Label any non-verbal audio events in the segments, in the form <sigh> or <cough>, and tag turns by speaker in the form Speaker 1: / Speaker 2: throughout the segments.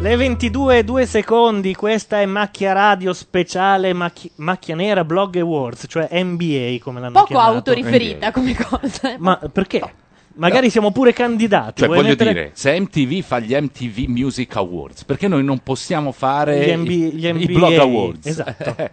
Speaker 1: Le 22 2 secondi, questa è Macchia Radio speciale Macchi- Macchia Nera Blog Awards, cioè NBA come l'hanno
Speaker 2: Poco
Speaker 1: chiamato. Ecco.
Speaker 2: autoriferita come cosa. eh.
Speaker 1: Ma perché? Magari siamo pure candidati.
Speaker 3: Cioè,
Speaker 1: vuoi
Speaker 3: voglio
Speaker 1: mettere
Speaker 3: dire, se MTV fa gli MTV Music Awards, perché noi non possiamo fare
Speaker 1: Gli MB-
Speaker 3: i-
Speaker 1: gli
Speaker 3: i
Speaker 1: NBA,
Speaker 3: Blog Awards?
Speaker 1: esatto.
Speaker 3: <laughs>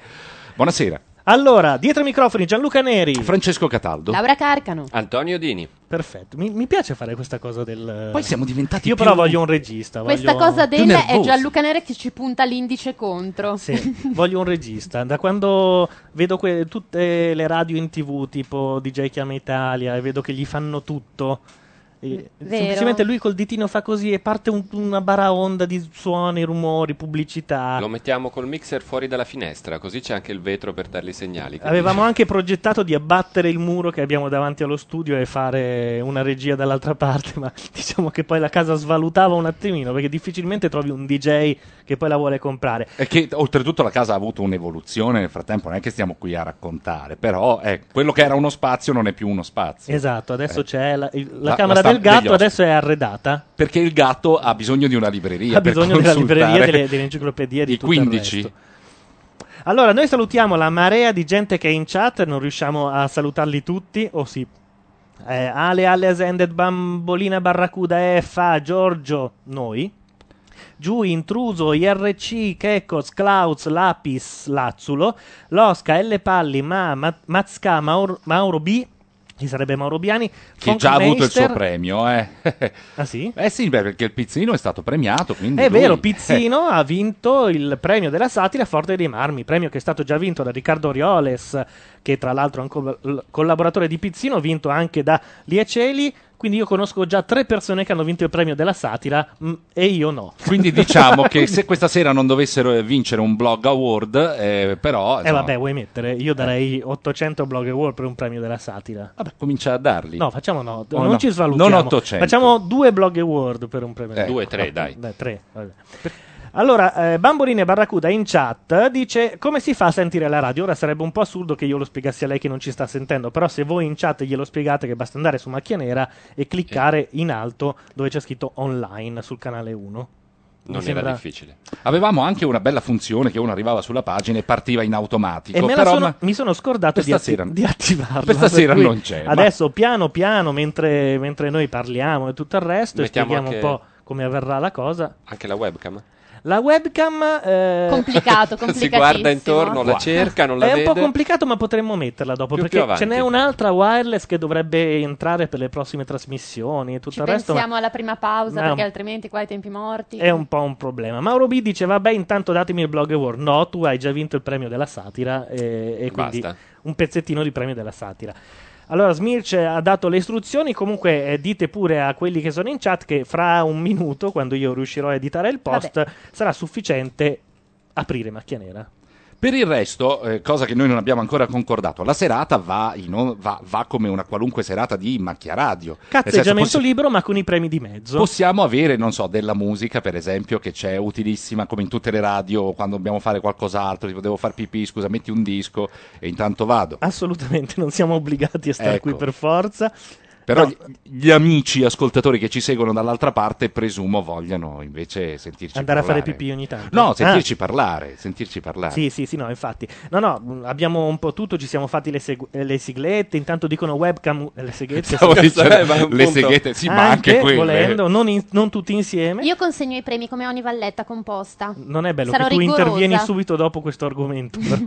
Speaker 3: Buonasera.
Speaker 1: Allora, dietro i microfoni Gianluca Neri.
Speaker 3: Francesco Cataldo.
Speaker 2: Laura Carcano.
Speaker 4: Antonio Dini.
Speaker 1: Perfetto, mi, mi piace fare questa cosa del...
Speaker 3: Poi siamo diventati
Speaker 1: Io
Speaker 3: più-
Speaker 1: però voglio un regista.
Speaker 2: Questa
Speaker 1: voglio-
Speaker 2: cosa del è
Speaker 3: nervosi.
Speaker 2: Gianluca Nere che ci punta l'indice contro. <laughs>
Speaker 1: Sì, voglio un regista. Da quando vedo que- tutte le radio in tv, tipo DJ Chiama Italia, e vedo che gli fanno tutto. e
Speaker 2: Vero.
Speaker 1: semplicemente lui col ditino fa così e parte un- una baraonda di suoni, rumori, pubblicità.
Speaker 4: Lo mettiamo col mixer fuori dalla finestra, così c'è anche il vetro per dargli i segnali. quindi-
Speaker 1: Avevamo anche progettato di abbattere il muro che abbiamo davanti allo studio e fare una regia dall'altra parte, ma <laughs> diciamo che poi la casa svalutava un attimino perché difficilmente trovi un DJ che poi la vuole comprare.
Speaker 3: E che oltretutto la casa ha avuto un'evoluzione nel frattempo, non è che stiamo qui a raccontare, però eh, quello che era uno spazio non è più uno spazio.
Speaker 1: Esatto, adesso
Speaker 3: Eh.
Speaker 1: c'è la, il- la
Speaker 3: La-
Speaker 1: camera
Speaker 3: la sta-
Speaker 1: del
Speaker 3: degli
Speaker 1: gatto,
Speaker 3: ospiti.
Speaker 1: adesso è arredata.
Speaker 3: Perché il gatto ha bisogno di una libreria.
Speaker 1: Ha
Speaker 3: per
Speaker 1: bisogno della
Speaker 3: consultare
Speaker 1: libreria, delle, delle enciclopedie, di
Speaker 3: i
Speaker 1: tutto il
Speaker 3: 15.
Speaker 1: resto. Allora, noi salutiamo la marea di gente che è in chat, non riusciamo a salutarli tutti, o sì. Eh, Ale, Ale, Ascended, Bambolina, Barracuda, Efa, Giorgio, noi. Giù, Intruso, IRC, Checos, Klaus, Lapis, Lazzulo, Losca, L. Palli, Ma, Ma- Mazca, Mauro, Mauro B, chi sarebbe Mauro Biani,
Speaker 3: Che già ha avuto il suo
Speaker 1: Funkmeister-
Speaker 3: premio, eh.
Speaker 1: Ah sì?
Speaker 3: <laughs> Eh sì, beh, perché il pizzino è stato premiato, quindi
Speaker 1: È
Speaker 3: lui-
Speaker 1: vero,
Speaker 3: eh.
Speaker 1: Pizzino ha vinto il premio della satira Forte dei Marmi, premio che è stato già vinto da Riccardo Orioles, che tra l'altro è un col- collaboratore di Pizzino, vinto anche da Lieceli. Quindi io conosco già tre persone che hanno vinto il premio della satira mm, e io no.
Speaker 3: <laughs> Quindi diciamo
Speaker 1: <laughs>
Speaker 3: che se questa sera non dovessero eh, vincere un blog award, eh, però
Speaker 1: E
Speaker 3: insomma,
Speaker 1: vabbè, vuoi mettere? Io darei 800 blog award per un premio della satira.
Speaker 3: vabbè, comincia a darli.
Speaker 1: No, facciamo no,
Speaker 3: Oh,
Speaker 1: non
Speaker 3: no.
Speaker 1: ci svalutiamo.
Speaker 3: Non 800.
Speaker 1: Facciamo due blog award per un premio.
Speaker 3: Eh,
Speaker 4: Due, tre, dai.
Speaker 1: Beh, Ecco. Ah, tre, vabbè. Allora, eh, Bambolina e Barracuda in chat dice come si fa a sentire la radio? Ora sarebbe un po' assurdo che io lo spiegassi a lei che non ci sta sentendo, però se voi in chat glielo spiegate che basta andare su Macchia Nera e cliccare in alto dove c'è scritto online sul canale 1. Mi
Speaker 4: Non
Speaker 1: sembra-
Speaker 4: era difficile.
Speaker 3: Avevamo anche una bella funzione che uno arrivava sulla pagina e partiva in automatico.
Speaker 1: E me la
Speaker 3: però
Speaker 1: sono-
Speaker 3: ma-
Speaker 1: mi sono scordato di,
Speaker 3: Questa
Speaker 1: atti- <laughs>
Speaker 3: sera-
Speaker 1: di attivarlo.
Speaker 3: questa sera
Speaker 1: per cui
Speaker 3: non c'è, ma-
Speaker 1: Adesso, piano piano, mentre, mentre noi parliamo e tutto il resto, e
Speaker 4: Mettiamo
Speaker 1: spieghiamo un
Speaker 4: anche-
Speaker 1: po' come avverrà la cosa.
Speaker 4: Anche la webcam.
Speaker 1: La webcam eh,
Speaker 2: Complicato, complicatissimo.
Speaker 4: <laughs> Si guarda intorno, la
Speaker 3: Guarda.
Speaker 4: cerca, non la
Speaker 1: è un
Speaker 4: vede.
Speaker 1: po' complicato, ma potremmo metterla dopo
Speaker 4: Più-
Speaker 1: perché
Speaker 4: più
Speaker 1: ce n'è
Speaker 4: avanti.
Speaker 1: un'altra wireless che dovrebbe entrare per le prossime trasmissioni e tutto
Speaker 2: Ci
Speaker 1: il resto. ma-
Speaker 2: pensiamo alla prima pausa
Speaker 1: Ma-
Speaker 2: perché altrimenti qua ai tempi morti.
Speaker 1: È un po' un problema. Mauro B dice: Vabbè, intanto datemi il blog award. No, tu hai già vinto il premio della satira. E, e quindi
Speaker 4: Basta.
Speaker 1: un pezzettino di premio della satira. Allora, Smirch ha dato le istruzioni. Comunque, eh, dite pure a quelli che sono in chat che fra un minuto, quando io riuscirò a editare il post, sarà sufficiente aprire macchia nera.
Speaker 3: Per il resto, eh, cosa che noi non abbiamo ancora concordato, la serata va, in on- va- va come una qualunque serata di macchia radio. Nel senso,
Speaker 1: Cazzeggiamento
Speaker 3: possi-
Speaker 1: libero, ma con i premi di mezzo.
Speaker 3: Possiamo avere, non so, della musica, per esempio, che c'è utilissima come in tutte le radio quando dobbiamo fare qualcos'altro, tipo devo far pipì, scusa, metti un disco e intanto vado.
Speaker 1: Assolutamente, non siamo obbligati a stare
Speaker 3: Ecco.
Speaker 1: qui per forza.
Speaker 3: Però
Speaker 1: No.
Speaker 3: gli, gli amici ascoltatori che ci seguono dall'altra parte, presumo, vogliano invece sentirci
Speaker 1: Andare a
Speaker 3: parlare.
Speaker 1: fare pipì ogni tanto.
Speaker 3: No,
Speaker 1: Ah.
Speaker 3: sentirci parlare, sentirci parlare.
Speaker 1: Sì, sì, sì, no, infatti. No, no, mh, abbiamo un po' tutto, ci siamo fatti le, segu- eh, le siglette, intanto dicono webcam, eh, le
Speaker 4: <laughs>
Speaker 1: seghette.
Speaker 3: Stavo
Speaker 4: Cazzo,
Speaker 3: dicendo,
Speaker 4: eh, ma è un
Speaker 3: le
Speaker 4: punto.
Speaker 3: seghete, sì, ma anche quelle.
Speaker 1: volendo, non, in- non tutti insieme.
Speaker 2: Io consegno i premi come ogni valletta composta.
Speaker 1: Non è bello
Speaker 2: Sarò
Speaker 1: che tu
Speaker 2: rigorosa.
Speaker 1: intervieni subito dopo questo
Speaker 2: <laughs>
Speaker 1: argomento. però.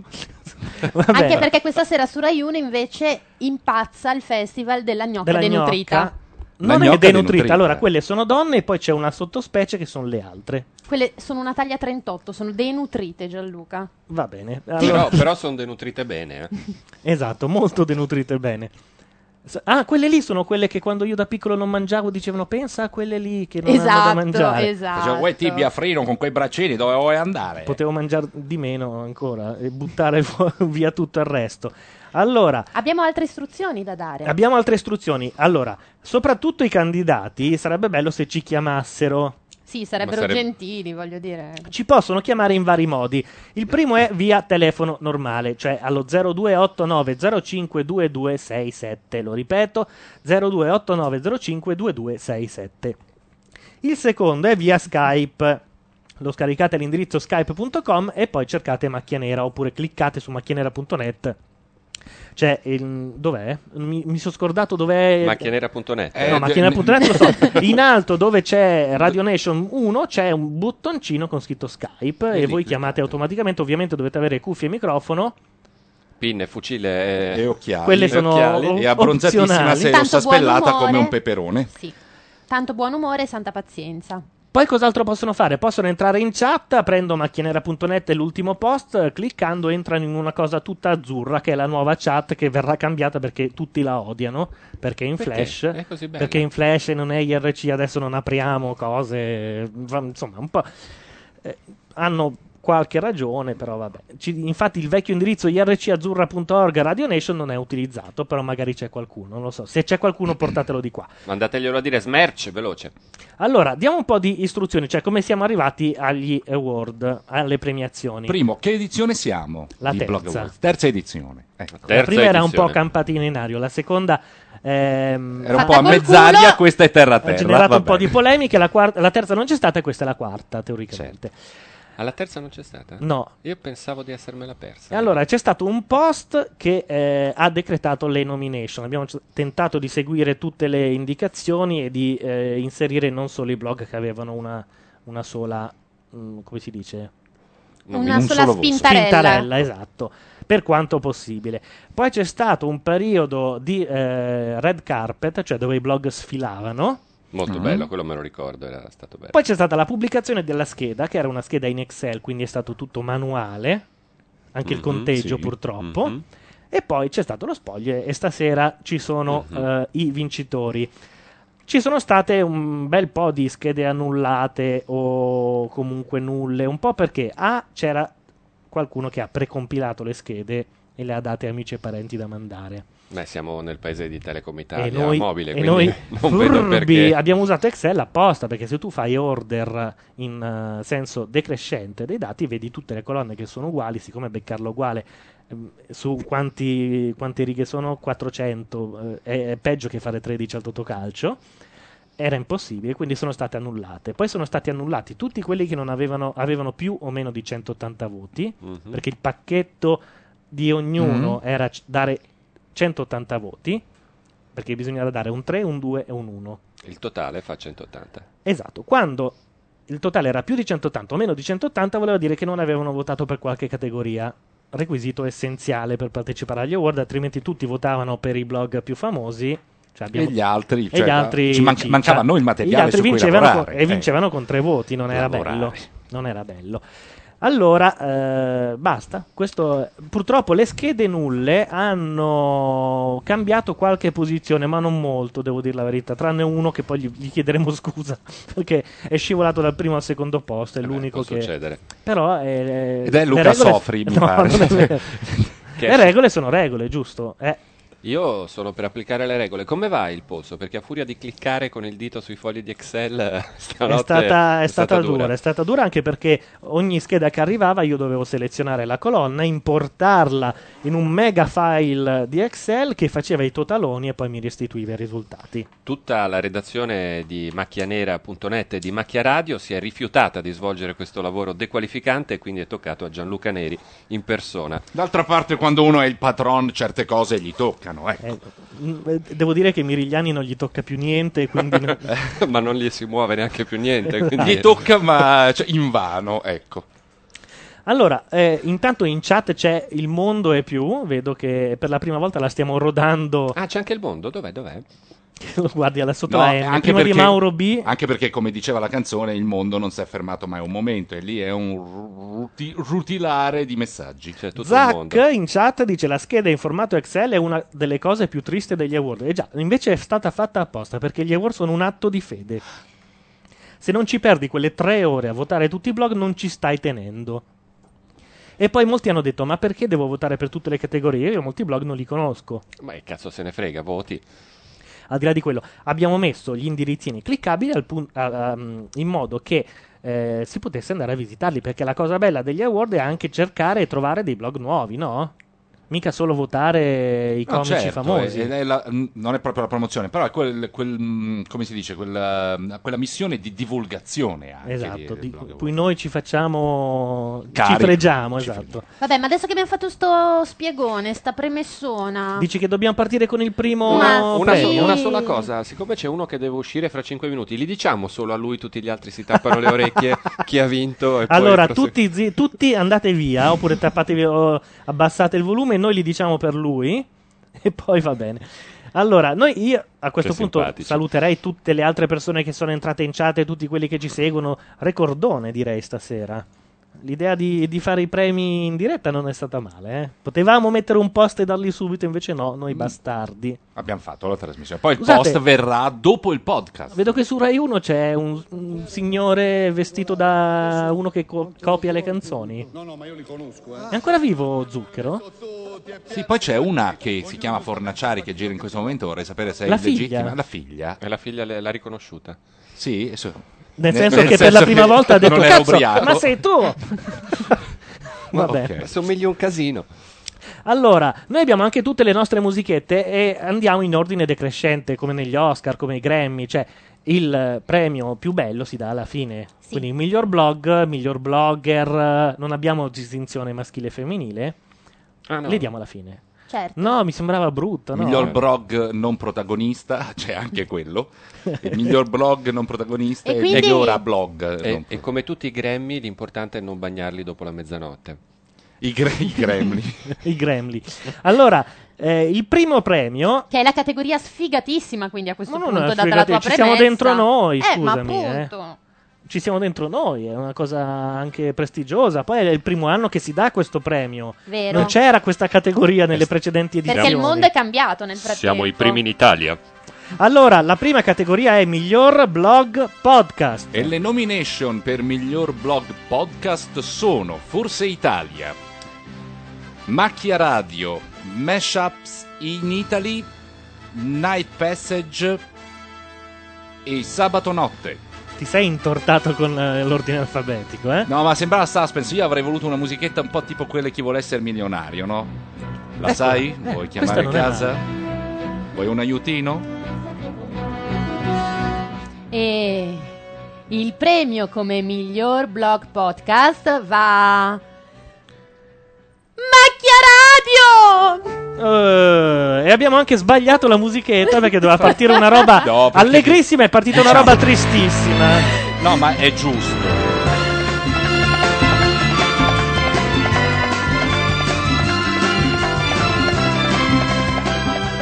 Speaker 1: <laughs> Vabbè.
Speaker 2: Anche perché questa sera su Rai 1 invece impazza il festival dell'agnocca
Speaker 1: Della gnocca.
Speaker 2: denutrita.
Speaker 1: non è
Speaker 3: gnocca
Speaker 1: denutrita.
Speaker 3: denutrita.
Speaker 1: Allora, quelle sono donne e poi c'è una sottospecie che sono le altre.
Speaker 2: Quelle sono una taglia 38, sono denutrite Gianluca.
Speaker 1: Va bene.
Speaker 4: Però,
Speaker 1: Allora-
Speaker 4: però sono denutrite bene. eh.
Speaker 1: Esatto, molto denutrite bene. S- Ah, quelle lì sono quelle che quando io da piccolo non mangiavo dicevano pensa a quelle lì che non hanno da
Speaker 2: Esatto,
Speaker 1: mangiare.
Speaker 2: esatto.
Speaker 3: Cioè, vuoi tibia frino con quei braccini dove vuoi andare?
Speaker 1: Potevo mangiare di meno ancora e buttare <laughs> fu- via tutto il resto. Allora,
Speaker 2: Abbiamo altre istruzioni da dare.
Speaker 1: abbiamo altre istruzioni. Allora, soprattutto i candidati, sarebbe bello se ci chiamassero.
Speaker 2: sì, sarebbero
Speaker 4: Ma sarebbe-
Speaker 2: gentili, voglio dire.
Speaker 1: Ci possono chiamare in vari modi. Il primo è via telefono normale, cioè allo 0289052267. Lo ripeto, 0289052267. Il secondo è via Skype. Lo scaricate all'indirizzo skype.com e poi cercate macchia nera oppure cliccate su macchianera.net. Cioè, il- dov'è? Mi, mi sono scordato dov'è. Eh,
Speaker 4: Macchianera.net.
Speaker 1: No, macchianera.net lo so. In alto dove c'è Radio Nation 1 c'è un bottoncino con scritto Skype e,
Speaker 3: lì
Speaker 1: voi
Speaker 3: cliccate.
Speaker 1: chiamate automaticamente. Ovviamente dovete avere cuffie e microfono.
Speaker 4: Pinne, fucile eh,
Speaker 3: E occhiali.
Speaker 1: Quelle sono o-
Speaker 3: e abbronzatissima
Speaker 1: opzionali.
Speaker 3: se
Speaker 2: Tanto
Speaker 3: rossa
Speaker 2: buon
Speaker 3: spellata
Speaker 2: umore.
Speaker 3: come un peperone.
Speaker 2: Sì. Tanto buon umore e santa pazienza.
Speaker 1: Poi cos'altro possono fare? Possono entrare in chat, prendo macchinera.net e l'ultimo post, eh, cliccando entrano in una cosa tutta azzurra che è la nuova chat che verrà cambiata perché tutti la odiano, perché è in
Speaker 4: Perché?
Speaker 1: flash,
Speaker 4: È così bella.
Speaker 1: perché in flash non è IRC, adesso non apriamo cose, va- insomma un po'... eh, hanno qualche ragione, però vabbè. Ci- infatti il vecchio indirizzo ircazzurra.org Radio Nation non è utilizzato, però magari c'è qualcuno, non lo so. Se c'è qualcuno portatelo di qua.
Speaker 4: Mandateglielo a dire smerce, veloce.
Speaker 1: Allora, diamo un po' di istruzioni, cioè come siamo arrivati agli award, alle premiazioni.
Speaker 3: Primo, che edizione siamo?
Speaker 1: La
Speaker 3: di Blog
Speaker 1: terza.
Speaker 3: Awards? Terza edizione. Ecco.
Speaker 1: la prima era un po'
Speaker 4: edizione.
Speaker 1: campatina in aria, la seconda ehm,
Speaker 3: Era un
Speaker 2: Fatta
Speaker 3: po' a
Speaker 2: col
Speaker 3: mezz'aria,
Speaker 2: culo.
Speaker 3: questa è terra
Speaker 1: ha
Speaker 3: terra.
Speaker 1: generato un
Speaker 3: vabbè.
Speaker 1: po' di polemiche, la, quarta- la terza non c'è stata e questa è la
Speaker 3: Certo.
Speaker 1: quarta teoricamente.
Speaker 4: Alla Ah, terza non c'è stata?
Speaker 1: No. Ah.
Speaker 4: Io pensavo di essermela persa.
Speaker 1: E Allora, c'è stato un post che eh, ha decretato le nomination. Abbiamo c- tentato di seguire tutte le indicazioni e di eh, inserire non solo i blog che avevano una, una sola, mm, come si dice?
Speaker 4: Non
Speaker 2: una
Speaker 3: un
Speaker 2: sola
Speaker 3: solo voto.
Speaker 2: spintarella.
Speaker 1: Spintarella, esatto, per quanto possibile. Poi c'è stato un periodo di eh, red carpet, cioè dove i blog sfilavano.
Speaker 4: Molto
Speaker 3: Mm.
Speaker 4: bello, quello me lo ricordo, era stato bello.
Speaker 1: Poi c'è stata la pubblicazione della scheda, che era una scheda in Excel, quindi è stato tutto manuale, anche il
Speaker 4: Mhm,
Speaker 1: conteggio
Speaker 3: sì.
Speaker 1: purtroppo.
Speaker 4: Mhm.
Speaker 1: E poi c'è stato lo spoglio e stasera ci sono
Speaker 4: Mhm.
Speaker 1: eh, i vincitori. Ci sono state un bel po' di schede annullate o comunque nulle, un po' perché A c'era qualcuno che ha precompilato le schede e le ha date a amici e parenti da mandare.
Speaker 4: Beh, siamo nel paese di Telecom
Speaker 1: e
Speaker 4: Italia,
Speaker 1: noi,
Speaker 4: mobile,
Speaker 1: e
Speaker 4: quindi
Speaker 1: noi
Speaker 4: <laughs> non vedo
Speaker 1: furbi
Speaker 4: perché.
Speaker 1: abbiamo usato Excel apposta perché se tu fai order in eh, senso decrescente dei dati vedi tutte le colonne che sono uguali, siccome beccarlo uguale ehm, su quanti, quante righe sono 400 eh, è peggio che fare 13 al totocalcio era impossibile quindi sono state annullate poi sono stati annullati tutti quelli che non avevano, avevano più o meno di 180 voti
Speaker 4: Mhm.
Speaker 1: perché il pacchetto di ognuno
Speaker 3: Mm-hmm.
Speaker 1: era c- dare 180 voti, perché bisognava dare un 3, un 2 e un 1.
Speaker 4: Il totale fa 180.
Speaker 1: Esatto, quando il totale era più di 180 o meno di 180 voleva dire che non avevano votato per qualche categoria, requisito essenziale per partecipare agli award, altrimenti tutti votavano per i blog più famosi. cioè abbiamo-
Speaker 3: E gli altri,
Speaker 1: e
Speaker 3: cioè,
Speaker 1: gli altri
Speaker 3: ci manca-
Speaker 1: ciccia.
Speaker 3: mancava a noi il materiale
Speaker 1: E gli altri
Speaker 3: su cui
Speaker 1: vincevano
Speaker 3: lavorare,
Speaker 1: con-
Speaker 3: eh.
Speaker 1: e vincevano con tre voti, non era
Speaker 3: Lavorare.
Speaker 1: bello. Non era bello. Allora, eh, basta. Questo- purtroppo le schede nulle hanno cambiato qualche posizione, ma non molto, devo dire la verità. Tranne uno che poi gli, gli chiederemo <laughs> scusa perché è scivolato dal primo al secondo posto. È
Speaker 4: Eh beh,
Speaker 1: l'unico
Speaker 4: può
Speaker 1: che.
Speaker 4: succedere.
Speaker 1: Però eh,
Speaker 3: Ed è
Speaker 1: le
Speaker 3: Luca Sofri,
Speaker 1: <laughs>
Speaker 3: mi
Speaker 1: No,
Speaker 3: pare. <laughs>
Speaker 1: non è vero.
Speaker 4: Che-
Speaker 1: le regole sono regole, giusto? Eh,
Speaker 4: Io sono per applicare le regole. Come va il polso? Perché a furia di cliccare con il dito sui fogli di Excel <laughs> eh, stanotte
Speaker 1: È stata, è stata dura. è stata dura anche perché ogni scheda che arrivava io dovevo selezionare la colonna, importarla in un mega file di Excel che faceva i totaloni e poi mi restituiva i risultati.
Speaker 4: Tutta la redazione di macchianera.net e di Macchia Radio si è rifiutata di svolgere questo lavoro dequalificante e quindi è toccato a Gianluca Neri in persona. <laughs>
Speaker 3: D'altra parte, quando uno è il patron, certe cose gli toccano. Ecco.
Speaker 1: Eh, mm, eh, devo dire che Mirigliani non gli tocca più niente, quindi
Speaker 3: <laughs>
Speaker 1: non-
Speaker 4: Ma non gli si muove neanche più niente.
Speaker 1: <laughs>
Speaker 4: Quindi
Speaker 3: Gli tocca, ma cioè, in vano, ecco.
Speaker 1: Allora, eh, intanto in chat c'è il mondo e più, vedo che per la prima volta la stiamo rodando
Speaker 4: Ah, c'è anche il mondo? Dov'è? Dov'è?
Speaker 1: <laughs> Lo guardi alla sotto
Speaker 3: No,
Speaker 1: la M, prima di Mauro B.
Speaker 3: anche perché, come diceva la canzone, il mondo non si è fermato mai un momento e lì è un ruti- rutilare di messaggi. Cioè,
Speaker 1: Zack in chat dice la scheda in formato Excel è una delle cose più tristi degli award. E già, invece è stata fatta apposta perché gli award sono un atto di fede. Se non ci perdi quelle tre ore a votare tutti i blog, non ci stai tenendo. E poi molti hanno detto: Ma perché devo votare per tutte le categorie? Io molti blog non li conosco.
Speaker 4: Ma che cazzo se ne frega, voti.
Speaker 1: Al di là di quello, abbiamo messo gli indirizzini cliccabili al pun- a- a- mm, in modo che eh, si potesse andare a visitarli. Perché la cosa bella degli award è anche cercare e trovare dei blog nuovi, no? Mica solo votare i
Speaker 3: No,
Speaker 1: comici
Speaker 3: certo,
Speaker 1: famosi.
Speaker 3: è- è la- mh, non è proprio la promozione, però è quel, quel, mh, come si dice, quella, mh, quella missione di divulgazione anche
Speaker 1: Esatto,
Speaker 3: di-
Speaker 1: di
Speaker 3: del blog.
Speaker 1: cui noi ci facciamo.
Speaker 3: Carico,
Speaker 1: ci fregiamo, esatto.
Speaker 2: Vabbè, ma adesso che abbiamo fatto sto spiegone, sta premessona.
Speaker 1: Dici che dobbiamo partire con il primo.
Speaker 2: Ma
Speaker 4: Una,
Speaker 1: premio?
Speaker 4: sola- una sola cosa, siccome c'è uno che deve uscire fra 5 minuti, li diciamo solo a lui, tutti gli altri si tappano le
Speaker 1: <laughs>
Speaker 4: orecchie, chi ha vinto e poi
Speaker 1: Allora,
Speaker 4: prosegu-
Speaker 1: tutti, zi- tutti andate via, oppure tappatevi o abbassate il volume, noi li diciamo per lui e poi va bene. Allora, noi io a questo
Speaker 4: Sei
Speaker 1: punto
Speaker 4: simpatici.
Speaker 1: saluterei tutte le altre persone che sono entrate in chat e tutti quelli che ci seguono. Recordone, direi stasera. L'idea di, di fare i premi in diretta non è stata male. eh. Potevamo mettere un post e darli subito, invece no, noi bastardi.
Speaker 3: Abbiamo fatto la trasmissione. Poi il
Speaker 1: Scusate.
Speaker 3: post verrà dopo il podcast.
Speaker 1: Vedo che su Rai 1 c'è un, un signore vestito da uno che co- copia le canzoni.
Speaker 5: No, no, ma io li conosco, eh.
Speaker 1: È ancora vivo Zucchero?
Speaker 3: Sì, poi c'è una che si chiama Fornaciari che gira in questo momento, vorrei sapere se è
Speaker 1: La
Speaker 3: illegittima.
Speaker 1: figlia.
Speaker 3: La figlia?
Speaker 4: E la figlia le- l'ha riconosciuta.
Speaker 3: Sì, eso-
Speaker 1: Nel
Speaker 3: ne-
Speaker 1: senso che per
Speaker 3: senso
Speaker 1: la prima
Speaker 4: <laughs>
Speaker 1: volta ha detto
Speaker 3: non era
Speaker 1: cazzo,
Speaker 3: ubriaco".
Speaker 1: ma sei tu! Vabbè.
Speaker 4: Ok. Somiglia un casino.
Speaker 1: Allora, noi abbiamo anche tutte le nostre musichette e andiamo in ordine decrescente, come negli Oscar, come i Grammy, cioè il eh, premio più bello si dà alla fine. Quindi miglior blog, miglior blogger, eh, non abbiamo distinzione maschile e femminile.
Speaker 4: no.
Speaker 1: Le diamo alla fine.
Speaker 2: Certo.
Speaker 1: No, mi sembrava brutto, no?
Speaker 3: Miglior blog non protagonista, <laughs> c'è anche quello. Il miglior blog non protagonista
Speaker 4: E
Speaker 3: e,
Speaker 4: quindi-
Speaker 3: migliora blog.
Speaker 4: E,
Speaker 3: non-
Speaker 4: e come tutti i Grammy, l'importante è non bagnarli dopo la mezzanotte.
Speaker 3: I, Gremlin.
Speaker 1: <laughs> I Gremlin. Allora, eh, il primo premio
Speaker 2: Che è la categoria sfigatissima, quindi a questo
Speaker 1: Ma non è
Speaker 2: punto, data la tua
Speaker 1: sfigatissima, ci siamo
Speaker 2: premessa.
Speaker 1: dentro noi,
Speaker 2: eh, ma
Speaker 1: scusami, eh.
Speaker 2: appunto.
Speaker 1: ci siamo dentro noi, è una cosa anche prestigiosa. Poi è il primo anno che si dà questo premio.
Speaker 2: Vero.
Speaker 1: Non c'era questa categoria nelle precedenti edizioni.
Speaker 2: Perché il mondo è cambiato nel frattempo.
Speaker 4: in Italia.
Speaker 1: Allora, la prima categoria è miglior blog podcast.
Speaker 3: E le nomination per miglior blog podcast sono Forse Italia, Macchia Radio, Mashups in Italy, Night Passage e Sabato Notte.
Speaker 1: Ti sei intortato con eh, l'ordine alfabetico, eh?
Speaker 3: No, ma sembrava suspense. Io avrei voluto una musichetta un po' tipo quelle chi vuole essere milionario, no? La
Speaker 1: Eccola.
Speaker 3: sai?
Speaker 1: Eh, questa
Speaker 3: Vuoi chiamare
Speaker 1: non è
Speaker 3: casa? Vuoi un aiutino?
Speaker 2: E il premio come miglior blog podcast va. Macchia Radio!
Speaker 1: Eh, e abbiamo anche sbagliato la musichetta perché doveva partire una roba
Speaker 3: <laughs> No, perché- diciamo
Speaker 1: allegrissima e è partita una roba tristissima.
Speaker 3: No, ma è giusto.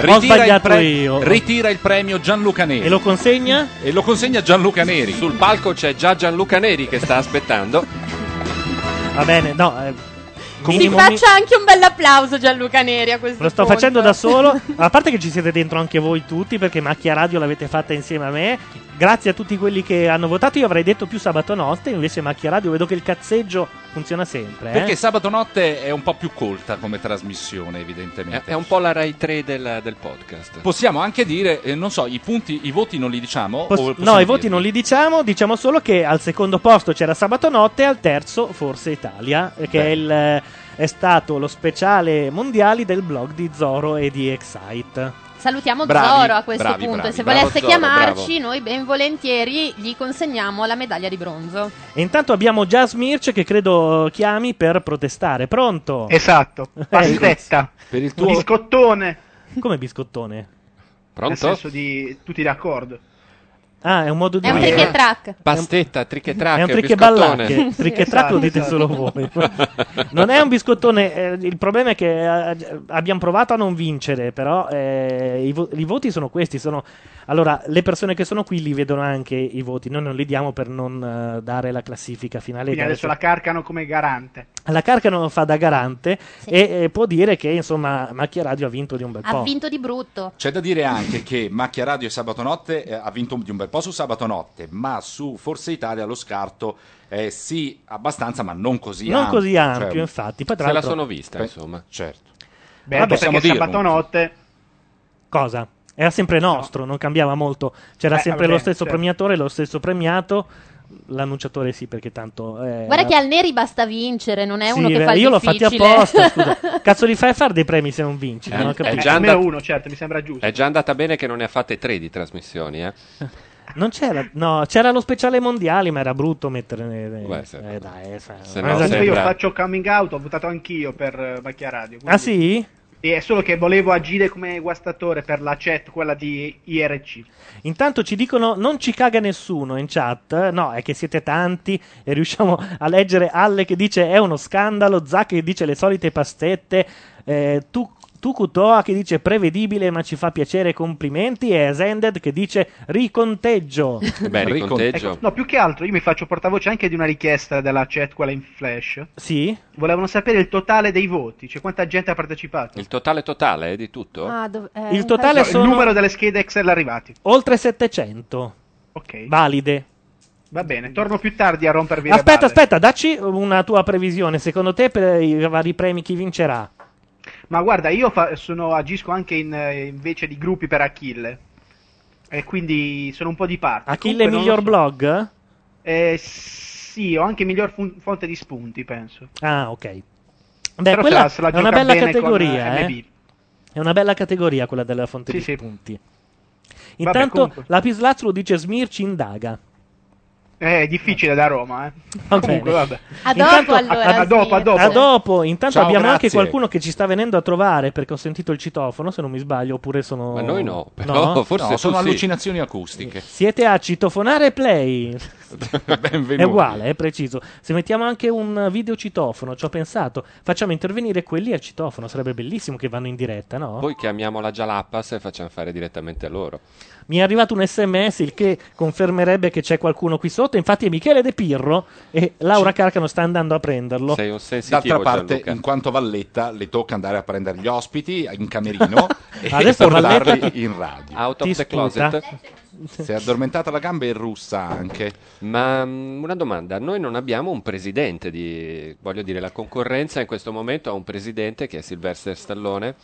Speaker 3: Ritira
Speaker 1: Ho sbagliato
Speaker 3: il pre-
Speaker 1: io.
Speaker 3: Ritira il premio Gianluca Neri.
Speaker 1: E lo consegna?
Speaker 3: E lo consegna Gianluca Neri.
Speaker 4: Sul palco c'è già Gianluca Neri che sta aspettando.
Speaker 1: Va bene, no. eh,
Speaker 2: Si
Speaker 1: minimo-
Speaker 2: faccia anche un bel applauso Gianluca Neri a questo
Speaker 1: Lo sto
Speaker 2: punto.
Speaker 1: facendo da solo, a parte che ci siete dentro anche voi tutti perché Macchia Radio l'avete fatta insieme a me. Grazie a tutti quelli che hanno votato, io avrei detto più sabato notte, invece Macchia Radio vedo che il cazzeggio funziona sempre. eh.
Speaker 3: Perché sabato notte è un po' più colta come trasmissione, evidentemente.
Speaker 4: È un po' la Rai 3 del, del podcast.
Speaker 3: Possiamo anche dire, eh, non so, i punti, i voti non li diciamo?
Speaker 1: Poss-
Speaker 3: o possiamo
Speaker 1: no, i voti
Speaker 3: dirli?
Speaker 1: non li diciamo, diciamo solo che al secondo posto c'era sabato notte, al terzo forse Italia, eh, che è, il, eh, è stato lo speciale mondiali del blog di Zoro e di Excite.
Speaker 2: Salutiamo
Speaker 3: Bravi,
Speaker 2: Zoro a questo
Speaker 3: bravi,
Speaker 2: punto e
Speaker 3: bravi,
Speaker 2: se
Speaker 3: bravo
Speaker 2: volesse
Speaker 4: Zoro,
Speaker 2: chiamarci noi ben volentieri gli consegniamo la medaglia di bronzo.
Speaker 1: E intanto abbiamo già Smirch che credo eh, chiami per protestare. Pronto? Eh,
Speaker 6: Esatto, pastetta,
Speaker 3: Per il tuo...
Speaker 6: biscottone,
Speaker 1: Come biscottone?
Speaker 6: nel
Speaker 4: Pronto?
Speaker 6: senso di tutti d'accordo.
Speaker 1: Ah, è un modo di
Speaker 2: È un trick and track.
Speaker 4: Pastetta, trick and track,
Speaker 1: È un trick e
Speaker 4: biscottone. esatto.
Speaker 1: ballacche. Trick and track lo dite solo
Speaker 4: <laughs>
Speaker 1: voi. Non è un biscottone. eh, il problema è che eh, abbiamo provato a non vincere, però eh, i, vo- i voti sono questi. Sono... Allora, le persone che sono qui li vedono anche i voti. Noi non li diamo per non eh, dare la classifica finale.
Speaker 6: Quindi adesso la carcano come garante.
Speaker 1: La Carcano fa da garante e, eh, può dire che insomma Macchia Radio ha vinto di un bel
Speaker 2: Ha
Speaker 1: po'.
Speaker 2: vinto di brutto.
Speaker 3: C'è da dire anche che Macchia Radio e Sabato Notte eh, ha vinto di un bel po' su Sabato Notte, ma su Forza Italia lo scarto è sì abbastanza, ma non così
Speaker 1: Non
Speaker 3: ampio.
Speaker 1: così ampio, infatti. Poi, tra Se la l'altro- sono
Speaker 4: vista,
Speaker 3: insomma. Certo.
Speaker 6: Beh,
Speaker 1: Vabbè,
Speaker 6: possiamo
Speaker 1: possiamo
Speaker 6: sabato
Speaker 1: dirlo.
Speaker 6: notte.
Speaker 1: Cosa? Era sempre nostro, non cambiava molto. C'era
Speaker 6: Eh,
Speaker 1: sempre
Speaker 6: vabbè,
Speaker 1: lo stesso
Speaker 6: certo.
Speaker 1: premiatore, lo stesso premiato. L'annunciatore sì, perché tanto... eh,
Speaker 2: Guarda che al Neri basta vincere, non è
Speaker 1: sì,
Speaker 2: uno che
Speaker 1: beh,
Speaker 2: fa il
Speaker 1: Io l'ho fatti
Speaker 2: difficile. <laughs>
Speaker 1: apposta, scusa. Cazzo li fai a fare dei premi se non vinci?
Speaker 4: Eh,
Speaker 1: non ho
Speaker 4: eh,
Speaker 1: capito.
Speaker 4: già Almeno andat-
Speaker 6: uno, certo, mi sembra giusto.
Speaker 4: È già andata bene che non ne ha fatte tre di trasmissioni, eh?
Speaker 1: Non c'era... No, c'era lo speciale mondiali, ma era brutto mettere... ne- eh, dai, eh, fa-
Speaker 4: Se
Speaker 1: ma
Speaker 4: no,
Speaker 1: esagerato.
Speaker 6: Comunque io
Speaker 4: sembra-
Speaker 6: faccio coming out, ho votato anch'io per eh, Macchia Radio. quindi-
Speaker 1: Ah sì?
Speaker 6: Sì, è solo che volevo agire come guastatore per la chat, quella di IRC.
Speaker 1: Intanto ci dicono non ci caga nessuno in chat, no, è che siete tanti e riusciamo a leggere Alle che dice è uno scandalo, Zac che dice le solite pastette, eh, tu Tukutoa che dice prevedibile ma ci fa piacere complimenti e Zended che dice riconteggio.
Speaker 4: Beh, riconteggio.
Speaker 6: Ecco, no, più che altro io mi faccio portavoce anche di una richiesta della chat, quella in flash.
Speaker 1: Sì?
Speaker 6: Volevano sapere il totale dei voti, cioè quanta gente ha partecipato.
Speaker 4: Il totale totale eh, di tutto?
Speaker 1: Ah, Il totale
Speaker 6: No,
Speaker 1: sono
Speaker 6: Il numero delle schede Excel arrivati.
Speaker 1: oltre 700
Speaker 6: Ok,
Speaker 1: valide.
Speaker 6: va bene, torno più tardi a rompervi le
Speaker 1: Aspetta,
Speaker 6: balle.
Speaker 1: aspetta, dacci una tua previsione, secondo te per i vari premi chi vincerà?
Speaker 6: Ma guarda, io fa- sono- agisco anche in, eh, invece di gruppi per Achille. E quindi sono un po' di parte. Comunque
Speaker 1: Achille
Speaker 6: non
Speaker 1: miglior
Speaker 6: lo so.
Speaker 1: blog?
Speaker 6: Eh, sì, ho anche miglior fun- fonte di spunti, penso.
Speaker 1: Ah, ok. Beh,
Speaker 6: Però
Speaker 1: quella
Speaker 6: se la- se la
Speaker 1: è una
Speaker 6: gioca
Speaker 1: bella
Speaker 6: bene con
Speaker 1: categoria, eh.
Speaker 6: MB.
Speaker 1: È una bella categoria quella della fonte
Speaker 6: Sì,
Speaker 1: di
Speaker 6: sì.
Speaker 1: punti.
Speaker 6: Vabbè,
Speaker 1: Intanto
Speaker 6: comunque.
Speaker 1: la Pislazzo lo dice Smirci indaga.
Speaker 6: Eh, È difficile da Roma, eh.
Speaker 1: Va
Speaker 6: Comunque,
Speaker 1: bene.
Speaker 6: vabbè.
Speaker 2: A dopo
Speaker 1: Intanto-
Speaker 2: allora.
Speaker 6: a- a dopo, a dopo.
Speaker 1: A dopo, intanto
Speaker 3: Ciao,
Speaker 1: abbiamo anche
Speaker 3: grazie.
Speaker 1: qualcuno che ci sta venendo a trovare perché ho sentito il citofono, se non mi sbaglio, oppure sono
Speaker 4: Ma noi no, però
Speaker 1: No?
Speaker 4: forse
Speaker 3: No, sono
Speaker 4: tu sì.
Speaker 3: allucinazioni acustiche.
Speaker 1: Siete a citofonare
Speaker 4: <laughs>
Speaker 1: play.
Speaker 3: Benvenuti.
Speaker 1: È uguale, è preciso. Se mettiamo anche un video citofono, ci ho pensato, facciamo intervenire quelli al citofono, sarebbe bellissimo che vanno in diretta, no?
Speaker 4: Poi chiamiamo la Jalappas e facciamo fare direttamente a loro.
Speaker 1: Mi è arrivato un sms il che confermerebbe che c'è qualcuno qui sotto. Infatti è Michele De Pirro e Laura Carcano sta andando a prenderlo.
Speaker 4: Sei un
Speaker 3: D'altra
Speaker 4: sensitivo
Speaker 3: parte,
Speaker 4: Gianluca.
Speaker 3: in quanto Valletta, le tocca andare a prendere gli ospiti in camerino e
Speaker 1: <laughs> Adesso Valletta
Speaker 3: portarli
Speaker 1: ti-
Speaker 3: in radio.
Speaker 4: Out of
Speaker 1: Ti
Speaker 4: the
Speaker 1: sputa.
Speaker 4: closet.
Speaker 3: Si è addormentata la gamba e russa anche.
Speaker 4: Ma mm, una domanda, noi non abbiamo un presidente di... voglio dire, la concorrenza in questo momento ha un presidente che è Sylvester Stallone,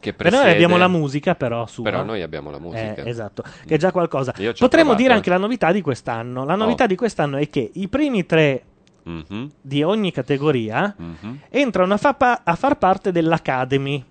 Speaker 4: che
Speaker 1: Per
Speaker 4: presiede...
Speaker 1: noi abbiamo la musica, però. Sua.
Speaker 4: Però noi abbiamo la musica.
Speaker 1: Eh, esatto, che è già qualcosa.
Speaker 4: Io ci ho
Speaker 1: Potremmo
Speaker 4: provato,
Speaker 1: dire
Speaker 4: eh.
Speaker 1: anche la novità di quest'anno. La novità
Speaker 4: Oh.
Speaker 1: di quest'anno è che i primi tre
Speaker 4: Mhm,
Speaker 1: di ogni categoria
Speaker 4: mhm,
Speaker 1: entrano a, fa pa- a far parte dell'Academy.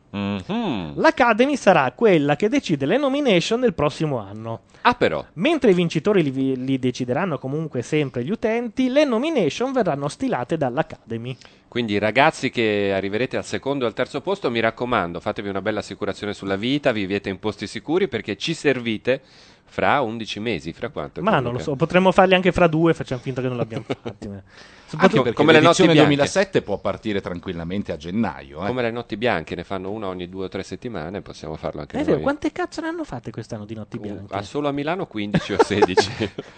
Speaker 4: mhm.
Speaker 1: L'Academy sarà quella che decide le nomination del prossimo anno.
Speaker 4: Ah però,
Speaker 1: Mentre i vincitori li, li decideranno comunque sempre gli utenti, le nomination verranno stilate dall'Academy.
Speaker 4: quindi ragazzi che arriverete al secondo e al terzo posto, mi raccomando, fatevi una bella assicurazione sulla vita, vivete in posti sicuri perché ci servite fra 11 mesi, fra quanto?
Speaker 1: Ma non lo
Speaker 4: Gianluca?
Speaker 1: so, potremmo farli anche fra due, facciamo finta che non <laughs> l'abbiamo fatti. ma- Se
Speaker 4: Anche
Speaker 1: potre-
Speaker 4: perché-
Speaker 3: Come
Speaker 4: Come le notti
Speaker 3: l'edizione
Speaker 4: bianche.
Speaker 3: 2007 può partire tranquillamente a gennaio. eh.
Speaker 4: Come le notti bianche, ne fanno una ogni due o tre settimane, possiamo farlo anche
Speaker 1: È
Speaker 4: noi.
Speaker 1: vero, quante cazzo ne hanno fatte quest'anno di notti
Speaker 4: Uh,
Speaker 1: bianche?
Speaker 4: ah, solo a Milano 15 o
Speaker 3: <laughs>
Speaker 4: 16.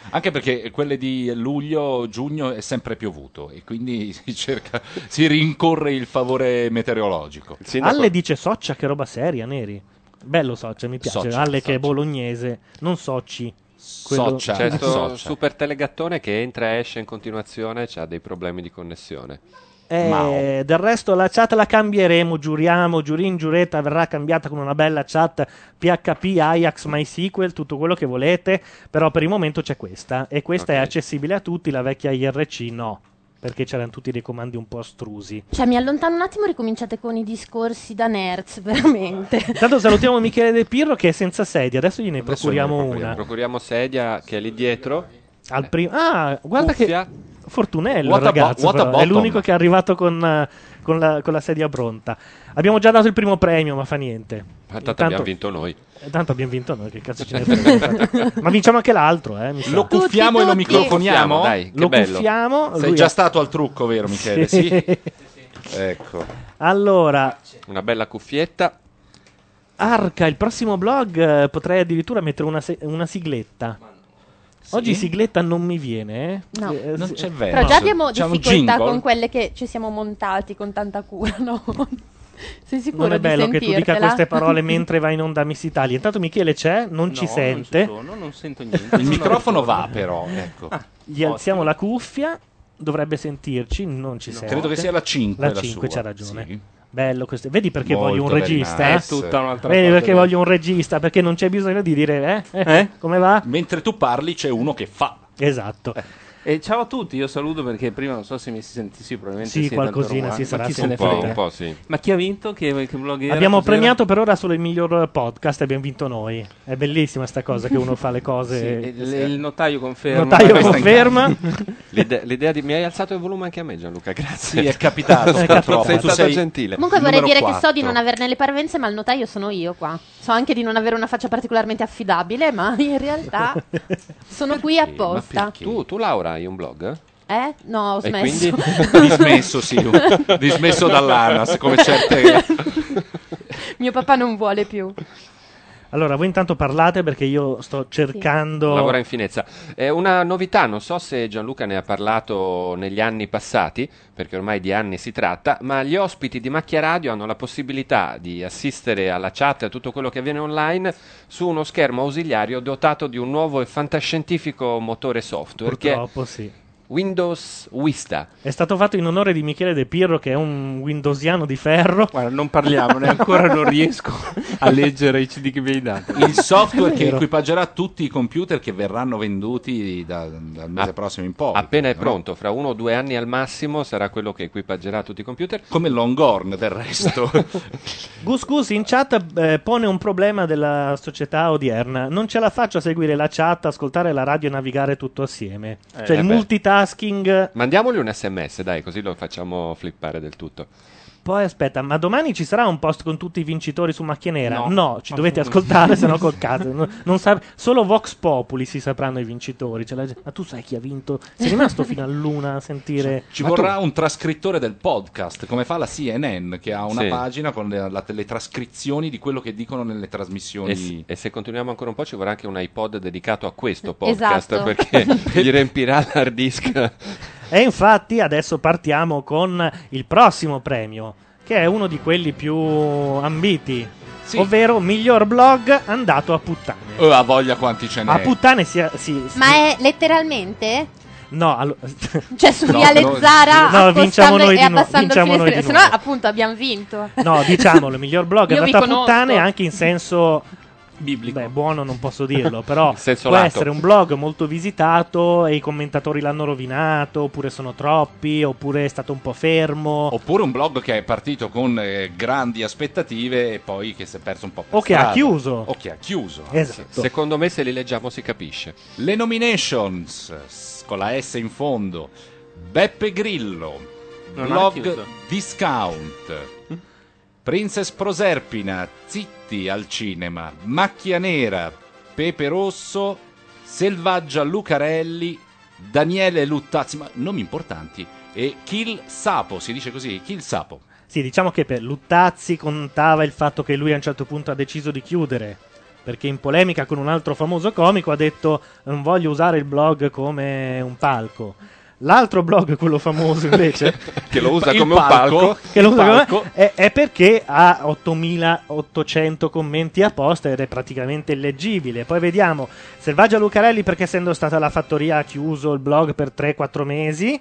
Speaker 3: Anche perché quelle di luglio, giugno è sempre piovuto e quindi <laughs> si, cerca, si rincorre il favore meteorologico.
Speaker 4: Il sindaco-
Speaker 1: Alle dice Soccia, che roba seria, Neri. Bello Soccia, mi piace.
Speaker 3: Soccia,
Speaker 1: Alle che è
Speaker 3: Soccia.
Speaker 1: bolognese, non Socci.
Speaker 3: Soccia. Certo,
Speaker 4: C'è
Speaker 1: Certo,
Speaker 4: sto
Speaker 3: Social.
Speaker 4: super telegattone che entra e esce in continuazione, ha dei problemi di connessione.
Speaker 1: Eh,
Speaker 3: Mao.
Speaker 1: del resto la chat la cambieremo, giuriamo, giurin, giuretta, verrà cambiata con una bella chat PHP, Ajax, MySQL, tutto quello che volete, però per il momento c'è questa e questa è
Speaker 4: Ok.
Speaker 1: accessibile a tutti, la vecchia IRC no, perché c'erano tutti dei comandi un po' astrusi.
Speaker 2: Cioè, mi allontano un attimo e ricominciate con i discorsi da nerds, <laughs> veramente.
Speaker 1: Intanto salutiamo Michele De Pirro che è senza sedia, adesso gliene
Speaker 3: Adesso
Speaker 1: procuriamo
Speaker 3: gliene
Speaker 1: una.
Speaker 4: Procuriamo sedia che è lì dietro.
Speaker 1: Al prim- ah, guarda
Speaker 4: Cuffia.
Speaker 1: che Fortunello,
Speaker 3: Eh. What a bo-
Speaker 1: ragazzo,
Speaker 3: what a
Speaker 1: però. è
Speaker 3: bottom.
Speaker 1: l'unico che è arrivato con, eh, con la, con la sedia pronta. Abbiamo già dato il primo premio, ma fa niente.
Speaker 3: Ah,
Speaker 4: tanto
Speaker 1: Intanto-
Speaker 4: abbiamo vinto noi.
Speaker 1: eh, Tanto abbiamo vinto noi, che cazzo ce ne
Speaker 3: <laughs>
Speaker 1: frega. <laughs> ma vinciamo anche l'altro, eh, mi sa.
Speaker 3: Lo cuffiamo e lo microfoniamo?
Speaker 4: Dai, che
Speaker 1: Lo
Speaker 4: bello.
Speaker 1: cuffiamo,
Speaker 3: Sei
Speaker 1: lui
Speaker 3: già
Speaker 1: ha-
Speaker 3: stato al trucco, vero Michele? Sì. Ecco.
Speaker 1: Allora,
Speaker 4: Una bella cuffietta.
Speaker 1: Arca, il prossimo blog eh, potrei addirittura mettere una, se- una sigletta. Oggi sigletta non mi viene, eh?
Speaker 2: No.
Speaker 1: Eh,
Speaker 3: Non
Speaker 1: sì.
Speaker 3: c'è vero.
Speaker 2: Però già abbiamo
Speaker 3: C'è un
Speaker 2: difficoltà
Speaker 3: jingle?
Speaker 2: con quelle che ci siamo montati con tanta cura, no? <laughs> Sei sicuro
Speaker 1: Non è
Speaker 2: di
Speaker 1: bello che tu dica
Speaker 2: sentirtela? <laughs>
Speaker 1: queste parole mentre vai in onda a Miss Italia. Intanto Michele c'è, non ci
Speaker 5: No,
Speaker 1: sente. Ah,
Speaker 5: Non, ci sono, Ah. non sento niente.
Speaker 3: Il microfono va però, ecco.
Speaker 1: Gli alziamo la cuffia, dovrebbe sentirci, non ci sente.
Speaker 3: Credo che sia la 5
Speaker 1: La
Speaker 3: la
Speaker 1: 5
Speaker 3: sua.
Speaker 1: c'ha ragione.
Speaker 3: Sì.
Speaker 1: Bello questo. Vedi perché voglio un
Speaker 3: Molto
Speaker 1: regista?
Speaker 3: very
Speaker 1: eh?
Speaker 3: nice. Tutta un'altra
Speaker 1: Vedi
Speaker 3: parte
Speaker 1: perché
Speaker 3: del-
Speaker 1: voglio un regista, perché non c'è bisogno di dire eh,
Speaker 3: <laughs>
Speaker 1: eh,
Speaker 5: Eh?
Speaker 1: come va?
Speaker 3: Mentre tu parli c'è uno che fa.
Speaker 1: Esatto.
Speaker 5: Eh. E ciao a tutti, io saluto perché prima non so se mi si sente, sì, probabilmente
Speaker 1: Sì,
Speaker 5: si sente
Speaker 1: qualcosina
Speaker 5: ancora,
Speaker 1: si
Speaker 5: ma
Speaker 1: sarà
Speaker 5: chi se ne
Speaker 1: sentita.
Speaker 4: Un po',
Speaker 5: frega.
Speaker 4: un po', sì.
Speaker 5: Ma chi ha vinto? Che, che blog era?
Speaker 1: Abbiamo
Speaker 5: Cos'era?
Speaker 1: premiato per ora solo il miglior podcast e abbiamo vinto noi. È bellissima sta cosa che uno fa le
Speaker 5: <laughs> Sì, e
Speaker 1: cose.
Speaker 5: il, il notaio conferma.
Speaker 1: Il notaio
Speaker 5: Questa-
Speaker 1: conferma.
Speaker 4: <laughs> L'idea, l'idea di... Mi hai alzato il volume anche a me, Gianluca, grazie.
Speaker 3: Sì, è
Speaker 4: <laughs>
Speaker 3: capitato,
Speaker 4: Sei
Speaker 3: purtroppo.
Speaker 4: stato
Speaker 3: Tu sei-
Speaker 4: gentile.
Speaker 2: Comunque vorrei
Speaker 3: Numero
Speaker 2: dire che so di
Speaker 3: quattro.
Speaker 2: non averne le parvenze, ma il notaio sono io qua. So anche di non avere una faccia particolarmente affidabile, ma <laughs> in
Speaker 3: <laughs>
Speaker 2: realtà sono qui apposta.
Speaker 4: Tu, tu, Laura, hai un blog?
Speaker 2: Eh? No, ho
Speaker 4: E
Speaker 2: smesso. <laughs>
Speaker 3: Dismesso, sì. Dismesso dall'ANAS, come certe...
Speaker 2: <laughs> Mio papà non vuole più.
Speaker 1: <laughs> Allora, voi intanto parlate perché io sto cercando.
Speaker 4: Lavora in finezza. È una novità, non so se Gianluca ne ha parlato negli anni passati, perché ormai di anni si tratta, ma gli ospiti di Macchia Radio hanno la possibilità di assistere alla chat e a tutto quello che avviene online su uno schermo ausiliario dotato di un nuovo e fantascientifico motore software che è
Speaker 1: Purtroppo sì.
Speaker 4: Windows Vista.
Speaker 1: È stato fatto in onore di Michele De Pirro, che è un windowsiano di ferro.
Speaker 5: Guarda, non parliamone, ancora non riesco <laughs> a leggere i CD che mi hai dato.
Speaker 3: Il software
Speaker 1: È
Speaker 3: che
Speaker 1: vero.
Speaker 3: equipaggerà tutti i computer che verranno venduti da- dal mese
Speaker 4: Ah,
Speaker 3: prossimo in poi.
Speaker 4: Appena è
Speaker 3: no?
Speaker 4: pronto, fra uno o due anni al massimo, sarà quello che equipaggerà tutti i computer.
Speaker 3: Come Longhorn,
Speaker 1: <laughs>
Speaker 3: del resto.
Speaker 1: Gus Gus in chat eh, pone un problema della società odierna. Non ce la faccio a seguire la chat, ascoltare la radio e navigare tutto assieme.
Speaker 5: Eh,
Speaker 1: cioè il
Speaker 4: eh beh.
Speaker 1: multitasking.
Speaker 4: Mandiamogli un sms, dai, così lo facciamo flippare del tutto.
Speaker 1: Poi aspetta, ma domani ci sarà un post con tutti i vincitori su Macchia Nera?
Speaker 5: No.
Speaker 1: ci dovete ascoltare, se no col cazzo. No- non sa- solo Vox Populi si sapranno i vincitori. Cioè, la gente- ma tu sai chi ha vinto? Sei rimasto fino a luna a sentire.
Speaker 3: Ci
Speaker 4: Ma
Speaker 3: vorrà un trascrittore del podcast, come fa la CNN, che ha una
Speaker 4: Sì.
Speaker 3: pagina con le, la- le trascrizioni di quello che dicono nelle trasmissioni.
Speaker 4: E, s- e se continuiamo ancora un po', ci vorrà anche un iPod dedicato a questo podcast
Speaker 2: Esatto. <laughs>
Speaker 4: perché gli riempirà l'hard disk.
Speaker 1: E infatti adesso partiamo con il prossimo premio, che è uno di quelli più ambiti,
Speaker 3: Sì.
Speaker 1: ovvero miglior blog andato a puttane.
Speaker 3: Oh, a voglia quanti ce n'è.
Speaker 1: A puttane si... si, si-
Speaker 2: Ma è letteralmente?
Speaker 1: No,
Speaker 2: <laughs>
Speaker 1: allo-
Speaker 2: Cioè su
Speaker 3: No,
Speaker 2: Viale
Speaker 3: no,
Speaker 2: Zara
Speaker 1: no,
Speaker 2: accostando
Speaker 1: vinciamo noi
Speaker 2: e
Speaker 1: di nuovo,
Speaker 2: abbassando
Speaker 1: vinciamo
Speaker 2: il
Speaker 1: noi di
Speaker 2: finestrino.
Speaker 1: nuovo.
Speaker 2: Sennò appunto abbiamo vinto.
Speaker 1: no, diciamo diciamolo, il miglior blog
Speaker 2: Io vi
Speaker 1: andato a
Speaker 2: conosco.
Speaker 1: puttane anche in senso...
Speaker 3: Biblico.
Speaker 1: Beh, buono non posso dirlo,
Speaker 3: <laughs>
Speaker 1: però
Speaker 4: In senso
Speaker 1: può
Speaker 4: lato.
Speaker 1: essere un blog molto visitato e i commentatori l'hanno rovinato, oppure sono troppi, oppure è stato un po' fermo.
Speaker 3: Oppure un blog che è partito con eh, grandi aspettative e poi che si è perso un po'. per
Speaker 1: O che ha
Speaker 3: strada.
Speaker 1: chiuso.
Speaker 3: O che ha chiuso.
Speaker 1: Esatto.
Speaker 4: Secondo me, se li leggiamo, si capisce.
Speaker 3: Le nominations s- con la S in fondo. Beppe Grillo,
Speaker 5: Non ha
Speaker 3: blog
Speaker 5: chiuso.
Speaker 3: discount. Princess Proserpina, Zitti al cinema, Macchia Nera, Pepe Rosso, Selvaggia Lucarelli, Daniele Luttazzi, ma nomi importanti, e Kill Sapo, si dice così, Kill Sapo.
Speaker 1: Sì, diciamo che per Luttazzi contava il fatto che lui a un certo punto ha deciso di chiudere. Perché in polemica con un altro famoso comico ha detto non voglio usare il blog come un palco. L'altro blog, quello famoso invece,
Speaker 4: <laughs> Che lo usa
Speaker 3: Il
Speaker 4: come un palco.
Speaker 1: che lo
Speaker 3: il
Speaker 1: usa come-
Speaker 3: palco.
Speaker 1: è, è perché ha 8800 commenti apposta ed è praticamente illeggibile. Poi vediamo Selvaggia Lucarelli perché essendo stata alla fattoria ha chiuso il blog per 3-4 mesi.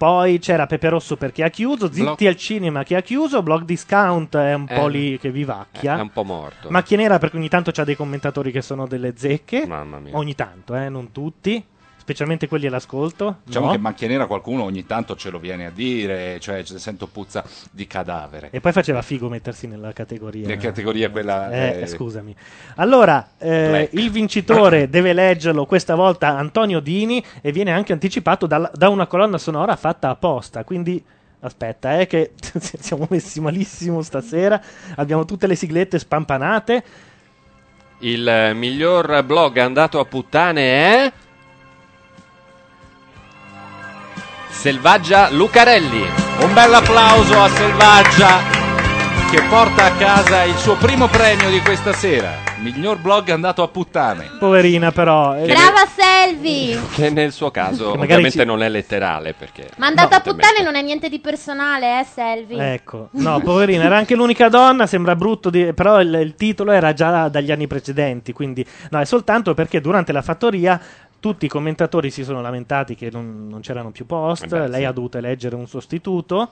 Speaker 1: Poi c'era Pepe Rosso perché ha chiuso, Zitti
Speaker 3: Blog-
Speaker 1: al cinema che ha chiuso, Blog Discount è un po'
Speaker 4: Eh,
Speaker 1: lì che
Speaker 4: È
Speaker 1: vivacchia.
Speaker 4: un po' morto.
Speaker 1: Macchia Nera perché ogni tanto c'ha dei commentatori che sono delle zecche.
Speaker 4: Mamma mia.
Speaker 1: Ogni tanto, eh, non tutti. specialmente quelli all'ascolto.
Speaker 3: Diciamo
Speaker 1: No?
Speaker 3: che macchia nera qualcuno ogni tanto ce lo viene a dire, cioè ce ne sento puzza di cadavere.
Speaker 1: E poi faceva figo mettersi nella categoria.
Speaker 3: Nella categoria quella,
Speaker 1: Eh,
Speaker 3: eh,
Speaker 1: scusami. Allora, eh, il vincitore
Speaker 3: <coughs>
Speaker 1: deve leggerlo questa volta Antonio Dini e viene anche anticipato dalla- da una colonna sonora fatta apposta. Quindi. Aspetta, eh, che <laughs> siamo messi malissimo stasera. Abbiamo tutte le siglette spampanate.
Speaker 4: Il eh, miglior blog andato a puttane è. Selvaggia Lucarelli.
Speaker 3: Un bel applauso a Selvaggia che porta a casa il suo primo premio di questa sera. Miglior blog andato a puttane.
Speaker 1: Poverina, però.
Speaker 2: <laughs>
Speaker 1: eh,
Speaker 2: Brava Selvi!
Speaker 3: eh.
Speaker 4: Che nel suo caso
Speaker 1: <laughs> Che magari
Speaker 4: ovviamente
Speaker 1: ci-
Speaker 4: non è letterale perché.
Speaker 2: Ma andata a
Speaker 4: potrebbe-
Speaker 2: puttane non è niente di personale, eh, Selvi?
Speaker 1: Ecco,
Speaker 4: <laughs>
Speaker 1: no, poverina, era anche l'unica donna, sembra brutto, di- però il, il titolo era già dagli anni precedenti, quindi no, è soltanto perché durante la fattoria tutti i commentatori si sono lamentati che non, non c'erano più post,
Speaker 4: Eh beh,
Speaker 1: lei
Speaker 4: sì.
Speaker 1: ha dovuto eleggere un sostituto.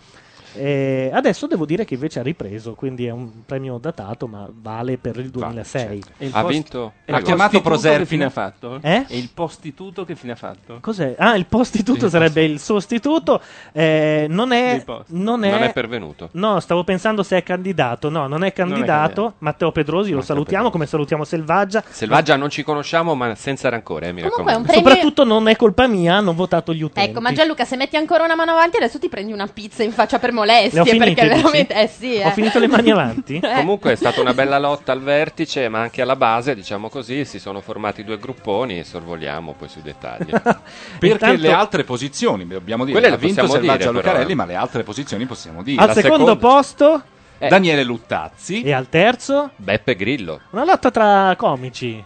Speaker 1: E adesso devo dire che invece ha ripreso, quindi è un premio datato, ma vale per il 2006.
Speaker 5: E il
Speaker 4: Ha
Speaker 5: post-
Speaker 4: vinto-
Speaker 5: e
Speaker 4: l'ha
Speaker 5: il
Speaker 3: chiamato
Speaker 5: postituto
Speaker 3: Proserpina?
Speaker 5: ecco, Che fine ha fatto?
Speaker 1: Eh?
Speaker 5: E il postituto che fine ha fatto?
Speaker 1: Cos'è? Ah, il postituto
Speaker 5: Sì,
Speaker 1: sarebbe il sostituto. eh, non, è,
Speaker 5: Dei post.
Speaker 1: non è.
Speaker 4: Non è pervenuto.
Speaker 1: No, stavo pensando se è candidato. No, non è candidato.
Speaker 5: candidato.
Speaker 1: Matteo Pedrosi, lo salutiamo come salutiamo Selvaggia.
Speaker 4: Selvaggia non ci conosciamo, ma senza rancore, eh, mi
Speaker 2: Comunque è un
Speaker 4: raccomando.
Speaker 2: premio...
Speaker 1: Soprattutto non è colpa mia, hanno votato gli utenti.
Speaker 2: Ecco, ma Gianluca, se metti ancora una mano avanti, adesso ti prendi una pizza in faccia per molestie.
Speaker 1: Le ho finite,
Speaker 2: perché
Speaker 1: dici?
Speaker 2: veramente. Eh sì, eh.
Speaker 1: Ho finito le mani avanti?
Speaker 2: Eh.
Speaker 4: Comunque è stata una bella lotta al vertice, ma anche alla base, diciamo così, si sono formati due grupponi e sorvoliamo poi
Speaker 1: <laughs>
Speaker 4: sui dettagli.
Speaker 3: Perché
Speaker 1: Intanto-
Speaker 3: le altre posizioni, dobbiamo dire,
Speaker 4: Quelle
Speaker 3: ha
Speaker 4: le
Speaker 3: vinto
Speaker 4: possiamo
Speaker 3: Selvaggia
Speaker 4: dire, però,
Speaker 3: Lucarelli,
Speaker 4: eh.
Speaker 3: ma le altre posizioni possiamo dire.
Speaker 1: Al
Speaker 3: La
Speaker 1: secondo
Speaker 3: seconda-
Speaker 1: posto
Speaker 4: Eh.
Speaker 3: Daniele Luttazzi.
Speaker 1: e al terzo,
Speaker 4: Beppe Grillo.
Speaker 1: una lotta tra comici.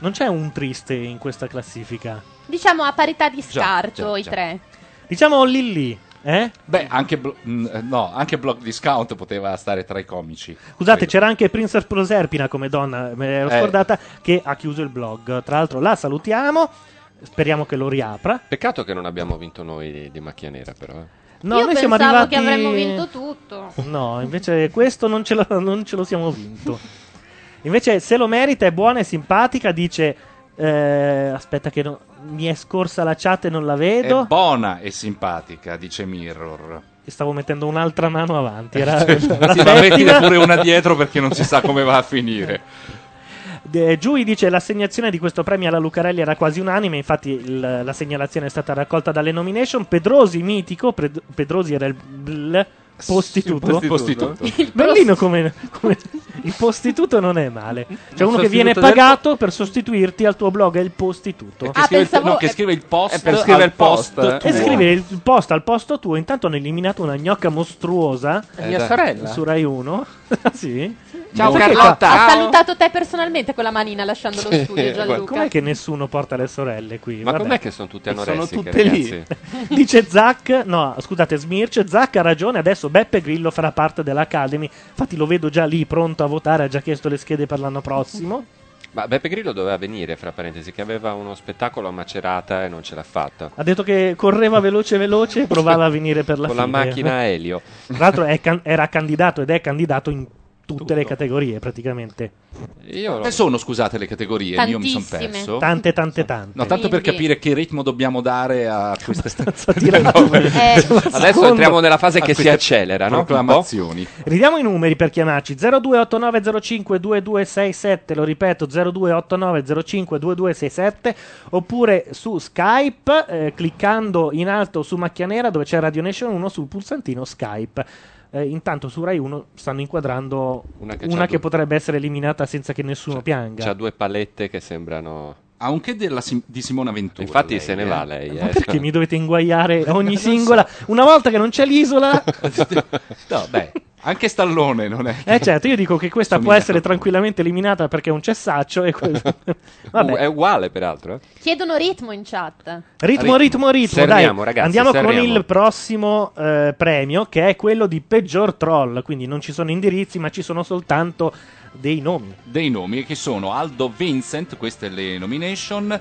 Speaker 1: Non c'è un triste in questa classifica.
Speaker 2: <laughs> Diciamo a parità di
Speaker 3: Già,
Speaker 2: scarto
Speaker 3: già,
Speaker 2: i
Speaker 3: già.
Speaker 2: tre.
Speaker 1: Diciamo Lilli, eh?
Speaker 3: Beh, anche, blo- mh, eh, no, anche Block Discount poteva stare tra i comici.
Speaker 1: Scusate,
Speaker 3: Credo.
Speaker 1: c'era anche Princess Proserpina come donna, me l'ero
Speaker 3: Eh.
Speaker 1: scordata, che ha chiuso il blog. Tra l'altro la salutiamo, speriamo che lo riapra.
Speaker 4: Peccato che non abbiamo vinto noi di, di macchia nera, però. eh.
Speaker 1: No,
Speaker 2: Io
Speaker 1: noi
Speaker 2: pensavo
Speaker 1: siamo arrivati...
Speaker 2: che avremmo vinto tutto.
Speaker 1: No, invece questo non ce, lo, non ce lo siamo vinto. Invece se lo merita, è buona e simpatica, dice... eh, aspetta che no- mi è scorsa la chat e non la
Speaker 3: È
Speaker 1: vedo.
Speaker 3: buona e simpatica, dice Mirror.
Speaker 1: Stavo mettendo un'altra mano avanti. Era, era
Speaker 3: Eh. <laughs> Sì, ma mettine
Speaker 1: settima.
Speaker 3: pure una dietro perché non si sa come va a finire.
Speaker 1: Eh, Giui dice l'assegnazione di questo premio alla Lucarelli era quasi unanime, infatti il- la segnalazione è stata raccolta dalle nomination. Pedrosi mitico, Pred- Pedrosi era il, il postituto.
Speaker 3: Postituto.
Speaker 1: Bellino come, come- il postituto non è male. C'è
Speaker 5: Il
Speaker 1: uno che viene
Speaker 5: sostituto del
Speaker 1: pagato per sostituirti al tuo blog, è il postituto.
Speaker 3: Che
Speaker 2: Ah,
Speaker 3: scrive, il-
Speaker 2: pensavo-
Speaker 3: no, che scrive il post.
Speaker 5: è per scrivere
Speaker 3: al
Speaker 5: il post, eh.
Speaker 3: tuo.
Speaker 1: E scrive il post al posto tuo, intanto hanno eliminato una gnocca mostruosa
Speaker 5: È mia
Speaker 3: dai.
Speaker 5: sorella.
Speaker 1: su Rai 1. <laughs> sì.
Speaker 5: Ciao
Speaker 1: Perché
Speaker 5: Carlotta.
Speaker 2: Ha
Speaker 5: Ciao.
Speaker 2: salutato te personalmente con la manina lasciando lo
Speaker 4: Sì,
Speaker 2: studio, Gianluca.
Speaker 1: Com'è che nessuno porta le sorelle qui?
Speaker 4: Eh, Ma
Speaker 1: Vabbè. Eh,
Speaker 4: com'è che sono tutte
Speaker 5: Sono
Speaker 4: anoressiche,
Speaker 5: tutte lì.
Speaker 4: ragazzi?
Speaker 1: <laughs> Dice Zac, no, scusate, Smirch, Zac ha ragione, adesso Beppe Grillo farà parte dell'Academy. Infatti lo vedo già lì pronto a votare, ha già chiesto le schede per l'anno prossimo.
Speaker 4: Ma Beppe Grillo doveva venire, fra parentesi, che aveva uno spettacolo a Macerata e non ce l'ha fatta.
Speaker 1: Ha detto che correva veloce veloce e provava a venire per la
Speaker 4: Con
Speaker 1: fine.
Speaker 4: la macchina
Speaker 1: <laughs>
Speaker 4: a elio.
Speaker 1: Tra l'altro è can- era candidato ed è candidato in tutte le categorie praticamente.
Speaker 4: Io
Speaker 3: Quante sono, scusate, le categorie? Io mi sono
Speaker 2: Tantissime.
Speaker 3: perso.
Speaker 1: Tante tante tante.
Speaker 3: No, tanto per
Speaker 2: Quindi-
Speaker 3: capire che ritmo dobbiamo dare a
Speaker 1: <laughs>
Speaker 3: queste
Speaker 1: Sta
Speaker 3: <laughs>
Speaker 1: tirando-
Speaker 2: Eh,
Speaker 4: Adesso entriamo nella fase
Speaker 3: a
Speaker 4: che si
Speaker 3: queste
Speaker 4: accelera, no? Un po'.
Speaker 3: proclamazioni.
Speaker 1: Ridiamo i numeri per chiamarci 0289052267, lo ripeto 0289052267 oppure su Skype eh, cliccando in alto su macchia nera dove c'è Radio Nation 1 sul pulsantino Skype. Eh, intanto su Rai 1 stanno inquadrando una
Speaker 4: Una
Speaker 1: che,
Speaker 4: che c'ha due-
Speaker 1: potrebbe essere eliminata senza che nessuno pianga.
Speaker 4: C'ha due palette che sembrano...
Speaker 3: Ha un che della Sim- di Simona Ventura.
Speaker 4: Infatti
Speaker 3: lei,
Speaker 4: se ne
Speaker 3: eh.
Speaker 4: va lei.
Speaker 1: Ma
Speaker 4: eh.
Speaker 1: perché mi dovete
Speaker 4: <laughs>
Speaker 1: inguaiare ogni singola? Una volta che non c'è l'isola,
Speaker 3: <laughs> No, beh, anche Stallone non è.
Speaker 1: eh certo, io dico che questa può
Speaker 3: Somiglia
Speaker 1: essere tranquillamente eliminata perché è un cessaccio. E
Speaker 4: <laughs>
Speaker 1: questo... <laughs> Vabbè.
Speaker 4: Uh, è uguale peraltro. eh.
Speaker 2: chiedono ritmo in chat.
Speaker 1: Ritmo, ritmo, ritmo.
Speaker 4: Serriamo,
Speaker 1: dai.
Speaker 4: ragazzi,
Speaker 1: Andiamo con
Speaker 4: serriamo.
Speaker 1: il prossimo eh, premio, che è quello di peggior troll. Quindi non ci sono indirizzi, ma ci sono soltanto dei nomi.
Speaker 3: dei nomi che sono Aldo Vincent, queste le nomination,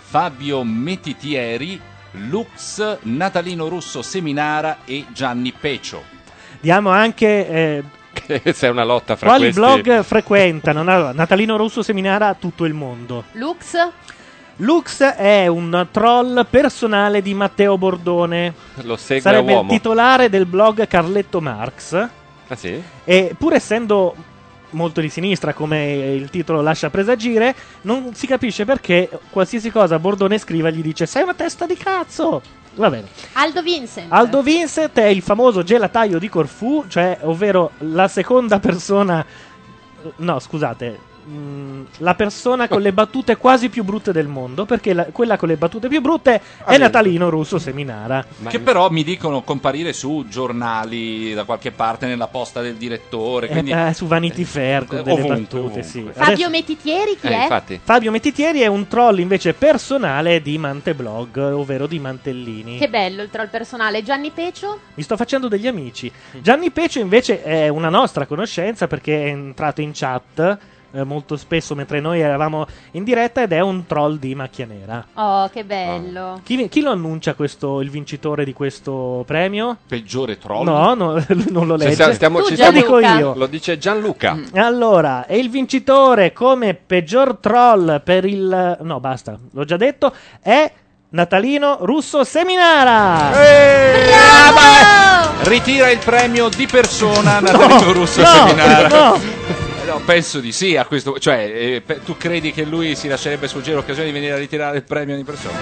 Speaker 3: Fabio Metitieri, Lux, Natalino Russo Seminara e Gianni Pecio.
Speaker 1: Diamo anche eh,
Speaker 4: <laughs> C'è una lotta fra
Speaker 1: quali
Speaker 4: questi.
Speaker 1: blog frequentano. Allora, Natalino Russo seminara tutto il mondo.
Speaker 2: Lux?
Speaker 1: Lux è un troll personale di Matteo Bordone.
Speaker 4: Lo segue
Speaker 1: Sarebbe
Speaker 4: a
Speaker 1: il
Speaker 4: uomo.
Speaker 1: titolare del blog Carletto Marx.
Speaker 4: Ah, sì?
Speaker 1: E pur essendo molto di sinistra, come il titolo lascia presagire, non si capisce perché qualsiasi cosa Bordone scriva gli dice: Sei una testa di cazzo! Va bene.
Speaker 7: Aldo Vincent.
Speaker 1: Aldo Vincent è il famoso gelataio di Corfù, cioè ovvero la seconda persona. No, scusate. mm, La persona con le battute quasi più brutte del mondo, perché la- quella con le battute più brutte è Natalino Russo Seminara.
Speaker 3: Ah, che però mi dicono comparire su giornali da qualche parte nella posta del direttore. Quindi Eh,
Speaker 1: Eh, eh, su Vanity Fair con delle
Speaker 3: ovunque,
Speaker 1: battute, sì.
Speaker 7: Fabio
Speaker 1: Adesso-
Speaker 7: Metitieri
Speaker 3: Eh,
Speaker 4: Eh,
Speaker 7: chi è?
Speaker 1: Fabio Mettitieri è un troll invece personale di Manteblog, ovvero di Mantellini.
Speaker 7: Che bello il troll personale. Gianni Pecio?
Speaker 1: Mi sto facendo degli amici. Gianni Pecio invece è una nostra conoscenza perché è entrato in chat eh, molto spesso mentre noi eravamo in diretta ed è un troll di macchia nera.
Speaker 7: Oh, che bello.
Speaker 1: Chi, chi lo annuncia questo, il vincitore di questo premio?
Speaker 3: Peggiore troll?
Speaker 1: No, <laughs> no, non lo
Speaker 4: Ci
Speaker 1: legge.
Speaker 4: Cioè, stiamo- stiamo- ci
Speaker 1: lo dico
Speaker 4: stiamo-
Speaker 1: io.
Speaker 4: Lo dice Gianluca.
Speaker 1: Allora, e il vincitore come peggior troll per il... No, basta, l'ho già detto, è Natalino Russo Seminara!
Speaker 3: Ritira il premio di persona Natalino Russo
Speaker 1: <laughs> no,
Speaker 3: Seminara.
Speaker 1: no.
Speaker 3: Eh, no, penso di sì a questo. Cioè, eh, pe- tu credi che lui si lascerebbe sfuggire l'occasione di venire a ritirare il premio di persona?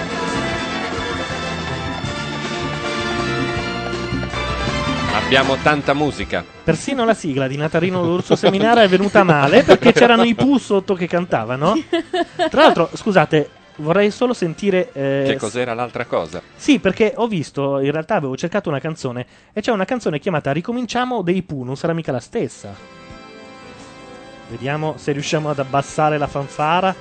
Speaker 4: Abbiamo tanta musica.
Speaker 1: Persino la sigla di Natarino l'Urso Seminara è venuta male perché c'erano i Pooh sotto che cantavano. Tra l'altro, scusate, vorrei solo sentire. eh,
Speaker 4: Che cos'era l'altra cosa?
Speaker 1: Sì, perché ho visto, in realtà avevo cercato una canzone e c'è una canzone chiamata Ricominciamo dei Pooh, non sarà mica la stessa. Vediamo se riusciamo ad abbassare la fanfara.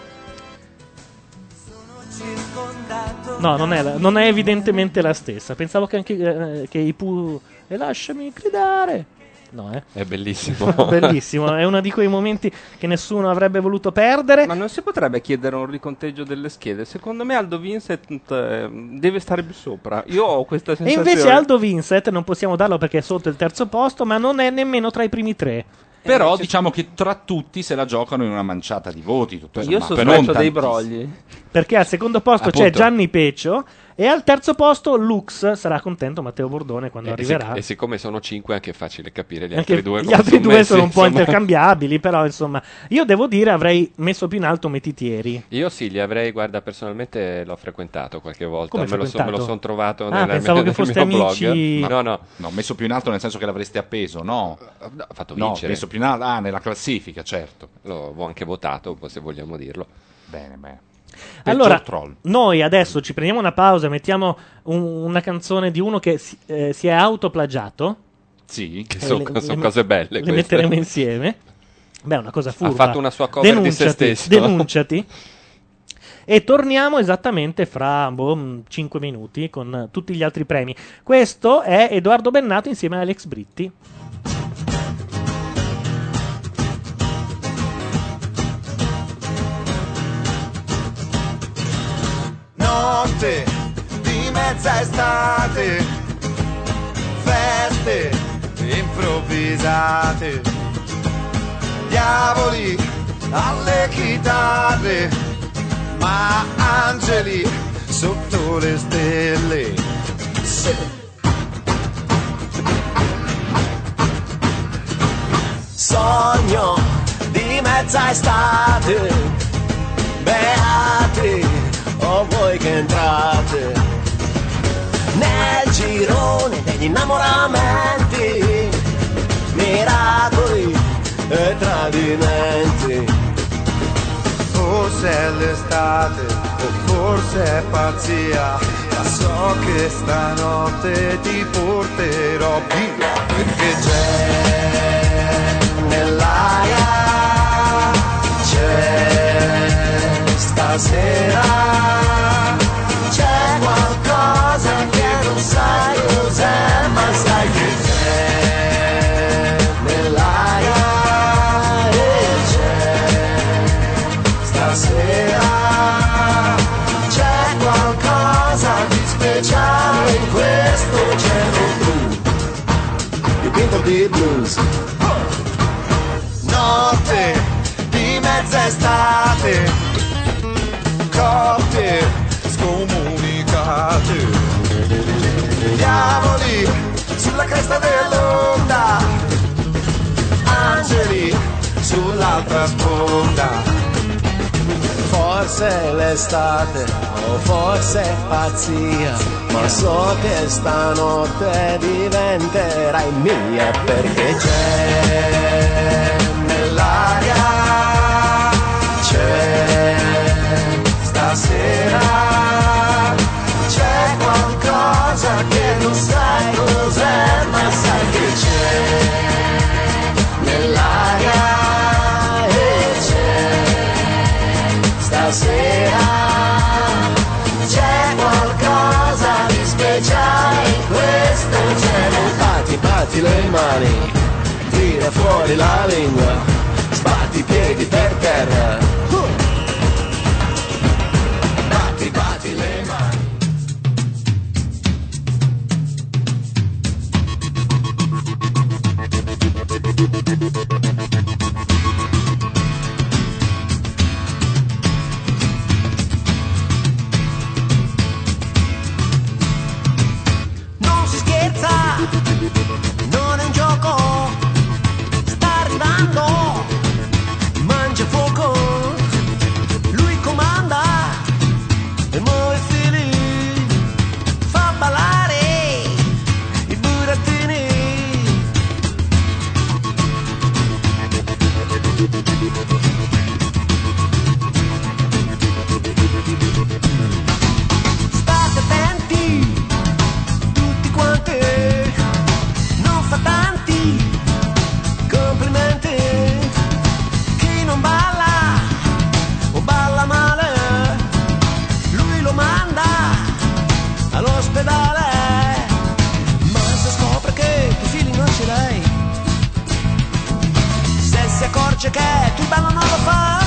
Speaker 1: No, non è, la- non è evidentemente la stessa. Pensavo che anche eh, che i Pooh. E lasciami gridare. No, eh.
Speaker 4: È bellissimo.
Speaker 1: <laughs> Bellissimo, è uno di quei momenti che nessuno avrebbe voluto perdere.
Speaker 8: Ma non si potrebbe chiedere un riconteggio delle schede? Secondo me Aldo Vincent eh,
Speaker 3: ehm,
Speaker 8: deve stare più sopra. Io ho questa
Speaker 1: E
Speaker 8: sensazione.
Speaker 1: invece Aldo Vincent non possiamo darlo perché è sotto il terzo posto, ma non è nemmeno tra i primi tre.
Speaker 3: Però
Speaker 4: Eh,
Speaker 3: diciamo che tra tutti se la giocano in una manciata di voti. Tutto
Speaker 8: Io
Speaker 3: sommato, non
Speaker 8: sospetto dei
Speaker 3: tantissimi.
Speaker 8: brogli.
Speaker 1: Perché al secondo posto
Speaker 8: Ah,
Speaker 1: c'è
Speaker 4: Appunto.
Speaker 1: Gianni Peccio e al terzo posto Lux. Sarà contento Matteo Bordone quando
Speaker 8: Eh,
Speaker 4: <laughs> E, sic-
Speaker 1: arriverà.
Speaker 4: e siccome sono cinque è anche facile capire gli
Speaker 1: Anche
Speaker 4: altri due.
Speaker 1: gli
Speaker 4: come
Speaker 1: altri due
Speaker 4: messi,
Speaker 1: sono un po'
Speaker 4: insomma.
Speaker 1: intercambiabili, però insomma, io devo dire avrei messo più in alto Metitieri.
Speaker 4: Io sì, li avrei, guarda, personalmente l'ho frequentato qualche volta.
Speaker 1: Come
Speaker 4: me, lo so- me
Speaker 1: frequentato?
Speaker 4: lo sono trovato
Speaker 1: Ah,
Speaker 4: nella-
Speaker 1: pensavo
Speaker 4: nel,
Speaker 1: che foste
Speaker 4: mio
Speaker 1: amici.
Speaker 4: blog. No, no,
Speaker 3: No, messo più in alto nel senso che l'avresti appeso, no.
Speaker 4: ho fatto
Speaker 3: No,
Speaker 4: vincere.
Speaker 3: messo più in alto, ah, nella classifica, certo.
Speaker 4: L'ho anche votato, se vogliamo dirlo.
Speaker 3: Bene, bene. Peggior
Speaker 1: Allora,
Speaker 3: troll.
Speaker 1: noi adesso ci prendiamo una pausa e mettiamo un- una canzone di uno che si, eh, si è autoplagiato.
Speaker 3: Sì,
Speaker 4: Che
Speaker 1: Eh,
Speaker 4: sono
Speaker 1: le- le-
Speaker 4: cose belle
Speaker 1: Le
Speaker 4: queste.
Speaker 1: metteremo insieme. Beh, è una cosa furba.
Speaker 4: fatto una sua cover di se
Speaker 1: Denunciati,
Speaker 4: stesso.
Speaker 1: Denunciati. E torniamo esattamente fra 5 minuti con eh, tutti gli altri premi. Questo è Edoardo Bennato insieme a Alex Britti.
Speaker 9: Notte di mezza estate, feste improvvisate, diavoli alle chitarre, ma angeli sotto le stelle. Sì. Sogno di mezza estate beati o voi che entrate nel girone degli innamoramenti miracoli e tradimenti forse è l'estate o forse è pazzia ma so che stanotte ti porterò via perché c'è nell'aria c'è stasera c'è qualcosa che non sai cos'è ma sai che c'è nell'aria e c'è stasera c'è qualcosa di speciale in questo cielo blu dipinto di blues notte di mezza estate, coppie
Speaker 10: te scomunicate. Diavoli sulla cresta dell'onda, angeli sull'altra sponda.
Speaker 9: Forse è l'estate, o forse è pazzia, ma so che stanotte diventerai mia perché c'è nell'aria, c'è
Speaker 10: Stasera c'è qualcosa che non sai cos'è, ma sai che c'è nell'aria e c'è stasera. C'è qualcosa di speciale in questo cielo.
Speaker 9: Batti, batti le mani, tira fuori la lingua, sbatti i piedi per terra. Batti, batti le mani.
Speaker 11: Non si scherza, non è un gioco, sta arrivando, mangia fuoco, lui comanda e muove i fili, fa ballare i burattini. State attenti tutti quanti non fa tanti complimenti chi non balla o balla male lui lo manda all'ospedale ma se scopre che tu figli non ce l'hai se si accorge che tu ballo non lo fa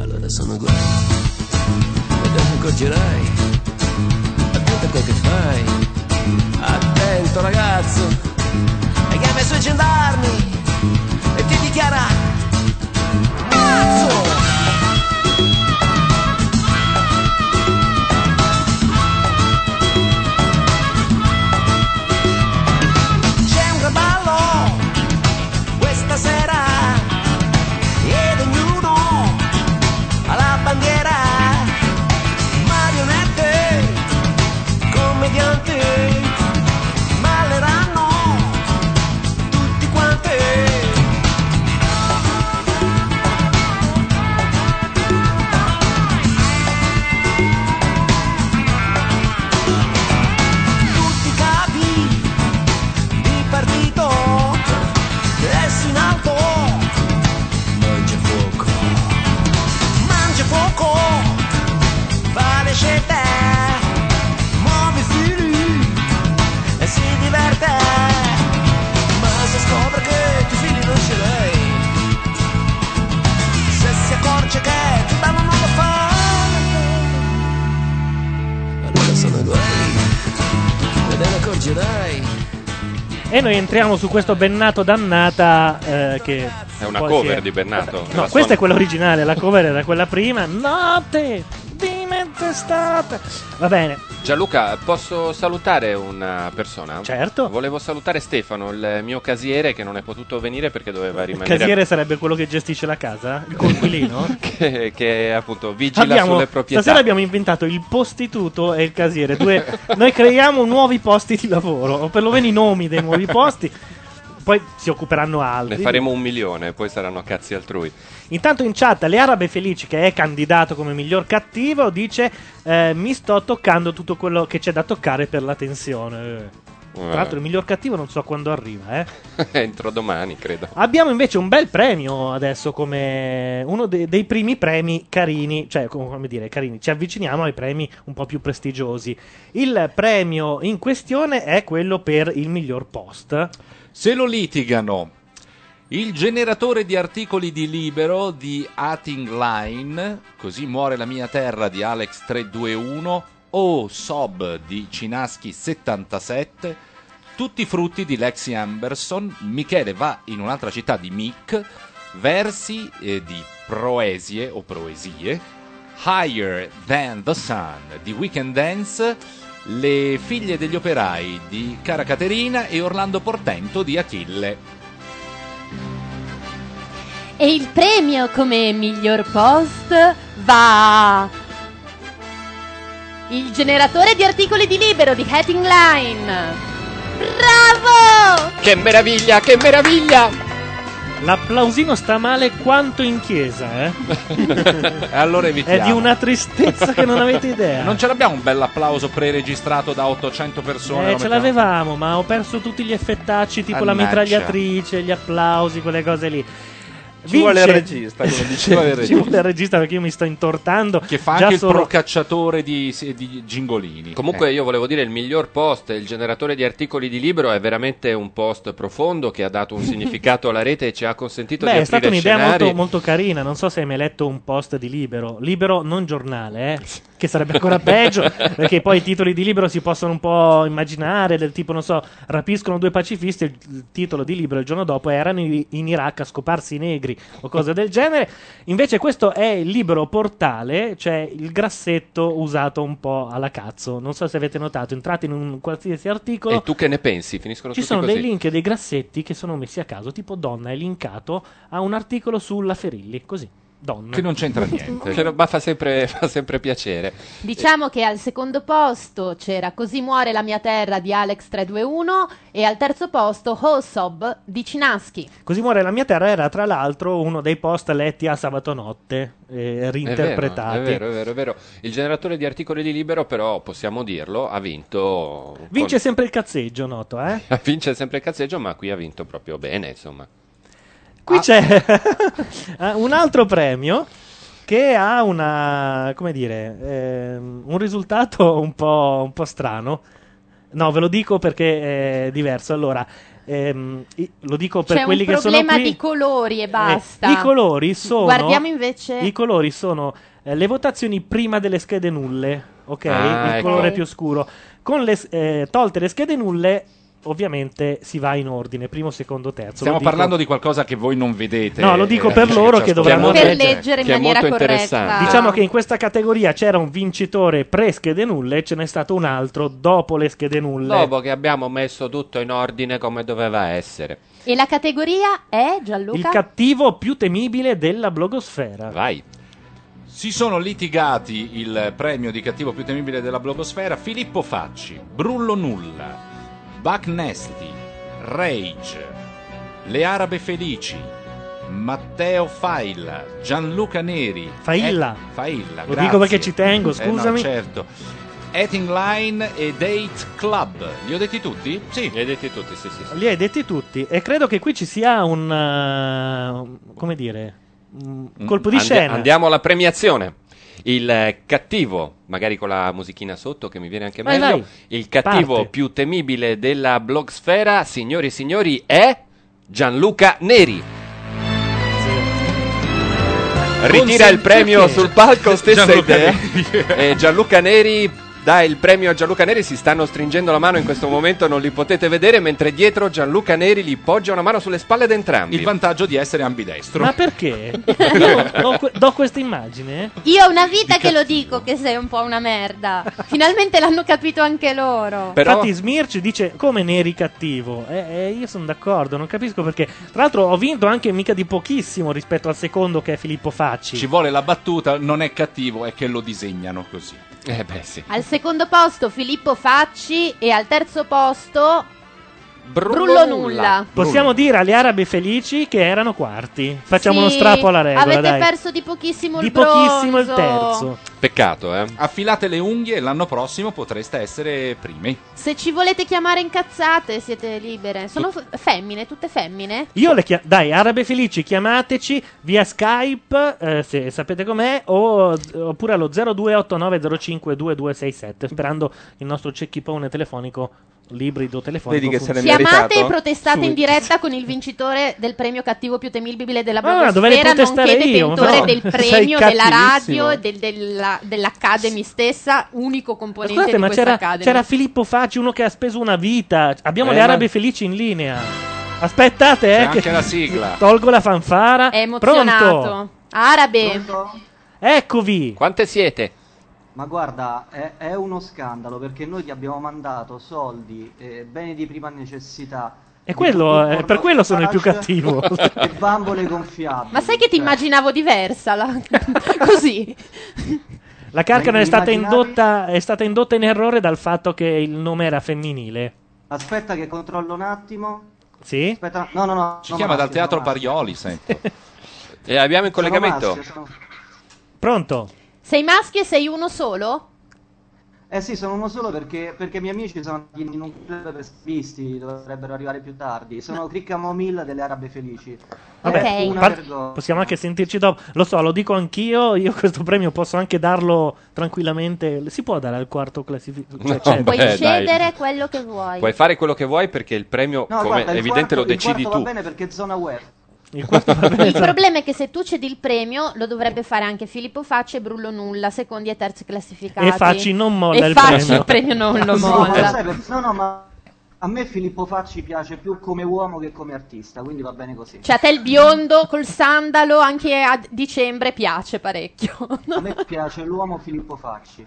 Speaker 9: Allora sono guai, e te ne accorgerai, attento a quel che fai, attento ragazzo,
Speaker 11: e chiama i suoi gendarmi e ti dichiara mazzo C'è un cavallo questa sera ed ognuno ha la bandiera marionette commedianti balleranno tutti quanti tutti i capi di partito adesso in alto
Speaker 9: mangia fuoco,
Speaker 11: mangia fuoco fa le scelte muove i fili e si diverte ma se scopre che tu figli non ce l'hai se si accorge che tu danno non lo fa
Speaker 9: allora sono guai, e te ne accorgerai.
Speaker 1: E noi entriamo su questo Bennato Dannata eh, che...
Speaker 4: È una
Speaker 1: poi
Speaker 4: cover
Speaker 1: si è-
Speaker 4: di
Speaker 1: No,
Speaker 4: Bennato. La
Speaker 1: questa
Speaker 4: suona-
Speaker 1: è quella originale, la cover era quella prima. Notte di mentestate. Va bene,
Speaker 4: Gianluca, posso salutare una persona?
Speaker 1: Certo.
Speaker 4: Volevo salutare Stefano, il mio casiere che non è potuto venire perché doveva
Speaker 1: il
Speaker 4: rimanere
Speaker 1: casiere sarebbe quello che gestisce la casa, il coinquilino.
Speaker 4: <laughs> che, che appunto vigila
Speaker 1: Abbiamo,
Speaker 4: sulle proprietà.
Speaker 1: stasera abbiamo inventato il postituto e il casiere.
Speaker 4: <laughs>
Speaker 1: due- noi creiamo nuovi posti di lavoro, o perlomeno i nomi dei nuovi posti. Poi si occuperanno altri.
Speaker 4: Ne faremo un milione, poi saranno cazzi altrui.
Speaker 1: Intanto in chat le arabe felici che è candidato come miglior cattivo dice eh, mi sto toccando tutto quello che c'è da toccare per la tensione. Eh, Tra
Speaker 3: Eh.
Speaker 1: l'altro il miglior cattivo non so quando arriva, eh.
Speaker 4: <laughs> Entro domani, credo.
Speaker 1: Abbiamo invece un bel premio adesso come uno de- dei primi premi carini, cioè com- come dire carini, ci avviciniamo ai premi un po' più prestigiosi. Il premio in questione è quello per il miglior post.
Speaker 3: Se lo litigano il generatore di articoli di Libero di Ating Line, Così muore la mia terra di Alex 321 o Sob di Cinaschi 77, tutti i frutti di Lexi Amberson, Michele va in un'altra città di Mick, versi eh, di proesie o proesie, Higher Than the Sun di Weekend Dance, Le figlie degli operai di Cara Caterina e Orlando Portento di Achille.
Speaker 7: E il premio come miglior post va. Il generatore di articoli di libero di Heading Line. Bravo!
Speaker 4: Che meraviglia, che meraviglia!
Speaker 1: L'applausino sta male quanto in chiesa, eh?
Speaker 3: allora
Speaker 1: È
Speaker 3: evitiamo.
Speaker 1: di una tristezza che non avete idea.
Speaker 3: Non ce l'abbiamo un bel applauso preregistrato da 800 persone.
Speaker 1: Eh,
Speaker 3: Lo
Speaker 1: ce
Speaker 3: mettiamo-
Speaker 1: l'avevamo, ma ho perso tutti gli effettacci, tipo la
Speaker 3: Mannaggia.
Speaker 1: mitragliatrice, gli applausi, quelle cose lì.
Speaker 12: Ci vuole il regista, come dice.
Speaker 1: <laughs> Ci vuole il regista. Ci vuole il regista perché io mi sto intortando.
Speaker 3: Che fa
Speaker 1: Già
Speaker 3: anche
Speaker 1: solo-
Speaker 3: il procacciatore di, di Gingolini.
Speaker 4: Comunque
Speaker 3: Eh.
Speaker 4: io volevo dire il miglior post, il generatore di articoli di libro è veramente un post profondo che
Speaker 1: <laughs>
Speaker 4: ha dato un significato alla rete e ci ha consentito di
Speaker 1: Beh, è
Speaker 4: aprire
Speaker 1: stata un'idea
Speaker 4: scenari.
Speaker 1: molto, molto carina. Non so se hai mai letto un post di libero. Libero non giornale, eh? Che sarebbe ancora
Speaker 4: <laughs>
Speaker 1: peggio. perché poi i titoli di libro si possono un po' immaginare. Del tipo, non so, rapiscono due pacifisti. Il, il titolo di libro il giorno dopo erano i- in Iraq a scoparsi i negri o cose del genere. Invece, questo è il libero portale, cioè il grassetto usato un po' alla cazzo. Non so se avete notato. Entrate in un qualsiasi articolo.
Speaker 4: E tu che ne pensi? Finiscono
Speaker 1: Ci
Speaker 4: tutti
Speaker 1: sono
Speaker 4: così.
Speaker 1: dei link e dei grassetti che sono messi a caso, tipo donna è linkato a un articolo sulla Ferilli, così. Donna.
Speaker 4: Che non
Speaker 1: <laughs>
Speaker 4: <laughs> c'entra niente. Che roba- fa sempre, <laughs> fa sempre piacere.
Speaker 7: Diciamo che al secondo posto c'era Così muore la mia terra di Alex321 e al terzo posto Hosob di Cinaschi.
Speaker 1: Così muore la mia terra era tra l'altro uno dei post letti a sabato notte, eh,
Speaker 4: È vero,
Speaker 1: reinterpretati.
Speaker 4: È vero, è vero, è vero. Il generatore di articoli di libero, però, possiamo dirlo, ha vinto. con-
Speaker 1: Vince sempre il cazzeggio, noto, eh?
Speaker 4: <laughs> vince sempre il cazzeggio, ma qui ha vinto proprio bene, insomma.
Speaker 1: Qui c'è <laughs> eh, un altro premio che ha una, come dire, ehm, un risultato un po', un po' strano. No, ve lo dico perché è diverso. Allora, ehm, i- lo dico per
Speaker 7: C'è un
Speaker 1: quelli che sono
Speaker 7: problema
Speaker 1: qui. Eh,
Speaker 7: di colori e basta.
Speaker 1: I colori sono.
Speaker 7: Guardiamo invece-
Speaker 1: I colori sono eh, le votazioni prima delle schede nulle, ok?
Speaker 4: Ah,
Speaker 1: Il
Speaker 4: ecco.
Speaker 1: colore più scuro. Con le, s- eh, tolte le schede nulle, ovviamente si va in ordine, primo, secondo, terzo.
Speaker 3: Stiamo
Speaker 1: Lo dico-
Speaker 3: parlando di qualcosa che voi non vedete.
Speaker 1: No, lo dico
Speaker 3: eh,
Speaker 1: per
Speaker 3: amici
Speaker 1: loro
Speaker 3: ci
Speaker 1: che dovranno
Speaker 7: Per
Speaker 3: ascoltano.
Speaker 7: leggere in
Speaker 3: Che è
Speaker 7: maniera
Speaker 3: molto
Speaker 7: corretta.
Speaker 3: interessante.
Speaker 1: Diciamo che in questa categoria c'era un vincitore pre schede nulle, ce n'è stato un altro dopo le schede nulle.
Speaker 4: Dopo che abbiamo messo tutto in ordine come doveva essere.
Speaker 7: E la categoria è
Speaker 1: Il
Speaker 7: Gianluca?
Speaker 1: cattivo più temibile della blogosfera.
Speaker 4: Vai.
Speaker 3: Si sono litigati il premio di cattivo più temibile della blogosfera Filippo Facci, Brullo Nulla, Buck Nasty, Rage, Le Arabe Felici, Matteo Failla, Gianluca Neri.
Speaker 1: Failla.
Speaker 3: Eh, Failla,
Speaker 1: Lo
Speaker 3: grazie.
Speaker 1: dico perché ci tengo,
Speaker 3: Eh, no,
Speaker 1: scusami.
Speaker 3: certo. Eating Line e Date Club. Li ho detti tutti? Sì. Li
Speaker 4: hai detti tutti, sì, sì.
Speaker 1: Li hai detti tutti e credo che qui ci sia un uh, come dire, un colpo di
Speaker 4: Andi-
Speaker 1: scena.
Speaker 4: Mm, Andiamo alla premiazione. Il eh, cattivo, magari con la musichina sotto che mi viene anche
Speaker 1: Vai,
Speaker 4: meglio,
Speaker 1: vai.
Speaker 4: il cattivo
Speaker 1: Parte.
Speaker 4: più temibile della blogsfera, signori e signori, è Gianluca Neri. Ritira il premio sul palco, stessa
Speaker 3: Gianluca
Speaker 4: idea. <laughs>
Speaker 3: Neri.
Speaker 4: E Gianluca Neri dà il premio a Gianluca Neri, si stanno stringendo la mano in questo momento, non li potete vedere, mentre dietro Gianluca Neri gli poggia una mano sulle spalle ad entrambi.
Speaker 3: Il vantaggio di essere ambidestro.
Speaker 1: Ma perché? Io do, que- do questa immagine. eh.
Speaker 7: Io ho una vita che lo dico che sei un po' una merda. Finalmente l'hanno capito anche loro.
Speaker 1: Infatti Smirci dice come Neri cattivo. Eh, eh, io sono d'accordo, non capisco perché. Tra l'altro ho vinto anche mica di pochissimo rispetto al secondo che è Filippo Facci.
Speaker 3: Ci vuole la battuta, non è cattivo, è che lo disegnano così.
Speaker 4: Eh beh sì.
Speaker 7: Al secondo posto Filippo Facci e al terzo posto
Speaker 4: Brullo,
Speaker 7: Brullo Nulla.
Speaker 4: Nulla.
Speaker 1: Possiamo dire alle arabe felici che erano quarti. Facciamo
Speaker 7: Sì,
Speaker 1: uno strappo alla regola,
Speaker 7: Avete
Speaker 1: dai.
Speaker 7: perso di pochissimo il
Speaker 1: Di pochissimo il
Speaker 7: bronzo.
Speaker 1: terzo.
Speaker 4: Peccato, eh.
Speaker 3: Affilate le unghie e l'anno prossimo potreste essere
Speaker 5: <laughs>
Speaker 3: primi.
Speaker 7: Se ci volete chiamare incazzate siete libere. Sono f- femmine, tutte femmine.
Speaker 1: Io le chia- dai, arabe felici, chiamateci via Skype, eh, se sapete com'è, o- oppure allo 0289052267, sperando il nostro cecchipone telefonico, l'ibrido telefonico.
Speaker 12: Vedi che se ne
Speaker 1: funzioni.
Speaker 7: Chiamate e protestate in diretta con il vincitore del premio cattivo più temibile della
Speaker 1: Ah, dovrei
Speaker 7: blogosfera,
Speaker 1: protestare
Speaker 7: nonché
Speaker 1: io,
Speaker 7: detentore
Speaker 1: no.
Speaker 7: del
Speaker 1: <laughs> Sei
Speaker 7: premio, della
Speaker 1: cattivissimo.
Speaker 7: radio e del- della- dell'Academy stessa, unico componente
Speaker 1: Scusate,
Speaker 7: di
Speaker 1: ma
Speaker 7: questa
Speaker 1: c'era,
Speaker 7: Academy.
Speaker 1: c'era Filippo Facci, uno che ha speso una vita. Abbiamo
Speaker 3: Eh,
Speaker 1: le
Speaker 3: ma-
Speaker 1: arabe felici in linea. Aspettate, eh.
Speaker 3: anche
Speaker 1: che-
Speaker 3: la sigla.
Speaker 1: <laughs> Tolgo la fanfara.
Speaker 7: È emozionato.
Speaker 1: Pronto.
Speaker 2: Arabe.
Speaker 1: Eccovi!
Speaker 4: Quante siete?
Speaker 13: Ma guarda, è, è uno scandalo perché noi ti abbiamo mandato soldi, eh, beni di prima necessità.
Speaker 1: E quello, eh, per quello sono il più
Speaker 13: <laughs>
Speaker 1: cattivo.
Speaker 13: e bambole gonfiabili.
Speaker 2: Ma sai che
Speaker 1: Eh.
Speaker 2: ti immaginavo diversa? la- <laughs> Così.
Speaker 1: La Carcano
Speaker 13: Ma
Speaker 1: è stata,
Speaker 13: immaginavi-
Speaker 1: indotta, è stata indotta in errore dal fatto che il nome era femminile.
Speaker 13: Aspetta che controllo un attimo.
Speaker 1: Sì?
Speaker 13: Aspetta, no, no, no.
Speaker 3: Ci
Speaker 13: no,
Speaker 3: chiama dal
Speaker 13: maschio,
Speaker 3: teatro
Speaker 13: no,
Speaker 3: Parioli,
Speaker 1: <laughs>
Speaker 3: sento.
Speaker 4: e abbiamo
Speaker 13: maschio. Sono cioè.
Speaker 4: in collegamento.
Speaker 13: maschio, sono-
Speaker 1: Pronto?
Speaker 2: Sei maschi e sei uno solo?
Speaker 13: Eh sì, sono uno solo perché, perché i miei amici sono andati in un club per visti, dovrebbero arrivare più tardi. Sono Cricca Momilla delle Arabe Felici.
Speaker 1: Vabbè,
Speaker 13: È una
Speaker 1: par-
Speaker 13: vergogna.
Speaker 1: possiamo anche sentirci dopo. Lo so, lo dico anch'io. Io questo premio posso anche darlo tranquillamente. Si può dare al quarto cioè, classificato?
Speaker 3: <laughs>
Speaker 4: No, Puoi beh, Eh, dai. cedere
Speaker 2: quello che vuoi.
Speaker 4: Puoi fare quello che vuoi perché il premio,
Speaker 13: No,
Speaker 4: come
Speaker 13: guarda,
Speaker 4: è
Speaker 13: il quarto-
Speaker 4: evidente, lo decidi
Speaker 13: il quarto
Speaker 4: tu.
Speaker 13: va bene perché è zona web.
Speaker 4: <laughs>
Speaker 2: Il
Speaker 4: Esatto.
Speaker 2: problema è che se tu cedi il premio lo dovrebbe fare anche Filippo Facci e Brullo Nulla, secondi e terzi classificati.
Speaker 1: E Facci non molla
Speaker 2: E
Speaker 1: il
Speaker 2: Facci
Speaker 1: premio.
Speaker 2: il premio non lo
Speaker 13: No,
Speaker 2: molla.
Speaker 13: lo sai perché- no, no, ma a me Filippo Facci piace più come uomo che come artista, quindi va bene così.
Speaker 2: Cioè, a te il biondo col sandalo anche a dicembre piace parecchio. <laughs>
Speaker 13: A me piace l'uomo Filippo Facci.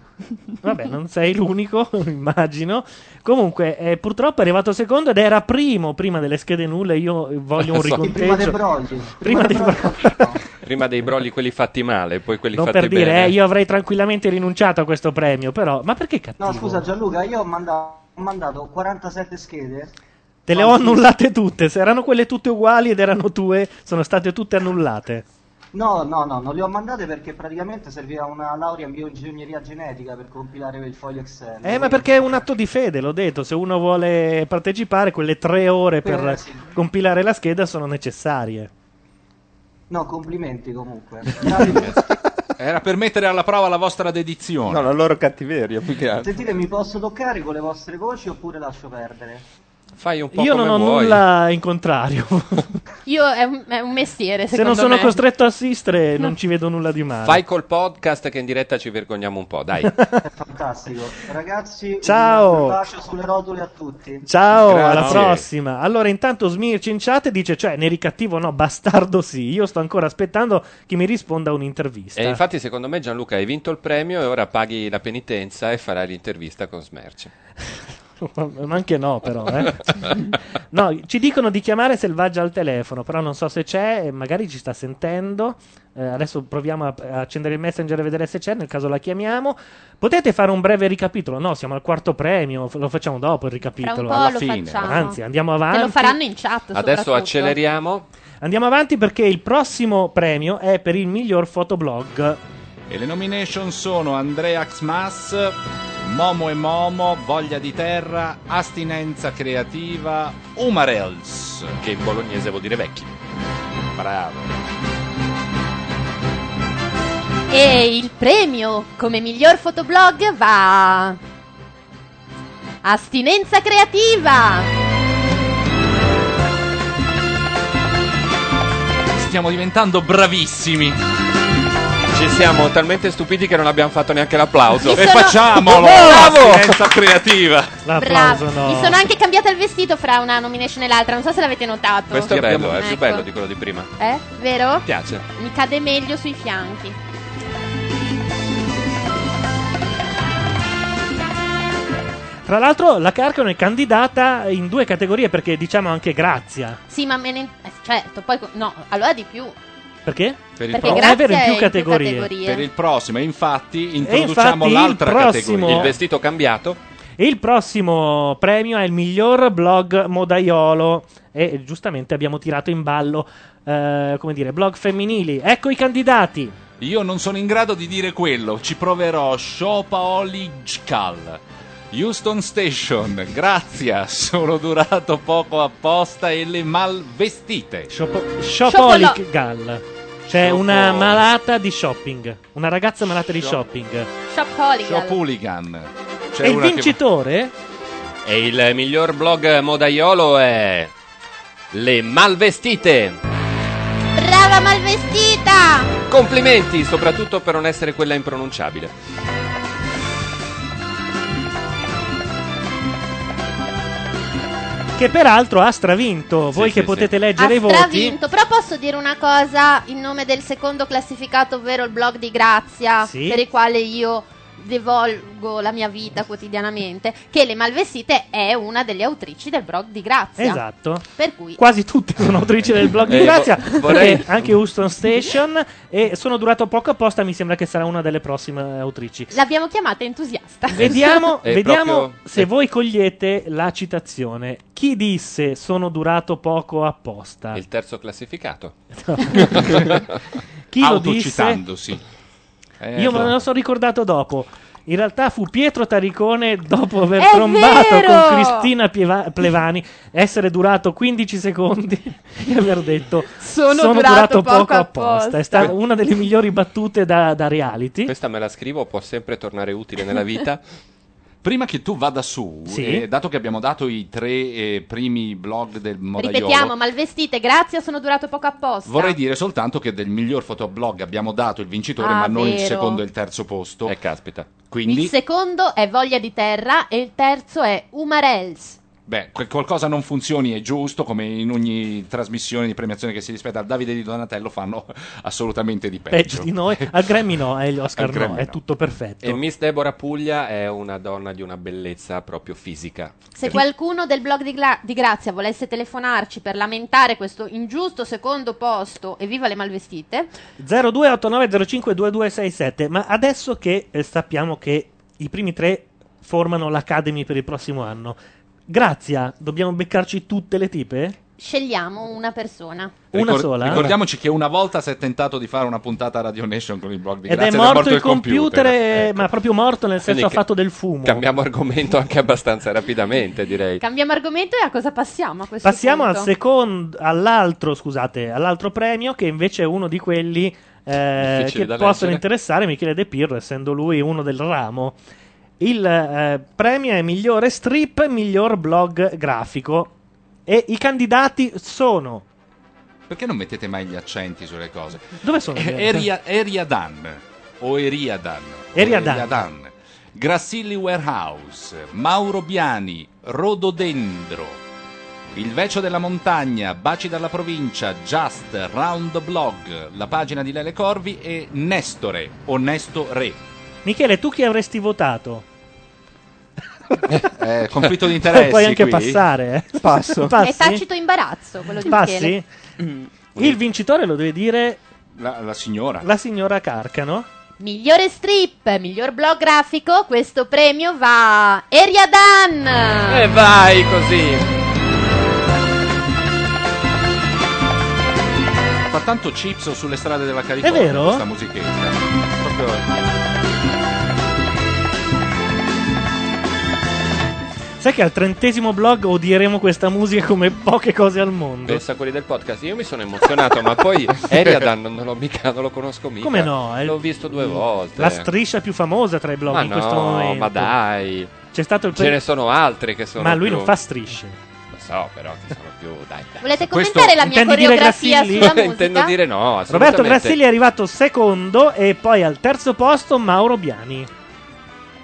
Speaker 1: Vabbè, non sei l'unico, <laughs> immagino. Comunque, eh, purtroppo è arrivato secondo ed era primo prima delle schede nulle. Io voglio un
Speaker 4: Sì, prima
Speaker 1: riconteggio.
Speaker 13: dei brogli.
Speaker 1: Prima dei brogli.
Speaker 4: Prima dei brogli quelli fatti male, poi quelli
Speaker 1: Non
Speaker 4: fatti
Speaker 1: per dire,
Speaker 4: bene.
Speaker 1: eh, io avrei tranquillamente rinunciato a questo premio, però. Ma perché cazzo?
Speaker 13: No, scusa Gianluca, io ho mandato, ho mandato 47 schede.
Speaker 1: Te le ho annullate tutte. Se erano quelle tutte uguali ed erano tue, sono state tutte annullate.
Speaker 13: No, no, no, non le ho mandate perché praticamente serviva una laurea in bioingegneria genetica per compilare il foglio Excel.
Speaker 1: Eh, ma perché è un atto di fede, l'ho detto. Se uno vuole partecipare, quelle tre ore per
Speaker 13: Eh, sì.
Speaker 1: compilare la scheda sono necessarie.
Speaker 13: No, complimenti comunque.
Speaker 3: Era per mettere alla prova la vostra dedizione.
Speaker 5: No, la loro cattiveria, più che altro.
Speaker 13: Sentite, mi posso toccare con le vostre voci oppure lascio perdere?
Speaker 4: Fai un
Speaker 1: Io non ho nulla in contrario.
Speaker 2: Io è un, è un mestiere,
Speaker 1: Se
Speaker 2: secondo
Speaker 1: non sono
Speaker 2: me.
Speaker 1: costretto a assistere, non ci vedo nulla di male.
Speaker 4: Fai col podcast che in diretta ci vergogniamo un
Speaker 1: <laughs>
Speaker 4: po', dai.
Speaker 13: Fantastico. Ragazzi,
Speaker 1: Ciao.
Speaker 13: un bacio sulle rotule a tutti.
Speaker 1: Ciao, alla
Speaker 4: Grazie.
Speaker 1: prossima. Allora, intanto Smirci in chat dice: Cioè, neri cattivo no, bastardo sì. Io sto ancora aspettando che mi risponda a un'intervista.
Speaker 4: E infatti, secondo me, Gianluca, hai vinto il premio e ora paghi la penitenza e farai l'intervista con Smerci.
Speaker 1: <laughs> Ma anche no, però. eh. no, ci dicono di chiamare Selvaggia al telefono, però non so se c'è, eh, magari ci sta sentendo. Eh, adesso proviamo a, a accendere il messenger e vedere se c'è, nel caso la chiamiamo. Potete fare un breve ricapitolo? No, siamo al quarto premio, f- lo facciamo dopo il ricapitolo.
Speaker 2: Fra un po'
Speaker 1: alla
Speaker 2: lo
Speaker 1: fine.
Speaker 2: facciamo.
Speaker 1: Anzi, andiamo avanti.
Speaker 2: Te lo faranno in chat. soprattutto.
Speaker 1: Andiamo avanti perché il prossimo premio è per il miglior fotoblog.
Speaker 3: E le nomination sono Andrea Xmas, Momo e Momo, Voglia di Terra, Astinenza Creativa, Umarels.
Speaker 4: Che in bolognese vuol dire vecchi.
Speaker 3: Bravo.
Speaker 2: E il premio come miglior fotoblog va. a Astinenza creativa!
Speaker 3: Stiamo diventando bravissimi.
Speaker 4: Ci siamo talmente stupiti che non abbiamo fatto neanche l'applauso.
Speaker 3: E facciamolo!
Speaker 4: <laughs> Bravo!
Speaker 3: Astinenza creativa!
Speaker 2: Bravo! Mi sono anche cambiata il vestito fra una nomination e l'altra, non so se l'avete notato.
Speaker 4: Questo è bello, eh, è più
Speaker 2: Ecco.
Speaker 4: bello di quello di prima.
Speaker 2: Eh? Vero?
Speaker 4: Mi piace.
Speaker 2: Mi cade meglio sui fianchi.
Speaker 1: Tra l'altro, la Carcano è candidata in due categorie perché diciamo anche grazia.
Speaker 2: Sì, ma me ne. eh, Certo, poi. co- No, allora di più.
Speaker 1: Perché?
Speaker 3: Per
Speaker 2: Perché grazie
Speaker 1: è vero, in
Speaker 2: è
Speaker 1: più
Speaker 2: in più
Speaker 1: categorie.
Speaker 2: categorie.
Speaker 3: Per il prossimo, e infatti
Speaker 1: infatti
Speaker 3: introduciamo
Speaker 1: il
Speaker 3: l'altra
Speaker 1: prossimo-
Speaker 3: categoria.
Speaker 1: Il
Speaker 4: vestito cambiato.
Speaker 1: E il prossimo premio è il miglior blog modaiolo. E giustamente abbiamo tirato in ballo, eh, come dire, blog femminili. Ecco i candidati.
Speaker 3: Io non sono in grado di dire quello, ci proverò. Shopaoligcal. Houston Station, grazia, sono durato poco apposta e le malvestite.
Speaker 1: Shopaholic Gal. C'è una malata di shopping. Una ragazza malata di shopping.
Speaker 2: Shophooligan.
Speaker 3: Shopuligan.
Speaker 1: e il vincitore?
Speaker 4: E il miglior blog modaiolo è. Le Malvestite!
Speaker 2: Brava malvestita!
Speaker 4: Complimenti, soprattutto per non essere quella impronunciabile.
Speaker 1: che peraltro ha stravinto. Voi
Speaker 4: sì,
Speaker 1: che
Speaker 4: sì.
Speaker 1: potete leggere i
Speaker 7: Ha
Speaker 1: voti.
Speaker 7: stravinto, però posso dire una cosa in nome del secondo classificato, ovvero il blog di Grazia,
Speaker 1: Sì.
Speaker 7: per il quale io devolgo la mia vita quotidianamente, che Le Malvestite è una delle autrici del blog di Grazia.
Speaker 1: Esatto.
Speaker 7: Per cui
Speaker 1: Quasi tutti sono autrici del blog
Speaker 4: Eh,
Speaker 1: di
Speaker 4: vo-
Speaker 1: Grazia,
Speaker 4: vorrei-
Speaker 1: perché anche Houston Station. E sono durato poco apposta. Mi sembra che sarà una delle prossime autrici.
Speaker 7: l'abbiamo chiamata entusiasta.
Speaker 1: <laughs> Vediamo,
Speaker 4: <laughs> È
Speaker 1: vediamo
Speaker 4: proprio-
Speaker 1: se voi cogliete la citazione. Chi disse sono durato poco apposta?
Speaker 4: Il terzo
Speaker 1: <laughs>
Speaker 4: classificato.
Speaker 1: Chi lo disse?
Speaker 3: Autocitandosi.
Speaker 4: Eh,
Speaker 1: Io me
Speaker 3: ecco.
Speaker 4: no.
Speaker 1: lo sono ricordato dopo. In realtà fu Pietro Taricone, <laughs> dopo aver
Speaker 7: È
Speaker 1: trombato
Speaker 7: vero!
Speaker 1: con Cristina Pieva- Plevani, essere durato 15 secondi <laughs> e aver detto
Speaker 7: Sono
Speaker 1: durato,
Speaker 7: durato
Speaker 1: poco,
Speaker 7: poco
Speaker 1: apposta. È stata una delle migliori battute da, da reality.
Speaker 4: Questa me la scrivo, può sempre tornare utile
Speaker 1: <laughs>
Speaker 4: nella vita.
Speaker 3: Prima che tu vada su,
Speaker 4: Sì.
Speaker 3: eh, dato che abbiamo dato i tre eh, primi blog del Modaiolo,
Speaker 7: Ripetiamo, Malvestite, Grazia, sono durato poco apposta.
Speaker 3: vorrei dire soltanto che del miglior fotoblog abbiamo dato il vincitore,
Speaker 7: Ah,
Speaker 3: ma non il
Speaker 7: vero.
Speaker 3: secondo e il terzo posto.
Speaker 1: Eh,
Speaker 3: E
Speaker 4: caspita.
Speaker 3: Quindi,
Speaker 7: Il secondo è Voglia di Terra e il terzo è Umarels.
Speaker 3: beh, quel qualcosa non funzioni è giusto, come in ogni trasmissione di premiazione che si rispetta. Davide di Donatello fanno <laughs> assolutamente di peggio.
Speaker 1: Peggio Eh, di
Speaker 3: <laughs>
Speaker 1: noi. Al Grammy no, agli Oscar
Speaker 3: Al
Speaker 1: no,
Speaker 3: Grammy
Speaker 1: è
Speaker 3: no.
Speaker 1: tutto perfetto.
Speaker 4: E Miss Deborah Puglia è una donna di una bellezza proprio fisica.
Speaker 7: Se qualcuno del blog di, Gla- di Grazia volesse telefonarci per lamentare questo ingiusto secondo posto e viva le malvestite,
Speaker 1: 0289052267. Ma adesso che eh, sappiamo che i primi tre formano l'Academy per il prossimo anno, Grazia, dobbiamo beccarci tutte le tipe?
Speaker 7: scegliamo una persona.
Speaker 1: Una
Speaker 3: Ricor-
Speaker 1: sola? eh?
Speaker 3: Ricordiamoci che una volta si è tentato di fare una puntata Radio Nation con il blog di
Speaker 1: Ed
Speaker 3: Grazia
Speaker 1: è morto, il computer, eh, ma proprio morto nel senso
Speaker 4: Quindi
Speaker 1: ha
Speaker 4: che-
Speaker 1: fatto del fumo.
Speaker 4: Cambiamo argomento anche abbastanza rapidamente, direi.
Speaker 7: Cambiamo argomento e a cosa passiamo a questo
Speaker 1: Passiamo al
Speaker 7: punto?
Speaker 1: secondo, all'altro, scusate, all'altro premio che invece è uno di quelli eh,
Speaker 4: Difficili
Speaker 1: che
Speaker 4: da
Speaker 1: possono
Speaker 4: leggere.
Speaker 1: interessare Michele De Pirro, essendo lui uno del ramo. Il eh, premio è migliore strip, miglior blog grafico. E i candidati sono.
Speaker 3: Perché non mettete mai gli accenti sulle cose?
Speaker 1: Dove sono? gli
Speaker 3: Eh,
Speaker 1: altri?
Speaker 3: Eria- Eriadan o Eriadan.
Speaker 1: Eriadan.
Speaker 3: Grassili Warehouse, Mauro Biani, Rododendro, Il Vecio della Montagna, Baci dalla Provincia, Just, Round Blog, la pagina di Lele Corvi e Nestore, o Nesto Re.
Speaker 1: Michele, tu chi avresti votato?
Speaker 3: Eh, conflitto di
Speaker 1: <laughs>
Speaker 3: interessi.
Speaker 1: Puoi anche
Speaker 3: qui?
Speaker 1: passare. eh.
Speaker 7: È
Speaker 1: Passi?
Speaker 7: tacito imbarazzo quello di
Speaker 1: Passi?
Speaker 7: Michele.
Speaker 1: Il vincitore lo deve dire
Speaker 3: La, la signora.
Speaker 1: la signora Carcano.
Speaker 7: Migliore strip, miglior blog grafico, questo premio va a Eriadan.
Speaker 1: Eh.
Speaker 5: E vai così.
Speaker 3: Fa tanto chips sulle strade della California.
Speaker 1: È vero?
Speaker 3: Questa musichetta. Proprio-
Speaker 1: Sai che al trentesimo blog odieremo questa musica come poche cose al mondo.
Speaker 4: Pensa a quelli del podcast. Io mi sono emozionato,
Speaker 1: <laughs>
Speaker 4: ma poi Eriadan non l'ho mica, non lo conosco mica.
Speaker 1: Come no? È
Speaker 4: L'ho visto due volte.
Speaker 1: La striscia più famosa tra i blog
Speaker 4: ma
Speaker 1: in
Speaker 4: no,
Speaker 1: questo momento.
Speaker 4: ma dai.
Speaker 1: C'è stato il
Speaker 4: Ce
Speaker 1: pre-
Speaker 4: ne sono altri che sono
Speaker 1: Ma lui
Speaker 4: più-
Speaker 1: non fa strisce.
Speaker 4: Lo so, però che sono più... Dai, dai.
Speaker 7: Volete commentare la mia
Speaker 1: intendi dire
Speaker 7: coreografia
Speaker 1: Grassilli?
Speaker 7: sulla musica?
Speaker 4: <laughs> Intendo dire no,
Speaker 1: Roberto
Speaker 4: assolutamente.
Speaker 1: Grassilli è arrivato secondo e poi al terzo posto Mauro Biani.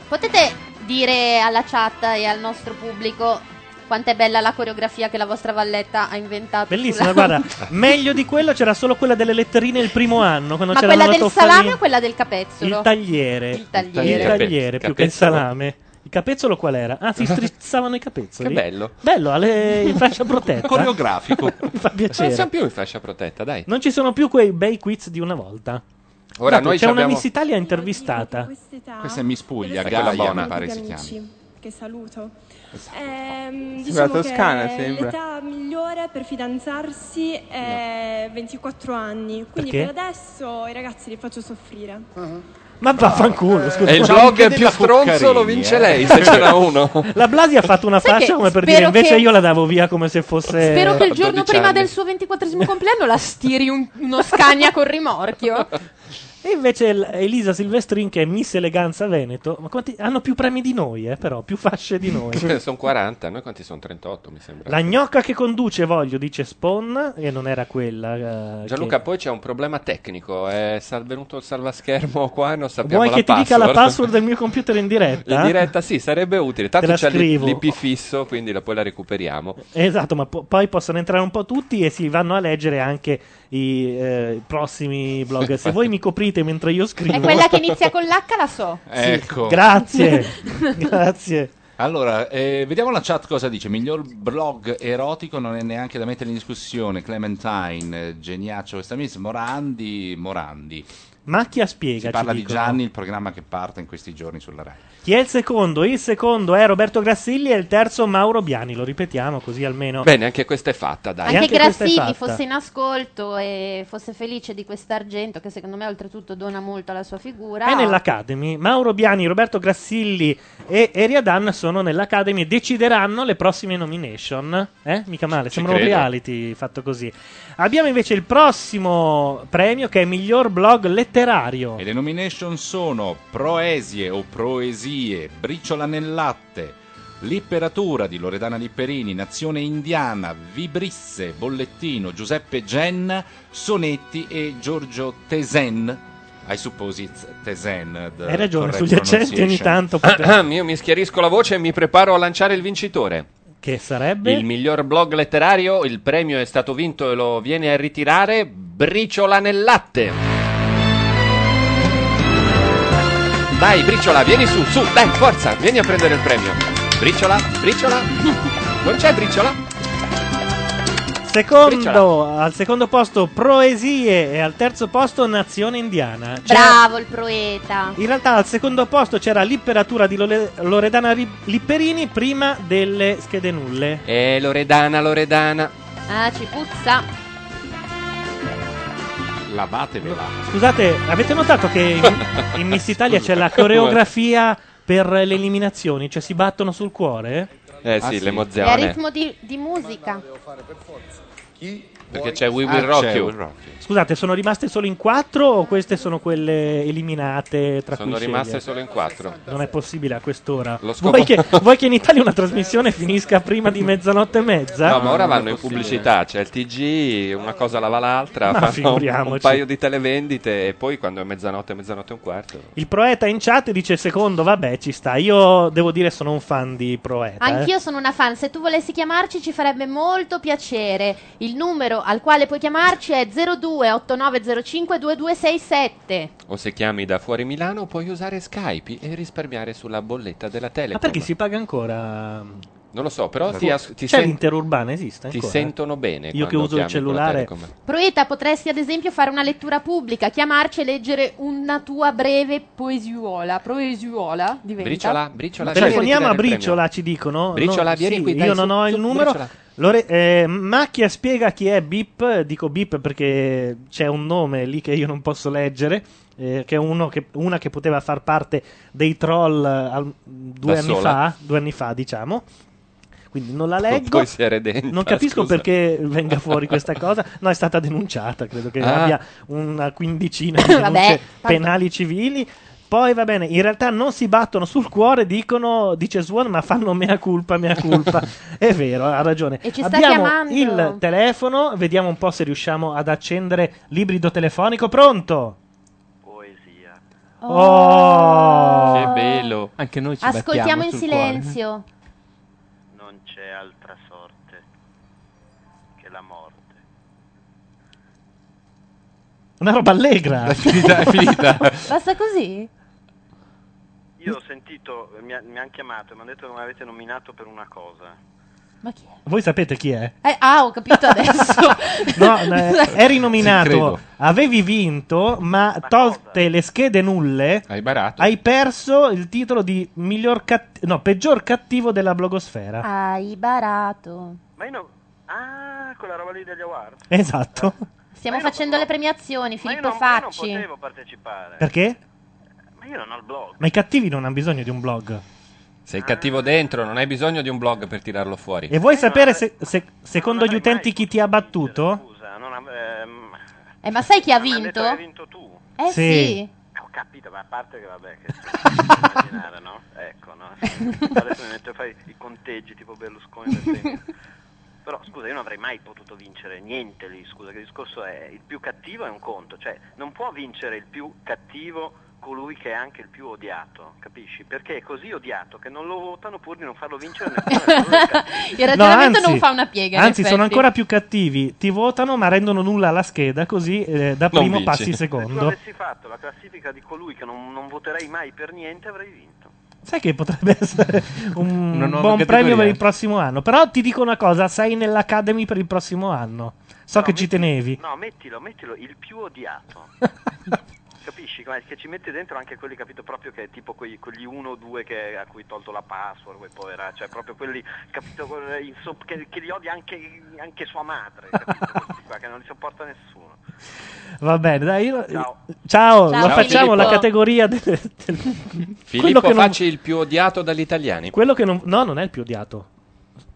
Speaker 7: Potete dire alla chat e al nostro pubblico quanto è bella la coreografia che la vostra Valletta ha inventato?
Speaker 1: Bellissima,
Speaker 7: sulla-
Speaker 1: guarda. Meglio di quello c'era solo quella delle letterine il primo anno. Quando
Speaker 7: Ma
Speaker 1: c'era
Speaker 7: quella
Speaker 1: la
Speaker 7: del
Speaker 1: Toffanin.
Speaker 7: salame o quella del capezzolo?
Speaker 1: Il tagliere.
Speaker 7: Il tagliere.
Speaker 1: Il tagliere, più che il
Speaker 4: Capezzolo.
Speaker 1: salame. Il capezzolo qual era? Ah,
Speaker 4: <laughs>
Speaker 1: si strizzavano i capezzoli.
Speaker 4: Che bello.
Speaker 1: Bello, alle- in fascia protetta.
Speaker 4: <laughs> Coreografico.
Speaker 1: <laughs> Mi fa
Speaker 4: Non
Speaker 1: piacere.
Speaker 4: siamo più in fascia protetta, dai.
Speaker 1: Non ci sono più quei bei quiz di una volta.
Speaker 4: Ora
Speaker 1: Guardate,
Speaker 4: noi
Speaker 1: c'è
Speaker 4: ci
Speaker 1: una
Speaker 4: abbiamo-
Speaker 1: Miss Italia intervistata.
Speaker 3: Questa è Miss Puglia,
Speaker 4: È quella
Speaker 3: Gaia,
Speaker 4: buona.
Speaker 3: mi pare si chiami.
Speaker 14: amici che saluto. Ehm,
Speaker 5: Sembra
Speaker 14: diciamo che
Speaker 5: toscana, sembra.
Speaker 14: l'età migliore per fidanzarsi è 24 anni, quindi
Speaker 1: Perché?
Speaker 14: per adesso i ragazzi li faccio soffrire.
Speaker 1: Ma
Speaker 3: Eh.
Speaker 1: vaffanculo, scusa.
Speaker 4: E il
Speaker 1: Ma
Speaker 4: blog
Speaker 1: anche
Speaker 4: più
Speaker 1: della
Speaker 4: stronzo lo
Speaker 1: Cuccarini,
Speaker 4: vince
Speaker 1: eh.
Speaker 3: <laughs>
Speaker 4: lei, se ce n'è uno.
Speaker 1: La Blasi ha fatto una
Speaker 7: Sai
Speaker 1: faccia
Speaker 7: che
Speaker 1: come per
Speaker 7: spero
Speaker 1: dire invece
Speaker 7: che-
Speaker 1: io la davo via come se fosse
Speaker 7: Spero che il
Speaker 1: <laughs>
Speaker 7: giorno prima del suo 24 compleanno la stiri un- uno Scania con rimorchio.
Speaker 1: E invece l- Elisa Silvestrin, che è Miss Eleganza Veneto, ma quanti- hanno più premi di noi, eh, però, più fasce di
Speaker 4: <laughs>
Speaker 1: noi.
Speaker 4: sono 40, noi quanti sono? 38 mi sembra.
Speaker 1: La gnocca che conduce, voglio, dice Spawn, e non era quella. eh,
Speaker 4: Gianluca,
Speaker 1: che-
Speaker 4: poi c'è un problema tecnico. eh, È sal- venuto il salvaschermo qua e non sappiamo
Speaker 1: Vuoi
Speaker 4: la
Speaker 1: che ti dica
Speaker 4: password.
Speaker 1: la password del mio computer in diretta?
Speaker 4: In diretta sì, sarebbe utile.
Speaker 1: Eh? Te
Speaker 4: Tanto
Speaker 1: la
Speaker 4: c'è l'I-
Speaker 1: scrivo.
Speaker 4: l'IP fisso, quindi la- poi la recuperiamo.
Speaker 1: Esatto, ma po- poi possono entrare un po' tutti e si vanno a leggere anche i eh, prossimi blog.
Speaker 4: <laughs>
Speaker 1: Se voi mi coprite mentre io scrivo.
Speaker 7: È quella che inizia con l'H, la so.
Speaker 1: Sì,
Speaker 3: Ecco. <laughs>
Speaker 1: Grazie. Grazie.
Speaker 3: Allora, eh, vediamo la chat cosa dice. Miglior blog erotico non è neanche da mettere in discussione. Clementine, eh, Geniaccio, questa miss, Morandi, Morandi.
Speaker 1: <laughs> Macchia spiega.
Speaker 3: Si parla
Speaker 1: ci
Speaker 3: di
Speaker 1: dicono.
Speaker 3: Gianni, il programma che parte in questi giorni sulla Rai.
Speaker 1: Chi è il secondo? Il secondo è Roberto Grassilli e il terzo Mauro Biani. Lo ripetiamo così almeno.
Speaker 4: Bene, anche questa è fatta, dai.
Speaker 1: E
Speaker 7: Anche,
Speaker 1: anche questa è
Speaker 7: Grassilli
Speaker 1: fatta.
Speaker 7: fosse in ascolto e fosse felice di quest'argento, che secondo me oltretutto dona molto alla sua figura.
Speaker 1: È nell'Academy. Mauro Biani, Roberto Grassilli e Eriadan sono nell'Academy e decideranno le prossime nomination. Eh? Mica male, sembra un
Speaker 15: credo.
Speaker 1: reality fatto così. Abbiamo invece il prossimo premio che è miglior blog letterario.
Speaker 3: E le nomination sono Proesie o Proesie, Briciola nel latte, Lipperatura di Loredana Lipperini, Nazione indiana, Vibrisse, Bollettino, Giuseppe Genna, Sonetti e Giorgio Tesen. I suppose it's Tesen. the
Speaker 1: Hai ragione,
Speaker 3: correct
Speaker 1: sugli accenti ogni
Speaker 3: pronunciation.
Speaker 1: tanto
Speaker 4: Ahem, Ah, Io mi schiarisco la voce e mi preparo a lanciare il vincitore.
Speaker 1: Che sarebbe?
Speaker 4: Il miglior blog letterario, il premio è stato vinto e lo viene a ritirare Briciola nel latte. Dai, Briciola, vieni su, su, dai, forza, vieni a prendere il premio. Briciola, Briciola, <laughs> non c'è Briciola?
Speaker 1: Secondo-
Speaker 4: Briciola.
Speaker 1: al secondo posto Proesie e al terzo posto Nazione Indiana. C'è-
Speaker 7: Bravo il proeta.
Speaker 1: In realtà al secondo posto c'era Lipperatura di Lole- Loredana Ri- Lipperini prima delle schede nulle.
Speaker 4: Eh, Loredana, Loredana,
Speaker 7: Ah, ci puzza.
Speaker 3: lavatevela.
Speaker 1: Scusate, avete notato che
Speaker 4: <laughs>
Speaker 1: in, in Miss Italia c'è la coreografia per le eliminazioni, cioè si battono sul cuore?
Speaker 4: Eh
Speaker 3: Ah,
Speaker 4: sì,
Speaker 7: E a
Speaker 4: l'emozione.
Speaker 7: ritmo di, di musica.
Speaker 4: Perché c'è We
Speaker 3: Ah,
Speaker 4: Will Rock
Speaker 3: c'è
Speaker 4: You.
Speaker 3: We Will Rock
Speaker 1: Scusate, sono rimaste solo in quattro o queste sono quelle eliminate tra
Speaker 4: Sono
Speaker 1: cui
Speaker 4: rimaste
Speaker 1: scegliere?
Speaker 4: solo in quattro.
Speaker 1: Non è possibile a quest'ora.
Speaker 4: Lo scopo-
Speaker 1: Vuoi che, vuoi che in Italia una trasmissione finisca prima di mezzanotte e mezza?
Speaker 4: No, ma ora vanno in pubblicità, c'è il TG, una cosa lava l'altra,
Speaker 1: Ma
Speaker 4: fanno un- un
Speaker 1: figuriamoci.
Speaker 4: paio di televendite e poi quando è mezzanotte, mezzanotte e un quarto.
Speaker 1: Il Proeta in chat dice secondo, vabbè, ci sta. Io devo dire sono un fan di Proeta. eh.
Speaker 7: Anch'io sono una fan, se tu volessi chiamarci ci farebbe molto piacere. Il numero al quale puoi chiamarci è 0289052267.
Speaker 4: O se chiami da fuori Milano puoi usare Skype e risparmiare sulla bolletta della Telecom.
Speaker 1: Ma perché si paga ancora?
Speaker 4: Non lo so, però
Speaker 1: Fu-
Speaker 4: ti, as- ti
Speaker 1: C'è
Speaker 4: sen-
Speaker 1: l'interurbana, esiste
Speaker 4: ti
Speaker 1: ancora?
Speaker 4: sentono bene.
Speaker 1: Io che
Speaker 4: quando
Speaker 1: uso il
Speaker 4: chiami con la
Speaker 1: cellulare.
Speaker 4: Telecom.
Speaker 7: Proeta, potresti ad esempio fare una lettura pubblica, chiamarci e leggere una tua breve poesiuola. Poesiuola diventa.
Speaker 4: Briciola, briciola.
Speaker 1: Telefoniamo a Briciola, ci dicono.
Speaker 4: Briciola,
Speaker 1: No,
Speaker 4: vieni
Speaker 1: sì,
Speaker 4: qui, dai,
Speaker 1: Io
Speaker 4: su,
Speaker 1: non ho
Speaker 4: su,
Speaker 1: il numero.
Speaker 4: Briciola.
Speaker 1: Lore- eh, Macchia spiega chi è Bip. Dico Bip perché c'è un nome lì che io non posso leggere. eh, che è uno che- una che poteva far parte dei troll eh, al- due
Speaker 4: Da
Speaker 1: anni
Speaker 4: sola.
Speaker 1: fa, due anni fa, diciamo. Quindi non la leggo.
Speaker 4: Poi si era <laughs> dentro,
Speaker 1: Non capisco
Speaker 4: Ah, scusa.
Speaker 1: perché venga fuori questa cosa. No, è stata denunciata. Credo che
Speaker 4: Ah.
Speaker 1: abbia una quindicina di
Speaker 7: Vabbè,
Speaker 1: denunce
Speaker 7: tanto-
Speaker 1: penali civili. Poi va bene, in realtà non si battono sul cuore, dicono, dice Swan, ma fanno mea culpa, mea culpa. È vero, ha ragione.
Speaker 7: E ci sta
Speaker 1: Abbiamo
Speaker 7: chiamando.
Speaker 1: il telefono, vediamo un po' se riusciamo ad accendere l'ibrido telefonico. Pronto? Poesia. Oh!
Speaker 7: Che bello.
Speaker 5: Anche noi ci
Speaker 7: Ascoltiamo
Speaker 5: battiamo
Speaker 7: in
Speaker 5: sul eh.
Speaker 7: silenzio.
Speaker 12: Non c'è altra sorte che la morte.
Speaker 1: Una roba allegra. È
Speaker 12: finita, è finita.
Speaker 1: <laughs>
Speaker 7: Basta così?
Speaker 12: Io ho sentito, mi, ha- mi hanno chiamato e mi hanno detto che non avete nominato per una cosa.
Speaker 7: Ma chi è?
Speaker 1: Voi sapete chi è?
Speaker 7: Eh, ah, ho capito adesso.
Speaker 1: <laughs>
Speaker 4: <laughs>
Speaker 1: No, eh, eri
Speaker 4: Sì,
Speaker 1: nominato,
Speaker 4: credo.
Speaker 1: avevi vinto, ma tolte le schede nulle,
Speaker 4: hai barato.
Speaker 1: Hai perso il titolo di miglior catt- no, peggior cattivo della blogosfera.
Speaker 12: Ah.
Speaker 7: Hai barato.
Speaker 12: Ma io no... Ah, quella roba lì degli award.
Speaker 1: Esatto.
Speaker 7: Stiamo facendo le premiazioni, Filippo Facci.
Speaker 12: Non potevo partecipare.
Speaker 1: Perché?
Speaker 12: Ma io non ho il blog.
Speaker 1: Ma i cattivi non hanno bisogno di un blog.
Speaker 4: Sei cattivo dentro, non hai bisogno di un blog per tirarlo fuori.
Speaker 1: E
Speaker 12: Eh,
Speaker 1: vuoi sapere se, se- secondo gli utenti chi ti ha battuto?
Speaker 12: Scusa, non ha- ehm,
Speaker 7: Eh, ma sai chi ha
Speaker 12: mi hanno detto
Speaker 7: vinto?
Speaker 12: che hai vinto tu.
Speaker 7: Eh sì.
Speaker 12: Ho capito, ma a parte che vabbè,
Speaker 7: <laughs>
Speaker 12: che immaginare, no? Ecco, no? Adesso mi metto a fare i conteggi tipo Berlusconi. per esempio. Però scusa, io non avrei mai potuto vincere niente lì, scusa, che il discorso è il più cattivo è un conto, cioè non può vincere il più cattivo colui che è anche il più odiato, capisci? Perché è così odiato che non lo votano pur di non farlo
Speaker 7: <laughs>
Speaker 12: vincere nessuno.
Speaker 7: Il ragionamento non fa una piega. in
Speaker 1: Anzi, sono
Speaker 7: effetti.
Speaker 1: ancora più cattivi. Ti votano, ma rendono nulla alla scheda. Così eh, da
Speaker 4: Non
Speaker 1: primo
Speaker 4: vinci.
Speaker 1: passi
Speaker 12: Se tu
Speaker 1: secondo.
Speaker 12: avessi fatto la classifica di colui che non, non voterei mai per niente avrei vinto.
Speaker 1: Sai che potrebbe <laughs> essere un
Speaker 5: Una nuova
Speaker 1: buon premio
Speaker 5: categoria.
Speaker 1: per il prossimo anno. Però ti dico una cosa: sei nell'Academy per il prossimo anno. So che ci tenevi.
Speaker 12: No, mettilo, mettilo, il più
Speaker 1: <laughs>
Speaker 12: odiato. Capisci? Come- Che ci mette dentro anche quelli, capito, proprio che è tipo quei- quegli uno o due che, a cui hai tolto la password, quei povera, cioè proprio quelli, capito, quel- insop- che, che li odia anche, anche sua madre, capito?
Speaker 1: <laughs>
Speaker 12: Questi qua, che non li sopporta nessuno.
Speaker 1: Va bene, dai. io-
Speaker 12: Ciao.
Speaker 1: Ciao,
Speaker 12: Ciao,
Speaker 1: la facciamo
Speaker 4: Filippo.
Speaker 1: la categoria del. del-
Speaker 4: Filippo
Speaker 1: che non-
Speaker 4: Facci il più odiato dagli italiani.
Speaker 1: Quello che non. No, non è il più odiato.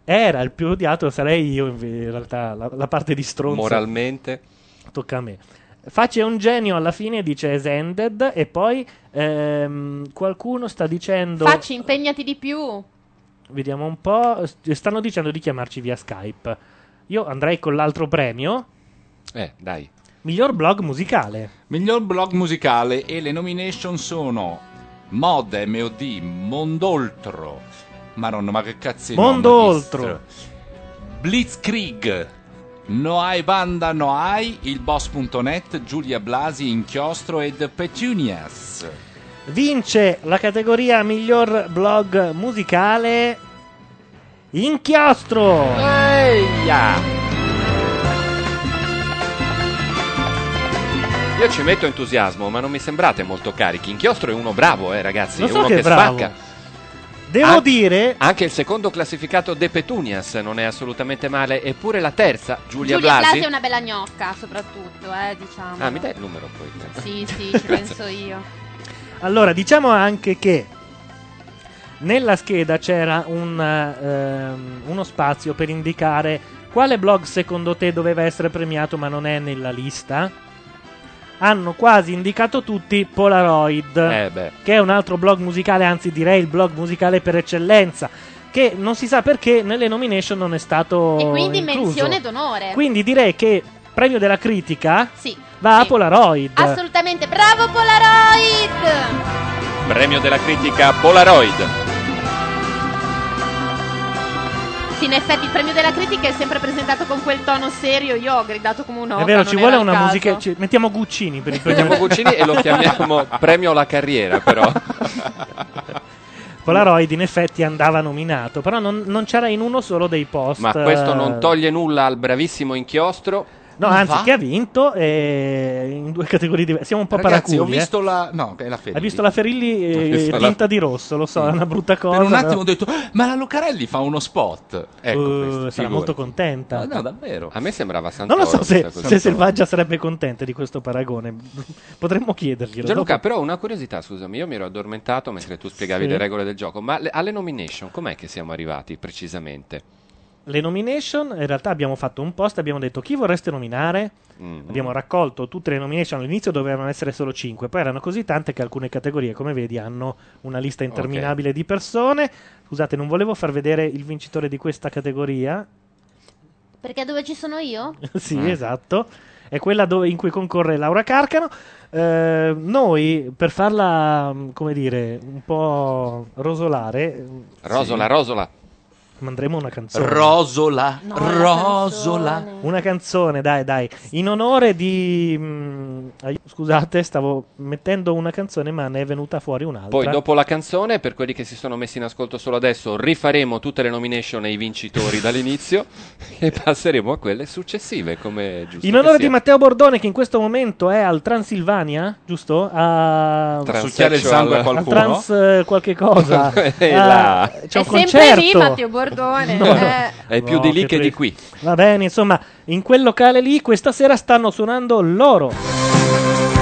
Speaker 1: Era il più odiato, sarei io in in realtà. La, la parte di stronzo.
Speaker 4: Moralmente.
Speaker 1: Tocca a me. Facci è un genio alla fine, dice is ended. E poi ehm, qualcuno sta dicendo.
Speaker 7: Facci, impegnati di più.
Speaker 1: Vediamo un po'. st- Stanno dicendo di chiamarci via Skype. Io andrei con l'altro premio.
Speaker 4: Eh, dai.
Speaker 1: Miglior blog musicale.
Speaker 3: Miglior blog musicale e le nomination sono Mod, M.O.D., Mondoltro. Maronna, ma che cazzo è il nome
Speaker 1: Mondoltro.
Speaker 3: di sto- Blitzkrieg. Noai Banda Noai, il boss.net, Giulia Blasi, Inchiostro ed Petunias.
Speaker 1: Vince la categoria miglior blog musicale. Inchiostro.
Speaker 4: Io ci metto entusiasmo, ma non mi sembrate molto carichi. Inchiostro è uno bravo, eh, ragazzi.
Speaker 1: Lo
Speaker 4: è
Speaker 1: so
Speaker 4: uno
Speaker 1: che è
Speaker 4: che,
Speaker 1: bravo.
Speaker 4: spacca.
Speaker 1: Devo dire.
Speaker 4: Anche il secondo classificato De Petunias non è assolutamente male, eppure la terza, Giulia,
Speaker 7: Giulia Blasi.
Speaker 4: Blasi.
Speaker 7: è una bella gnocca, soprattutto, eh, diciamo.
Speaker 4: Ah, mi dai il numero poi.
Speaker 7: Sì, sì,
Speaker 4: <laughs>
Speaker 7: ci penso io.
Speaker 1: Allora, diciamo anche che nella scheda c'era un, ehm, uno spazio per indicare quale blog secondo te doveva essere premiato ma non è nella lista. Hanno quasi indicato tutti Polaroid, che è un altro blog musicale, anzi direi il blog musicale per eccellenza, che non si sa perché nelle nomination non è stato...
Speaker 7: E quindi
Speaker 1: incluso.
Speaker 7: menzione d'onore.
Speaker 1: Quindi direi che premio della critica
Speaker 7: Sì. Ah,
Speaker 1: va a Polaroid.
Speaker 7: Assolutamente, bravo Polaroid!
Speaker 4: Premio della critica Polaroid.
Speaker 7: Sì, in effetti il premio della critica è sempre presentato con quel tono serio, io ho gridato come un
Speaker 1: è
Speaker 7: organo.
Speaker 1: vero, ci
Speaker 7: non
Speaker 1: vuole
Speaker 7: era il
Speaker 1: una
Speaker 7: caso.
Speaker 1: musica. ci- mettiamo Guccini
Speaker 4: <laughs>
Speaker 1: per il premio.
Speaker 4: Chiamiamo Guccini e lo
Speaker 1: <laughs>
Speaker 4: chiamiamo premio alla carriera, però.
Speaker 1: Polaroid in effetti andava nominato, però non, non c'era in uno solo dei post.
Speaker 4: Ma questo non
Speaker 1: eh,
Speaker 4: toglie nulla al bravissimo Inchiostro.
Speaker 1: No, anzi,
Speaker 4: Va?
Speaker 1: che ha vinto eh, in due categorie diverse. Siamo un po'
Speaker 3: Ragazzi, ho
Speaker 1: paraculi. eh.
Speaker 3: visto la... No, è la Ferilli.
Speaker 1: Hai visto la Ferilli eh,
Speaker 3: Ho visto la-
Speaker 1: tinta di rosso, lo so, è <laughs> una brutta cosa.
Speaker 3: Per un attimo
Speaker 1: però-
Speaker 3: ho detto, "Ah, ma la Lucarelli fa uno spot. Ecco
Speaker 1: Uh,
Speaker 3: questo,
Speaker 1: sarà
Speaker 3: figurati.
Speaker 1: molto contenta.
Speaker 3: No, no, davvero.
Speaker 4: A me sembrava Santoro.
Speaker 1: Non lo so se,
Speaker 4: questa
Speaker 1: se
Speaker 4: cosa.
Speaker 1: Selvaggia sarebbe contenta di questo paragone. <laughs> Potremmo chiederglielo.
Speaker 4: Gianluca,
Speaker 1: dopo.
Speaker 4: però una curiosità, scusami, io mi ero addormentato mentre tu spiegavi
Speaker 1: Sì.
Speaker 4: le regole del gioco, ma le- alle nomination com'è che siamo arrivati precisamente?
Speaker 1: Le nomination, in realtà abbiamo fatto un post, abbiamo detto chi vorreste nominare.
Speaker 4: Mm.
Speaker 1: Abbiamo raccolto tutte le nomination, all'inizio dovevano essere solo 5, poi erano così tante che alcune categorie, come vedi, hanno una lista interminabile di persone. Scusate, non volevo far vedere il vincitore di questa categoria. <laughs>
Speaker 7: Perché dove ci sono io?
Speaker 1: sì,
Speaker 7: Mm.
Speaker 1: esatto. È quella dove- in cui concorre Laura Carcano. Eh, noi, per farla, mh, come dire, un po' rosolare, mm,
Speaker 4: Rosola,
Speaker 1: sì,
Speaker 4: Rosola.
Speaker 1: manderemo una canzone.
Speaker 3: Rosola, Rosola.
Speaker 1: Una canzone, dai, dai. In onore di. mh, ai- scusate, stavo mettendo una canzone, ma ne è venuta fuori un'altra.
Speaker 4: Poi dopo la canzone, per quelli che si sono messi in ascolto solo adesso, rifaremo tutte le nomination e
Speaker 1: <laughs>
Speaker 4: i vincitori dall'inizio e passeremo a quelle successive, come è giusto.
Speaker 1: In
Speaker 4: che
Speaker 1: onore
Speaker 4: sia.
Speaker 1: di Matteo Bordone, che in questo momento è al Transilvania, giusto? A
Speaker 4: Transsexual- Succhiare il sangue a qualcuno?
Speaker 1: Al trans eh, qualche
Speaker 4: <laughs>
Speaker 1: cosa.
Speaker 4: Ehi
Speaker 1: Ah,
Speaker 4: Eh, là.
Speaker 1: c'è un
Speaker 7: È sempre
Speaker 1: concerto.
Speaker 7: lì, Matteo
Speaker 1: <laughs>
Speaker 7: Bordone, eh.
Speaker 4: È più di lì che di qui.
Speaker 1: Va bene, insomma, in quel locale lì questa sera stanno suonando loro.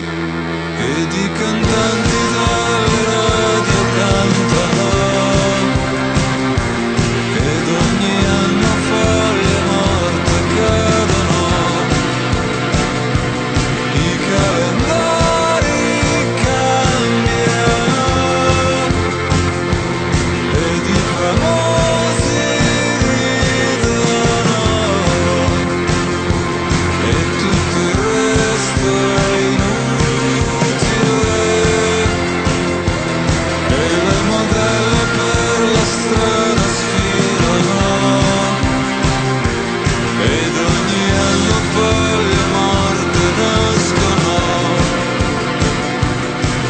Speaker 16: di cantanti dalla radio cantano ed ogni anno folle morte cadono i calendari cambiano ed i famosi ridono e tutto il resto è inutile E le modelle per la strada sfilano Ed ogni anno poi le morte nascono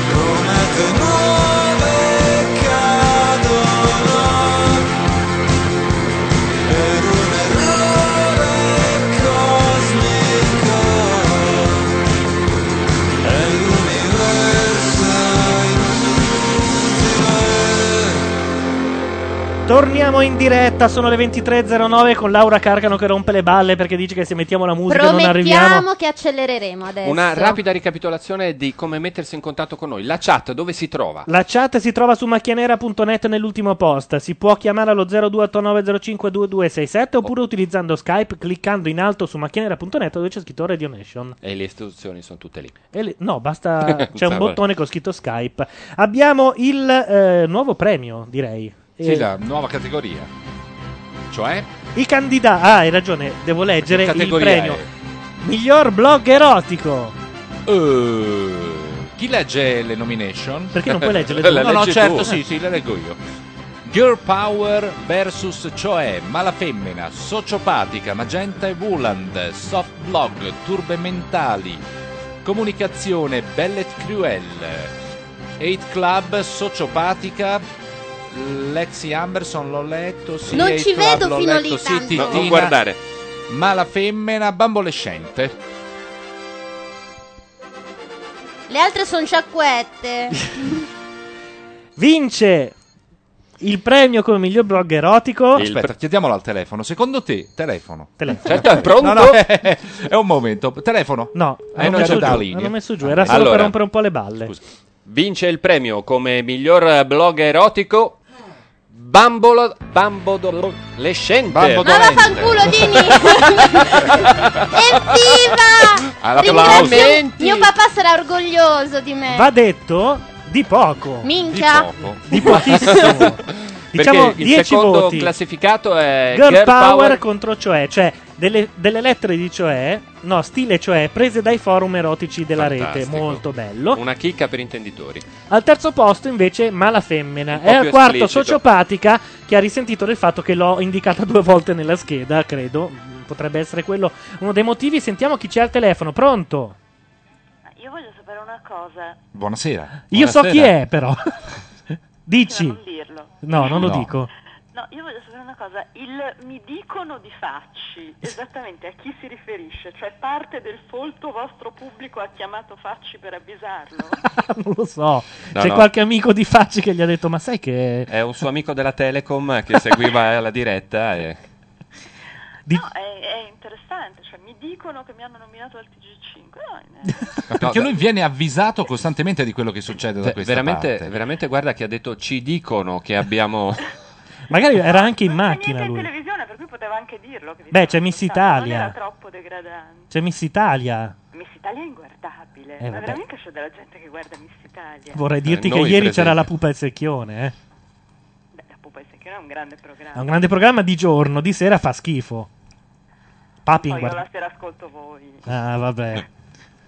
Speaker 16: Promette nuove cadono per un errore cosmico è l'universo inutile
Speaker 1: Torniamo in diretta, sono le 23.09 con Laura Carcano che rompe le balle perché dice che se mettiamo la musica non arriviamo.
Speaker 7: Promettiamo che accelereremo adesso.
Speaker 4: Una rapida ricapitolazione di come mettersi in contatto con noi. La chat dove si trova?
Speaker 1: La chat si trova su macchianera.net nell'ultimo post. Si può chiamare allo
Speaker 3: Oh.
Speaker 1: 0289052267 oppure utilizzando Skype cliccando in alto su macchianera.net dove c'è scritto Radio Nation.
Speaker 4: E le istituzioni sono tutte lì.
Speaker 1: E lì- no,
Speaker 3: <laughs>
Speaker 1: basta. C'è un
Speaker 4: Vabbè.
Speaker 1: bottone con scritto Skype. Abbiamo il eh, nuovo premio, direi.
Speaker 3: Sì,
Speaker 1: Eh,
Speaker 3: la nuova categoria. Cioè?
Speaker 1: I candidati. Ah, hai ragione, devo leggere il
Speaker 3: Categoria
Speaker 1: premio.
Speaker 3: è.
Speaker 1: Miglior blog erotico.
Speaker 3: Eh, chi legge le nomination?
Speaker 1: Perché
Speaker 3: <laughs>
Speaker 1: non puoi leggerle tu?
Speaker 3: no,
Speaker 1: Le
Speaker 3: no,
Speaker 1: leggi
Speaker 3: certo,
Speaker 1: tu.
Speaker 3: sì, sì, le leggo io. Girl Power versus cioè Malafemmina, Sociopatica, Magenta e Wooland, Soft Blog, Turbe Mentali, Comunicazione, Bellet Cruel, 8 Club, Sociopatica, Lexi Amberson l'ho letto, sì,
Speaker 7: Non
Speaker 3: Eight
Speaker 7: ci
Speaker 3: Club
Speaker 7: vedo
Speaker 3: l'ho
Speaker 7: fino
Speaker 3: letto,
Speaker 7: lì
Speaker 3: sì,
Speaker 7: tanto.
Speaker 3: Titina,
Speaker 4: Non guardare.
Speaker 3: Malafemmina, Bambolescente.
Speaker 7: Le altre sono sciacquette.
Speaker 1: Vince il premio come miglior blog erotico.
Speaker 3: Aspetta, chiediamolo al telefono. Secondo te, telefono.
Speaker 1: Telefono.
Speaker 3: Aspetta,
Speaker 1: pronto?
Speaker 3: No, no, <laughs> è un momento. Telefono.
Speaker 1: No,
Speaker 3: eh,
Speaker 1: hanno
Speaker 3: non c'è
Speaker 1: messo,
Speaker 3: la
Speaker 1: giù,
Speaker 3: linea.
Speaker 1: hanno messo giù, era solo per rompere un po' le balle.
Speaker 4: Vince il premio come miglior blog erotico Bambolo Bambodo Lescente.
Speaker 7: Ma vaffanculo, Dini! Evviva!
Speaker 4: Alla
Speaker 7: Ringrazio.
Speaker 4: plausi.
Speaker 7: Mio papà sarà orgoglioso di me.
Speaker 1: Va detto di poco.
Speaker 7: Minchia.
Speaker 1: Di pochissimo. diciamo
Speaker 4: Perché
Speaker 1: 10
Speaker 4: il secondo
Speaker 1: voti.
Speaker 4: classificato è
Speaker 1: Girl, power, contro cioè, cioè delle, delle lettere di cioè, no, stile cioè, prese dai forum erotici della rete.
Speaker 4: Fantastico.
Speaker 1: Molto bello.
Speaker 4: Una chicca per intenditori.
Speaker 1: Al terzo posto invece Mala Femmina
Speaker 4: po'
Speaker 1: e al
Speaker 4: più
Speaker 1: quarto
Speaker 4: esplicito.
Speaker 1: Sociopatica che ha risentito del fatto che l'ho indicata <laughs> due volte nella scheda, credo. Potrebbe essere quello uno dei motivi. Sentiamo chi c'è al telefono. Pronto?
Speaker 15: Io voglio sapere una cosa.
Speaker 3: Buonasera.
Speaker 1: Io so
Speaker 3: Buonasera.
Speaker 1: chi è
Speaker 3: <laughs>
Speaker 1: però. <laughs> Dici.
Speaker 15: Non dirlo.
Speaker 1: No, non lo
Speaker 3: No.
Speaker 1: dico. <laughs>
Speaker 15: No, io voglio sapere una cosa. Il mi dicono di facci, esattamente a chi si riferisce? Cioè parte del folto vostro pubblico ha chiamato facci per avvisarlo?
Speaker 1: non lo so.
Speaker 4: No,
Speaker 1: C'è
Speaker 4: no.
Speaker 1: qualche amico di Facci che gli ha detto "Ma sai che
Speaker 4: È un suo amico della Telecom che <laughs> seguiva la diretta e
Speaker 1: Di-
Speaker 15: No, è, è interessante. Cioè mi dicono che mi hanno nominato al TG5.
Speaker 1: <laughs>
Speaker 15: No,
Speaker 3: Ma perché lui viene avvisato costantemente di quello che succede da
Speaker 4: Ve-
Speaker 3: questa
Speaker 4: veramente,
Speaker 3: parte.
Speaker 4: veramente guarda che ha detto ci dicono
Speaker 1: <laughs>
Speaker 4: che abbiamo
Speaker 1: magari era anche in macchina lui".
Speaker 15: televisione, per cui poteva anche dirlo. Che vi
Speaker 1: Beh,
Speaker 15: stavo
Speaker 1: c'è Miss
Speaker 15: ascoltando, non
Speaker 1: Italia.
Speaker 15: era troppo degradante.
Speaker 1: C'è Miss Italia.
Speaker 15: Miss Italia è inguardabile.
Speaker 1: Eh,
Speaker 15: Ma
Speaker 1: vabbè.
Speaker 15: veramente c'è della gente che guarda Miss Italia.
Speaker 1: Vorrei dirti
Speaker 4: Eh,
Speaker 1: che
Speaker 4: noi,
Speaker 1: ieri
Speaker 4: per
Speaker 1: c'era
Speaker 4: esempio.
Speaker 1: la pupa e il secchione, eh.
Speaker 15: Che non è un grande programma.
Speaker 1: Ha un grande programma di giorno, di sera fa schifo. Papi in
Speaker 15: Poi io
Speaker 1: guarda-
Speaker 15: la sera ascolto voi.
Speaker 1: Ah, vabbè.
Speaker 3: Eh.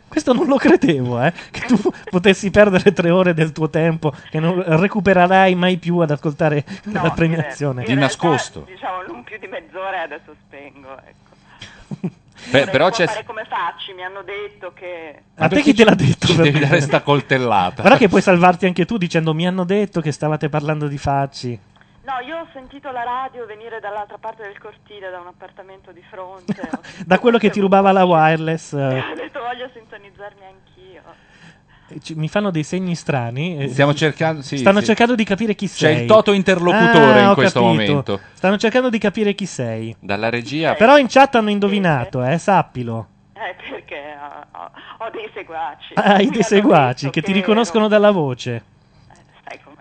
Speaker 1: Questo non lo credevo, eh. Che
Speaker 15: <laughs>
Speaker 1: tu potessi perdere tre ore del tuo tempo, che non recupererai mai più ad ascoltare
Speaker 15: No,
Speaker 1: la premiazione.
Speaker 15: in realtà, Diciamo non più di mezz'ora e adesso spengo. Ecco. Vorrei
Speaker 3: però
Speaker 15: un po'
Speaker 3: c'è-
Speaker 15: fare come facci, mi hanno detto che
Speaker 1: A te chi te l'ha detto?
Speaker 3: Ci
Speaker 1: per
Speaker 3: devi
Speaker 1: dire?
Speaker 3: dare sta coltellata.
Speaker 1: Guarda che puoi salvarti anche tu dicendo mi hanno detto che stavate parlando di facci.
Speaker 15: No, io ho sentito la radio venire dall'altra parte del cortile, da un appartamento di fronte.
Speaker 1: <laughs>
Speaker 15: Ho sentito
Speaker 1: Da quello che ti
Speaker 15: queste
Speaker 1: rubava la wireless.
Speaker 15: voci.
Speaker 1: eh,
Speaker 15: Ho detto voglio sintonizzarmi anch'io.
Speaker 1: ci- mi fanno dei segni strani. eh,
Speaker 3: Stiamo cercando- sì,
Speaker 1: stanno
Speaker 3: sì.
Speaker 1: cercando di capire chi
Speaker 3: C'è
Speaker 1: sei.
Speaker 3: il toto interlocutore
Speaker 1: Ah,
Speaker 3: in
Speaker 1: ho
Speaker 3: questo
Speaker 1: capito.
Speaker 3: momento.
Speaker 1: Stanno cercando di capire chi sei.
Speaker 4: dalla regia
Speaker 1: Però in chat hanno indovinato, eh, sappilo.
Speaker 15: Eh, perché ho, ho- ho dei seguaci.
Speaker 1: Ah, Hai
Speaker 15: Mi
Speaker 1: dei
Speaker 15: hanno
Speaker 1: seguaci
Speaker 15: detto
Speaker 1: che ti riconoscono dalla voce.
Speaker 15: Sai com'è.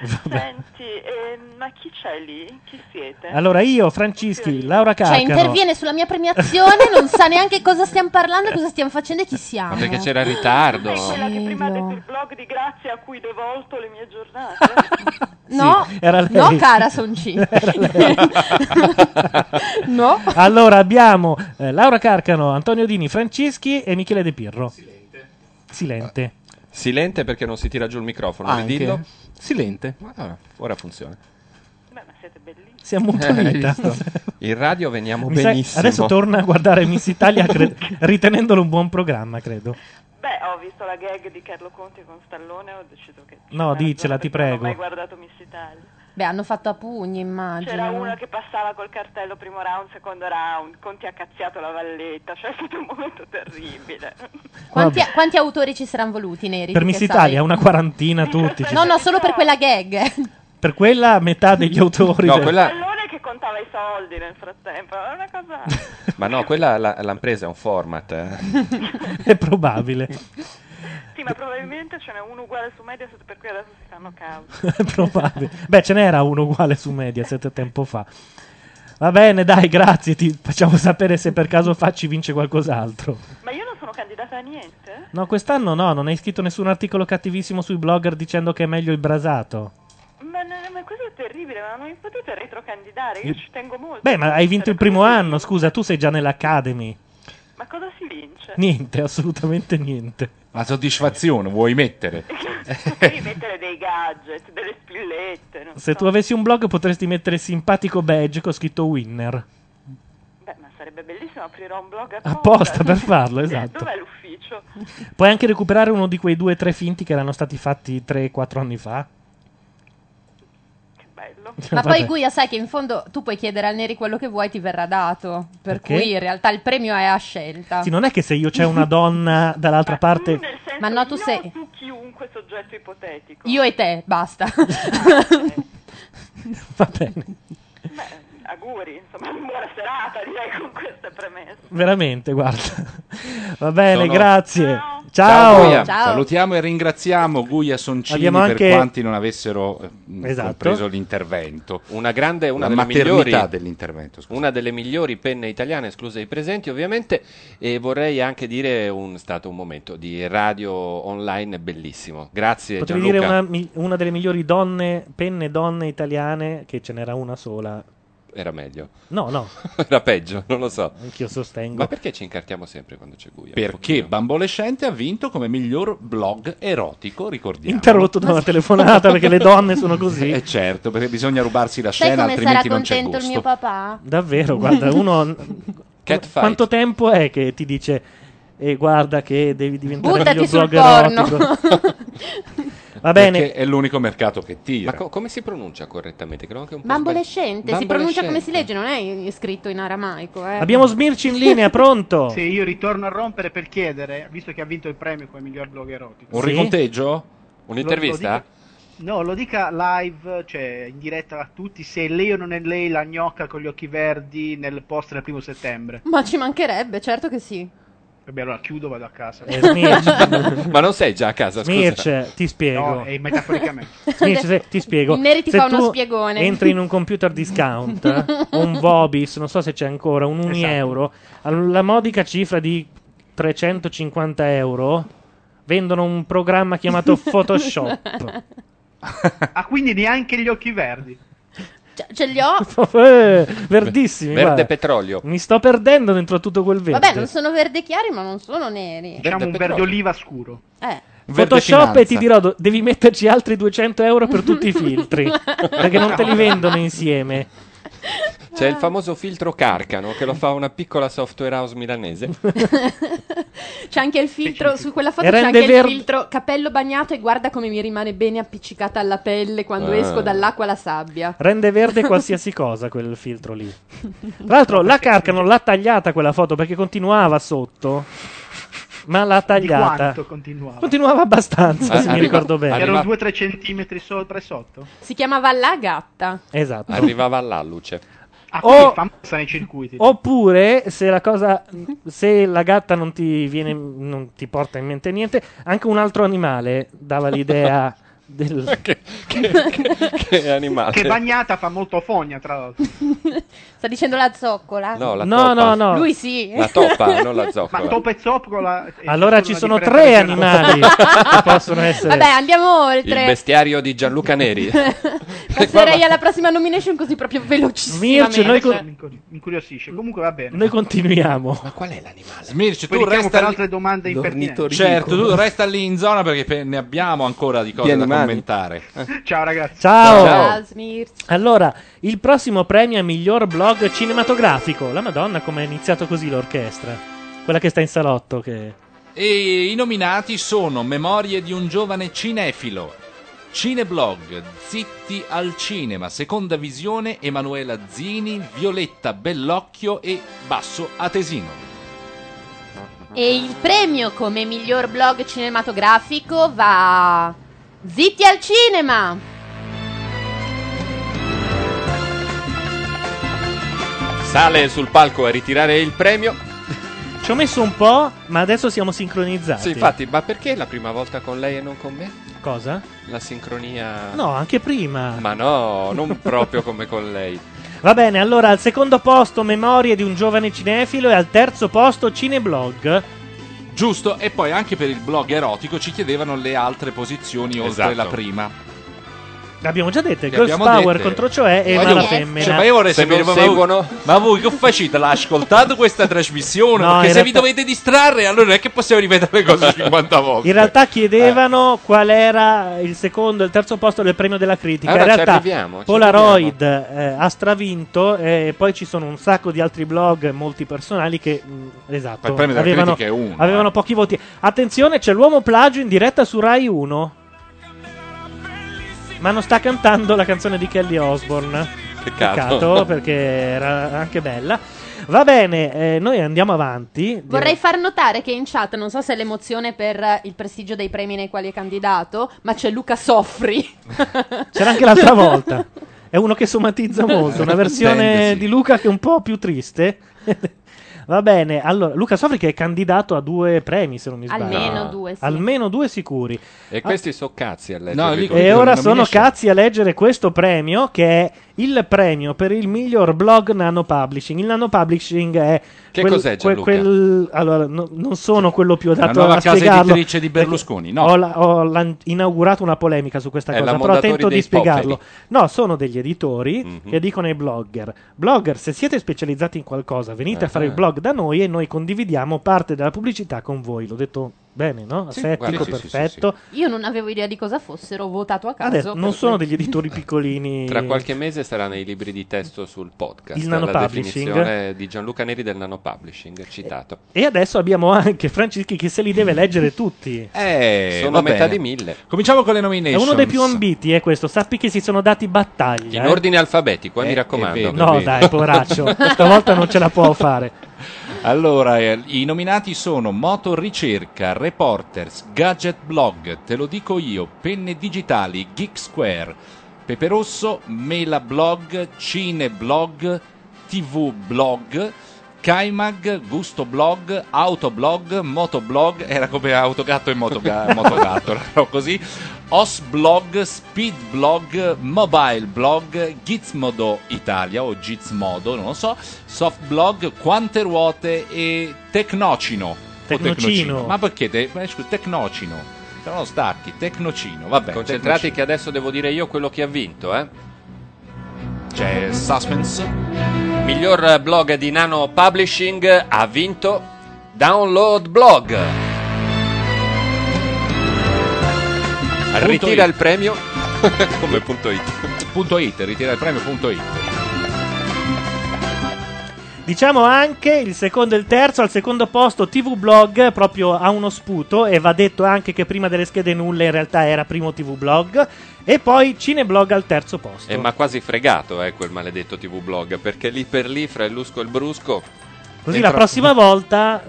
Speaker 1: Vabbè.
Speaker 15: Senti, ehm, ma chi c'è lì? Chi siete?
Speaker 1: Allora io, Francischi, Laura
Speaker 7: Cioè,
Speaker 1: Carcano.
Speaker 7: interviene sulla mia premiazione, non sa neanche cosa stiamo parlando, cosa stiamo facendo e chi siamo.
Speaker 4: Ma perché c'era il ritardo?
Speaker 15: Sei quella che prima ha detto il blog di grazia a cui devolto le mie
Speaker 1: <laughs>
Speaker 15: giornate?
Speaker 7: No,
Speaker 1: era lei.
Speaker 7: no, cara
Speaker 1: <laughs>
Speaker 7: Sonci.
Speaker 1: Era lei.
Speaker 7: <laughs> No.
Speaker 1: Allora abbiamo eh, Laura Carcano, Antonio Dini, Francischi e Michele De Pirro. Silente. Silente.
Speaker 4: Silente perché non si tira giù il microfono,
Speaker 1: Ah, Anche.
Speaker 4: ridillo.
Speaker 5: Silente.
Speaker 4: ora funziona.
Speaker 1: Siamo molto
Speaker 4: Ah. Eh, hai
Speaker 1: vita.
Speaker 4: visto? In radio veniamo
Speaker 1: Mi sa-
Speaker 4: benissimo.
Speaker 1: adesso torna a guardare Miss Italia cre- ritenendolo un buon programma, credo.
Speaker 15: Beh, ho visto la gag di Carlo Conti con Stallone ho deciso che...
Speaker 1: No, dicela, ti
Speaker 15: Non ho mai
Speaker 1: prego.
Speaker 15: guardato Miss Italia.
Speaker 7: Beh, hanno fatto a pugni,
Speaker 15: C'era
Speaker 7: immagino.
Speaker 15: una che passava col cartello primo round, secondo round, Conti ha cazziato la valletta, cioè è stato un momento terribile.
Speaker 7: Quanti, quanti autori ci saranno voluti neri?
Speaker 1: Per
Speaker 7: tu
Speaker 1: Miss
Speaker 7: che
Speaker 1: Italia,
Speaker 7: sai?
Speaker 1: una quarantina tutti. ci-
Speaker 7: No, no, solo per quella gag.
Speaker 1: <laughs> Per quella metà degli autori.
Speaker 4: No,
Speaker 1: del-
Speaker 4: quella-
Speaker 15: Stallone che contava i soldi nel frattempo, è una cosa...
Speaker 4: Ma no, quella la- l'han presa, è un format. eh.
Speaker 1: <laughs> È probabile.
Speaker 15: Sì, ma probabilmente ce n'è uno uguale su Mediaset per cui adesso si fanno cause.
Speaker 1: È <laughs> probabile. Beh, ce n'era uno uguale su Mediaset tempo fa. Va bene, dai, grazie. Ti facciamo sapere se per caso Facci vince qualcos'altro.
Speaker 15: Ma io non sono candidata a niente?
Speaker 1: No, quest'anno no, non hai scritto nessun articolo cattivissimo sui blogger dicendo che è meglio il brasato.
Speaker 15: Ma, n- ma questo è terribile, ma non mi potete retrocandidare, io ci tengo molto. Cioè,
Speaker 1: Beh, ma hai vinto il primo anno, scusa, tu sei già nell'Academy.
Speaker 15: Ma cosa si vince?
Speaker 1: Niente, assolutamente niente.
Speaker 3: La soddisfazione
Speaker 1: <laughs>
Speaker 3: vuoi mettere?
Speaker 15: Devi mettere dei gadget, delle spillette, non
Speaker 1: Se
Speaker 15: so.
Speaker 1: tu avessi un blog potresti mettere simpatico badge con scritto winner.
Speaker 15: Beh, ma sarebbe bellissimo, aprirò un blog apposta. <laughs>
Speaker 1: Apposta per farlo, esatto.
Speaker 15: Dov'è l'ufficio?
Speaker 1: Puoi anche recuperare uno di quei due o tre finti che erano stati fatti 3-4 anni fa.
Speaker 7: Ma
Speaker 1: Vabbè.
Speaker 7: poi Guia, sai che in fondo tu puoi chiedere al Neri quello che vuoi, ti verrà dato. Per
Speaker 1: Perché?
Speaker 7: cui in realtà il premio è a scelta.
Speaker 1: Sì, non è che se io c'è una donna dall'altra parte...
Speaker 7: Ma no, tu sei.
Speaker 15: Tu chiunque soggetto ipotetico.
Speaker 7: Io e te,
Speaker 1: <laughs>
Speaker 7: basta.
Speaker 1: Va bene.
Speaker 15: Beh, auguri, insomma, buona serata, direi con queste premesse.
Speaker 1: Veramente, guarda. Va bene,
Speaker 3: Sono-
Speaker 1: grazie. Ciao.
Speaker 3: Guia. Salutiamo e ringraziamo Guia Soncini
Speaker 1: Abbiamo anche-
Speaker 3: per quanti non avessero eh, mh,
Speaker 1: Esatto.
Speaker 3: compreso l'intervento.
Speaker 4: Una grande, una
Speaker 3: La
Speaker 4: delle
Speaker 3: maternità
Speaker 4: migliori-
Speaker 3: dell'intervento.
Speaker 4: Una delle migliori penne italiane, escluse i presenti ovviamente, e vorrei anche dire un, è stato un momento di radio online bellissimo. Grazie
Speaker 1: Potrei
Speaker 4: Gianluca.
Speaker 1: dire una, mi- una delle migliori donne, penne donne italiane, che ce n'era una sola.
Speaker 4: Era meglio.
Speaker 1: No, no.
Speaker 4: <laughs> Era peggio, non lo so.
Speaker 1: Anch'io sostengo.
Speaker 4: Ma perché ci incartiamo sempre quando c'è Guia?
Speaker 3: Perché Bambolescente ha vinto come miglior blog erotico, ricordiamo.
Speaker 1: Interrotto da una telefonata perché le donne sono così.
Speaker 3: Eh certo, perché bisogna rubarsi la
Speaker 7: Sai
Speaker 3: scena,
Speaker 7: come sarà
Speaker 3: altrimenti non c'è
Speaker 7: contento
Speaker 3: gusto.
Speaker 7: il mio papà?
Speaker 1: Davvero,
Speaker 7: <laughs>
Speaker 1: guarda, uno... Quanto tempo è che ti dice... E guarda che devi diventare
Speaker 7: Buttati
Speaker 1: meglio
Speaker 7: sul
Speaker 1: blog
Speaker 7: porno. <laughs>
Speaker 1: erotico. Va bene.
Speaker 3: Perché è l'unico mercato che tira.
Speaker 4: Ma co- come si pronuncia correttamente? Che l'ho anche un po'
Speaker 7: Bambolescente, si
Speaker 4: sbagliato.
Speaker 7: pronuncia come
Speaker 4: Bambolescente.
Speaker 7: si legge, non è scritto in aramaico. Eh.
Speaker 1: Abbiamo Smirci in linea, pronto?
Speaker 6: Se io ritorno a rompere per chiedere, visto che ha vinto il premio come miglior blog erotico.
Speaker 4: Un
Speaker 6: Sì.
Speaker 4: riconteggio?
Speaker 6: Lo-
Speaker 4: Un'intervista?
Speaker 6: lo dica- no, lo dica live, cioè in diretta a tutti, se è lei o non è lei la gnocca con gli occhi verdi nel post del primo settembre.
Speaker 7: Ma ci mancherebbe, certo che sì.
Speaker 6: Vabbè, allora chiudo, vado a casa.
Speaker 1: Eh, <laughs> Smirci.
Speaker 4: <laughs> Ma non sei già a casa, scusa.
Speaker 1: Smirce, ti spiego.
Speaker 6: No, è metaforicamente.
Speaker 1: <laughs> Smirce, se- ti spiego.
Speaker 7: Il Neri ti
Speaker 1: se
Speaker 7: fa uno
Speaker 1: tu
Speaker 7: spiegone.
Speaker 1: Entri in un computer
Speaker 7: <laughs>
Speaker 1: discount, eh, un Vobis, non so se c'è ancora, un
Speaker 6: Esatto.
Speaker 1: Unieuro, alla modica cifra di 350 euro vendono un programma
Speaker 7: <laughs>
Speaker 1: chiamato Photoshop.
Speaker 6: Ah, quindi neanche gli occhi verdi.
Speaker 7: Cioè, Ce, ce li ho.
Speaker 1: <laughs> Eh, verdissimi.
Speaker 4: Verde
Speaker 1: guarda.
Speaker 4: petrolio.
Speaker 1: Mi sto perdendo dentro tutto quel verde.
Speaker 7: Vabbè, non sono verde chiari, ma non sono neri.
Speaker 6: Diciamo un verde oliva scuro.
Speaker 7: Eh.
Speaker 1: Verde Photoshop e ti dirò, do- devi metterci altri 200 euro per
Speaker 7: <laughs>
Speaker 1: tutti i filtri, perché non te li vendono insieme.
Speaker 4: C'è il famoso filtro Carcano che lo fa una piccola software house milanese.
Speaker 7: C'è anche il filtro, su quella foto
Speaker 4: E
Speaker 7: c'è
Speaker 4: rende
Speaker 7: anche
Speaker 4: verde-
Speaker 7: il filtro capello bagnato e guarda come mi rimane bene appiccicata alla pelle quando
Speaker 1: Ah.
Speaker 7: esco dall'acqua la sabbia.
Speaker 1: Rende verde qualsiasi cosa quel filtro lì. Tra l'altro, la carca non l'ha tagliata quella foto perché continuava sotto, ma l'ha
Speaker 6: Di
Speaker 1: tagliata.
Speaker 6: quanto continuava?
Speaker 1: Continuava abbastanza,
Speaker 6: Eh,
Speaker 1: se mi ricordo bene.
Speaker 6: Erano 2-3 centimetri sopra e sotto?
Speaker 7: Si chiamava La Gatta.
Speaker 1: Esatto. Oh,
Speaker 4: Arrivava all'alluce.
Speaker 6: Ah, quindi
Speaker 1: O-
Speaker 6: famosa nei circuiti.
Speaker 1: Oh, Oppure, se la cosa. Se la gatta non ti viene. non ti porta in mente niente, anche un altro animale dava
Speaker 4: <laughs>
Speaker 1: l'idea del.
Speaker 4: che animale.
Speaker 6: Che bagnata fa molto fogna, tra l'altro.
Speaker 7: Sta dicendo la zoccola?
Speaker 4: No, la No, toppa. no, no.
Speaker 7: Lui sì. <laughs>
Speaker 4: La toppa, non la zoccola.
Speaker 6: Ma topa e zoccola. eh,
Speaker 1: Allora ci sono
Speaker 6: <laughs>
Speaker 1: tre animali che possono essere.
Speaker 7: Vabbè, andiamo oltre.
Speaker 4: Il <laughs> bestiario di Gianluca Neri.
Speaker 7: Passerei alla prossima nomination così proprio velocissimamente.
Speaker 6: mi incuriosisce. Comunque va bene.
Speaker 1: Noi continuiamo. Ma
Speaker 4: qual è l'animale?
Speaker 3: Smirci,
Speaker 6: Poi
Speaker 3: tu
Speaker 6: richiamo
Speaker 3: resta
Speaker 6: per
Speaker 3: lì-
Speaker 6: altre domande impertinenti.
Speaker 3: Certo, tu resta lì in zona perché pe- ne abbiamo ancora di cose
Speaker 6: Di
Speaker 3: da
Speaker 6: animali.
Speaker 3: commentare.
Speaker 6: Ciao ragazzi.
Speaker 1: Ciao. Allora, il prossimo premio è miglior blog cinematografico. La Madonna, come è iniziato così l'orchestra? Quella che sta in salotto. Che...
Speaker 3: E i nominati sono Memorie di un giovane cinefilo, Cineblog, Zitti al cinema, Seconda visione, Emanuela Zini, Violetta Bellocchio e Basso Atesino.
Speaker 7: E il premio come miglior blog cinematografico va a Zitti al cinema.
Speaker 4: Sale sul palco a ritirare il premio.
Speaker 1: Ci ho messo un po', ma adesso siamo sincronizzati.
Speaker 4: Sì, infatti, ma perché la prima volta con lei e non con me?
Speaker 1: Cosa?
Speaker 4: La sincronia.
Speaker 1: No, anche prima.
Speaker 4: Ma no, non proprio come con lei.
Speaker 1: Va bene, allora al secondo posto Memorie di un giovane cinefilo e al terzo posto Cineblog.
Speaker 3: Giusto, e poi anche per il blog erotico ci chiedevano le altre posizioni oltre
Speaker 1: Esatto.
Speaker 3: la prima.
Speaker 1: L'abbiamo già dette,
Speaker 3: Le
Speaker 1: Girls
Speaker 3: abbiamo
Speaker 1: Power
Speaker 3: dette.
Speaker 1: contro Cioè e
Speaker 3: Ma io-
Speaker 1: Mala
Speaker 3: cioè,
Speaker 1: Femmina.
Speaker 3: ma io vorrei sapere, ma, voi,
Speaker 4: seguono.
Speaker 3: ma voi che facete? L'ha ascoltato questa trasmissione?
Speaker 1: No,
Speaker 3: Perché
Speaker 1: in
Speaker 3: se vi
Speaker 1: realtà-
Speaker 3: dovete distrarre, allora non è che possiamo ripetere
Speaker 1: <laughs>
Speaker 3: le cose 50 volte.
Speaker 1: In realtà chiedevano qual era il secondo e il terzo posto del premio della critica.
Speaker 3: Allora
Speaker 1: In
Speaker 3: ci
Speaker 1: realtà
Speaker 3: arriviamo, ci
Speaker 1: Polaroid eh, ha stravinto eh, e poi ci sono un sacco di altri blog, molti personali che mh, esatto,
Speaker 3: Ma il premio della
Speaker 1: avevano,
Speaker 3: critica è uno, eh.
Speaker 1: avevano pochi voti. Attenzione, c'è l'uomo plagio in diretta su Rai 1. Ma non sta cantando la canzone di Kelly Osbourne.
Speaker 4: Peccato.
Speaker 1: perché era anche bella. Va bene, eh, noi andiamo avanti.
Speaker 7: Vorrei far notare che in chat, non so se è l'emozione per eh, il prestigio dei premi nei quali è candidato, ma c'è Luca Soffri. <laughs>
Speaker 1: C'era anche l'altra volta. È uno che somatizza molto, una versione
Speaker 4: Tende,
Speaker 1: di Luca che è un po' più triste. <laughs> Va bene, allora Luca Sofri che è candidato a due premi, se non mi sbaglio.
Speaker 7: Almeno due, sì.
Speaker 1: Almeno due sicuri.
Speaker 4: E
Speaker 1: Ah,
Speaker 4: questi so cazzi a leggere.
Speaker 3: No,
Speaker 4: i
Speaker 3: lì-
Speaker 4: commenti.
Speaker 1: e ora sono cazzi a leggere questo premio che è il premio per il miglior blog nano publishing. Il nano publishing è
Speaker 3: Che cos'è, Gianluca?
Speaker 1: quel- allora, no- non sono quello più
Speaker 3: La
Speaker 1: adatto
Speaker 3: nuova
Speaker 1: a
Speaker 3: casa
Speaker 1: spiegarlo.
Speaker 3: editrice di Berlusconi, no.
Speaker 1: Ho, la- ho lan- inaugurato una polemica su questa
Speaker 3: È la
Speaker 1: cosa, però
Speaker 3: Mondadori
Speaker 1: tento di
Speaker 3: dei Mhm.
Speaker 1: spiegarlo. No, sono degli editori che dicono ai blogger: Blogger, se siete specializzati in qualcosa, venite a fare
Speaker 3: Eh.
Speaker 4: Ah.
Speaker 1: il blog da noi e noi condividiamo parte della pubblicità con voi. L'ho detto bene, no?
Speaker 4: Sì,
Speaker 1: Asettico,
Speaker 4: guarda, sì, sì, sì,
Speaker 1: perfetto.
Speaker 7: Io non avevo idea di cosa fossero, ho votato a caso.
Speaker 1: Adesso, non
Speaker 7: per
Speaker 1: sono
Speaker 7: cui-
Speaker 1: degli editori piccolini.
Speaker 4: <laughs> Tra qualche mese sarà nei libri di testo sul podcast.
Speaker 1: Il
Speaker 4: La
Speaker 1: nanopublishing.
Speaker 4: definizione di Gianluca Neri del nanopublishing, citato.
Speaker 1: E adesso abbiamo anche Francischi che se li deve leggere tutti.
Speaker 3: Eh,
Speaker 4: Sono
Speaker 3: va
Speaker 4: a metà
Speaker 3: bene.
Speaker 4: di mille.
Speaker 3: Cominciamo con le
Speaker 1: È
Speaker 3: nomination.
Speaker 1: uno dei più ambiti, eh, questo. Sappi che si sono dati battaglia.
Speaker 4: In
Speaker 1: eh.
Speaker 4: ordine alfabetico, eh, mi raccomando.
Speaker 1: No, dai,
Speaker 4: <laughs>
Speaker 3: <laughs>
Speaker 1: poveraccio. Stavolta non ce la può fare.
Speaker 3: Allora, eh, i nominati sono Motoricerca, Reporters, Gadget Blog, Te lo dico io, Penne Digitali, Geek Square, Peperosso, Mela Blog, Cine Blog, TV Blog, Kaimag, Gusto Blog, Autoblog, Motoblog, era come Autogatto
Speaker 1: <laughs>
Speaker 3: e Motoga- Motogatto, era Ecco, così, Osblog, Speedblog, Mobileblog, Gizmodo Italia o Gizmodo, non lo so, Softblog, Quante Ruote e Tecnocino. O
Speaker 1: Tecnocino.
Speaker 3: Ma perché? Te- ma scusa, tecnocino. Sono stacchi, Tecnocino, vabbè.
Speaker 4: Concentrati che adesso devo dire io quello che ha vinto, eh.
Speaker 3: C'è Suspense.
Speaker 4: Miglior blog di Nano Publishing ha vinto Download Blog. Ritira il
Speaker 3: <laughs>
Speaker 4: premio come punto it.
Speaker 3: Punto it, ritira il premio punto it.
Speaker 1: Diciamo anche il secondo e il terzo. Al secondo posto, TV Blog proprio ha uno sputo. E va detto anche che prima delle schede nulle, in realtà era primo TV Blog. E poi Cineblog al terzo posto.
Speaker 4: E Eh, ma quasi fregato, eh, quel maledetto TV blog, perché lì per lì fra il lusco e il brusco eh, Mm.
Speaker 1: Così
Speaker 4: entra-
Speaker 1: la prossima volta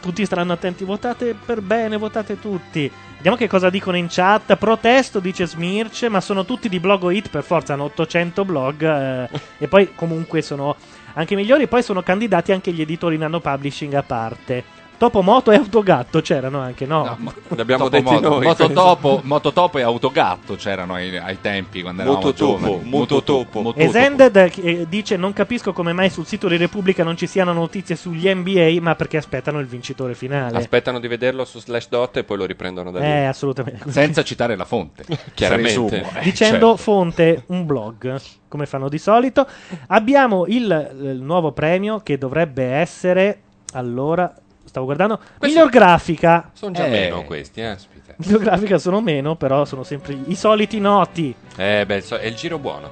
Speaker 1: Tutti staranno attenti. Votate per bene, votate tutti. Vediamo che cosa dicono in chat. Protesto, dice Smirce, ma sono tutti di blog o hit per forza. Hanno 800 blog. eh, e poi comunque sono anche migliori. Poi sono candidati anche gli editori nano publishing a parte. Topomoto e Autogatto c'erano anche, no? <laughs>
Speaker 4: L'abbiamo
Speaker 3: Topo
Speaker 4: detto
Speaker 3: moto,
Speaker 4: noi.
Speaker 3: Mototopo, mototopo e autogatto c'erano ai, ai tempi quando eravamo
Speaker 4: Mototopo,
Speaker 3: giovani.
Speaker 4: mototopo.
Speaker 1: E Zended eh, dice: Non capisco come mai sul sito di Repubblica non ci siano notizie sugli NBA, ma perché aspettano il vincitore finale.
Speaker 4: Aspettano di vederlo su Slashdot e poi lo riprendono da lì.
Speaker 1: Eh, assolutamente.
Speaker 3: <laughs> Senza citare la
Speaker 4: <laughs>
Speaker 3: fonte. eh, certo.
Speaker 4: Chiaramente. Eh,
Speaker 3: Presumo,
Speaker 4: certo.
Speaker 1: Dicendo fonte, un blog, come fanno di solito. Abbiamo il, eh, il nuovo premio che dovrebbe essere. Allora, stavo guardando. Miglior grafica.
Speaker 4: Sono già
Speaker 1: Eh,
Speaker 4: meno questi, eh. aspita.
Speaker 1: Miglior grafica sono meno, però sono sempre i soliti noti.
Speaker 3: Eh, beh, so- è il giro buono.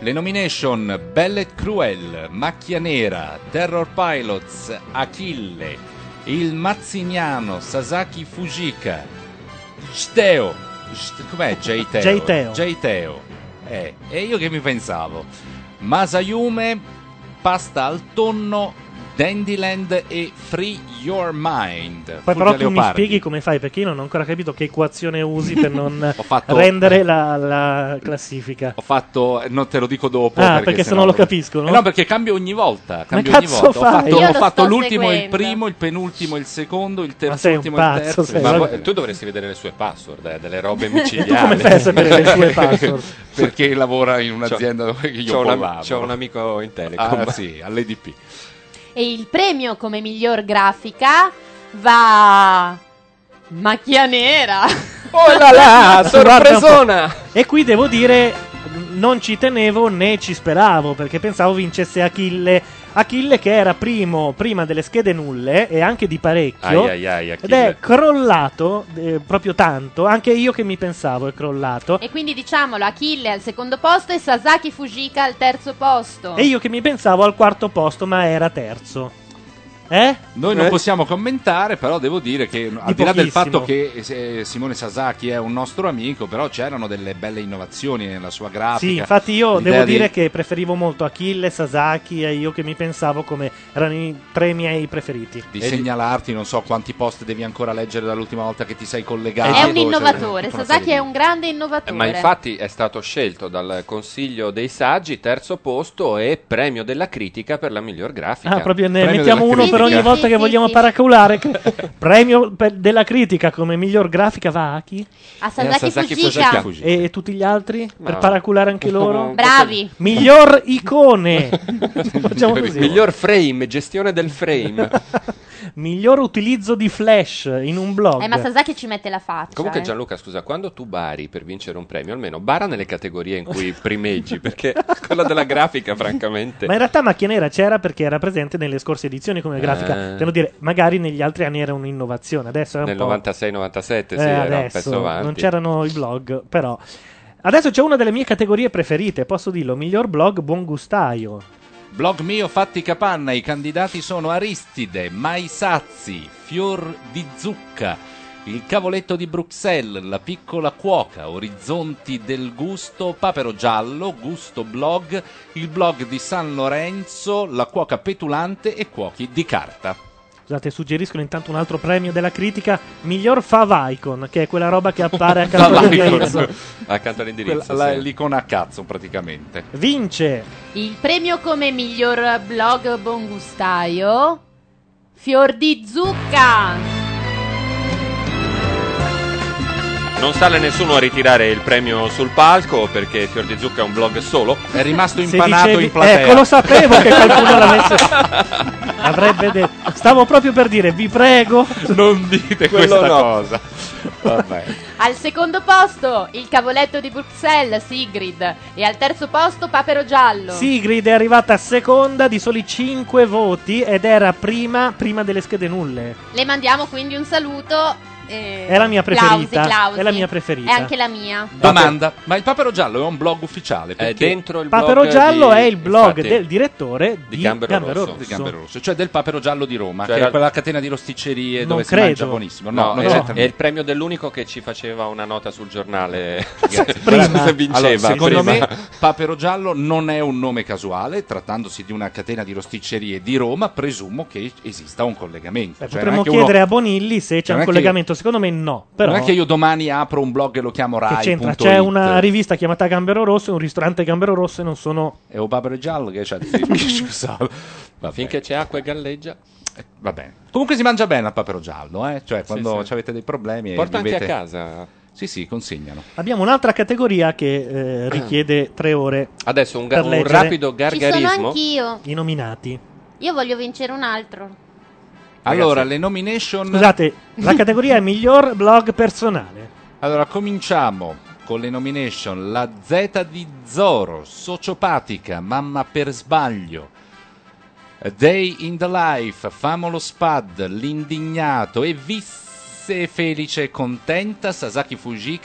Speaker 3: Le nomination Belle et Cruel, Macchia Nera, Terror Pilots, Achille, Il Mazziniano, Sasaki Fujika, Jteo, Jt- com'è Jteo?
Speaker 1: Jteo.
Speaker 3: Jteo. Eh, e io che mi pensavo? Masayume, Pasta al tonno, Dandyland e Free Your Mind.
Speaker 1: Poi
Speaker 3: Fulvio
Speaker 1: però tu mi
Speaker 3: Leopardi.
Speaker 1: spieghi come fai, perché io non ho ancora capito che equazione usi per
Speaker 4: <laughs>
Speaker 1: non
Speaker 3: fatto-
Speaker 4: eh.
Speaker 1: rendere la, la classifica.
Speaker 3: Ho fatto, eh, non te lo dico dopo.
Speaker 1: Ah, perché sennò lo capiscono?
Speaker 3: Eh no, perché cambio ogni volta. Cambio
Speaker 1: cazzo
Speaker 3: ogni volta.
Speaker 1: fai?
Speaker 3: Ho fatto,
Speaker 1: Io
Speaker 3: ho
Speaker 1: lo
Speaker 3: fatto
Speaker 1: sto
Speaker 3: l'ultimo, il
Speaker 1: seguendo.
Speaker 3: primo, il penultimo, il secondo, il terzo,
Speaker 1: sei un
Speaker 3: ultimo,
Speaker 1: pazzo,
Speaker 3: il terzo. eh?
Speaker 1: sei
Speaker 4: Ma
Speaker 1: una-
Speaker 4: voi- tu dovresti vedere le sue password, eh, delle robe micidiali.
Speaker 1: <laughs> Tu come fai a sapere le
Speaker 4: <laughs>
Speaker 1: sue password?
Speaker 3: perché lavora in un'azienda
Speaker 4: C'ho-
Speaker 3: che io
Speaker 4: c'ho un am-
Speaker 3: collaboro.
Speaker 4: c'ho un amico in Telecom.
Speaker 3: Ah, sì, all'EDP.
Speaker 7: E il premio come miglior grafica va. Macchia nera!
Speaker 4: Oh là
Speaker 1: <laughs>
Speaker 4: là, sorpresona!
Speaker 1: E qui devo dire, non ci tenevo né ci speravo, perché pensavo vincesse Achille. Achille che era primo, prima delle schede nulle e anche di parecchio.
Speaker 4: Ai, ai, ai,
Speaker 1: ed è
Speaker 4: Achille.
Speaker 1: crollato eh, proprio tanto, anche io che mi pensavo è crollato.
Speaker 7: <laughs> E quindi diciamolo, Achille al secondo posto e Sasaki Fujika al terzo posto.
Speaker 1: E io che mi pensavo al quarto posto, ma era terzo. Eh?
Speaker 3: Noi non possiamo commentare, però devo dire che al di là del
Speaker 1: pochissimo.
Speaker 3: fatto che eh, Simone Sasaki è un nostro amico, però c'erano delle belle innovazioni nella sua grafica.
Speaker 1: Sì, infatti io
Speaker 3: L'idea
Speaker 1: devo
Speaker 3: di-
Speaker 1: dire che preferivo molto Achille, Sasaki e io che mi pensavo come erano i tre miei preferiti.
Speaker 3: di segnalarti, non so quanti post devi ancora leggere dall'ultima volta che ti sei collegato.
Speaker 1: Eh,
Speaker 7: È un
Speaker 3: cioè-
Speaker 7: innovatore, Sasaki è un grande
Speaker 4: Eh,
Speaker 7: innovatore.
Speaker 4: Ma infatti è stato scelto dal Consiglio dei Saggi, terzo posto e premio della critica per la miglior grafica.
Speaker 1: Ah, proprio ne mettiamo uno per ogni volta che vogliamo paraculare. che- <laughs> Premio per- della critica come miglior grafica va a chi?
Speaker 7: A Sasaki Eh, a Sasaki Fujika. Fujika.
Speaker 1: E, e tutti gli altri? Per
Speaker 4: <laughs> No.
Speaker 1: paraculare anche loro?
Speaker 7: Bravi.
Speaker 1: Miglior icone. Facciamo così.
Speaker 4: Miglior frame, gestione del frame.
Speaker 1: Miglior utilizzo di flash in un blog.
Speaker 7: Eh, ma Sasaki ci mette la faccia.
Speaker 4: Comunque
Speaker 7: eh.
Speaker 4: Gianluca, scusa, quando tu bari per vincere un premio, almeno bara nelle categorie in cui
Speaker 1: <laughs>
Speaker 4: primeggi, perché quella della grafica francamente...
Speaker 1: Ma in realtà Macchia Nera c'era perché era presente nelle scorse edizioni come grafica.
Speaker 4: Eh.
Speaker 1: Devo dire, magari negli altri anni era un'innovazione, adesso è un
Speaker 4: Nel
Speaker 1: po'.
Speaker 4: 96-97 sì,
Speaker 1: Eh,
Speaker 4: era un
Speaker 1: adesso
Speaker 4: pezzo avanti.
Speaker 1: non c'erano i blog, però. Adesso c'è una delle mie categorie preferite, posso dirlo, miglior blog buon gustaio.
Speaker 3: Blog mio fatti capanna, i candidati sono Aristide, Maisazzi, Fior di Zucca, Il Cavoletto di Bruxelles, La Piccola Cuoca, Orizzonti del Gusto, Papero Giallo, Gusto Blog, il blog di San Lorenzo, La Cuoca Petulante e Cuochi di Carta.
Speaker 1: Scusate, suggeriscono intanto un altro premio della critica, miglior favicon, che è quella roba che
Speaker 3: Ah,
Speaker 4: <laughs>
Speaker 1: appare
Speaker 3: <laughs>
Speaker 1: accanto all'indirizzo.
Speaker 4: Accanto all'indirizzo,
Speaker 3: ecco, Quella- la-
Speaker 4: sì.
Speaker 3: L'icona a cazzo praticamente.
Speaker 1: Vince
Speaker 7: Il premio come miglior blog buon gustaio Fior di zucca.
Speaker 4: Non sale nessuno a ritirare il premio sul palco perché Fior di Zucca è un blog solo.
Speaker 3: È rimasto
Speaker 1: Se dicevi- Ecco, lo sapevo che qualcuno
Speaker 3: <laughs>
Speaker 1: l'avesse.
Speaker 4: <laughs>
Speaker 1: Avrebbe detto. Stavo proprio per dire, vi prego.
Speaker 3: Non dite questa cosa. Vabbè.
Speaker 7: Al secondo posto il cavoletto di Bruxelles Sigrid e al terzo posto Papero Giallo.
Speaker 1: <laughs> Sigrid è arrivata seconda di soli 5 voti ed era prima, prima delle schede nulle.
Speaker 3: Eh,
Speaker 7: Le mandiamo quindi un saluto eh,
Speaker 1: È la mia
Speaker 7: Clausi,
Speaker 1: preferita.
Speaker 7: Clausi.
Speaker 1: È la mia preferita.
Speaker 7: È anche la mia.
Speaker 3: Domanda, ma il Papero Giallo è un blog ufficiale? Perché
Speaker 4: dentro il
Speaker 1: Papero Giallo è il blog del direttore di,
Speaker 3: Gambero, Rosso.
Speaker 1: Rosso.
Speaker 3: Di Gambero Rosso, cioè del Papero Giallo di Roma,
Speaker 4: Cioè
Speaker 3: che
Speaker 4: era-
Speaker 3: è quella catena di rosticcerie
Speaker 4: Non
Speaker 3: dove
Speaker 4: credo.
Speaker 3: si mangia buonissimo. No, non
Speaker 1: eh,
Speaker 4: è,
Speaker 3: c'entra
Speaker 4: esatto. è il premio dell'unico che ci faceva una nota sul giornale se vinceva.
Speaker 3: Allora,
Speaker 4: <laughs>
Speaker 3: secondo
Speaker 4: prima.
Speaker 3: me Papero Giallo non è un nome casuale, trattandosi di una catena di rosticcerie di Roma, presumo che esista un collegamento. Cioè, non
Speaker 1: Eh, Potremmo
Speaker 3: è che uno-
Speaker 1: chiedere a Bonilli se c'è
Speaker 3: non
Speaker 1: un
Speaker 3: è che-
Speaker 1: collegamento. Secondo me no. Però
Speaker 3: Non è che io domani apro un blog e lo chiamo
Speaker 1: che
Speaker 3: Rai.
Speaker 1: c'entra? C'è una rivista chiamata Gambero Rosso e un ristorante Gambero Rosso e non sono.
Speaker 3: E un Papero Giallo che
Speaker 1: <laughs>
Speaker 3: c'ha di Scusate. Vabbè.
Speaker 4: Finché c'è acqua e galleggia.
Speaker 3: Va bene. Comunque si mangia bene al papero giallo, eh? cioè quando
Speaker 4: sì.
Speaker 3: avete dei problemi.
Speaker 4: Porta
Speaker 3: e
Speaker 4: anche
Speaker 3: bevete-
Speaker 4: a casa.
Speaker 3: Sì, sì, consegnano.
Speaker 1: Abbiamo un'altra categoria che eh, richiede tre ore.
Speaker 4: Adesso un, ga-
Speaker 1: per
Speaker 4: un
Speaker 1: leggere
Speaker 4: rapido
Speaker 7: Ci sono
Speaker 4: gargarismo.
Speaker 7: anch'io.
Speaker 1: I nominati.
Speaker 7: Io voglio vincere un altro.
Speaker 3: Allora, le nomination.
Speaker 1: Scusate, la categoria è miglior blog personale.
Speaker 3: Allora, cominciamo con le nomination. La Z di Zoro, sociopatica, mamma per sbaglio. A Day in the Life, Famolo Spad, L'indignato e Visse felice e contenta, Sasaki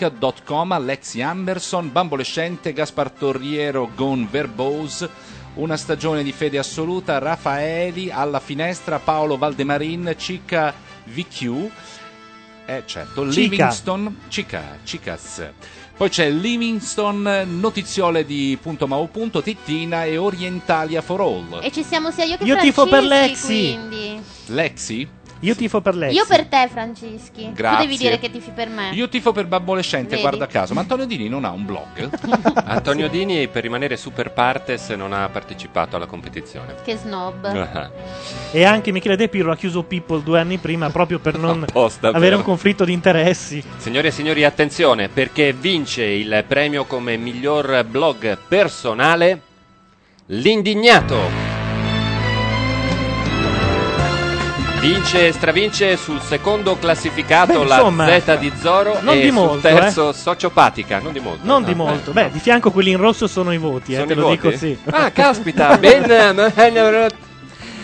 Speaker 3: Fujika.com, Alexi Amberson, Bambolescente, Gaspar Torriero, Gon Verbose. Una stagione di fede assoluta, Raffaeli, Alla Finestra, Paolo Valdemarin, Cica VQ, eh certo,
Speaker 1: Cica.
Speaker 3: Livingston, Cica, Cicas. Poi c'è Livingston, Notiziole di punto mao punto, Tittina e Orientalia for All.
Speaker 7: E ci siamo sia io che
Speaker 1: Io
Speaker 7: Franceschi.
Speaker 1: tifo per Lexi.
Speaker 7: quindi.
Speaker 3: Lexi?
Speaker 1: Io tifo per lei.
Speaker 7: Io per te, Franceschi.
Speaker 3: Grazie.
Speaker 7: Tu devi dire che tifi per me.
Speaker 3: Io tifo per Babbolescente,
Speaker 7: Vedi?
Speaker 3: guarda caso, ma Antonio Dini non ha un blog.
Speaker 4: Antonio Dini per rimanere super partes non ha partecipato alla competizione. Ah.
Speaker 7: Che snob.
Speaker 1: E anche Michele De Pirro ha chiuso People due anni prima proprio per non
Speaker 4: <laughs> Apposta,
Speaker 1: avere
Speaker 4: vero.
Speaker 1: un conflitto di interessi.
Speaker 4: Signore e signori, attenzione perché vince il premio come miglior blog personale L'indignato. Vince e stravince sul secondo classificato
Speaker 1: Beh,
Speaker 4: la
Speaker 1: insomma,
Speaker 4: Z di Zoro
Speaker 1: non
Speaker 4: e
Speaker 1: di
Speaker 4: sul
Speaker 1: molto, eh.
Speaker 4: terzo Sociopatica, non di molto.
Speaker 1: Non
Speaker 4: no,
Speaker 1: di
Speaker 4: eh.
Speaker 1: molto. Beh, di fianco quelli in rosso sono i voti, eh,
Speaker 4: Sono
Speaker 1: te
Speaker 4: i
Speaker 1: lo
Speaker 4: voti?
Speaker 1: dico sì.
Speaker 4: Ah,
Speaker 1: <laughs>
Speaker 4: caspita, eh, ben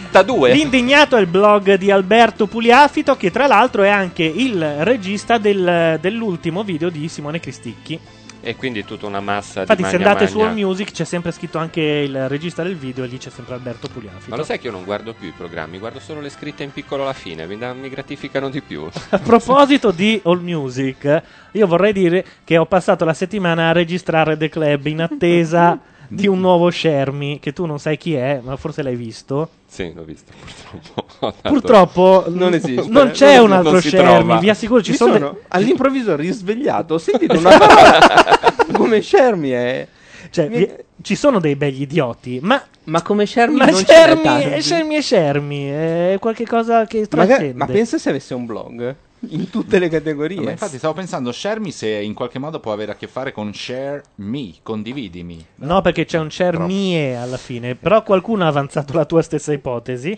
Speaker 4: 82.
Speaker 1: L'indignato è il blog di Alberto Pugliafito, che tra l'altro è anche il regista del- dell'ultimo video di Simone Cristicchi.
Speaker 4: E quindi tutta una massa
Speaker 1: Infatti,
Speaker 4: di
Speaker 1: se
Speaker 4: magna
Speaker 1: andate su
Speaker 4: magna.
Speaker 1: All Music c'è sempre scritto anche il regista del video e lì c'è sempre Alberto Pugliafito.
Speaker 4: Ma lo sai che io non guardo più i programmi, guardo solo le scritte in piccolo alla fine, mi, dà- mi gratificano di più.
Speaker 1: <laughs> A proposito di All Music, io vorrei dire che ho passato la settimana a registrare The Club in
Speaker 4: <laughs>
Speaker 1: attesa di un nuovo Shermy che tu non sai chi è, ma forse l'hai visto.
Speaker 4: Sì, l'ho visto, purtroppo. <laughs>
Speaker 1: Purtroppo
Speaker 5: non
Speaker 1: n-
Speaker 5: esiste.
Speaker 1: non c'è un altro
Speaker 5: si
Speaker 1: Shermy,
Speaker 5: trova.
Speaker 1: vi assicuro, ci
Speaker 5: Mi
Speaker 1: sono
Speaker 5: sono,
Speaker 1: de-
Speaker 5: all'improvviso risvegliato, ho sentito
Speaker 1: <laughs>
Speaker 5: una parola come Shermy è
Speaker 1: Cioè, vi- ci sono dei begli idioti, ma
Speaker 5: ma come Shermy
Speaker 1: ma
Speaker 5: non ce n'è
Speaker 1: Shermy,
Speaker 5: tanti.
Speaker 1: e Shermy e Shermy è qualcosa che
Speaker 5: Magari-
Speaker 1: trascende.
Speaker 5: ma pensa se avesse un blog in tutte le categorie.
Speaker 3: Ma infatti stavo pensando, share me se in qualche modo può avere a che fare con share me, condividimi.
Speaker 1: No, perché c'è un Cermie alla fine. Però qualcuno ha avanzato la tua stessa ipotesi.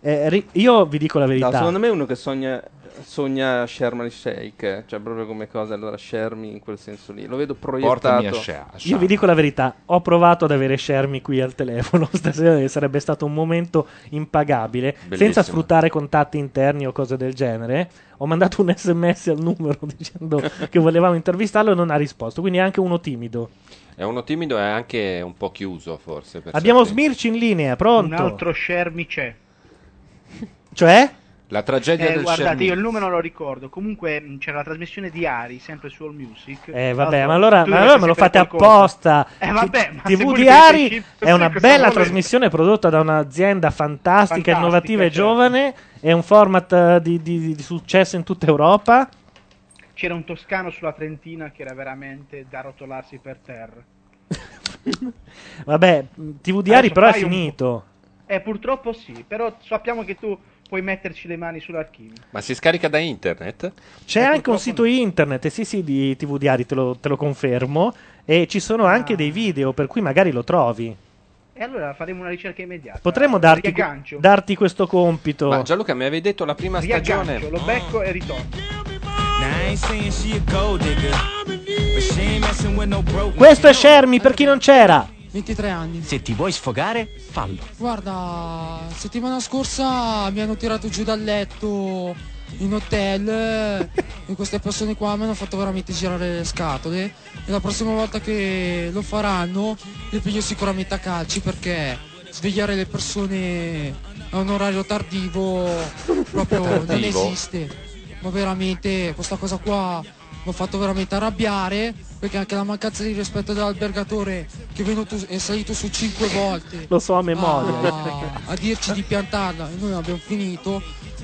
Speaker 1: Eh, ri- io vi dico la
Speaker 5: No,
Speaker 1: verità.
Speaker 5: secondo me è uno che sogna, sogna Sherman and Shake, cioè proprio come cosa, allora Shermy in quel senso lì, lo vedo proiettato.
Speaker 3: Portami a Sher- a
Speaker 1: Io vi dico la verità, ho provato ad avere Shermy qui al telefono <laughs> stasera, sarebbe stato un momento impagabile, senza
Speaker 4: Bellissimo.
Speaker 1: sfruttare contatti interni o cose del genere. Ho mandato un <laughs> sms al numero
Speaker 3: <laughs>
Speaker 1: dicendo che volevamo intervistarlo e non ha risposto, quindi è anche uno timido.
Speaker 4: È uno timido e anche un po' chiuso, forse. per
Speaker 1: Abbiamo
Speaker 4: certi-
Speaker 1: Smirci in linea, pronto?
Speaker 6: Un altro Shermy c'è.
Speaker 1: Cioè?
Speaker 3: La tragedia
Speaker 6: Eh,
Speaker 3: del
Speaker 6: guardate,
Speaker 3: Shermie.
Speaker 6: io il numero non lo ricordo. Comunque mh, c'era la trasmissione di Ari, sempre su All Music.
Speaker 1: Eh vabbè, ma
Speaker 6: Tu
Speaker 1: allora,
Speaker 6: dovresti
Speaker 1: ma allora me lo
Speaker 6: sapere
Speaker 1: fate
Speaker 6: qualcosa.
Speaker 1: apposta.
Speaker 6: Eh vabbè, ma se
Speaker 1: TV
Speaker 6: vuoi
Speaker 1: di
Speaker 6: che
Speaker 1: Ari
Speaker 6: partecipi,
Speaker 1: è una
Speaker 6: questo
Speaker 1: bella
Speaker 6: momento.
Speaker 1: trasmissione prodotta da un'azienda fantastica,
Speaker 6: Fantastica,
Speaker 1: innovativa e
Speaker 6: certo.
Speaker 1: giovane. È un format eh, di, di- di successo in tutta Europa.
Speaker 6: C'era un toscano sulla Trentina che era veramente da rotolarsi per terra.
Speaker 1: Vabbè, mh, TV di
Speaker 6: Adesso
Speaker 1: Ari però è
Speaker 6: fai un-
Speaker 1: finito.
Speaker 6: Eh, purtroppo sì, però sappiamo che tu puoi metterci le mani sull'archivio.
Speaker 4: Ma si scarica da internet? Ecco,
Speaker 1: C'è anche un sito internet, eh, sì sì, di TV di Ari, te lo, te lo confermo. E ci sono
Speaker 6: Ah.
Speaker 1: anche dei video, per cui magari lo trovi.
Speaker 6: E allora faremo una ricerca immediata.
Speaker 1: Potremmo darti,
Speaker 6: Riaggancio.
Speaker 1: darti questo compito.
Speaker 4: Ma Gianluca mi avevi detto la prima
Speaker 6: Riaggancio,
Speaker 4: stagione.
Speaker 6: lo becco e ritorno.
Speaker 17: Now, I ain't saying she a gold digger, but she ain't messing with no broke.
Speaker 1: Questo è Shermy, per chi non c'era.
Speaker 18: 23 anni.
Speaker 17: Se ti vuoi sfogare, fallo.
Speaker 18: Guarda, settimana scorsa mi hanno tirato giù dal letto in hotel eh, e queste persone qua mi hanno fatto veramente girare le scatole e la prossima volta che lo faranno le piglio sicuramente a calci perché svegliare le persone a un orario tardivo proprio non
Speaker 4: Tardivo.
Speaker 18: esiste. Ma veramente questa cosa qua mi ha fatto veramente arrabbiare perché anche la mancanza di rispetto dell'albergatore che è, venuto, è salito su cinque volte
Speaker 1: Lo so a memoria.
Speaker 18: Ah.
Speaker 1: eh.
Speaker 18: a, a dirci di piantarla e noi abbiamo finito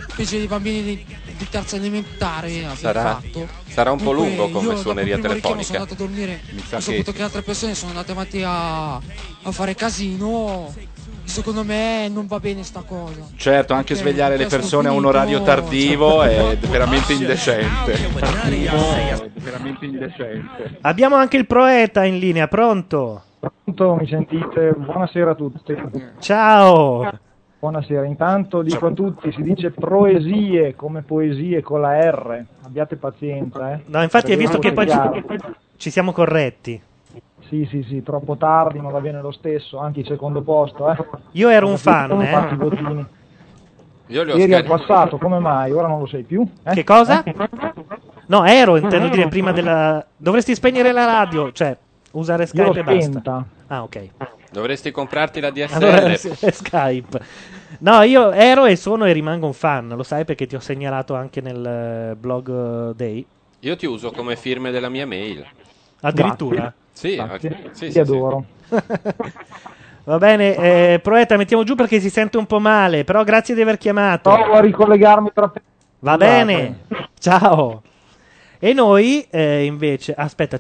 Speaker 18: specie dei bambini di, di terza elementare abbiamo
Speaker 4: Sarà,
Speaker 18: fatto
Speaker 4: sarà un po'
Speaker 18: Dunque,
Speaker 4: lungo
Speaker 18: io
Speaker 4: come
Speaker 18: dopo
Speaker 4: suoneria
Speaker 18: il primo richiamo sono
Speaker 4: telefonica.
Speaker 18: andato a dormire
Speaker 4: Mi sa
Speaker 18: ho saputo
Speaker 4: che-
Speaker 18: che altre persone sono andate avanti a, a fare casino secondo me non va bene sta cosa
Speaker 3: Certo, anche svegliare le
Speaker 18: questo
Speaker 3: persone a un
Speaker 18: finito.
Speaker 3: orario tardivo è veramente indecente.
Speaker 19: veramente indecente.
Speaker 1: Abbiamo anche il proeta in linea, pronto?
Speaker 19: Intanto mi sentite? Buonasera a tutti.
Speaker 1: Ciao!
Speaker 19: Buonasera, intanto dico a tutti, si dice proesie come poesie con la R, abbiate pazienza. Eh.
Speaker 1: No, infatti hai visto
Speaker 19: Perché
Speaker 1: che poi
Speaker 19: non è
Speaker 1: ci, ci siamo corretti.
Speaker 19: chiaro. Sì, sì, sì, troppo tardi, ma va bene lo stesso, anche il secondo posto. Eh.
Speaker 1: Io ero un
Speaker 19: Alla fine
Speaker 1: fan,
Speaker 19: sono
Speaker 1: eh.
Speaker 19: fatti i votini.
Speaker 4: Io li ho
Speaker 19: Ieri al
Speaker 4: scar-
Speaker 19: passato, come mai? Ora non lo sei più? eh?
Speaker 1: Che cosa?
Speaker 19: Eh?
Speaker 1: No, ero, intendo dire, prima della... Dovresti spegnere la radio, cioè usare
Speaker 19: Io l'ho
Speaker 1: Skype e basta.
Speaker 19: spenta.
Speaker 1: Ah, ok.
Speaker 4: Dovresti comprarti la DSL.
Speaker 1: Allora, sì, è <laughs> Skype. No, io ero e sono e rimango un fan, lo sai perché ti ho segnalato anche nel eh, blog eh, Day.
Speaker 4: Io ti uso come firme della mia mail.
Speaker 1: Addirittura? Ah,
Speaker 4: Sì,
Speaker 19: Grazie. Ti
Speaker 4: sì, sì, sì.
Speaker 19: adoro.
Speaker 1: <laughs> Va bene, eh, Proeta, mettiamo giù perché si sente un po' male, però grazie di aver chiamato.
Speaker 19: Provo a ricollegarmi tra
Speaker 1: Va bene, ciao. E noi eh, invece, aspetta,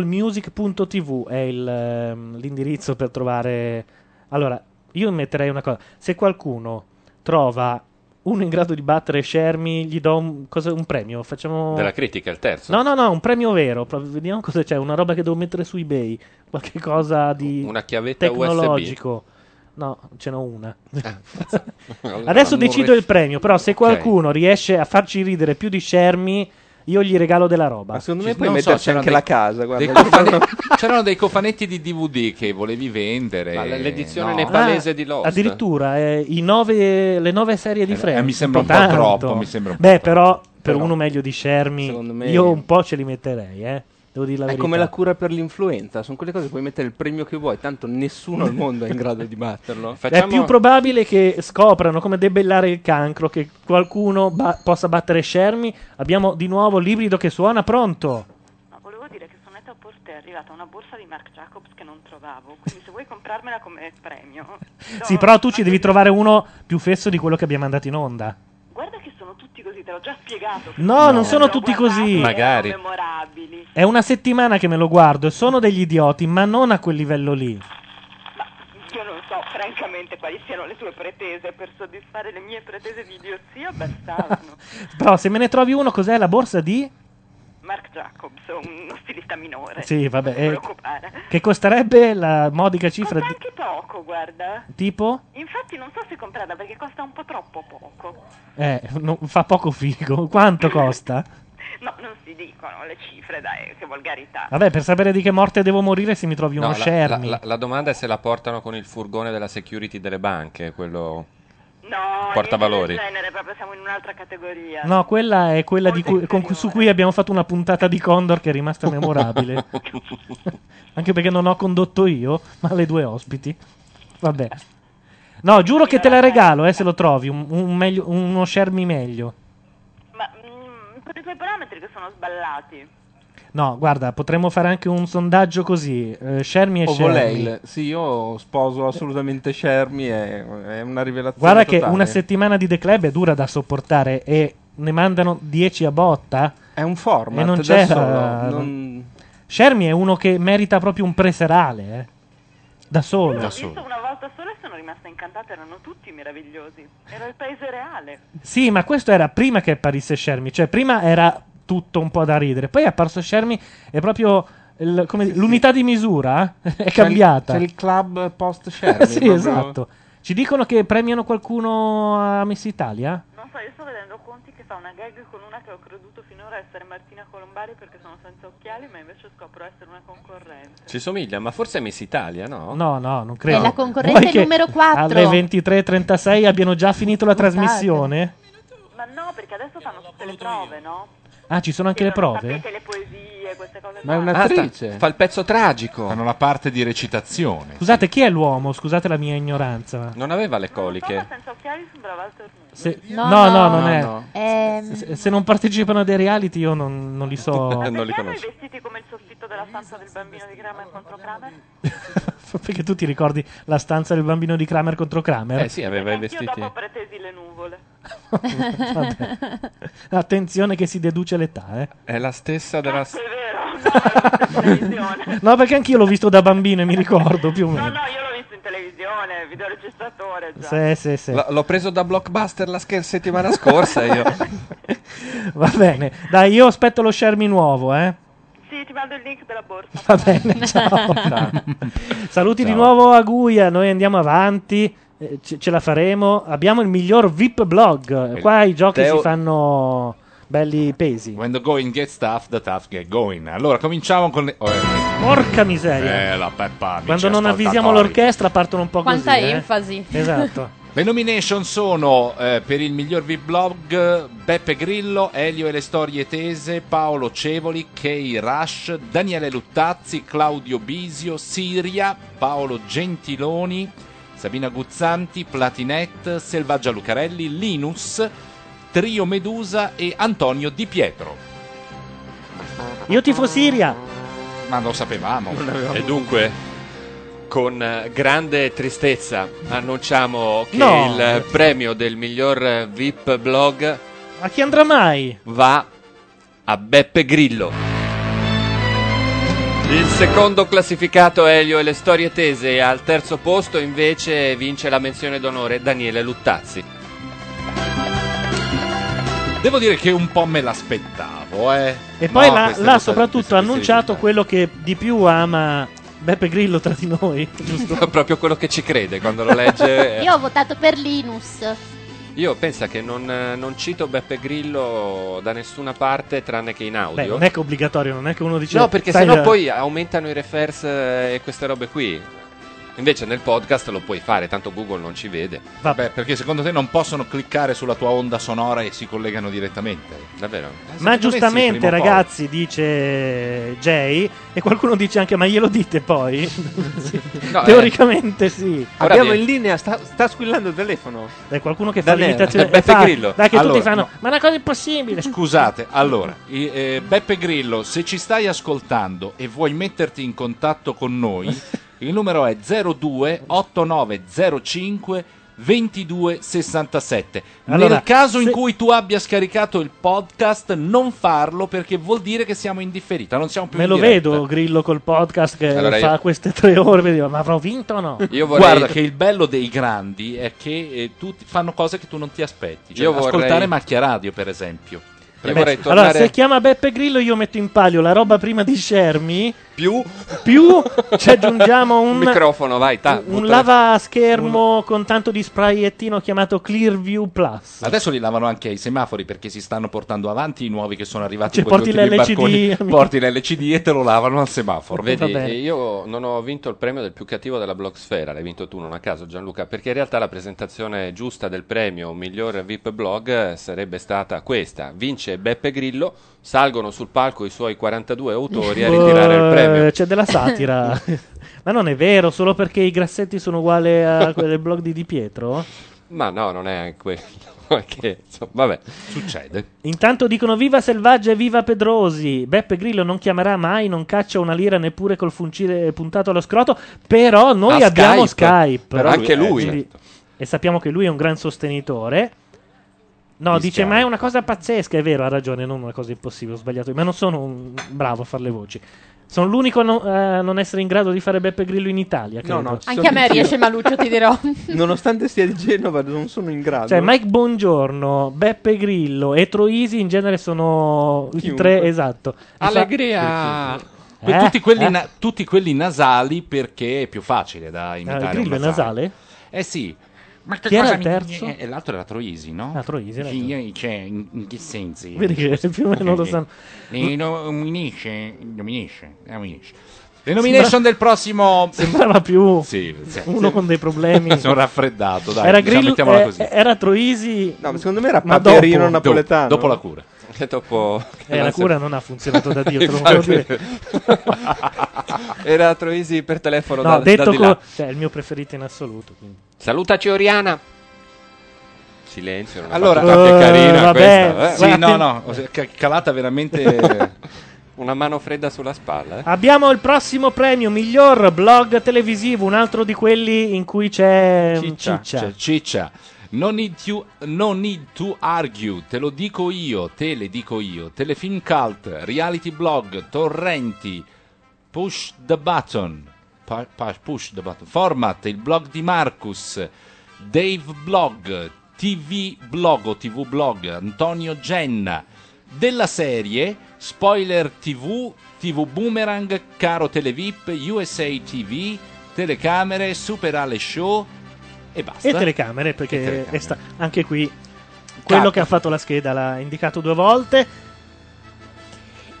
Speaker 1: tvdiariolmusic.tv è il, ehm, l'indirizzo per trovare... Allora, io metterei una cosa, se qualcuno trova uno in grado di battere Shermy, gli do un, cosa- un premio, facciamo...
Speaker 4: Della critica, il terzo.
Speaker 1: No, no, no, un premio vero, pro- vediamo cosa c'è, una roba che devo mettere su eBay, qualche cosa di
Speaker 4: Una chiavetta
Speaker 1: tecnologico. No, ce n'ho una.
Speaker 4: Eh,
Speaker 1: <laughs>
Speaker 4: Allora
Speaker 1: Adesso
Speaker 4: non
Speaker 1: decido
Speaker 4: ris-
Speaker 1: il premio, però se qualcuno riesce a farci ridere più di Shermy, io gli regalo della roba. Ma
Speaker 5: secondo
Speaker 3: Non so, c'erano dei- dei cofane- <laughs> c'erano dei cofanetti di DVD che volevi vendere.
Speaker 4: Ma l- l'edizione
Speaker 3: No.
Speaker 4: nepalese di Lost.
Speaker 1: Ah, Addirittura eh, i nove- le nove serie di
Speaker 3: Eh,
Speaker 1: Friends.
Speaker 3: mi sembra un po'
Speaker 1: tanto.
Speaker 3: troppo, mi sembra un po'
Speaker 1: Beh, però per
Speaker 5: Però,
Speaker 1: uno meglio di Shermy,
Speaker 5: secondo me-
Speaker 1: io un po' ce li metterei, eh. Devo dire la
Speaker 5: È
Speaker 1: verità.
Speaker 5: come la cura per l'influenza, sono quelle cose che puoi mettere il premio che vuoi, tanto nessuno al mondo è in grado di
Speaker 3: <laughs>
Speaker 5: batterlo.
Speaker 1: È più probabile che scoprano come debellare il cancro che qualcuno ba- possa battere Shermy. Abbiamo di nuovo l'ibrido che suona, pronto?
Speaker 15: No, volevo dire che su Net-a-Porter è arrivata una borsa di Marc Jacobs che non trovavo, quindi se vuoi comprarmela come premio... ti do-
Speaker 1: Sì, però tu ci devi trovare uno più fesso di quello che abbiamo mandato in onda.
Speaker 15: Guarda che sono tutti così, te l'ho già spiegato.
Speaker 1: No, non sono tutti così.
Speaker 15: Magari.
Speaker 1: È una settimana che me lo guardo e sono degli idioti, ma non a quel livello lì.
Speaker 15: Io non so francamente quali siano le tue pretese, per soddisfare le mie pretese di idiozia bastavano.
Speaker 1: <laughs> Però se me ne trovi uno, cos'è la borsa di?
Speaker 15: Mark Jacobs, uno stilista minore.
Speaker 1: Sì, vabbè.
Speaker 15: Non
Speaker 1: eh,
Speaker 15: preoccupare.
Speaker 1: che costerebbe la modica cifra di...
Speaker 15: Anche poco, guarda.
Speaker 1: Tipo?
Speaker 15: Infatti non so se comprarla perché costa un po' troppo poco.
Speaker 1: Eh, no, fa poco figo. Quanto costa?
Speaker 15: <laughs> No, non si dicono le cifre, dai, che volgarità.
Speaker 1: Vabbè, per sapere di che morte devo morire se mi trovi uno
Speaker 4: No, la, la-
Speaker 1: Shermy.
Speaker 4: la- la domanda è se la portano con il furgone della security delle banche, quello
Speaker 15: No,
Speaker 4: portavalori.
Speaker 15: niente del genere, proprio siamo in un'altra categoria.
Speaker 1: No, quella è quella di cui- con- su cui abbiamo fatto una puntata di Condor che è
Speaker 15: <laughs>
Speaker 1: rimasta memorabile. Anche perché non ho condotto io, ma le due ospiti. Vabbè. No, giuro che te la regalo, eh, se lo trovi. un- un meglio- uno Shermy meglio.
Speaker 15: Ma mm, per i tuoi parametri che sono sballati.
Speaker 1: No, guarda, potremmo fare anche un sondaggio così. eh, Shermy e
Speaker 5: O
Speaker 1: Shermy.
Speaker 5: voleil, sì, io sposo assolutamente Shermy, è, è una rivelazione.
Speaker 1: Guarda che
Speaker 5: totale.
Speaker 1: una settimana di The Club è dura da sopportare e ne mandano 10 a botta.
Speaker 5: È un format
Speaker 1: E non
Speaker 5: da
Speaker 1: c'era...
Speaker 5: solo, non-
Speaker 1: Shermy è uno che merita proprio un preserale, eh. Da solo.
Speaker 15: L'ho visto una volta sola e sono rimasta incantata, erano tutti meravigliosi. Era il paese reale.
Speaker 1: Sì, ma questo era prima che apparisse Shermy, cioè prima era tutto un po' da ridere, poi è apparso Shermy e proprio il- come dire, l'unità di misura eh? <laughs> è
Speaker 5: C'è il-
Speaker 1: cambiata.
Speaker 5: C'è il club
Speaker 1: <laughs>
Speaker 5: post Shermy.
Speaker 1: sì,
Speaker 5: proprio.
Speaker 1: esatto. Ci dicono che premiano qualcuno a Miss Italia?
Speaker 15: Non so, io sto vedendo Conti che fa una gag con una che ho creduto finora essere Martina Colombari perché sono senza occhiali, ma invece scopro essere una concorrente.
Speaker 4: Ci somiglia, ma forse è Miss Italia, no?
Speaker 1: No, no, non credo.
Speaker 15: È la concorrente
Speaker 1: Vuoi che
Speaker 15: numero quattro. Esatto.
Speaker 1: Alle 23.36 abbiano già finito la trasmissione?
Speaker 15: Ma no, perché adesso fanno tutte le prove, no?
Speaker 1: Ah, ci sono anche le prove?
Speaker 15: Sapete le poesie, queste cose
Speaker 1: Ma
Speaker 15: qua.
Speaker 1: è un'attrice.
Speaker 3: fa il pezzo tragico. Fanno la parte di recitazione.
Speaker 1: Scusate, chi è l'uomo? Scusate la mia ignoranza. ma-
Speaker 4: Non aveva le coliche.
Speaker 15: Senza occhiali sembrava Walter Nudo.
Speaker 1: Se-
Speaker 15: No,
Speaker 1: no, no,
Speaker 15: no. Ehm.
Speaker 1: non è.
Speaker 4: No,
Speaker 15: no.
Speaker 1: Se, se non partecipano a dei reality, io non, non li so.
Speaker 4: <laughs> Non li
Speaker 15: Perché
Speaker 4: conosco.
Speaker 15: voi vestiti come il soffitto della stanza del bambino di Kramer contro Kramer?
Speaker 1: <laughs> Perché tu ti ricordi la stanza del bambino di Kramer contro Kramer?
Speaker 4: Eh sì, aveva i
Speaker 15: Io dopo
Speaker 4: vestiti.
Speaker 15: ho pretesi le nuvole.
Speaker 1: <laughs> Vabbè. <laughs> Attenzione che si deduce l'età, eh.
Speaker 4: È la stessa
Speaker 15: Ah,
Speaker 4: della.
Speaker 1: No, perché anch'io l'ho visto da bambino e mi ricordo più o meno. Sì, sì, sì.
Speaker 4: L- l'ho preso da blockbuster la scher- settimana scorsa. Io.
Speaker 1: <laughs> Va bene. Dai, io aspetto lo Shermi nuovo, eh.
Speaker 15: Sì, ti mando il link della borsa.
Speaker 1: Va bene, ciao.
Speaker 15: Ciao.
Speaker 1: Saluti di
Speaker 15: Ciao.
Speaker 1: nuovo a Guia, noi andiamo avanti, eh, ce, ce la faremo. Abbiamo il miglior VIP blog. Qua i giochi
Speaker 3: Teo-
Speaker 1: si fanno belli pesi.
Speaker 3: When the going gets tough, the tough get going. Allora, cominciamo con... le- oh, eh.
Speaker 1: Porca miseria.
Speaker 3: Eh, la Peppa, amici
Speaker 1: Quando non avvisiamo
Speaker 3: ascoltatori.
Speaker 1: l'orchestra partono un po'
Speaker 7: Quanta
Speaker 1: così. eh.
Speaker 7: enfasi. <laughs>
Speaker 1: Esatto.
Speaker 3: Le nomination sono eh, per il miglior V-blog eh, Beppe Grillo, Elio e le storie tese, Paolo Cevoli, Kei Rush, Daniele Luttazzi, Claudio Bisio, Siria, Paolo Gentiloni, Sabina Guzzanti, Platinette, Selvaggia Lucarelli, Linus, Trio Medusa e Antonio Di Pietro.
Speaker 1: Io tifo Siria.
Speaker 3: Ma lo sapevamo.
Speaker 4: E dunque, con eh, grande tristezza, annunciamo che
Speaker 1: No.
Speaker 4: il eh, premio del miglior eh, VIP blog
Speaker 1: Ma chi andrà mai?
Speaker 4: va a Beppe Grillo. Il secondo classificato è Elio e le storie tese, e al terzo posto invece vince la menzione d'onore Daniele Luttazzi. <laughs>
Speaker 3: Devo dire che un po' me l'aspettavo, eh.
Speaker 1: E poi
Speaker 3: No,
Speaker 1: l'ha,
Speaker 3: queste-
Speaker 1: l'ha
Speaker 3: queste-
Speaker 1: soprattutto
Speaker 3: queste- queste-
Speaker 1: annunciato quello che di più ama Beppe Grillo tra di noi, <laughs> giusto?
Speaker 4: Proprio quello che ci crede quando
Speaker 7: <laughs>
Speaker 4: lo
Speaker 3: Cioè,
Speaker 4: legge. eh,
Speaker 7: Io ho votato per Linus.
Speaker 4: Io penso che non, eh, non cito Beppe Grillo da nessuna parte tranne che in
Speaker 1: Beh,
Speaker 4: audio.
Speaker 1: non è che è obbligatorio, non è che uno dice
Speaker 4: no, perché
Speaker 1: "Sai,
Speaker 4: sennò
Speaker 1: eh,
Speaker 4: poi aumentano i refers eh, e queste robe qui. Invece nel podcast lo puoi fare, tanto Google non ci vede.
Speaker 3: Vabbè, perché secondo te non possono cliccare sulla tua onda sonora e si collegano direttamente? Eh,
Speaker 4: Davvero?
Speaker 1: Ma giustamente, ragazzi, dice Jay, e qualcuno dice anche: Ma glielo dite poi? Sì.
Speaker 5: No,
Speaker 1: Teoricamente, sì.
Speaker 5: Abbiamo in linea, sta, sta squillando il telefono.
Speaker 1: Dai, qualcuno che fa
Speaker 5: Daniele.
Speaker 1: l'imitazione
Speaker 5: Beppe
Speaker 1: e fa-
Speaker 5: Grillo.
Speaker 1: Dai, che tutti
Speaker 3: Allora,
Speaker 1: fanno:
Speaker 3: no.
Speaker 1: Ma è una cosa impossibile.
Speaker 3: Scusate, allora, i- eh, Beppe Grillo, se ci stai ascoltando e vuoi metterti in contatto con
Speaker 1: <laughs>
Speaker 3: noi, il numero è 02 8905 2267.
Speaker 1: Allora,
Speaker 3: Nel caso in
Speaker 1: se-
Speaker 3: cui tu abbia scaricato il podcast, non farlo perché vuol dire che siamo in differita, non siamo più
Speaker 1: Me
Speaker 3: in
Speaker 1: lo
Speaker 3: diretta.
Speaker 1: vedo Grillo col podcast che
Speaker 3: Allora,
Speaker 1: fa
Speaker 3: io-
Speaker 1: queste tre ore. per dire, Ma avrò vinto o no?
Speaker 3: Guarda che il bello dei grandi è che eh, tutti fanno cose che tu non ti aspetti. Cioè,
Speaker 4: Io vorrei-
Speaker 3: Ascoltare macchia radio, per esempio.
Speaker 4: Io vorrei
Speaker 1: Allora,
Speaker 4: tornare-
Speaker 1: se chiama Beppe Grillo, io metto in palio la roba prima di Shermy.
Speaker 4: Più,
Speaker 1: più ci aggiungiamo un,
Speaker 3: <laughs>
Speaker 4: Un microfono, vai, ta,
Speaker 1: un
Speaker 4: buttala-
Speaker 1: lavaschermo con tanto di sprayettino chiamato Clearview Plus.
Speaker 3: Adesso li lavano anche ai semafori perché si stanno portando avanti i nuovi che sono arrivati.
Speaker 1: Cioè,
Speaker 3: con
Speaker 1: porti
Speaker 3: gli ultimi
Speaker 1: l'LCD,
Speaker 3: barconi.
Speaker 1: amico.
Speaker 3: porti l'LCD e te lo lavano al semaforo.
Speaker 4: Vedi, eh, io non ho vinto il premio del più cattivo della blogsphere, l'hai vinto tu non a caso Gianluca, perché in realtà la presentazione giusta del premio miglior VIP blog sarebbe stata questa. Vince Beppe Grillo, salgono sul palco i suoi 42
Speaker 1: <laughs>
Speaker 4: autori a ritirare il
Speaker 1: Eh,
Speaker 4: premio.
Speaker 1: C'è della satira. Ma non è vero, solo perché i grassetti sono uguali
Speaker 4: <laughs>
Speaker 1: a quelli del blog di Di Pietro?
Speaker 4: <laughs> Ma no, non è quello. <laughs> Che, insomma, vabbè,
Speaker 3: succede.
Speaker 1: Intanto dicono viva Selvaggia e viva Pedrosi. Beppe Grillo non chiamerà mai, non caccia una lira neppure col fucile puntato allo scroto. Però noi
Speaker 4: Ah,
Speaker 1: abbiamo
Speaker 4: Skype.
Speaker 1: Skype. Eh,
Speaker 4: Però anche lui.
Speaker 1: Quindi-
Speaker 4: Certo.
Speaker 1: E sappiamo che lui è un gran sostenitore. No,
Speaker 4: Di
Speaker 1: dice,
Speaker 4: Skype.
Speaker 1: ma è una cosa pazzesca, è vero, ha ragione, non una cosa impossibile, ho sbagliato, ma non sono un- bravo a fare le voci. Sono l'unico a non- eh, a non essere in grado di fare Beppe Grillo in Italia, credo.
Speaker 5: no,
Speaker 7: Anche a me riesce Maluccio, ti dirò.
Speaker 5: Nonostante sia di Genova, non sono in grado.
Speaker 1: Cioè, Mike Buongiorno, Beppe Grillo e Troisi in genere sono i
Speaker 5: Chiunque.
Speaker 1: tre, esatto. Mi fa-
Speaker 4: Allegria!
Speaker 3: Per
Speaker 1: Eh,
Speaker 3: tutti, quelli
Speaker 1: eh.
Speaker 3: na- tutti quelli nasali perché è più facile da imitare.
Speaker 1: Grillo
Speaker 3: un
Speaker 1: è Eh, nasale?
Speaker 3: Eh sì. Ma che
Speaker 1: Chi era
Speaker 3: cosa
Speaker 1: il terzo?
Speaker 3: Mi... eh, L'altro era Troisi, no?
Speaker 1: Ah, Troisi, era
Speaker 3: Sì, io- cioè, in, in che sensi? Eh,
Speaker 1: Vedi che più o meno lo sanno.
Speaker 3: Le nomination, nomination, nomination. Le nomination del prossimo...
Speaker 1: Sembrava più uno con dei problemi.
Speaker 3: Sono raffreddato, dai.
Speaker 1: Era,
Speaker 3: diciamo,
Speaker 1: Grill-
Speaker 3: mettiamola
Speaker 1: eh,
Speaker 3: così.
Speaker 1: era Troisi. No,
Speaker 5: secondo me era
Speaker 3: Paperino napoletano. dopo la
Speaker 1: <laughs>
Speaker 3: cura.
Speaker 4: E <laughs> dopo...
Speaker 1: Eh, la cura non ha funzionato da Dio, te
Speaker 4: <laughs>
Speaker 1: lo volevo
Speaker 4: Infatti.
Speaker 1: dire.
Speaker 4: <laughs> Era Troisi per telefono
Speaker 1: No,
Speaker 4: da,
Speaker 1: detto
Speaker 4: da di là.
Speaker 1: co- cioè, è il mio preferito in assoluto. quindi.
Speaker 4: Salutaci Oriana. Silenzio, non
Speaker 3: Allora,
Speaker 4: che carina
Speaker 3: vabbè,
Speaker 4: questa. eh.
Speaker 3: sì,
Speaker 4: <laughs>
Speaker 3: no, no, ca- calata veramente...
Speaker 1: <laughs>
Speaker 3: <laughs>
Speaker 4: Una mano fredda sulla spalla. eh.
Speaker 1: Abbiamo il prossimo premio, miglior blog televisivo, un altro di quelli in cui c'è Ehm, Ciccia.
Speaker 3: Cioè, ciccia. No need, to, no need to argue, te lo dico io, te le dico io. Telefilm cult, reality blog, torrenti, push the button, pa- pa- push the button, format, il blog di Marcus, Dave blog, TV blog o TV blog, Antonio Genna, della serie Spoiler TV, TV Boomerang, Caro Televip, USA TV, Telecamere, Super Ale Show e basta.
Speaker 1: E telecamere, perché
Speaker 3: E telecamere.
Speaker 1: è sta- anche qui quello
Speaker 3: Capo.
Speaker 1: che ha fatto la scheda l'ha indicato due volte.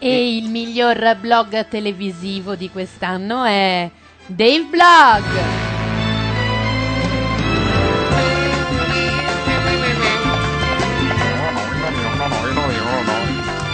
Speaker 2: <laughs> E il miglior blog televisivo di quest'anno è Dave Blog.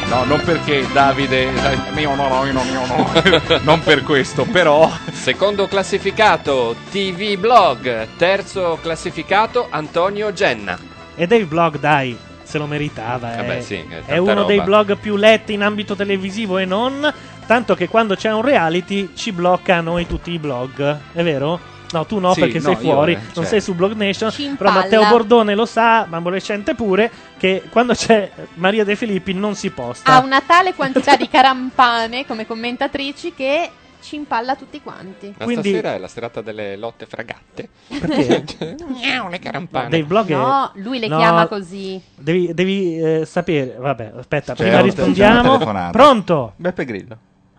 Speaker 3: No, non perché Davide. eh, Mio no, no, no, mio no. non per questo, però.
Speaker 4: Secondo classificato TV Blog, terzo classificato Antonio Genna.
Speaker 1: E Dave Blog, dai, se lo meritava.
Speaker 4: Eh beh,
Speaker 1: è,
Speaker 4: sì, è tanta
Speaker 1: è uno dei
Speaker 4: roba.
Speaker 1: blog più letti in ambito televisivo e non. Tanto che quando c'è un reality ci blocca a noi tutti i blog, è vero? No, tu no,
Speaker 4: Sì,
Speaker 1: perché
Speaker 4: no,
Speaker 1: sei
Speaker 4: io,
Speaker 1: fuori,
Speaker 4: eh,
Speaker 1: non
Speaker 4: cioè.
Speaker 1: sei su Blog Nation. Però
Speaker 2: impalla.
Speaker 1: Matteo Bordone lo sa, ma Bolescente pure, che quando c'è Maria De Filippi non si posta.
Speaker 3: Ah.
Speaker 2: Ha una tale quantità di carampane come commentatrici che ci impalla tutti quanti.
Speaker 4: Ma
Speaker 1: Quindi-
Speaker 4: stasera è la serata delle lotte fragatte.
Speaker 1: Perché?
Speaker 4: <laughs> Miau, le carampane.
Speaker 1: Dave Blog è-
Speaker 2: No, lui le
Speaker 1: no,
Speaker 2: chiama così.
Speaker 1: Devi, devi, eh, sapere. Vabbè, aspetta,
Speaker 5: C'è
Speaker 1: prima
Speaker 5: una- c'è una
Speaker 1: rispondiamo.
Speaker 5: telefonata.
Speaker 1: Pronto?
Speaker 5: Beppe Grillo.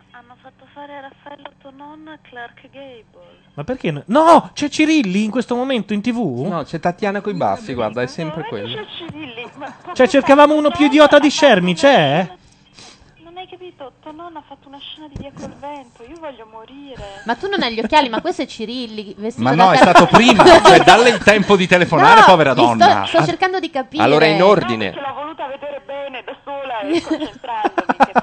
Speaker 15: Hanno fatto fare a Raffaello Tonon Clark Gable.
Speaker 1: Ma perché? No, no c'è Cirilli in questo momento in tv?
Speaker 5: No, c'è Tatiana coi bassi, guarda, è sempre quello.
Speaker 15: Cirilli, ma
Speaker 1: Cioè, cercavamo uno più idiota di Scermi, c'è?
Speaker 15: non hai capito? Tonon ha fatto una scena di Via col vento, io voglio morire.
Speaker 2: Ma tu non hai gli occhiali, ma questo è Cirilli. vestito
Speaker 3: Ma
Speaker 2: da
Speaker 3: no, è
Speaker 2: tar-
Speaker 3: stato
Speaker 7: <laughs>
Speaker 3: prima. Cioè, dalle il tempo di telefonare,
Speaker 2: No,
Speaker 3: povera
Speaker 2: vi
Speaker 3: donna. Ah.
Speaker 2: Sto, sto cercando di capire.
Speaker 3: Allora è in ordine.
Speaker 2: eh,
Speaker 7: <laughs>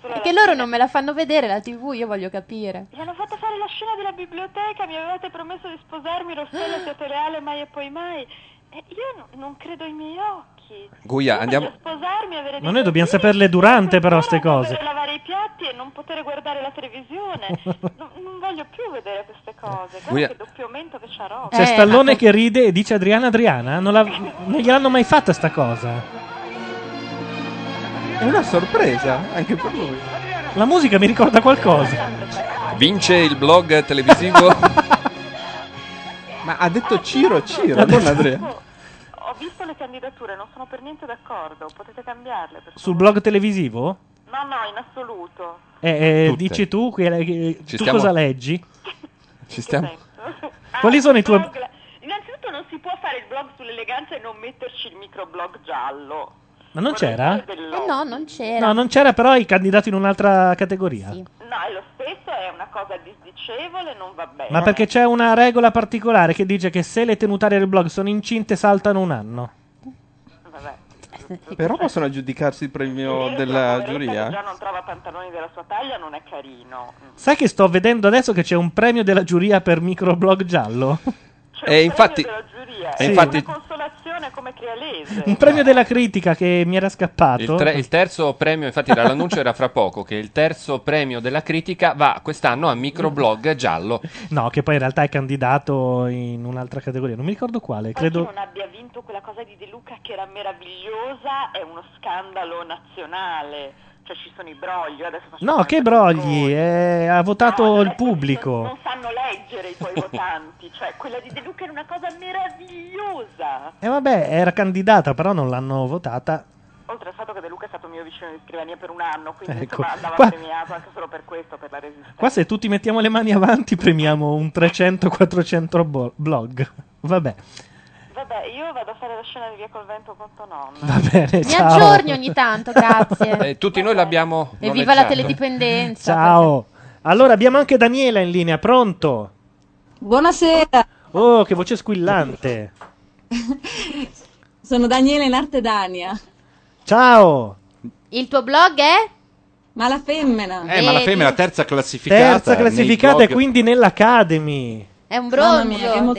Speaker 2: Perché loro non me la fanno vedere la TV, io voglio capire.
Speaker 15: Mi hanno fatto fare la scena della biblioteca, mi avevate promesso di sposarmi, Rossella, siete reale, mai e poi mai. E io no- non credo ai miei occhi.
Speaker 4: Guia,
Speaker 1: andiamo-
Speaker 15: Voglio sposarmi, avere
Speaker 1: Ma noi dobbiamo saperle durante, però, ste cose.
Speaker 15: poter lavare i piatti e non poter guardare la
Speaker 1: <laughs>
Speaker 15: televisione. No- non voglio più vedere queste cose. Guarda
Speaker 1: Guia-
Speaker 15: che doppio mento che c'ha roba.
Speaker 1: C'è Stallone che ride e dice Adriana Adriana? Non, la- non gliel'hanno mai fatta sta cosa.
Speaker 5: È una sorpresa, anche per lui.
Speaker 1: La musica mi ricorda qualcosa.
Speaker 4: Vince il blog televisivo.
Speaker 5: Ma ha detto Ciro, Ciro, non Andrea.
Speaker 15: Ecco, Ho visto le candidature, non sono per niente d'accordo. Potete cambiarle. Per...
Speaker 1: Sul blog televisivo?
Speaker 15: No, no, in assoluto.
Speaker 1: Eh, eh,
Speaker 15: Tutte.
Speaker 1: dici tu, qui- eh, tu
Speaker 4: stiamo-
Speaker 1: cosa leggi?
Speaker 4: Ci stiamo.
Speaker 1: <laughs> Quali sono i tuoi.
Speaker 15: Ah, Innanzitutto non si può fare il blog sull'eleganza e non metterci il microblog giallo.
Speaker 1: Ma non c'era?
Speaker 2: Eh no, non c'era.
Speaker 1: No, non c'era, però hai candidato in un'altra categoria.
Speaker 15: No, è lo stesso, è una cosa disdicevole, non va bene.
Speaker 1: Ma perché c'è una regola particolare che dice che se le tenutarie del blog sono incinte saltano un anno.
Speaker 15: Vabbè.
Speaker 5: Però possono aggiudicarsi il premio della
Speaker 1: Eh?
Speaker 5: giuria?
Speaker 15: Non trova pantaloni della sua taglia, non è carino.
Speaker 1: Sai che sto vedendo adesso che c'è un premio della giuria per microblog giallo?
Speaker 4: <laughs> E infatti.
Speaker 15: Giuria,
Speaker 1: Sì.
Speaker 15: è
Speaker 1: infatti-
Speaker 15: una consolazione come crealese.
Speaker 1: Un premio della critica che mi era scappato.
Speaker 4: Il, tre- il terzo premio, infatti era- l'annuncio era fra poco, che il terzo premio della critica va quest'anno a microblog giallo.
Speaker 1: No, che poi in realtà è candidato in un'altra categoria, non mi ricordo quale, credo.
Speaker 15: Non abbia vinto quella cosa di De Luca che era meravigliosa, è uno scandalo nazionale. Cioè ci sono i brogli, io adesso faccio
Speaker 1: No, che brogli, eh,
Speaker 15: Ah,
Speaker 1: ha votato il pubblico.
Speaker 15: non sanno leggere i tuoi
Speaker 1: <laughs>
Speaker 15: votanti, cioè quella di De Luca era una cosa meravigliosa.
Speaker 1: Eh, E vabbè, era candidata, però non l'hanno votata.
Speaker 15: Oltre al fatto che De Luca è stato mio vicino di scrivania per un anno, quindi
Speaker 1: Ecco.
Speaker 15: insomma, andava
Speaker 1: Qua-
Speaker 15: premiato anche solo per questo, per la resistenza.
Speaker 1: Qua se tutti mettiamo le mani avanti premiamo un 300-400 bo- blog. Vabbè,
Speaker 15: Vabbè, io vado a fare la scena di Via col vento con tuo nonno.
Speaker 1: va bene,
Speaker 7: Mi
Speaker 1: ciao.
Speaker 7: aggiorni ogni tanto,
Speaker 1: <laughs>
Speaker 7: grazie.
Speaker 4: Eh, tutti noi l'abbiamo.
Speaker 7: E viva la
Speaker 4: noleggiato.
Speaker 7: teledipendenza.
Speaker 1: Ciao. Allora abbiamo anche Daniela in linea, pronto?
Speaker 20: Buonasera,
Speaker 1: Oh, che voce squillante.
Speaker 20: sono Daniela in Arte Dania.
Speaker 1: Ciao.
Speaker 7: Il tuo blog è?
Speaker 20: Ma la femmina.
Speaker 3: Eh, ma la femmina è la terza classificata.
Speaker 1: Terza
Speaker 3: nei
Speaker 1: classificata e
Speaker 3: blog.
Speaker 1: quindi nell'Academy.
Speaker 7: È un
Speaker 20: Mamma
Speaker 7: bronzo.
Speaker 20: mia, che emo-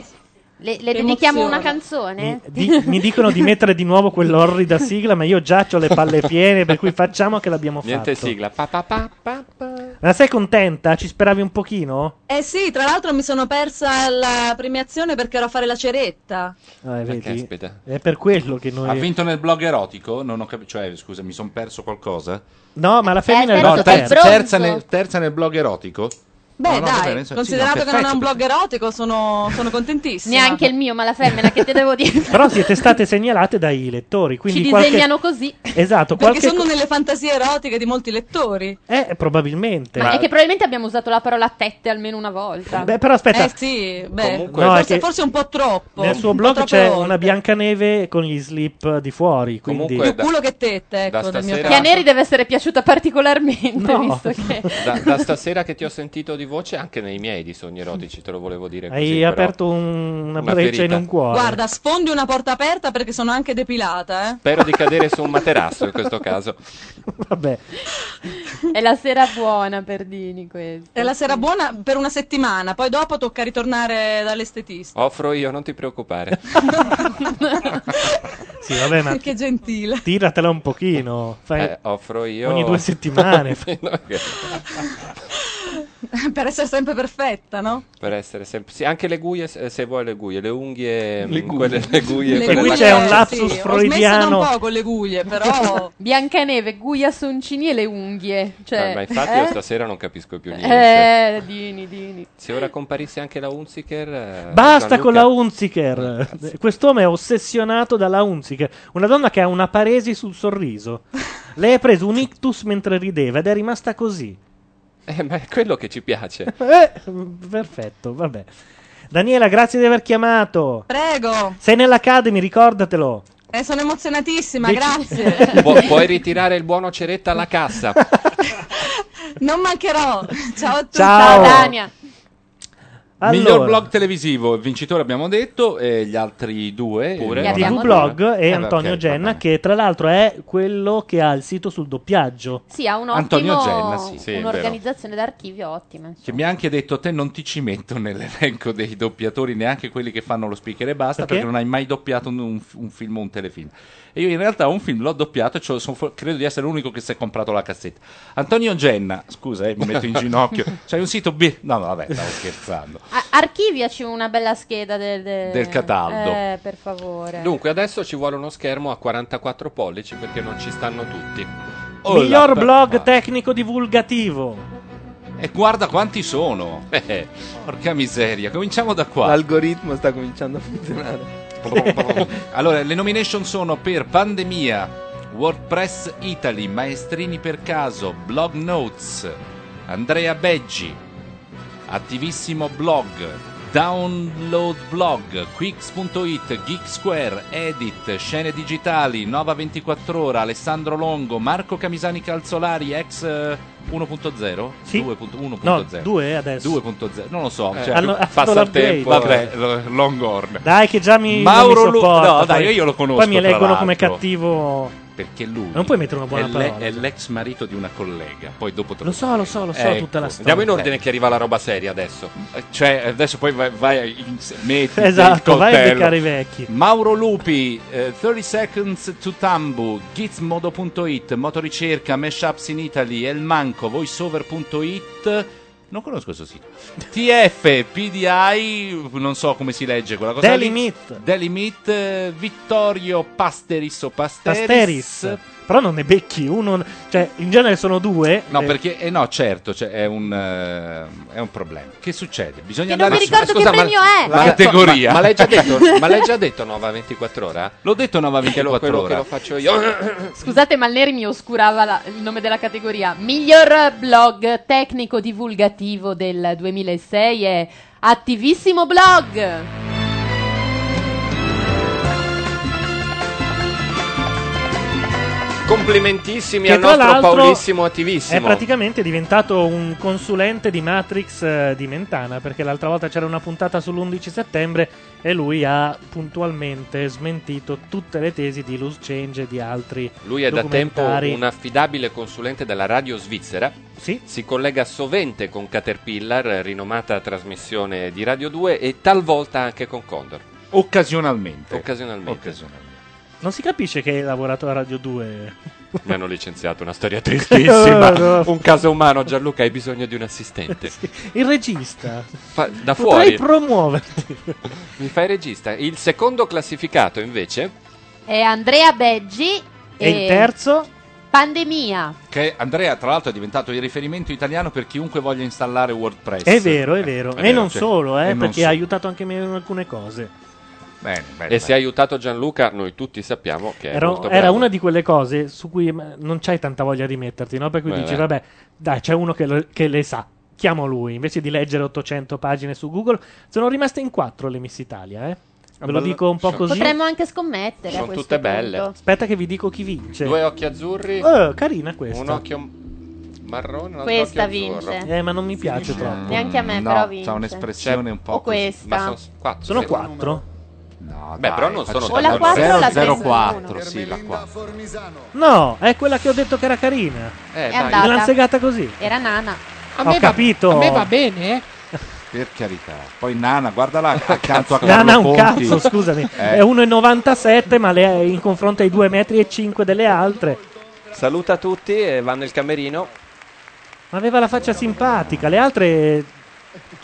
Speaker 7: le le dedichiamo
Speaker 20: emozione.
Speaker 7: una canzone?
Speaker 1: Di- mi dicono di mettere di nuovo quell'orrida sigla, ma io già ho le palle piene, per cui facciamo che l'abbiamo
Speaker 4: Niente
Speaker 1: fatto.
Speaker 4: sigla. Pa, pa, pa, pa, pa.
Speaker 1: Ma sei contenta? Ci speravi un pochino?
Speaker 20: Eh sì, tra l'altro mi sono persa la premiazione perché ero a fare la ceretta.
Speaker 1: Eh, vedi?
Speaker 4: caspita.
Speaker 1: È per quello che
Speaker 4: Ah,
Speaker 1: noi...
Speaker 3: Ha vinto nel blog erotico? Non ho capito. Cioè, scusa, mi sono perso qualcosa?
Speaker 1: No, ma la femmina
Speaker 7: Eh,
Speaker 1: è
Speaker 3: No,
Speaker 1: la
Speaker 3: ter-
Speaker 1: terza.
Speaker 3: terza, nel, terza nel blog erotico?
Speaker 20: Beh,
Speaker 3: No, no, va
Speaker 20: dai,
Speaker 3: bene, insomma, sì, no,
Speaker 20: considerato che non è
Speaker 3: perfetto,
Speaker 20: un blog erotico, sono, sono contentissima.
Speaker 7: Neanche il mio, ma la femmina, che te devo dire?
Speaker 1: Però siete state segnalate dai lettori, quindi
Speaker 7: Ci
Speaker 1: qualche...
Speaker 7: disegnano così.
Speaker 1: Esatto,
Speaker 20: Perché
Speaker 1: qualche...
Speaker 20: sono
Speaker 1: co-
Speaker 20: nelle fantasie erotiche di molti lettori.
Speaker 1: Eh, probabilmente.
Speaker 7: Ma è che probabilmente abbiamo usato la parola tette almeno una volta.
Speaker 1: Beh, però aspetta.
Speaker 20: Eh sì, beh,
Speaker 1: Comunque- No, è
Speaker 20: forse,
Speaker 1: che-
Speaker 20: forse un po' troppo.
Speaker 1: Nel suo
Speaker 20: Un po'
Speaker 1: blog
Speaker 20: troppo
Speaker 1: c'è
Speaker 20: oltre.
Speaker 1: una Biancaneve con gli slip di fuori, quindi...
Speaker 4: Comunque,
Speaker 20: Più culo che tette,
Speaker 4: da
Speaker 20: ecco, nel mio
Speaker 4: stasera-
Speaker 20: caso.
Speaker 7: Che a Neri deve essere piaciuta particolarmente,
Speaker 1: No.
Speaker 7: visto che...
Speaker 4: Da, da stasera che ti ho sentito di voce, anche nei miei di sogni erotici, te lo volevo dire. Così,
Speaker 1: Hai
Speaker 4: però.
Speaker 1: aperto un- una,
Speaker 4: Una
Speaker 1: breccia
Speaker 4: ferita.
Speaker 1: in un cuore.
Speaker 20: Guarda, sfondi una porta aperta perché sono anche depilata, eh.
Speaker 4: Spero di cadere su un materasso in questo caso.
Speaker 1: Vabbè.
Speaker 7: È la sera buona, Perdini, questo.
Speaker 20: È la sera buona per una settimana, poi dopo tocca ritornare dall'estetista.
Speaker 4: Offro io, non ti preoccupare.
Speaker 1: Sì, vabbè, ma
Speaker 20: <laughs> Che gentile.
Speaker 1: tiratela un pochino. Fai...
Speaker 4: Eh, offro io.
Speaker 1: Ogni due settimane.
Speaker 4: <laughs> No, che-
Speaker 20: per essere sempre perfetta, no?
Speaker 4: per essere sempre. Sì, anche le guie, se se vuoi le guie, le unghie.
Speaker 1: Le
Speaker 4: mh,
Speaker 1: guie.
Speaker 4: Quelle, le guie
Speaker 1: Le
Speaker 4: quelle
Speaker 1: guie
Speaker 4: là-
Speaker 1: c'è un lapsus
Speaker 20: sì, Ho smesso da
Speaker 1: freudiano.
Speaker 20: un po' con le guglie,
Speaker 1: <laughs>
Speaker 4: <laughs>
Speaker 20: però...
Speaker 7: Biancaneve, Guia Soncini e le unghie. Cioè,
Speaker 4: Ah, ma infatti
Speaker 7: eh?
Speaker 4: io stasera non capisco più niente.
Speaker 7: Eh, Dini, Dini.
Speaker 4: Se ora comparisse anche la Unziker. eh,
Speaker 1: Basta
Speaker 4: Gianluca- Eh,
Speaker 1: con la Unziker. Quest'uomo è ossessionato dalla Unziker. Una donna che ha una paresi sul
Speaker 4: <laughs>
Speaker 1: sorriso. Lei ha preso un ictus mentre rideva ed è rimasta così.
Speaker 4: Eh, ma è quello che ci piace.
Speaker 1: Eh, <laughs> perfetto, vabbè. Daniela, grazie di aver chiamato.
Speaker 20: Prego,
Speaker 1: Sei nell'Academy, ricordatelo.
Speaker 20: eh, sono emozionatissima,
Speaker 1: Dici-
Speaker 20: grazie.
Speaker 1: <laughs>
Speaker 4: Pu- puoi ritirare il buono ceretta alla cassa.
Speaker 20: Non
Speaker 1: <laughs>
Speaker 20: mancherò. Ciao a tutti.
Speaker 1: Ciao. Ciao,
Speaker 7: Dania.
Speaker 3: Miglior
Speaker 1: Allora.
Speaker 3: blog televisivo, il vincitore abbiamo detto, e gli altri due.
Speaker 1: Di
Speaker 3: eh,
Speaker 1: Di
Speaker 3: Monaco.
Speaker 1: Blog e
Speaker 3: Eh, beh,
Speaker 1: Antonio
Speaker 3: ok, va
Speaker 1: Genna,
Speaker 3: bene.
Speaker 1: che tra l'altro è quello che ha il sito sul doppiaggio.
Speaker 7: Sì, ha un
Speaker 3: Antonio
Speaker 7: ottimo...
Speaker 3: Genna, sì, sì, è vero.
Speaker 7: un'organizzazione d'archivio ottima.
Speaker 3: Che mi ha anche detto, te non ti ci metto <laughs> nell'elenco dei doppiatori, neanche quelli che fanno lo speaker e basta,
Speaker 1: Perché?
Speaker 3: perché, non hai mai doppiato un, un- un film o un telefilm. E io in realtà un film l'ho doppiato e c'ho- son fo- credo di essere l'unico che si è comprato la cassetta. Antonio Genna, scusa, eh, mi metto in ginocchio. C'hai un sito B? No, no, vabbè, stavo scherzando.
Speaker 7: A- archiviaci una bella scheda del...
Speaker 3: Del cataldo.
Speaker 7: Eh, per favore.
Speaker 4: Dunque, adesso ci vuole uno schermo a 44 pollici perché non ci stanno tutti.
Speaker 3: Oh,
Speaker 1: Miglior blog tecnico divulgativo.
Speaker 3: E guarda quanti sono. <laughs> Eh, porca miseria, cominciamo da qua.
Speaker 5: L'algoritmo sta cominciando a funzionare.
Speaker 3: allora, le nomination sono per Pandemia, WordPress Italy, Maestrini per caso, Blog Notes, Andrea Beggi, Attivissimo Blog, Download Blog, Quicks.it, Geek Square, Edit, Scene Digitali, Nova 24 Ora, Alessandro Longo, Marco Camisani Calzolari, ex eh, 1.0?
Speaker 1: Sì.
Speaker 3: 2.1.0.
Speaker 1: No, due adesso.
Speaker 3: 2.0 non lo so,
Speaker 1: Eh,
Speaker 3: cioè,
Speaker 1: hanno- hanno fatto
Speaker 3: passa il
Speaker 1: l'upgrade.
Speaker 3: tempo. eh. Vabbè, lo- Longhorn.
Speaker 1: Dai, che già mi.
Speaker 3: Mauro
Speaker 1: non mi
Speaker 3: Lu-
Speaker 1: sopporta,
Speaker 3: No, dai,
Speaker 1: poi-
Speaker 3: io, io lo conosco.
Speaker 1: Poi mi
Speaker 3: tra
Speaker 1: eleggono come
Speaker 3: l'altro.
Speaker 1: cattivo.
Speaker 3: Perché lui
Speaker 1: Non puoi mettere una buona
Speaker 3: è, le-
Speaker 1: parola.
Speaker 3: è l'ex marito di una collega. Poi dopo te lo,
Speaker 1: Lo so, lo so, lo so,
Speaker 3: Ecco.
Speaker 1: tutta la storia.
Speaker 4: Andiamo in ordine che arriva la roba seria adesso.
Speaker 3: Cioè, adesso poi vai, vai in, metti il
Speaker 1: <laughs> Esatto, vai a
Speaker 3: coltello.
Speaker 1: beccare i vecchi.
Speaker 3: Mauro Lupi, eh, 30 Seconds to Tambu, Gizmodo.it, Motoricerca, Meshups in Italy, El Manco, Voiceover.it. Non conosco
Speaker 1: <laughs>
Speaker 3: questo sito. TF, PDI, non so come si legge quella cosa. lì.
Speaker 1: Delimit.
Speaker 3: Delimit, eh, Vittorio Pasteris o Pasteris.
Speaker 1: Pasteris. Però non ne becchi uno. Cioè, in genere sono due.
Speaker 3: No,
Speaker 1: eh,
Speaker 3: perché, eh no, certo, cioè, è, un, eh, è un problema. Che succede? Bisogna
Speaker 7: non
Speaker 3: andare
Speaker 7: mi
Speaker 3: su-
Speaker 7: ricordo
Speaker 3: scusa,
Speaker 7: che
Speaker 3: ma-
Speaker 7: premio è.
Speaker 3: La categoria.
Speaker 4: Ma, ma l'hai già detto,
Speaker 3: <laughs>
Speaker 4: ma l'hai già detto 9 a 24 ore?
Speaker 3: L'ho detto 9 a
Speaker 4: 24 ore. Quello che lo faccio io. <clears throat>
Speaker 2: Scusate, ma Neri mi oscurava la- il nome della categoria. Miglior blog tecnico divulgativo del 2006 è Attivissimo Blog.
Speaker 4: Complimentissimi
Speaker 1: Che
Speaker 4: al
Speaker 1: tra
Speaker 4: nostro
Speaker 1: l'altro
Speaker 4: Paolissimo
Speaker 1: È
Speaker 4: attivissimo.
Speaker 1: praticamente diventato un consulente di Matrix eh, di Mentana, perché l'altra volta c'era una puntata sull'11 settembre e lui ha puntualmente smentito tutte le tesi di Loose Change e di altri
Speaker 4: Lui è da tempo
Speaker 1: documentari.
Speaker 4: un affidabile consulente della radio svizzera. Si collega sovente con Caterpillar, eh, rinomata trasmissione di Radio 2, e talvolta anche con Condor.
Speaker 3: Occasionalmente.
Speaker 4: Occasionalmente.
Speaker 1: Non si capisce che hai lavorato a Radio 2.
Speaker 4: Mi hanno licenziato,
Speaker 1: <laughs>
Speaker 4: una storia tristissima.
Speaker 1: No, no.
Speaker 4: Un caso umano, Gianluca, hai bisogno di
Speaker 1: <laughs>
Speaker 4: un assistente.
Speaker 1: Il regista.
Speaker 4: Fa- da
Speaker 1: Potrei
Speaker 4: fuori. <laughs>
Speaker 1: promuoverti.
Speaker 4: Mi fai regista. Il secondo classificato, invece,
Speaker 2: È Andrea Beggi.
Speaker 4: E il terzo?
Speaker 2: Pandemia.
Speaker 3: Che Andrea, tra l'altro, è diventato il riferimento italiano per chiunque voglia installare WordPress.
Speaker 1: È vero, è vero.
Speaker 3: Eh,
Speaker 1: e
Speaker 3: è vero,
Speaker 1: non
Speaker 3: cioè,
Speaker 1: solo, eh,
Speaker 3: e non
Speaker 1: perché ha
Speaker 3: solo.
Speaker 1: aiutato anche me in alcune cose.
Speaker 4: e se ha aiutato Gianluca, noi tutti sappiamo che è
Speaker 1: Era,
Speaker 4: Eh, molto
Speaker 1: era
Speaker 4: bravo.
Speaker 1: una di quelle cose su cui ma, non c'hai tanta voglia di metterti, no? Per cui
Speaker 4: Beh,
Speaker 1: dici,
Speaker 4: beh.
Speaker 1: vabbè, dai, c'è uno che, lo- che le sa. Chiamo lui. Invece di leggere 800 pagine su Google, sono rimaste in quattro le Miss Italia, eh. Ve lo
Speaker 4: bello.
Speaker 1: dico un po'
Speaker 4: Sono-
Speaker 1: così.
Speaker 7: Potremmo anche scommettere. a
Speaker 4: Sono
Speaker 7: questo
Speaker 4: tutte belle.
Speaker 7: punto.
Speaker 1: Aspetta che vi dico chi vince.
Speaker 4: Due occhi azzurri.
Speaker 1: Oh, carina questa.
Speaker 4: Un occhio marrone, un altro
Speaker 7: Questa
Speaker 4: occhio azzurro.
Speaker 7: vince.
Speaker 1: Eh, ma non mi piace
Speaker 4: Mm,
Speaker 1: troppo.
Speaker 7: Neanche a me,
Speaker 3: No,
Speaker 7: Eh, però
Speaker 3: c'ha
Speaker 7: vince.
Speaker 3: un'espressione un po'
Speaker 7: O
Speaker 3: così.
Speaker 7: questa.
Speaker 3: Ma sono s- quattro.
Speaker 1: Sono
Speaker 3: Sì.
Speaker 1: quattro?
Speaker 3: No,
Speaker 4: Beh,
Speaker 3: dai,
Speaker 4: però non sono
Speaker 3: facciamo-
Speaker 4: O la quattro o la
Speaker 3: 004,
Speaker 4: tre
Speaker 3: sì, la 4.
Speaker 1: No, è quella che ho detto che era carina.
Speaker 4: Eh,
Speaker 2: È
Speaker 1: Me
Speaker 2: andata.
Speaker 1: l'hanno segata così.
Speaker 2: Era nana.
Speaker 1: Ho capito.
Speaker 4: bene, eh.
Speaker 3: Per carità. Poi Nana, guardala accanto a Carlo
Speaker 1: Nana un
Speaker 3: Ponti.
Speaker 1: cazzo, scusami.
Speaker 4: <laughs>
Speaker 3: Eh.
Speaker 1: È 1,97, ma le, in confronto ai 2,5 m delle altre.
Speaker 4: Saluta tutti e va nel camerino.
Speaker 1: Ma aveva la faccia simpatica. Le altre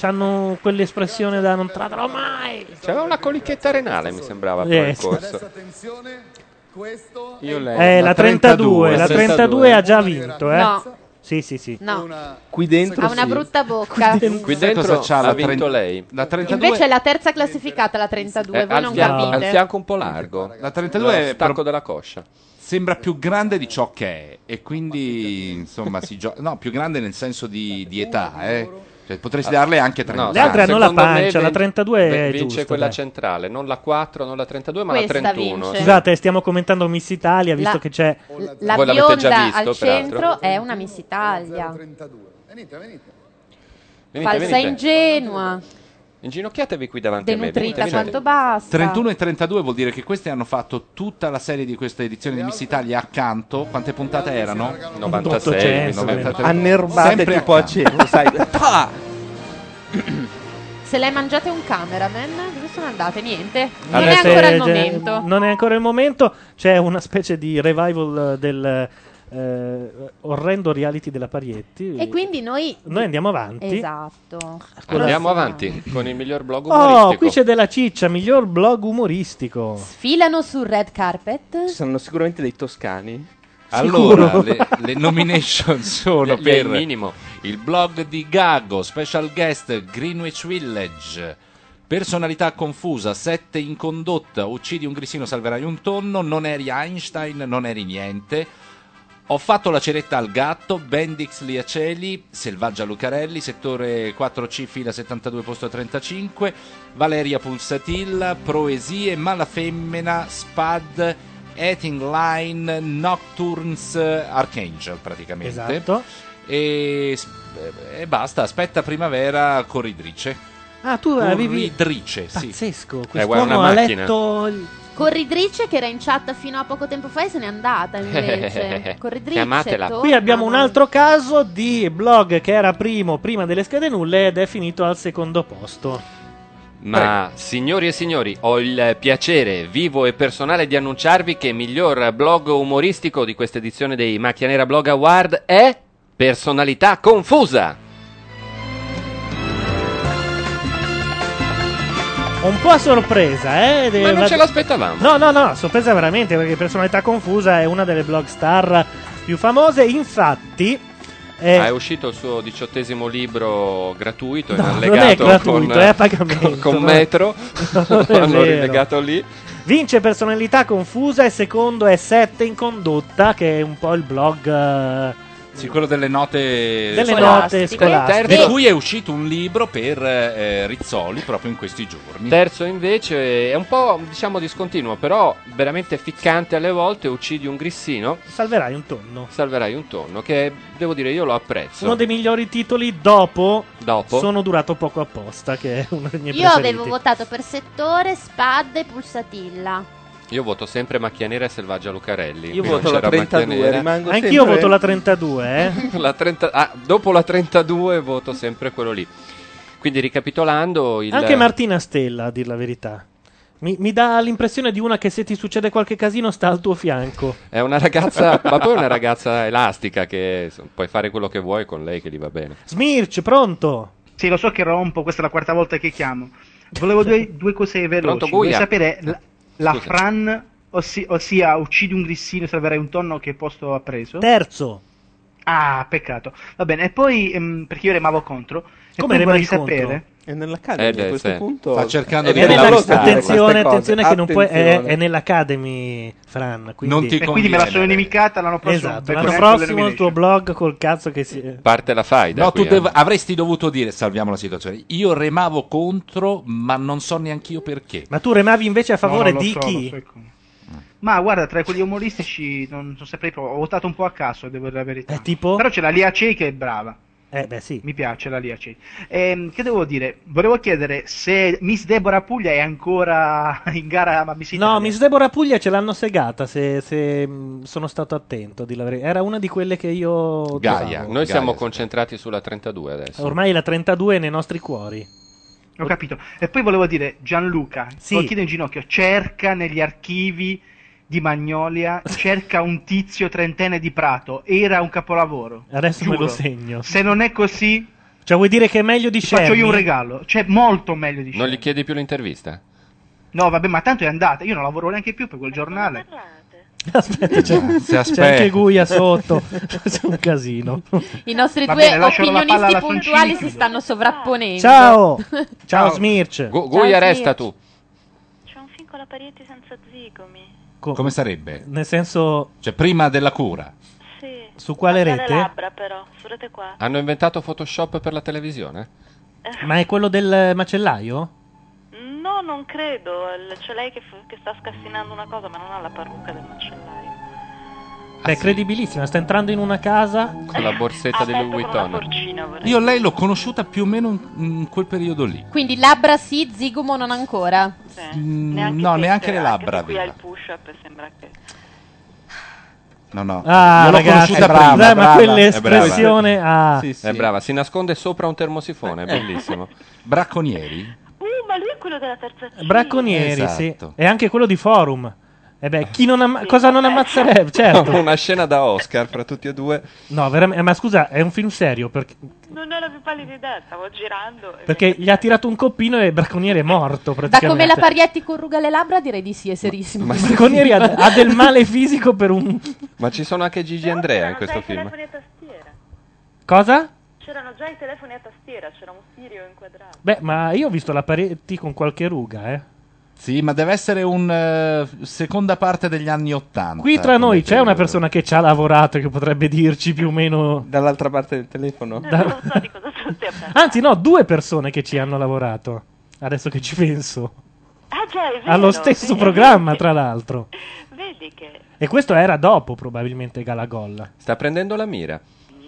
Speaker 1: hanno quell'espressione da non tratterò mai.
Speaker 4: C'aveva una colichetta renale, mi sembrava,
Speaker 1: Eh,
Speaker 4: per il
Speaker 1: sì.
Speaker 4: corso. Io lei.
Speaker 1: Eh, la 32, la 32 ha già vinto, eh.
Speaker 7: No.
Speaker 1: Sì, sì, sì.
Speaker 7: No.
Speaker 5: Qui dentro
Speaker 7: ha una brutta bocca.
Speaker 4: Qui dentro
Speaker 3: cosa c'ha la
Speaker 4: ha vinto
Speaker 3: tren-
Speaker 4: lei.
Speaker 3: La 32
Speaker 2: Invece è la terza classificata, la 32.
Speaker 4: Eh,
Speaker 2: Voi
Speaker 4: al,
Speaker 2: non
Speaker 4: fianco,
Speaker 2: capite.
Speaker 4: al fianco un po' largo.
Speaker 3: La 32
Speaker 4: Lo
Speaker 3: è
Speaker 4: stacco
Speaker 3: pro-
Speaker 4: della coscia.
Speaker 3: sembra più grande di ciò che è e quindi insomma si gioca no più grande nel senso di, di età eh. Cioè, potresti darle anche 30
Speaker 4: No,
Speaker 1: Le altre hanno la
Speaker 4: secondo me
Speaker 1: pancia, Ah, cioè, la
Speaker 4: vin-
Speaker 1: 32 è
Speaker 4: Vince
Speaker 1: giusta,
Speaker 4: quella
Speaker 1: dai.
Speaker 4: centrale, non la 4, non la 32, ma
Speaker 7: Questa
Speaker 4: la 31.
Speaker 7: vince.
Speaker 1: Scusate, stiamo commentando Miss Italia, visto
Speaker 7: La-
Speaker 1: che c'è...
Speaker 7: La
Speaker 4: Voi l'avete già
Speaker 7: bionda
Speaker 4: visto,
Speaker 7: al
Speaker 4: peraltro.
Speaker 7: centro è una Miss Italia.
Speaker 4: Venite,
Speaker 7: Falsa
Speaker 4: venite.
Speaker 7: ingenua,
Speaker 4: Inginocchiatevi qui davanti
Speaker 7: denutrita
Speaker 4: a me. venite,
Speaker 7: quanto
Speaker 4: venite.
Speaker 7: basta.
Speaker 3: 31 e 32 vuol dire che queste hanno fatto tutta la serie di questa edizione di Miss Italia accanto quante puntate erano?
Speaker 4: 96,
Speaker 3: 800,
Speaker 4: 93.
Speaker 5: Annervate
Speaker 3: Sempre
Speaker 5: tipo a
Speaker 3: accanto. Ah!
Speaker 5: cieco,
Speaker 3: <laughs>
Speaker 5: sai. Pa!
Speaker 2: Se l'è mangiata un cameraman, dove sono andate? Niente. Non
Speaker 1: Allora,
Speaker 2: è
Speaker 1: se-
Speaker 2: ancora il
Speaker 1: cioè,
Speaker 2: momento.
Speaker 1: Non è ancora il momento. C'è una specie di revival eh, del eh, orrendo reality della Parietti.
Speaker 2: E quindi noi...
Speaker 1: Noi andiamo avanti.
Speaker 2: Esatto.
Speaker 7: Eh,
Speaker 4: Andiamo avanti con il miglior blog umoristico.
Speaker 1: Oh, qui c'è della ciccia, miglior blog umoristico.
Speaker 2: Filano sul red carpet.
Speaker 5: Ci saranno sicuramente dei toscani.
Speaker 3: Allora, le,
Speaker 1: <laughs>
Speaker 3: le
Speaker 4: <laughs>
Speaker 3: nomination sono
Speaker 4: Le- le
Speaker 3: per
Speaker 4: il minimo.
Speaker 3: il blog di Gago, special guest Greenwich Village, personalità confusa, sette in condotta, uccidi un grissino, salverai un tonno, non eri Einstein, non eri niente. Ho fatto la ceretta al gatto, Bendix Liacelli, Selvaggia Lucarelli, settore 4C, fila 72, posto 35, Valeria Pulsatilla, Proesie, Malafemmena, Spad, Eating Line, Nocturnes, Archangel praticamente.
Speaker 1: Esatto.
Speaker 3: E, s- e basta, aspetta primavera, corridrice.
Speaker 1: Ah, tu avevi
Speaker 3: Corridrice, sì.
Speaker 4: Eh,
Speaker 1: Pazzesco,
Speaker 3: Eh, guarda,
Speaker 1: quest'uomo
Speaker 3: una
Speaker 1: ha
Speaker 3: macchina.
Speaker 1: letto il-
Speaker 7: Corridrice che era in chat fino a poco tempo fa e se n'è andata invece. Corridrice. torna.
Speaker 1: Qui abbiamo un altro caso di blog che era primo prima delle schede nulle ed è finito al secondo posto.
Speaker 4: Ma signori e signori, ho il piacere vivo e personale di annunciarvi che il miglior blog umoristico di questa edizione dei Macchia Nera Blog Award è Personalità Confusa.
Speaker 1: Un po' a sorpresa, eh? de-
Speaker 4: Ma non
Speaker 1: la-
Speaker 4: ce l'aspettavamo.
Speaker 1: No, no, no, sorpresa veramente, perché Personalità Confusa è una delle blog star più famose. Infatti, eh,
Speaker 4: Ah, è uscito il suo diciottesimo libro gratuito in
Speaker 1: No, non è
Speaker 4: allegato
Speaker 1: gratuito,
Speaker 4: con,
Speaker 1: è a pagamento,
Speaker 4: con, con
Speaker 1: no.
Speaker 4: Metro.
Speaker 1: <laughs> Non è
Speaker 4: <laughs>
Speaker 1: vero.
Speaker 4: L'hanno rilegato lì.
Speaker 1: vince Personalità Confusa e secondo è 7 in condotta, che è un po' il blog... eh,
Speaker 3: Sì, quello delle note
Speaker 1: Delle note scolastiche.
Speaker 3: Di
Speaker 1: Terzo-
Speaker 3: cui è uscito un libro per eh, Rizzoli proprio in questi giorni.
Speaker 4: Terzo invece è un po' diciamo discontinuo, però veramente ficcante alle volte, uccidi un grissino,
Speaker 1: salverai un tonno.
Speaker 4: salverai un tonno, che devo dire io lo apprezzo.
Speaker 1: Uno dei migliori titoli dopo,
Speaker 4: Dopo?
Speaker 1: Sono durato poco apposta, che è uno dei miei
Speaker 7: Io
Speaker 1: preferiti.
Speaker 7: avevo votato per settore, spada e pulsatilla.
Speaker 4: Io voto sempre Macchia Nera e Selvaggia Lucarelli.
Speaker 5: Io
Speaker 4: Qui non
Speaker 5: voto la
Speaker 4: c'era Macchia
Speaker 5: 32,
Speaker 4: Nera.
Speaker 5: rimango
Speaker 1: Anch'io voto la 32, eh?
Speaker 4: <laughs> La 30 ah, dopo la 32 voto sempre quello lì. Quindi ricapitolando, il...
Speaker 1: Anche Martina Stella, a dir la verità. Mi, mi dà l'impressione di una che se ti succede qualche casino sta al tuo fianco.
Speaker 4: è una ragazza, ma poi è una ragazza elastica che so, puoi fare quello che vuoi con lei che gli va bene.
Speaker 1: Smirch, pronto?
Speaker 6: Sì, lo so che rompo, questa è la quarta volta che chiamo. Volevo due, due cose
Speaker 4: Pronto,
Speaker 6: veloci.
Speaker 4: Buia?
Speaker 6: Volevo sapere la, la
Speaker 4: Scusa.
Speaker 6: Fran, ossi- ossia uccidi un grissino e salverai un tonno, che posto ha preso?
Speaker 1: Terzo.
Speaker 6: Ah, peccato. Va bene, e poi, ehm, perché io remavo contro, e
Speaker 1: Come
Speaker 6: poi vorrei
Speaker 1: remavi contro?
Speaker 6: sapere...
Speaker 5: È
Speaker 4: Eh,
Speaker 5: nell'Academy a
Speaker 4: beh,
Speaker 5: questo
Speaker 4: sì.
Speaker 5: punto.
Speaker 3: Sta cercando
Speaker 5: Eh,
Speaker 3: di
Speaker 5: è nella
Speaker 3: regolare
Speaker 5: lista,
Speaker 1: attenzione,
Speaker 5: queste cose.
Speaker 1: attenzione, che non puoi. eh, È,
Speaker 5: Attenzione.
Speaker 1: è nell'Academy, Fran. Quindi,
Speaker 4: Non ti
Speaker 6: E quindi me la sono inimicata l'anno prossimo.
Speaker 1: Esatto,
Speaker 6: becco
Speaker 1: l'anno
Speaker 6: neanche le
Speaker 1: prossimo il tuo blog col cazzo che si.
Speaker 4: Parte la faida.
Speaker 3: No,
Speaker 4: qui,
Speaker 3: tu
Speaker 4: eh.
Speaker 3: dev- avresti dovuto dire, salviamo la situazione. Io remavo contro, ma non so neanch'io perché.
Speaker 1: Ma tu remavi invece a favore
Speaker 6: No, no, lo
Speaker 1: di
Speaker 6: so,
Speaker 1: chi?
Speaker 6: lo so, ecco. Ma guarda, tra quelli umoristici non, non saprei proprio. Ho votato un po' a caso, devo dire la verità. Però c'è la Lia Cey che è brava.
Speaker 1: Eh, beh, sì.
Speaker 6: Mi piace la Lia Cey. Ehm, che devo dire? Volevo chiedere se Miss Deborah Puglia è ancora <laughs> in gara ma Miss Italia.
Speaker 1: No, Miss Deborah Puglia ce l'hanno segata. Se, se, mh, sono stato attento, a dir la verità. Era una di quelle che io.
Speaker 4: Gaia,
Speaker 1: trovavo.
Speaker 4: noi siamo concentrati sulla 32 adesso.
Speaker 1: Ormai la 32 è nei nostri cuori.
Speaker 6: Ho capito. E poi volevo dire, Gianluca,
Speaker 1: Sì.
Speaker 6: lo chiedo in ginocchio, cerca negli archivi di
Speaker 1: <laughs>
Speaker 6: Magnolia, cerca un tizio trentenne di Prato. Era un capolavoro.
Speaker 1: Adesso me
Speaker 6: Giuro.
Speaker 1: lo segno.
Speaker 6: Se non è così,
Speaker 1: Cioè, vuoi dire che è meglio di
Speaker 6: ti faccio
Speaker 1: Sherry?
Speaker 6: io un regalo. Cioè, molto meglio di
Speaker 4: Non gli chiedi più l'intervista?
Speaker 6: No, vabbè, ma tanto è andata. Io non lavoro neanche più per quel giornale.
Speaker 1: Aspetta, c'è,
Speaker 4: Se Cioè, aspetta.
Speaker 1: c'è anche Guia sotto. <laughs> c'è un casino.
Speaker 2: I nostri
Speaker 6: Va
Speaker 2: due
Speaker 6: bene, lascio la palla
Speaker 2: opinionisti
Speaker 6: alla
Speaker 2: puntuali si
Speaker 6: Soncini,
Speaker 2: stanno sovrapponendo.
Speaker 7: <laughs>
Speaker 1: Ciao, ciao, Smirch.
Speaker 4: Gu-
Speaker 2: Ciao,
Speaker 4: Guia,
Speaker 2: Smirch.
Speaker 4: resta tu.
Speaker 15: C'è un film con la parete senza zigomi.
Speaker 3: Come sarebbe?
Speaker 1: Nel senso,
Speaker 3: Cioè, prima della cura.
Speaker 15: Sì.
Speaker 1: Su quale
Speaker 15: Guarda le
Speaker 1: rete?
Speaker 15: labbra però, su rete 4.
Speaker 4: Hanno inventato Photoshop per la televisione?
Speaker 1: Eh. ma è quello del macellaio?
Speaker 15: No, non credo. Il- C'è lei che, f- che sta scassinando una cosa, ma non ha la parrucca del macellaio.
Speaker 1: Beh, è credibilissima. Sta entrando in una casa.
Speaker 4: Con la borsetta di Louis Vuitton.
Speaker 15: Porcino vorrei.
Speaker 3: Io lei l'ho conosciuta più o meno in, in quel periodo lì.
Speaker 7: Quindi labbra sì, zigomo non ancora.
Speaker 15: Eh,
Speaker 3: Mm, no, neanche le labbra.
Speaker 15: Qui ha
Speaker 3: aveva.
Speaker 15: il push-up e sembra che...
Speaker 3: No, no.
Speaker 1: Ah,
Speaker 3: Io l'ho
Speaker 1: ragazzi,
Speaker 3: conosciuta
Speaker 1: brava,
Speaker 3: prima.
Speaker 1: ma
Speaker 3: quell'espressione
Speaker 1: quell'espressione. Ah,
Speaker 4: È brava, si nasconde sopra un termosifone, è
Speaker 3: Eh.
Speaker 4: bellissimo.
Speaker 3: Bracconieri?
Speaker 15: Uh, ma lui è quello della terza C.
Speaker 1: Bracconieri,
Speaker 4: Esatto.
Speaker 1: sì. E anche quello di Forum. E beh, chi non amma- cosa non
Speaker 4: <laughs>
Speaker 1: ammazzerebbe? Certo.
Speaker 4: Una scena da Oscar fra tutti e due.
Speaker 1: No, veramente. Ma scusa, è un film serio. Perché,
Speaker 15: Non ho la più pallida idea, stavo girando. e
Speaker 1: perché gli ha tirato un coppino e Bracconieri è morto.
Speaker 7: Da come
Speaker 1: Praticamente.
Speaker 7: la Parietti corruga le labbra, direi di sì, è serissimo. <laughs>
Speaker 4: Ma-
Speaker 1: Bracconieri ha, ha del male fisico per un.
Speaker 4: Ma ci sono anche Gigi Andrea in questo
Speaker 15: mi-
Speaker 4: film.
Speaker 15: Telefoni a tastiera.
Speaker 1: Cosa?
Speaker 15: C'erano già i telefoni a tastiera, c'era un Sirio inquadrato.
Speaker 1: Beh, ma io ho visto la pareti con qualche ruga, eh.
Speaker 3: Sì, ma deve essere un eh, seconda parte degli anni Ottanta.
Speaker 1: Qui tra
Speaker 3: come
Speaker 1: noi c'è
Speaker 3: periodo.
Speaker 1: una persona che ci ha lavorato e che potrebbe
Speaker 5: <laughs>
Speaker 1: dirci più o meno.
Speaker 5: Dall'altra parte del telefono?
Speaker 1: <laughs> Anzi, no, due persone che ci hanno lavorato. Adesso che ci penso.
Speaker 15: Ah già, è vero.
Speaker 1: Allo stesso
Speaker 15: vedi-
Speaker 1: programma, tra l'altro.
Speaker 15: Vedi che...
Speaker 1: E questo era dopo, probabilmente, Galagol.
Speaker 4: Sta prendendo la mira.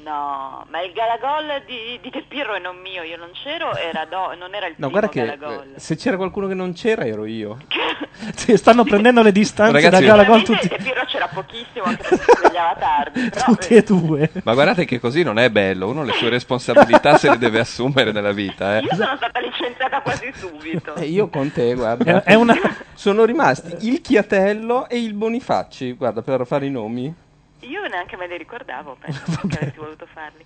Speaker 15: No, ma il Galagol di, di Del Pirro e non mio, io non c'ero, era do- non era il
Speaker 5: No,
Speaker 15: primo
Speaker 5: guarda che
Speaker 15: Galagol.
Speaker 5: eh, se c'era qualcuno che non c'era ero io.
Speaker 1: Sì, stanno prendendo le distanze da
Speaker 4: Ragazzi,
Speaker 1: Galagol
Speaker 15: Veramente
Speaker 1: tutti,
Speaker 15: Del Pirro c'era pochissimo, anche perché si svegliava tardi. Però,
Speaker 1: <laughs> tutti e due.
Speaker 4: Ma guardate che così non è bello, uno le sue responsabilità se le deve assumere nella vita, eh.
Speaker 15: io sono stata licenziata quasi subito.
Speaker 1: Eh,
Speaker 5: E io con te, guarda.
Speaker 1: È- è una-
Speaker 5: Sono rimasti il Chiatello e il Bonifacci, guarda, per fare i nomi.
Speaker 15: Io neanche me
Speaker 5: <laughs>
Speaker 15: li ricordavo, penso che avresti voluto farli.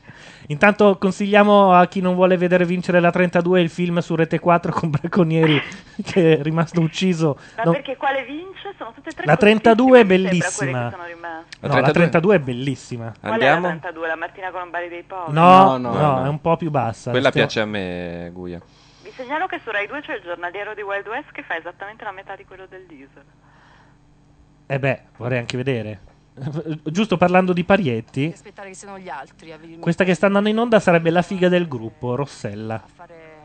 Speaker 1: Intanto consigliamo a chi non vuole vedere vincere la 32 il film su Rete 4 con
Speaker 15: <laughs>
Speaker 1: Bracconieri che è rimasto ucciso.
Speaker 15: Ma
Speaker 1: No,
Speaker 15: perché quale vince? Sono tutte e tre
Speaker 1: La 32 è
Speaker 15: cortissime, mi sembra,
Speaker 1: bellissima.
Speaker 15: quelle che sono rimaste.
Speaker 1: No, la 32 è bellissima.
Speaker 15: Qual è la 32? La Martina Colombari dei Poveri?
Speaker 1: No, no, è un po' più bassa.
Speaker 4: Quella
Speaker 1: Stiamo-
Speaker 4: piace a me, Guia.
Speaker 15: Vi segnalo che su Rai 2 c'è il giornaliero di Wild West che fa esattamente la metà di quello dell'isola.
Speaker 1: Eh beh, vorrei anche vedere. <laughs> Giusto parlando di Parietti,
Speaker 21: aspettare che siano gli altri a venirmi
Speaker 1: questa che sta andando in onda sarebbe la figa del gruppo, Rossella.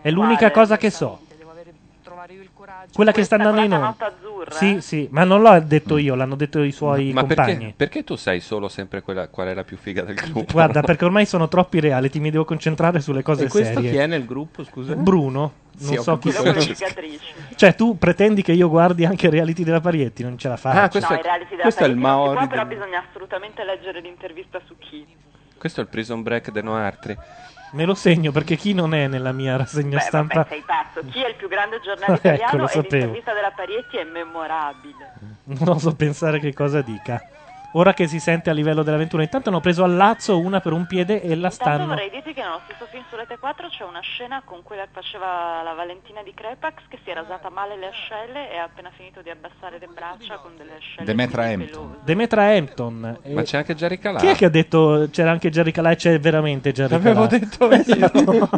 Speaker 1: È l'unica
Speaker 21: Quale,
Speaker 1: cosa che so. Quella che sta andando in onda. Sì, sì, ma non l'ho detto io, l'hanno detto i suoi
Speaker 4: Ma perché,
Speaker 1: compagni.
Speaker 4: perché tu sai solo sempre quella, qual è la più figa del gruppo?
Speaker 1: <laughs> Guarda, perché ormai sono troppi reality, mi devo concentrare sulle cose
Speaker 4: E questa
Speaker 1: serie.
Speaker 4: chi è
Speaker 5: nel gruppo, scusa?
Speaker 1: Bruno.
Speaker 5: Sì,
Speaker 1: Non
Speaker 5: ho
Speaker 1: so
Speaker 5: capito.
Speaker 1: chi sia.
Speaker 5: Quello con le cicatrici.
Speaker 1: Cioè, tu pretendi che io guardi anche reality della Parietti, non ce la faccio.
Speaker 5: Ah, questo
Speaker 15: no,
Speaker 5: è-
Speaker 15: i reality della
Speaker 5: questo è il
Speaker 15: Parigi non si
Speaker 4: Maori
Speaker 15: può, però
Speaker 4: del-
Speaker 15: bisogna assolutamente leggere l'intervista su chi.
Speaker 4: <laughs> Questo è il prison break de Noartri.
Speaker 1: Me lo segno perché chi non è nella mia rassegna
Speaker 15: Beh,
Speaker 1: stampa.
Speaker 15: vabbè, sei pazzo. Chi è il più grande giornale
Speaker 1: <laughs> Ecco, lo
Speaker 15: italiano e
Speaker 1: sapevo.
Speaker 15: l'intervista della Parietti è memorabile.
Speaker 1: Non oso pensare che cosa dica. Ora che si sente a livello dell'avventura, intanto hanno preso al lazzo una per un piede e la
Speaker 15: Intanto
Speaker 1: stanno.
Speaker 15: vorrei dirti che nello stesso film su Rete 4 c'è una scena con quella che faceva la Valentina di Crepax che si è rasata male le ascelle e ha appena finito di abbassare le braccia con delle ascelle.
Speaker 4: Demetra
Speaker 15: tutte
Speaker 4: Hampton.
Speaker 15: pelose.
Speaker 1: Demetra Hampton. E-
Speaker 4: Ma c'è anche Jerry Calà.
Speaker 1: Chi è che ha detto c'era anche Jerry Calà e c'è veramente Jerry
Speaker 4: L'avevo
Speaker 1: Calà?
Speaker 4: detto
Speaker 1: <laughs>
Speaker 4: io.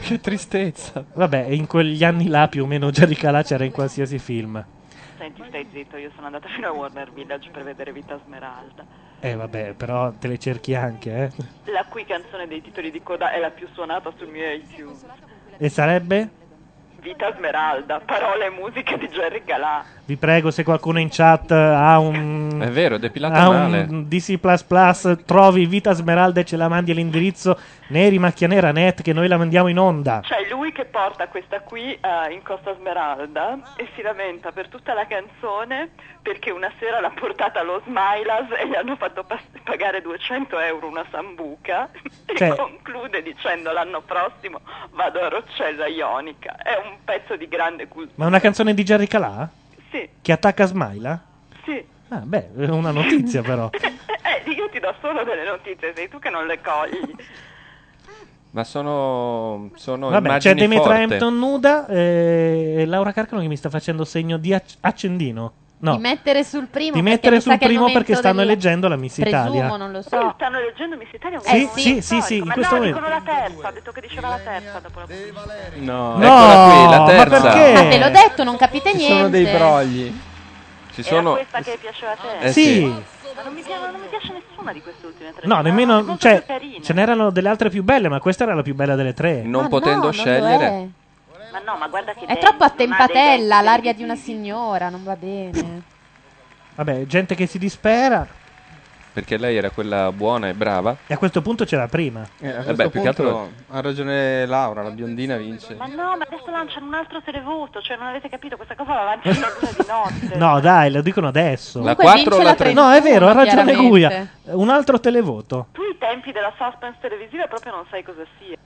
Speaker 1: che tristezza. Vabbè, in quegli anni là più o meno Jerry Calà c'era in qualsiasi film.
Speaker 15: Senti, stai zitto, io sono andata <laughs> fino a Warner Village per vedere Vita Smeralda,
Speaker 1: Eh vabbè, però te le cerchi anche, eh.
Speaker 15: la cui canzone dei titoli di coda è la più suonata sul mio iTunes.
Speaker 1: E sarebbe?
Speaker 15: Vita Smeralda, parole e musiche di Jerry Galà.
Speaker 1: Vi prego, se qualcuno in chat eh, ha un.
Speaker 4: È vero, è depilato
Speaker 1: ha
Speaker 4: male.
Speaker 1: un DC trovi Vita Smeralda e ce la mandi all'indirizzo Neri Macchia Nera Net che noi la mandiamo in onda.
Speaker 15: C'è lui che porta questa qui eh, in Costa Smeralda e si lamenta per tutta la canzone perché una sera l'ha portata allo Smilas e gli hanno fatto pas- pagare 200 euro una sambuca <laughs>
Speaker 1: Cioè-
Speaker 15: e conclude dicendo l'anno prossimo vado a Roccella Ionica. È un pezzo di grande cultura.
Speaker 1: Ma è una canzone di Jerry Calà?
Speaker 15: Sì,
Speaker 1: Che attacca Smaila?
Speaker 15: sì.
Speaker 1: Ah, beh, è una notizia
Speaker 4: <laughs>
Speaker 1: però.
Speaker 15: Eh, io ti do solo delle notizie, sei tu che non le cogli.
Speaker 4: Ma sono, sono
Speaker 1: Vabbè, c'è
Speaker 4: immagini
Speaker 1: Demetra
Speaker 4: forti.
Speaker 1: Hampton nuda eh, e Laura Carcano che mi sta facendo segno di acc- accendino. No,
Speaker 7: Di mettere sul primo.
Speaker 1: Di
Speaker 7: perché
Speaker 1: mettere
Speaker 7: mi sa
Speaker 1: sul
Speaker 7: che è il
Speaker 1: primo perché
Speaker 7: momento
Speaker 1: stanno
Speaker 7: del-
Speaker 1: eleggendo la Miss
Speaker 7: Presumo,
Speaker 1: Italia.
Speaker 7: non lo so. Eh
Speaker 15: Oh, stanno leggendo Miss Italia? un
Speaker 1: Sì,
Speaker 15: momento
Speaker 1: sì, sì,
Speaker 15: Eh, storico.
Speaker 1: sì, in
Speaker 15: Ma
Speaker 1: questo
Speaker 15: no,
Speaker 1: momento.
Speaker 15: dicono la terza, ha detto che diceva la terza dopo la pubblicità.
Speaker 1: No,
Speaker 4: No, eccola qui, la
Speaker 1: ma
Speaker 4: terza.
Speaker 1: perché?
Speaker 7: Ah, te l'ho detto, non capite
Speaker 4: Ci
Speaker 7: niente.
Speaker 4: sono dei brogli. Ci
Speaker 15: Era
Speaker 4: sono...
Speaker 15: questa che piaceva a te?
Speaker 4: Eh Sì. sì.
Speaker 15: Ma non mi, piace, non mi piace nessuna di queste ultime tre. Ah,
Speaker 1: No, nemmeno.
Speaker 15: Molto
Speaker 1: Cioè,
Speaker 15: più carine.
Speaker 1: ce n'erano delle altre più belle, ma questa era la più bella delle tre.
Speaker 4: Non Ma potendo no, non lo scegliere. è.
Speaker 15: Ma no, ma guarda che
Speaker 7: È troppo
Speaker 15: a
Speaker 7: attempatella, l'aria di una signora, non va bene.
Speaker 1: Vabbè, gente che si dispera.
Speaker 4: Perché lei era quella buona e brava.
Speaker 1: E a questo punto c'era prima.
Speaker 5: Eh, a
Speaker 4: Eh
Speaker 5: questo
Speaker 4: beh, più che
Speaker 5: punto
Speaker 4: altro-
Speaker 5: ha ragione Laura, la biondina vince.
Speaker 15: <laughs> Ma no, ma adesso lanciano un altro televoto, cioè non avete capito, questa cosa la lanciano a luna di notte.
Speaker 1: No, dai, lo dicono adesso.
Speaker 15: La Comunque 4 o vince la la tre?
Speaker 1: No, è vero, ha ragione
Speaker 15: chiaramente.
Speaker 1: Guia. Un altro televoto.
Speaker 15: <laughs>
Speaker 1: <laughs>
Speaker 15: Tu i tempi della suspense televisiva proprio non sai cosa sia.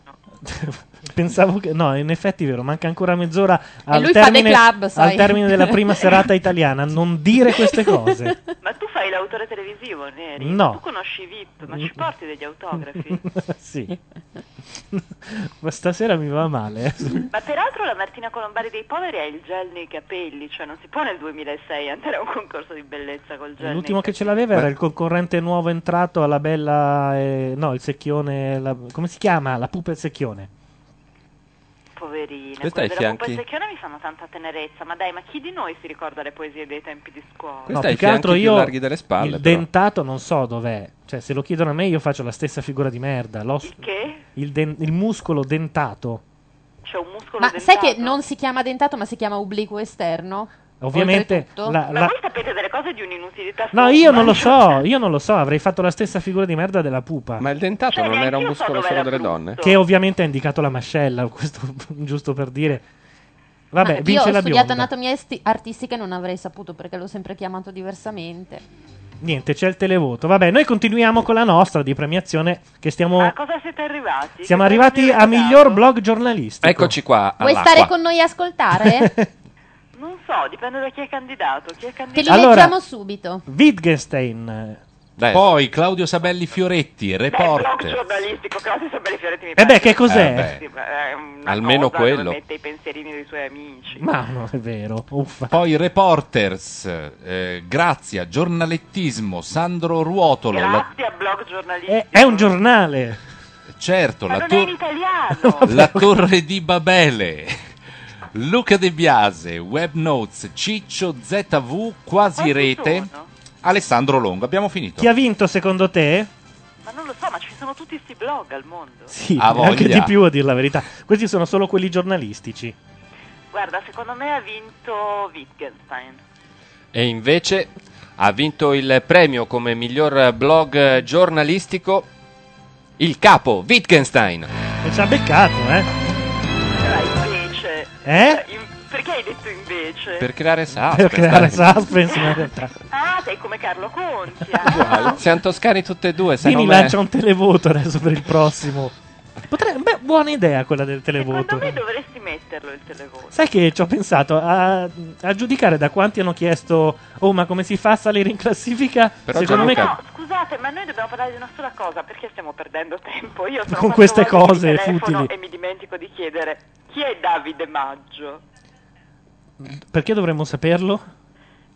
Speaker 1: Pensavo che. No, in effetti è vero, manca ancora mezz'ora al,
Speaker 15: lui fa dei
Speaker 1: termine,
Speaker 15: club, sai.
Speaker 1: al termine della prima serata italiana. Non dire queste cose.
Speaker 15: <laughs> Ma tu fai l'autore televisivo, Neri?
Speaker 1: No.
Speaker 15: Tu conosci VIP, ma ci porti degli autografi?
Speaker 1: <laughs> sì. Ma stasera mi va male. eh.
Speaker 15: Ma peraltro la Martina Colombari dei poveri ha il gel nei capelli, cioè non si può nel 2006 andare a un concorso di bellezza col gel.
Speaker 1: L'ultimo
Speaker 15: nei
Speaker 1: che ce
Speaker 15: capelli.
Speaker 1: l'aveva era il concorrente nuovo entrato alla bella. eh, no, il secchione. la- come si chiama? La pupa e il secchione.
Speaker 15: Poverina,
Speaker 1: Questa
Speaker 15: quella
Speaker 1: ai
Speaker 15: della Pupa
Speaker 1: fianchi.
Speaker 15: e Secchione mi fanno tanta tenerezza, ma dai, ma chi di noi si ricorda le poesie dei tempi di scuola?
Speaker 4: Questa
Speaker 1: no, più
Speaker 4: è i
Speaker 1: che altro
Speaker 4: fianchi più
Speaker 1: io
Speaker 4: larghi delle spalle,
Speaker 1: il
Speaker 4: però.
Speaker 1: dentato non so dov'è. Cioè, se lo chiedono a me, io faccio la stessa figura di merda. L'os- il
Speaker 15: che?
Speaker 1: den- il muscolo dentato.
Speaker 15: C'è un muscolo
Speaker 7: Ma
Speaker 15: dentato.
Speaker 7: sai che non si chiama dentato, ma si chiama obliquo esterno?
Speaker 1: Ovviamente.
Speaker 7: Oltretutto.
Speaker 1: la-
Speaker 15: Ma
Speaker 1: la-
Speaker 15: voi sapete delle cose di un'inutilità
Speaker 1: No,
Speaker 15: assoluta,
Speaker 1: io non lo
Speaker 15: cioè- <laughs>
Speaker 1: so. Io non lo so. Avrei fatto la stessa figura di merda della pupa.
Speaker 4: Ma il dentato
Speaker 15: Cioè,
Speaker 4: non era un
Speaker 15: neanch'io so
Speaker 4: muscolo
Speaker 15: dov'era
Speaker 4: solo delle
Speaker 15: brutto.
Speaker 4: donne?
Speaker 7: Esatto.
Speaker 1: Che ovviamente ha indicato la mascella. <laughs> Questo giusto per dire. Vabbè,
Speaker 7: Ma
Speaker 1: vince
Speaker 7: io
Speaker 1: la
Speaker 7: ho studiato
Speaker 1: bionda.
Speaker 7: anatomia esti- artistica e non avrei saputo perché l'ho sempre chiamato diversamente.
Speaker 1: Niente, c'è il televoto. Vabbè, noi continuiamo con la nostra di premiazione. Che stiamo.
Speaker 7: Ma
Speaker 15: cosa siete arrivati?
Speaker 1: Siamo arrivati a miglior blog giornalistico.
Speaker 4: Eccoci qua.
Speaker 7: Vuoi
Speaker 1: all'acqua.
Speaker 7: stare con noi a
Speaker 1: <laughs>
Speaker 7: ascoltare?
Speaker 15: Non so, dipende da chi è candidato. Chi è
Speaker 7: Te
Speaker 15: candidato?
Speaker 7: li
Speaker 1: Allora-
Speaker 7: leggiamo subito.
Speaker 1: Wittgenstein,
Speaker 3: Poi Claudio Sabelli Fioretti, reporter.
Speaker 15: giornalistico, Claudio Sabelli Fioretti mi
Speaker 3: Eh beh,
Speaker 15: pare-
Speaker 3: che cos'è?
Speaker 4: Eh,
Speaker 15: Sì, ma è una
Speaker 3: Almeno
Speaker 15: cosa dove
Speaker 3: quello.
Speaker 15: mette i pensierini dei suoi amici.
Speaker 1: no, è vero.
Speaker 3: Poi Reporters, eh, Grazia, Giornalettismo, Sandro Ruotolo. la-
Speaker 15: Grazie a blog giornalistico.
Speaker 1: È, è un giornale.
Speaker 3: certo,
Speaker 15: Ma
Speaker 3: la,
Speaker 15: non è in
Speaker 3: tor-
Speaker 15: italiano.
Speaker 3: <laughs> la Torre di Babele. Luca De Biase, Web Notes, Ciccio ZV, Quasi Rete, Alessandro Longo. Abbiamo finito.
Speaker 1: Chi ha vinto secondo te?
Speaker 15: Ma non lo so, ma ci sono tutti questi blog al mondo.
Speaker 1: Sì,
Speaker 3: Ha voglia.
Speaker 1: anche di più a dire la verità. Questi sono solo quelli giornalistici.
Speaker 15: Guarda, secondo me ha vinto Wittgenstein.
Speaker 4: E invece ha vinto il premio come miglior blog giornalistico il capo Wittgenstein.
Speaker 1: E ci ha beccato, eh?
Speaker 15: Allora, invece... Cioè,
Speaker 1: Eh?
Speaker 15: in- Perché hai detto invece?
Speaker 4: Per creare suspense.
Speaker 1: Per creare
Speaker 4: dai.
Speaker 1: suspense, ma in realtà.
Speaker 15: Ah, sei come Carlo Conti.
Speaker 4: Uguale. Siamo toscani tutti e due, se
Speaker 1: Dini
Speaker 4: no
Speaker 1: lancia un televoto adesso per il prossimo. Potrebbe, beh, buona idea quella del televoto.
Speaker 15: Dove dovresti metterlo il televoto?
Speaker 1: Sai che ci ho pensato a, a giudicare da quanti hanno chiesto: Oh, ma come si fa a salire in classifica?
Speaker 4: Però
Speaker 1: Secondo me,
Speaker 15: No, scusate, ma noi dobbiamo parlare di una sola cosa, perché stiamo perdendo tempo? Io sono quattro
Speaker 1: Con queste
Speaker 15: volte che
Speaker 1: cose
Speaker 15: mi telefono
Speaker 1: futili.
Speaker 15: E mi dimentico di chiedere chi è Davide Maggio?
Speaker 1: perché dovremmo saperlo?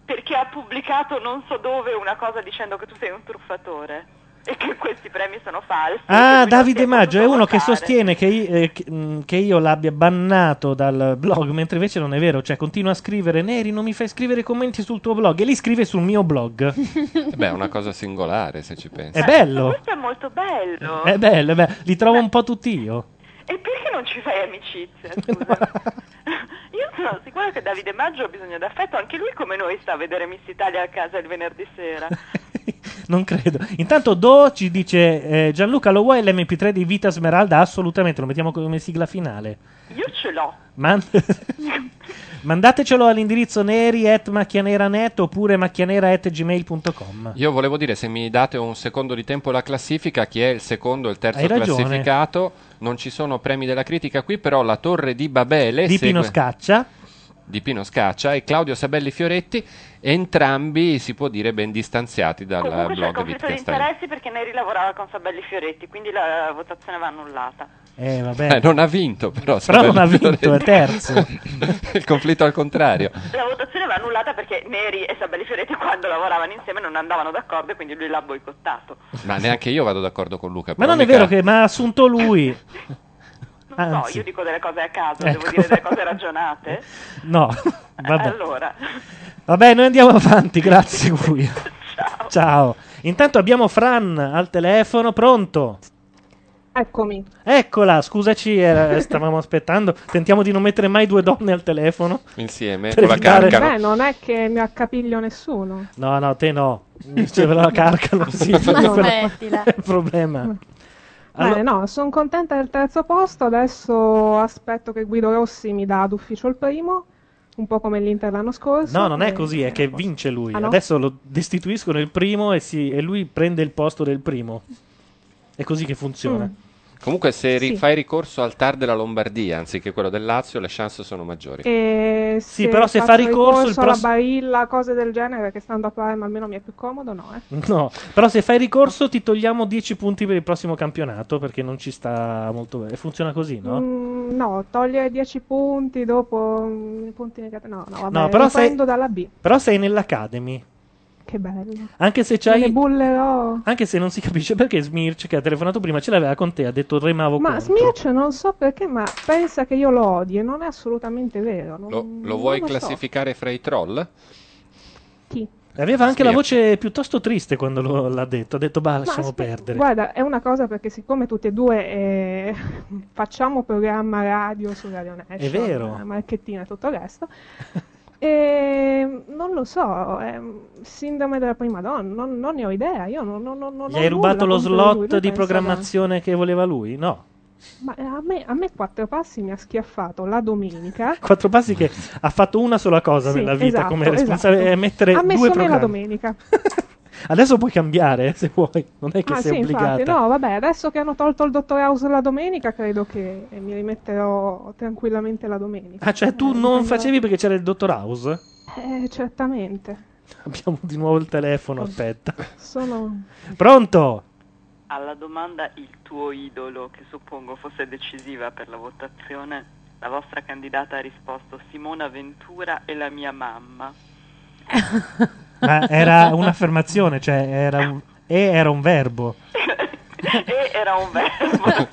Speaker 15: Perché ha pubblicato non so dove una cosa dicendo che tu sei un truffatore e che questi premi sono falsi.
Speaker 1: Ah, Davide Maggio è uno che sostiene che, i- eh, che- mh, che io l'abbia bannato dal blog, mentre invece non è vero. Cioè, continua a scrivere: Neri, non mi fai scrivere commenti sul tuo blog. E li scrive sul mio blog.
Speaker 4: Eh Beh, è una cosa singolare se ci pensi.
Speaker 1: È bello.
Speaker 15: Questo è molto bello.
Speaker 1: È bello, è bello. Li trovo un po' tutti io.
Speaker 15: E perché non ci fai amicizia,
Speaker 1: <laughs>
Speaker 15: scusa? Io sono sicura che Davide Maggio ha bisogno d'affetto, anche lui come noi sta a vedere Miss Italia a casa il venerdì sera.
Speaker 1: Non credo. Intanto Do ci dice: eh, Gianluca, lo vuoi l'MP3 di Vita Smeralda? Assolutamente, lo mettiamo come sigla finale.
Speaker 15: Io ce l'ho.
Speaker 1: Man- <laughs> Mandatecelo all'indirizzo neri at macchianeranet oppure macchianera at gmail.com.
Speaker 4: Io volevo dire, se mi date un secondo di tempo la classifica, chi è il secondo e il terzo
Speaker 1: Hai ragione.
Speaker 4: classificato? Non ci sono premi della critica qui, però la Torre di Babele
Speaker 1: Di Pino
Speaker 4: Eh, segue-
Speaker 1: Scaccia.
Speaker 4: di Pino Scaccia e Claudio Sabelli Fioretti, entrambi si può dire ben distanziati dal
Speaker 15: Comunque c'è il
Speaker 4: blog
Speaker 15: conflitto di
Speaker 4: Wittgenstein.
Speaker 15: interessi perché Neri lavorava con Sabelli Fioretti, quindi la votazione va annullata.
Speaker 1: Eh, vabbè.
Speaker 4: Eh, non ha vinto, però.
Speaker 1: Però non ha
Speaker 4: Sabelli
Speaker 1: vinto,
Speaker 4: Fioretti.
Speaker 1: è terzo.
Speaker 4: <laughs> il conflitto al contrario.
Speaker 15: La votazione va annullata perché Neri e Sabelli Fioretti quando lavoravano insieme non andavano d'accordo e quindi lui l'ha boicottato.
Speaker 4: Ma neanche io vado d'accordo con Luca.
Speaker 1: Ma
Speaker 4: però
Speaker 1: non è
Speaker 4: mica-
Speaker 1: vero che mi ha assunto lui.
Speaker 15: No,
Speaker 1: Anzi,
Speaker 15: io dico delle cose a caso,
Speaker 1: Ecco.
Speaker 15: devo dire delle cose ragionate. <laughs>
Speaker 1: no. Vabbè.
Speaker 15: Allora,
Speaker 1: Vabbè, noi andiamo avanti,
Speaker 15: <laughs>
Speaker 1: grazie Guia. Ciao. Intanto abbiamo Fran al telefono, pronto?
Speaker 22: Eccomi.
Speaker 1: Eccola, scusaci, eh, stavamo aspettando. Tentiamo di non mettere mai due donne al telefono.
Speaker 4: Insieme
Speaker 1: Per
Speaker 4: con la
Speaker 1: evitare-
Speaker 4: carcano.
Speaker 22: Beh, non è che mi accapiglio nessuno.
Speaker 1: No, no, te no. Diceva la carcano, sì.
Speaker 22: Ma
Speaker 1: quello
Speaker 22: smettila.
Speaker 1: è il problema. Allora-
Speaker 22: Bene, no, sono contenta del terzo posto. Adesso aspetto che Guido Rossi mi dà d'ufficio il primo, un po' come l'Inter l'anno scorso.
Speaker 1: No, non è
Speaker 22: E-
Speaker 1: così, è che vince lui.
Speaker 22: Ah, no?
Speaker 1: Adesso lo destituiscono il primo e, si- e lui prende il posto del primo. È così che funziona.
Speaker 22: Mm.
Speaker 4: Comunque, se ri-
Speaker 22: Sì.
Speaker 4: fai ricorso al TAR della Lombardia anziché quello del Lazio, le chance sono maggiori.
Speaker 22: E
Speaker 1: Sì, però se fa
Speaker 22: faccio
Speaker 1: ricorso, il
Speaker 22: alla
Speaker 1: pross-
Speaker 22: Barilla, cose del genere, che stando a Parma almeno mi è più comodo, no? Eh?
Speaker 1: No, però se fai ricorso ti togliamo 10 punti per il prossimo campionato perché non ci sta molto bene. Funziona così, no?
Speaker 22: Mm, no, togliere 10 punti dopo mm, punti negativi. No, no, vabbè,
Speaker 1: No, però
Speaker 22: lo
Speaker 1: sei-
Speaker 22: prendo dalla B.
Speaker 1: Però sei nell'Academy.
Speaker 22: Che bello.
Speaker 1: Anche se c'hai.
Speaker 22: Me ne bullerò.
Speaker 1: Anche se non si capisce perché Smirch, che ha telefonato prima, ce l'aveva con te, ha detto remavo
Speaker 22: Ma
Speaker 1: contro.
Speaker 22: Smirch non so perché, ma pensa che io lo odi e non è assolutamente vero. non-
Speaker 4: Lo, lo
Speaker 22: non
Speaker 4: vuoi
Speaker 22: so.
Speaker 4: classificare fra i troll?
Speaker 22: Chi?
Speaker 1: Aveva anche la
Speaker 4: Smirch.
Speaker 1: voce piuttosto triste quando lo- l'ha detto. Ha detto, bah, lasciamo
Speaker 22: aspe-
Speaker 1: perdere.
Speaker 22: Guarda, è una cosa perché siccome tutti e due eh, <laughs> facciamo programma radio su Radio Nation,
Speaker 1: È vero.
Speaker 22: eh, marchettina e tutto il resto, <laughs> e, mm, non lo so, è mm, sindrome della prima donna, non, non ne ho idea, io non, non, non, non
Speaker 1: Gli
Speaker 22: ho
Speaker 1: hai rubato
Speaker 22: nulla
Speaker 1: lo
Speaker 22: contro di lui, lui
Speaker 1: slot di
Speaker 22: pensa-
Speaker 1: programmazione che voleva lui? No.
Speaker 22: Ma eh, a me, a me quattro passi mi ha schiaffato la domenica.
Speaker 1: Quattro passi che ha fatto una sola cosa
Speaker 22: Sì,
Speaker 1: nella vita
Speaker 22: esatto,
Speaker 1: come responsabile
Speaker 22: esatto.
Speaker 1: è mettere
Speaker 22: ha messo
Speaker 1: due
Speaker 22: me la
Speaker 1: programmi.
Speaker 22: domenica.
Speaker 1: Adesso puoi cambiare <laughs> eh, se vuoi, non è che
Speaker 22: Ah,
Speaker 1: sei
Speaker 22: sì,
Speaker 1: obbligata.
Speaker 22: infatti, no, vabbè, adesso che hanno tolto il dottor House la domenica, credo che eh, mi rimetterò
Speaker 1: cioè,
Speaker 22: tranquillamente la domenica.
Speaker 1: Ah, cioè tu non facevi perché c'era il dottor House?
Speaker 22: Eh, certamente.
Speaker 1: Abbiamo di nuovo il telefono, aspetta.
Speaker 22: Sono...
Speaker 1: Pronto?
Speaker 15: Alla domanda il tuo idolo, che suppongo fosse decisiva per la votazione, la vostra candidata ha risposto Simona Ventura e la mia mamma.
Speaker 1: Ma Ah, era un'affermazione, cioè era un... e era un verbo.
Speaker 15: e era un verbo.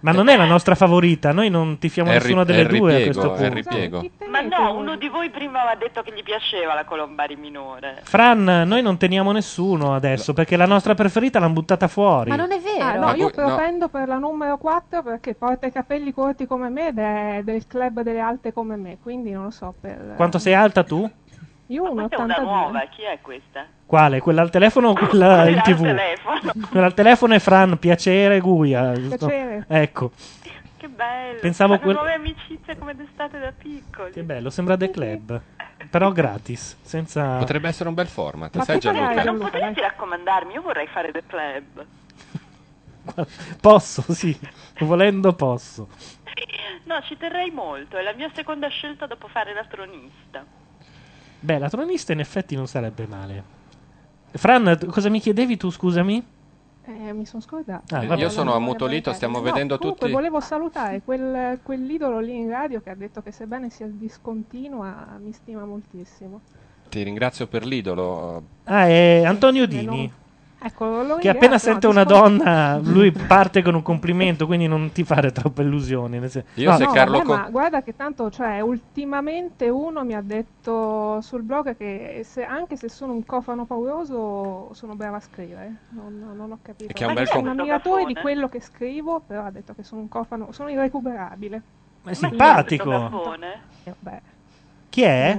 Speaker 1: Ma non è la nostra favorita, noi non tifiamo
Speaker 4: È il ri-
Speaker 1: nessuna
Speaker 4: è
Speaker 1: delle
Speaker 4: il
Speaker 1: due a
Speaker 4: ripiego,
Speaker 1: questo
Speaker 4: è il
Speaker 1: punto.
Speaker 4: ripiego.
Speaker 15: Ma no, uno di voi prima aveva detto che gli piaceva la Colombari minore.
Speaker 1: Fran, noi non teniamo nessuno adesso perché la nostra preferita l'hanno buttata fuori.
Speaker 7: Ma non è vero.
Speaker 22: Ah, no,
Speaker 1: Ma
Speaker 22: io
Speaker 1: voi- no.
Speaker 22: propendo per la numero 4 perché porta i capelli corti come me ed è del club delle alte come me, quindi non lo so per...
Speaker 1: Quanto sei alta tu?
Speaker 22: Io un
Speaker 15: Questa è una
Speaker 22: 82.
Speaker 15: nuova, chi è questa?
Speaker 1: Quale? Quella al telefono o quella Ah, in
Speaker 15: al
Speaker 1: tv?
Speaker 15: telefono.
Speaker 1: <laughs> Quella al telefono è Fran, piacere, Guia. giusto?
Speaker 15: Piacere.
Speaker 1: Ecco,
Speaker 15: Che bello.
Speaker 1: Pensavo
Speaker 15: Fanno
Speaker 1: quel-
Speaker 15: nuove amicizie come d'estate da piccoli.
Speaker 1: che bello, sembra The Club. Però gratis, senza...
Speaker 4: Potrebbe essere un bel format,
Speaker 15: Ma
Speaker 4: sai
Speaker 15: tu
Speaker 4: Gianluca?
Speaker 15: Gianluca, non potresti raccomandarmi? Io vorrei fare The Club.
Speaker 1: Posso, sì, volendo posso.
Speaker 15: No, ci terrei molto. È la mia seconda scelta dopo fare la tronista.
Speaker 1: Beh, la tronista in effetti non sarebbe male. Fran, tu- cosa mi chiedevi tu, scusami?
Speaker 22: Eh, mi sono scordata.
Speaker 1: Ah,
Speaker 4: Io
Speaker 1: vabbè.
Speaker 4: sono ammutolito, stiamo
Speaker 22: No,
Speaker 4: vedendo
Speaker 22: comunque
Speaker 4: tutti.
Speaker 22: volevo salutare quel- quell'idolo lì in radio che ha detto che sebbene sia discontinua mi stima moltissimo.
Speaker 4: Ti ringrazio per l'idolo.
Speaker 1: Ah, è Antonio Dini,
Speaker 22: Ecco, lo
Speaker 1: che
Speaker 22: ringrazio,
Speaker 1: appena
Speaker 22: no,
Speaker 1: sente una
Speaker 22: discon-
Speaker 1: donna, lui parte con un complimento, quindi non ti fare troppe illusioni. nel sen-
Speaker 4: <laughs> Io
Speaker 1: No,
Speaker 4: se
Speaker 1: no,
Speaker 4: Carlo
Speaker 1: vabbè,
Speaker 4: Con-
Speaker 22: Ma guarda che tanto, cioè, ultimamente uno mi ha detto sul blog che se- anche se sono un cofano pauroso sono brava a scrivere. Non, non- non ho capito.
Speaker 4: Che è un bel
Speaker 22: sono
Speaker 4: com-
Speaker 22: un ammiratore di quello che scrivo, però ha detto che sono un cofano, sono irrecuperabile.
Speaker 1: Ma è simpatico.
Speaker 22: Eh, vabbè,
Speaker 1: Chi è?